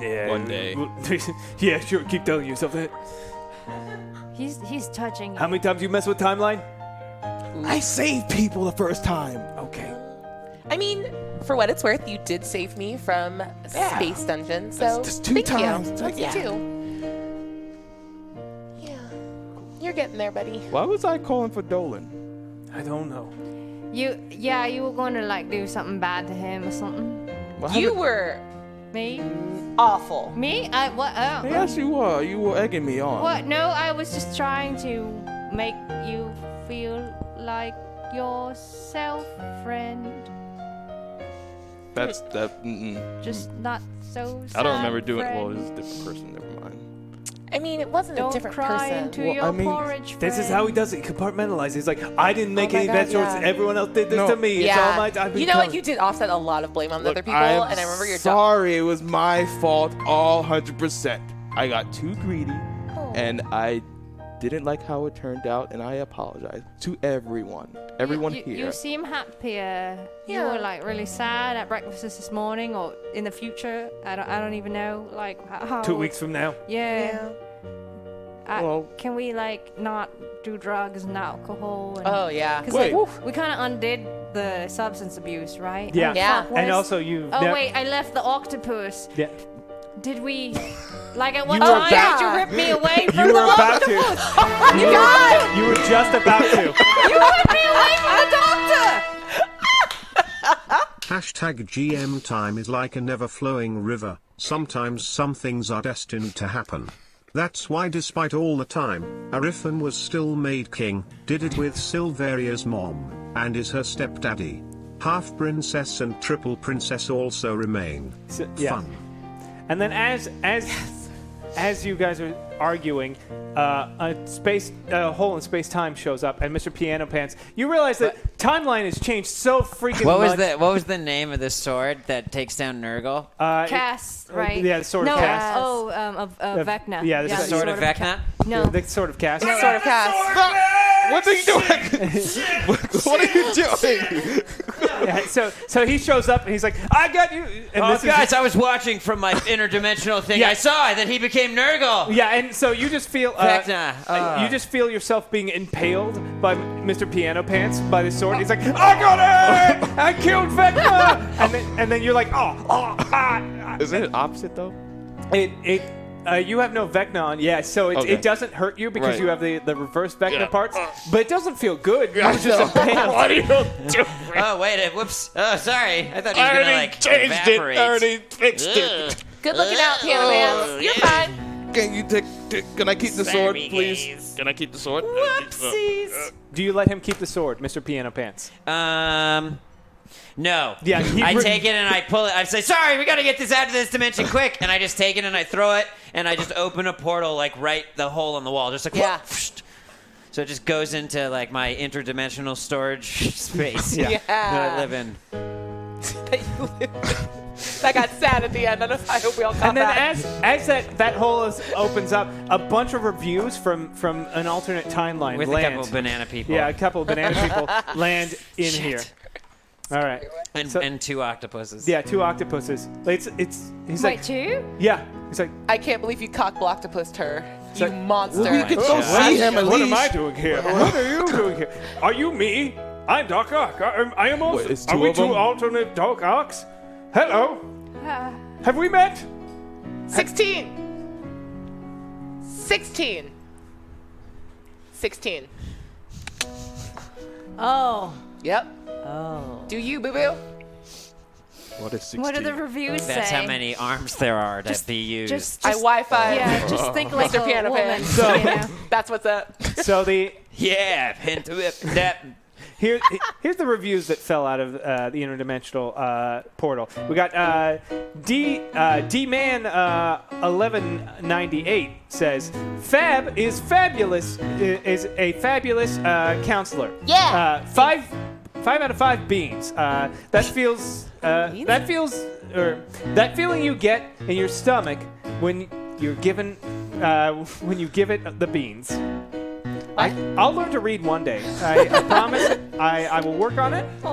Speaker 2: Yeah.
Speaker 7: One day.
Speaker 2: yeah, sure. Keep telling yourself that.
Speaker 10: He's he's touching.
Speaker 2: How many times you mess with timeline?
Speaker 7: I saved people the first time.
Speaker 2: Okay.
Speaker 6: I mean, for what it's worth, you did save me from Space Dungeon, so
Speaker 7: That's- that's two
Speaker 6: thank
Speaker 7: times.
Speaker 6: You.
Speaker 7: That's-
Speaker 6: That's
Speaker 7: yeah.
Speaker 6: two. Yeah, you're getting there, buddy.
Speaker 7: Why was I calling for Dolan?
Speaker 2: I don't know.
Speaker 10: You yeah, you were going to like do something bad to him or something.
Speaker 7: Well,
Speaker 6: You were
Speaker 10: Me?
Speaker 6: awful.
Speaker 10: Me? I what? Oh.
Speaker 7: Yes, you were. You were egging me on.
Speaker 10: What? No, I was just trying to make you feel like yourself, friend.
Speaker 7: That's that. Mm-mm.
Speaker 10: Just not so.
Speaker 7: I don't
Speaker 10: sad,
Speaker 7: remember doing.
Speaker 10: friend.
Speaker 7: Well, it was a different person. Never mind.
Speaker 6: I mean, it wasn't
Speaker 10: Don't
Speaker 6: a different
Speaker 10: cry
Speaker 6: person.
Speaker 10: into your porridge,
Speaker 2: This is how he does it. He compartmentalizes. He's like, I didn't make
Speaker 6: Oh my
Speaker 2: any
Speaker 6: God,
Speaker 2: bad choices.
Speaker 6: yeah.
Speaker 2: Everyone else did this to me. It's all my. I've been
Speaker 6: you know what?
Speaker 2: covered."
Speaker 6: You did offset a lot of blame on the other people,
Speaker 7: I'm
Speaker 6: and I remember your job.
Speaker 7: sorry. It was my fault. All hundred percent. I got too greedy, and I
Speaker 18: didn't like how it turned out, and I apologize to everyone. Everyone
Speaker 10: you,
Speaker 18: here.
Speaker 10: You seem happier.
Speaker 22: Yeah.
Speaker 10: You were like really sad at breakfast this morning or in the future. I don't, I don't even know. Like h- how.
Speaker 2: Two weeks from now.
Speaker 10: Yeah. I-
Speaker 2: Well-
Speaker 10: can we like not do drugs and alcohol? And,
Speaker 6: Oh, yeah.
Speaker 10: Because
Speaker 2: Wait.
Speaker 10: like we kind of undid the substance abuse, right?
Speaker 2: Yeah.
Speaker 10: Oh,
Speaker 2: Yeah.
Speaker 10: fuck,
Speaker 2: And
Speaker 10: what is-
Speaker 2: also you-
Speaker 10: Oh
Speaker 2: that-
Speaker 10: wait, I left the octopus.
Speaker 2: Yeah.
Speaker 10: Did we? Like at one
Speaker 2: were
Speaker 10: time,
Speaker 2: about-
Speaker 10: did you rip me away
Speaker 2: You
Speaker 10: from the
Speaker 2: were about to.
Speaker 10: octopus?
Speaker 2: You
Speaker 10: you guys,
Speaker 2: were, you were just about to.
Speaker 10: you ripped me away from the doctor.
Speaker 9: Hashtag GM time is like a never flowing river, sometimes some things are destined to happen. That's why, despite all the time, Arifan was still made king, did it with Silveria's mom, and is her stepdaddy. Half princess and triple princess also remain. Fun.
Speaker 2: And then as as as you guys are arguing, uh, a space a hole in space time shows up, and Mr. Piano Pants, you realize that timeline has changed so freaking
Speaker 24: What was
Speaker 2: much.
Speaker 24: the What was the name of the sword that takes down Nurgle?
Speaker 2: Uh,
Speaker 10: Cass,
Speaker 2: uh,
Speaker 10: right?
Speaker 2: yeah, the sword
Speaker 10: no,
Speaker 2: of Cass.
Speaker 10: Oh, um, of uh,
Speaker 2: Uh,
Speaker 10: Vecna.
Speaker 2: Yeah, the
Speaker 24: The sword of Vecna?
Speaker 10: No.
Speaker 2: the sword of Cass.
Speaker 10: No.
Speaker 6: Sort of cast.
Speaker 18: What are you doing? what are you doing?
Speaker 2: Yeah, so so he shows up and he's like, I got you. And
Speaker 24: oh,
Speaker 2: this is-
Speaker 24: guys, I was watching from my interdimensional thing.
Speaker 2: Yeah.
Speaker 24: I saw that he became Nurgle.
Speaker 2: Yeah, and so you just feel uh,
Speaker 24: Vecna,
Speaker 2: uh,
Speaker 24: uh.
Speaker 2: you just feel yourself being impaled by Mr. Piano Pants by the sword. He's like, I got it! I killed Vecna! and then and then you're like, oh, oh ah,
Speaker 18: Is it opposite though?
Speaker 2: It it uh, you have no Vecna on, yeah, so it,
Speaker 18: Okay.
Speaker 2: it doesn't hurt you because
Speaker 18: Right.
Speaker 2: you have the, the reverse Vecna
Speaker 18: Yeah.
Speaker 2: parts, but it doesn't feel good.
Speaker 18: Yeah,
Speaker 2: You're just
Speaker 18: I know.
Speaker 2: impaled.
Speaker 18: What are you doing?
Speaker 24: Oh wait, it, whoops. Oh sorry, I thought he was gonna
Speaker 18: I already
Speaker 24: like
Speaker 18: changed it. I
Speaker 24: evaporate.
Speaker 18: already fixed it.
Speaker 24: Ugh.
Speaker 6: Good looking out,
Speaker 2: Oh,
Speaker 6: piano man. You're fine.
Speaker 18: Can you take? t- Can I keep the sword, please?
Speaker 7: Can I keep the
Speaker 18: Uh,
Speaker 7: sword?
Speaker 6: Whoopsies.
Speaker 2: Do you let him keep the sword, Mr. Piano Pants?
Speaker 24: Um, no.
Speaker 2: Yeah, he
Speaker 24: I
Speaker 2: re-
Speaker 24: take it and I pull it. I say, "Sorry, we gotta get this out of this dimension quick." And I just take it and I throw it and I just open a portal like right the hole in the wall, just like
Speaker 6: Yeah.
Speaker 24: So it just goes into like my interdimensional storage space
Speaker 6: Yeah.
Speaker 10: Ah.
Speaker 24: that I live in.
Speaker 6: I got sad at the end. I don't- I hope we all got
Speaker 2: and then
Speaker 6: that.
Speaker 2: as as that that hole is, opens up, a bunch of reviews from from an alternate timeline
Speaker 24: With a
Speaker 2: land.
Speaker 24: couple of banana people.
Speaker 2: Yeah, a couple of banana people land in
Speaker 24: Shit.
Speaker 2: here. All right.
Speaker 24: And, and two octopuses.
Speaker 2: Yeah, two octopuses. It's it's. He's like.
Speaker 6: two?
Speaker 2: Yeah. He's like.
Speaker 6: I can't believe you cock blocked her.
Speaker 2: he's
Speaker 6: You
Speaker 2: like,
Speaker 6: monster.
Speaker 2: What am I doing here? What are you doing here? Are you me? I'm Doc Ock. I, am- I am also.
Speaker 18: Wait, it's
Speaker 2: are
Speaker 18: two
Speaker 2: we
Speaker 18: of
Speaker 2: two
Speaker 18: them?
Speaker 2: alternate Doc Ocks? Hello. Have we met?
Speaker 6: 16. 16. 16.
Speaker 10: Oh.
Speaker 6: Yep.
Speaker 10: Oh.
Speaker 6: Do you, boo boo?
Speaker 18: What is
Speaker 10: What do the reviews
Speaker 24: That's
Speaker 10: say?
Speaker 24: how many arms there are that be used.
Speaker 10: just-
Speaker 6: I Wi Fi.
Speaker 10: yeah, just think like
Speaker 6: Mr.
Speaker 10: a
Speaker 6: Piano
Speaker 10: woman,
Speaker 6: Pants.
Speaker 2: So- you
Speaker 6: That's what's up.
Speaker 2: So the
Speaker 24: yeah, pin to it. That
Speaker 2: Here, here's the reviews that fell out of uh, the interdimensional uh, portal. We got uh, D uh, D Man uh, 1198 says Fab is fabulous i- is a fabulous uh, counselor.
Speaker 5: Yeah.
Speaker 2: Uh, five five out of five beans. Uh, that feels uh, that feels or that feeling you get in your stomach when you're given uh, when you give it the beans. I, I'll learn to read one day. I, I promise. I, I will work on it. I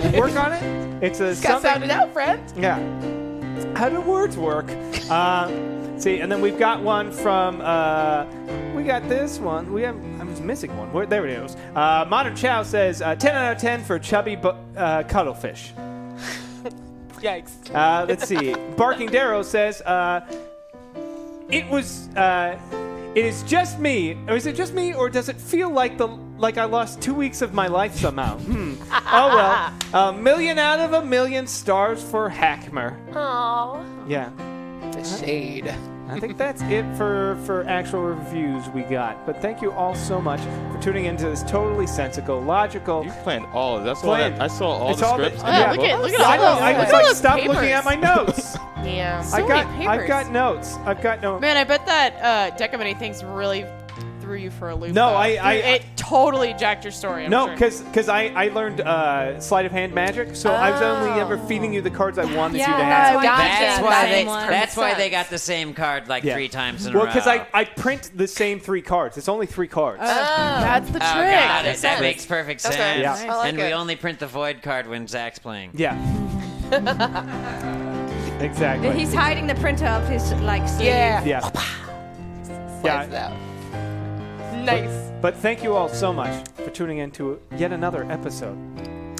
Speaker 2: will work on it. It's a
Speaker 6: Got
Speaker 2: something.
Speaker 6: sounded out, friend.
Speaker 2: Yeah. How do words work? Uh, see, and then we've got one from. Uh, we got this one. We have. I'm just missing one. Where, there it is. Uh, Modern Chow says uh, 10 out of 10 for chubby bu- uh, cuttlefish.
Speaker 6: Yikes.
Speaker 2: Uh, let's see. Barking Darrow says, uh, "It was. Uh, it is just me. Or is it just me, or does it feel like the like I lost two weeks of my life somehow? Hmm. Oh well. A million out of a million stars for Hackmer.
Speaker 6: Aww.
Speaker 2: Yeah.
Speaker 6: The shade.
Speaker 2: I think that's it for, for actual reviews we got. But thank you all so much for tuning into this totally sensical, logical. You
Speaker 18: planned all of this. That's all I-
Speaker 2: Planned.
Speaker 18: I saw all
Speaker 2: it's
Speaker 18: the
Speaker 2: all
Speaker 18: scripts.
Speaker 3: Oh,
Speaker 2: The, yeah,
Speaker 18: Look at- look at
Speaker 2: I
Speaker 18: all
Speaker 2: know,
Speaker 18: those-
Speaker 2: I
Speaker 18: look at
Speaker 2: was like,
Speaker 18: all those
Speaker 2: stop
Speaker 18: papers."
Speaker 2: looking at my notes.
Speaker 6: Yeah.
Speaker 2: I got I got notes. I've got no.
Speaker 3: Man, I bet that uh, Deca Many Things really threw you for a loop.
Speaker 2: No,
Speaker 3: though.
Speaker 2: I- I-
Speaker 3: it totally jacked your story. I'm
Speaker 2: no,
Speaker 3: sure.
Speaker 2: because I, I learned uh, sleight of hand magic, so I was only ever feeding you the cards I wanted you to have.
Speaker 24: That's why they. That's why they got the same card like
Speaker 2: Yeah.
Speaker 24: three times in
Speaker 2: well,
Speaker 24: a row.
Speaker 2: because I, I print the same three cards. It's only three cards.
Speaker 3: that's
Speaker 24: Oh,
Speaker 3: the
Speaker 24: got it.
Speaker 2: Makes
Speaker 24: That
Speaker 2: sense.
Speaker 24: makes perfect
Speaker 2: Okay,
Speaker 24: sense.
Speaker 2: nice. Yeah. I like
Speaker 24: and
Speaker 2: it.
Speaker 24: we only print the void card when Zach's playing.
Speaker 2: Yeah. exactly.
Speaker 10: He's hiding the printer up his like sleeve.
Speaker 2: Yeah. yeah.
Speaker 6: Nice.
Speaker 2: But thank you all so much for tuning in to yet another episode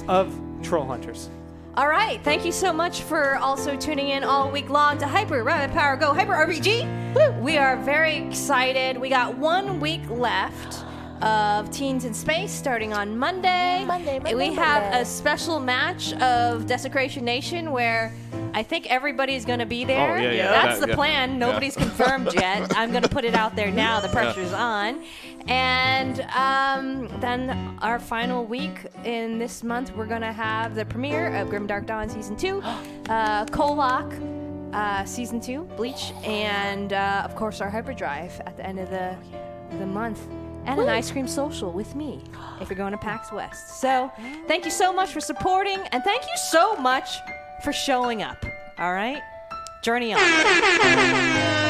Speaker 2: of Troll Hunters.
Speaker 10: All right. Thank you so much for also tuning in all week long to Hyper Rapid Power Go Hyper RPG. Woo! We are very excited. We got one week left of Teens in Space starting on Monday. Monday, Monday. We have a special match of Desecration Nation where I think everybody's going to be there.
Speaker 22: Oh, yeah, yeah,
Speaker 10: That's
Speaker 22: that-
Speaker 10: the
Speaker 22: yeah.
Speaker 10: plan.
Speaker 22: Yeah.
Speaker 10: Nobody's confirmed yet. I'm going to put it out there now. The pressure's on. And um, then our final week in this month, we're going to have the premiere of Grim Dark Dawn Season 2, uh, Kolok uh, Season 2, Bleach, and uh, of course our Hyperdrive at the end of the, the month. And an
Speaker 22: Woo.
Speaker 10: ice cream social with me if you're going to PAX West. So thank you so much for supporting, and thank you so much for showing up. All right? Journey on.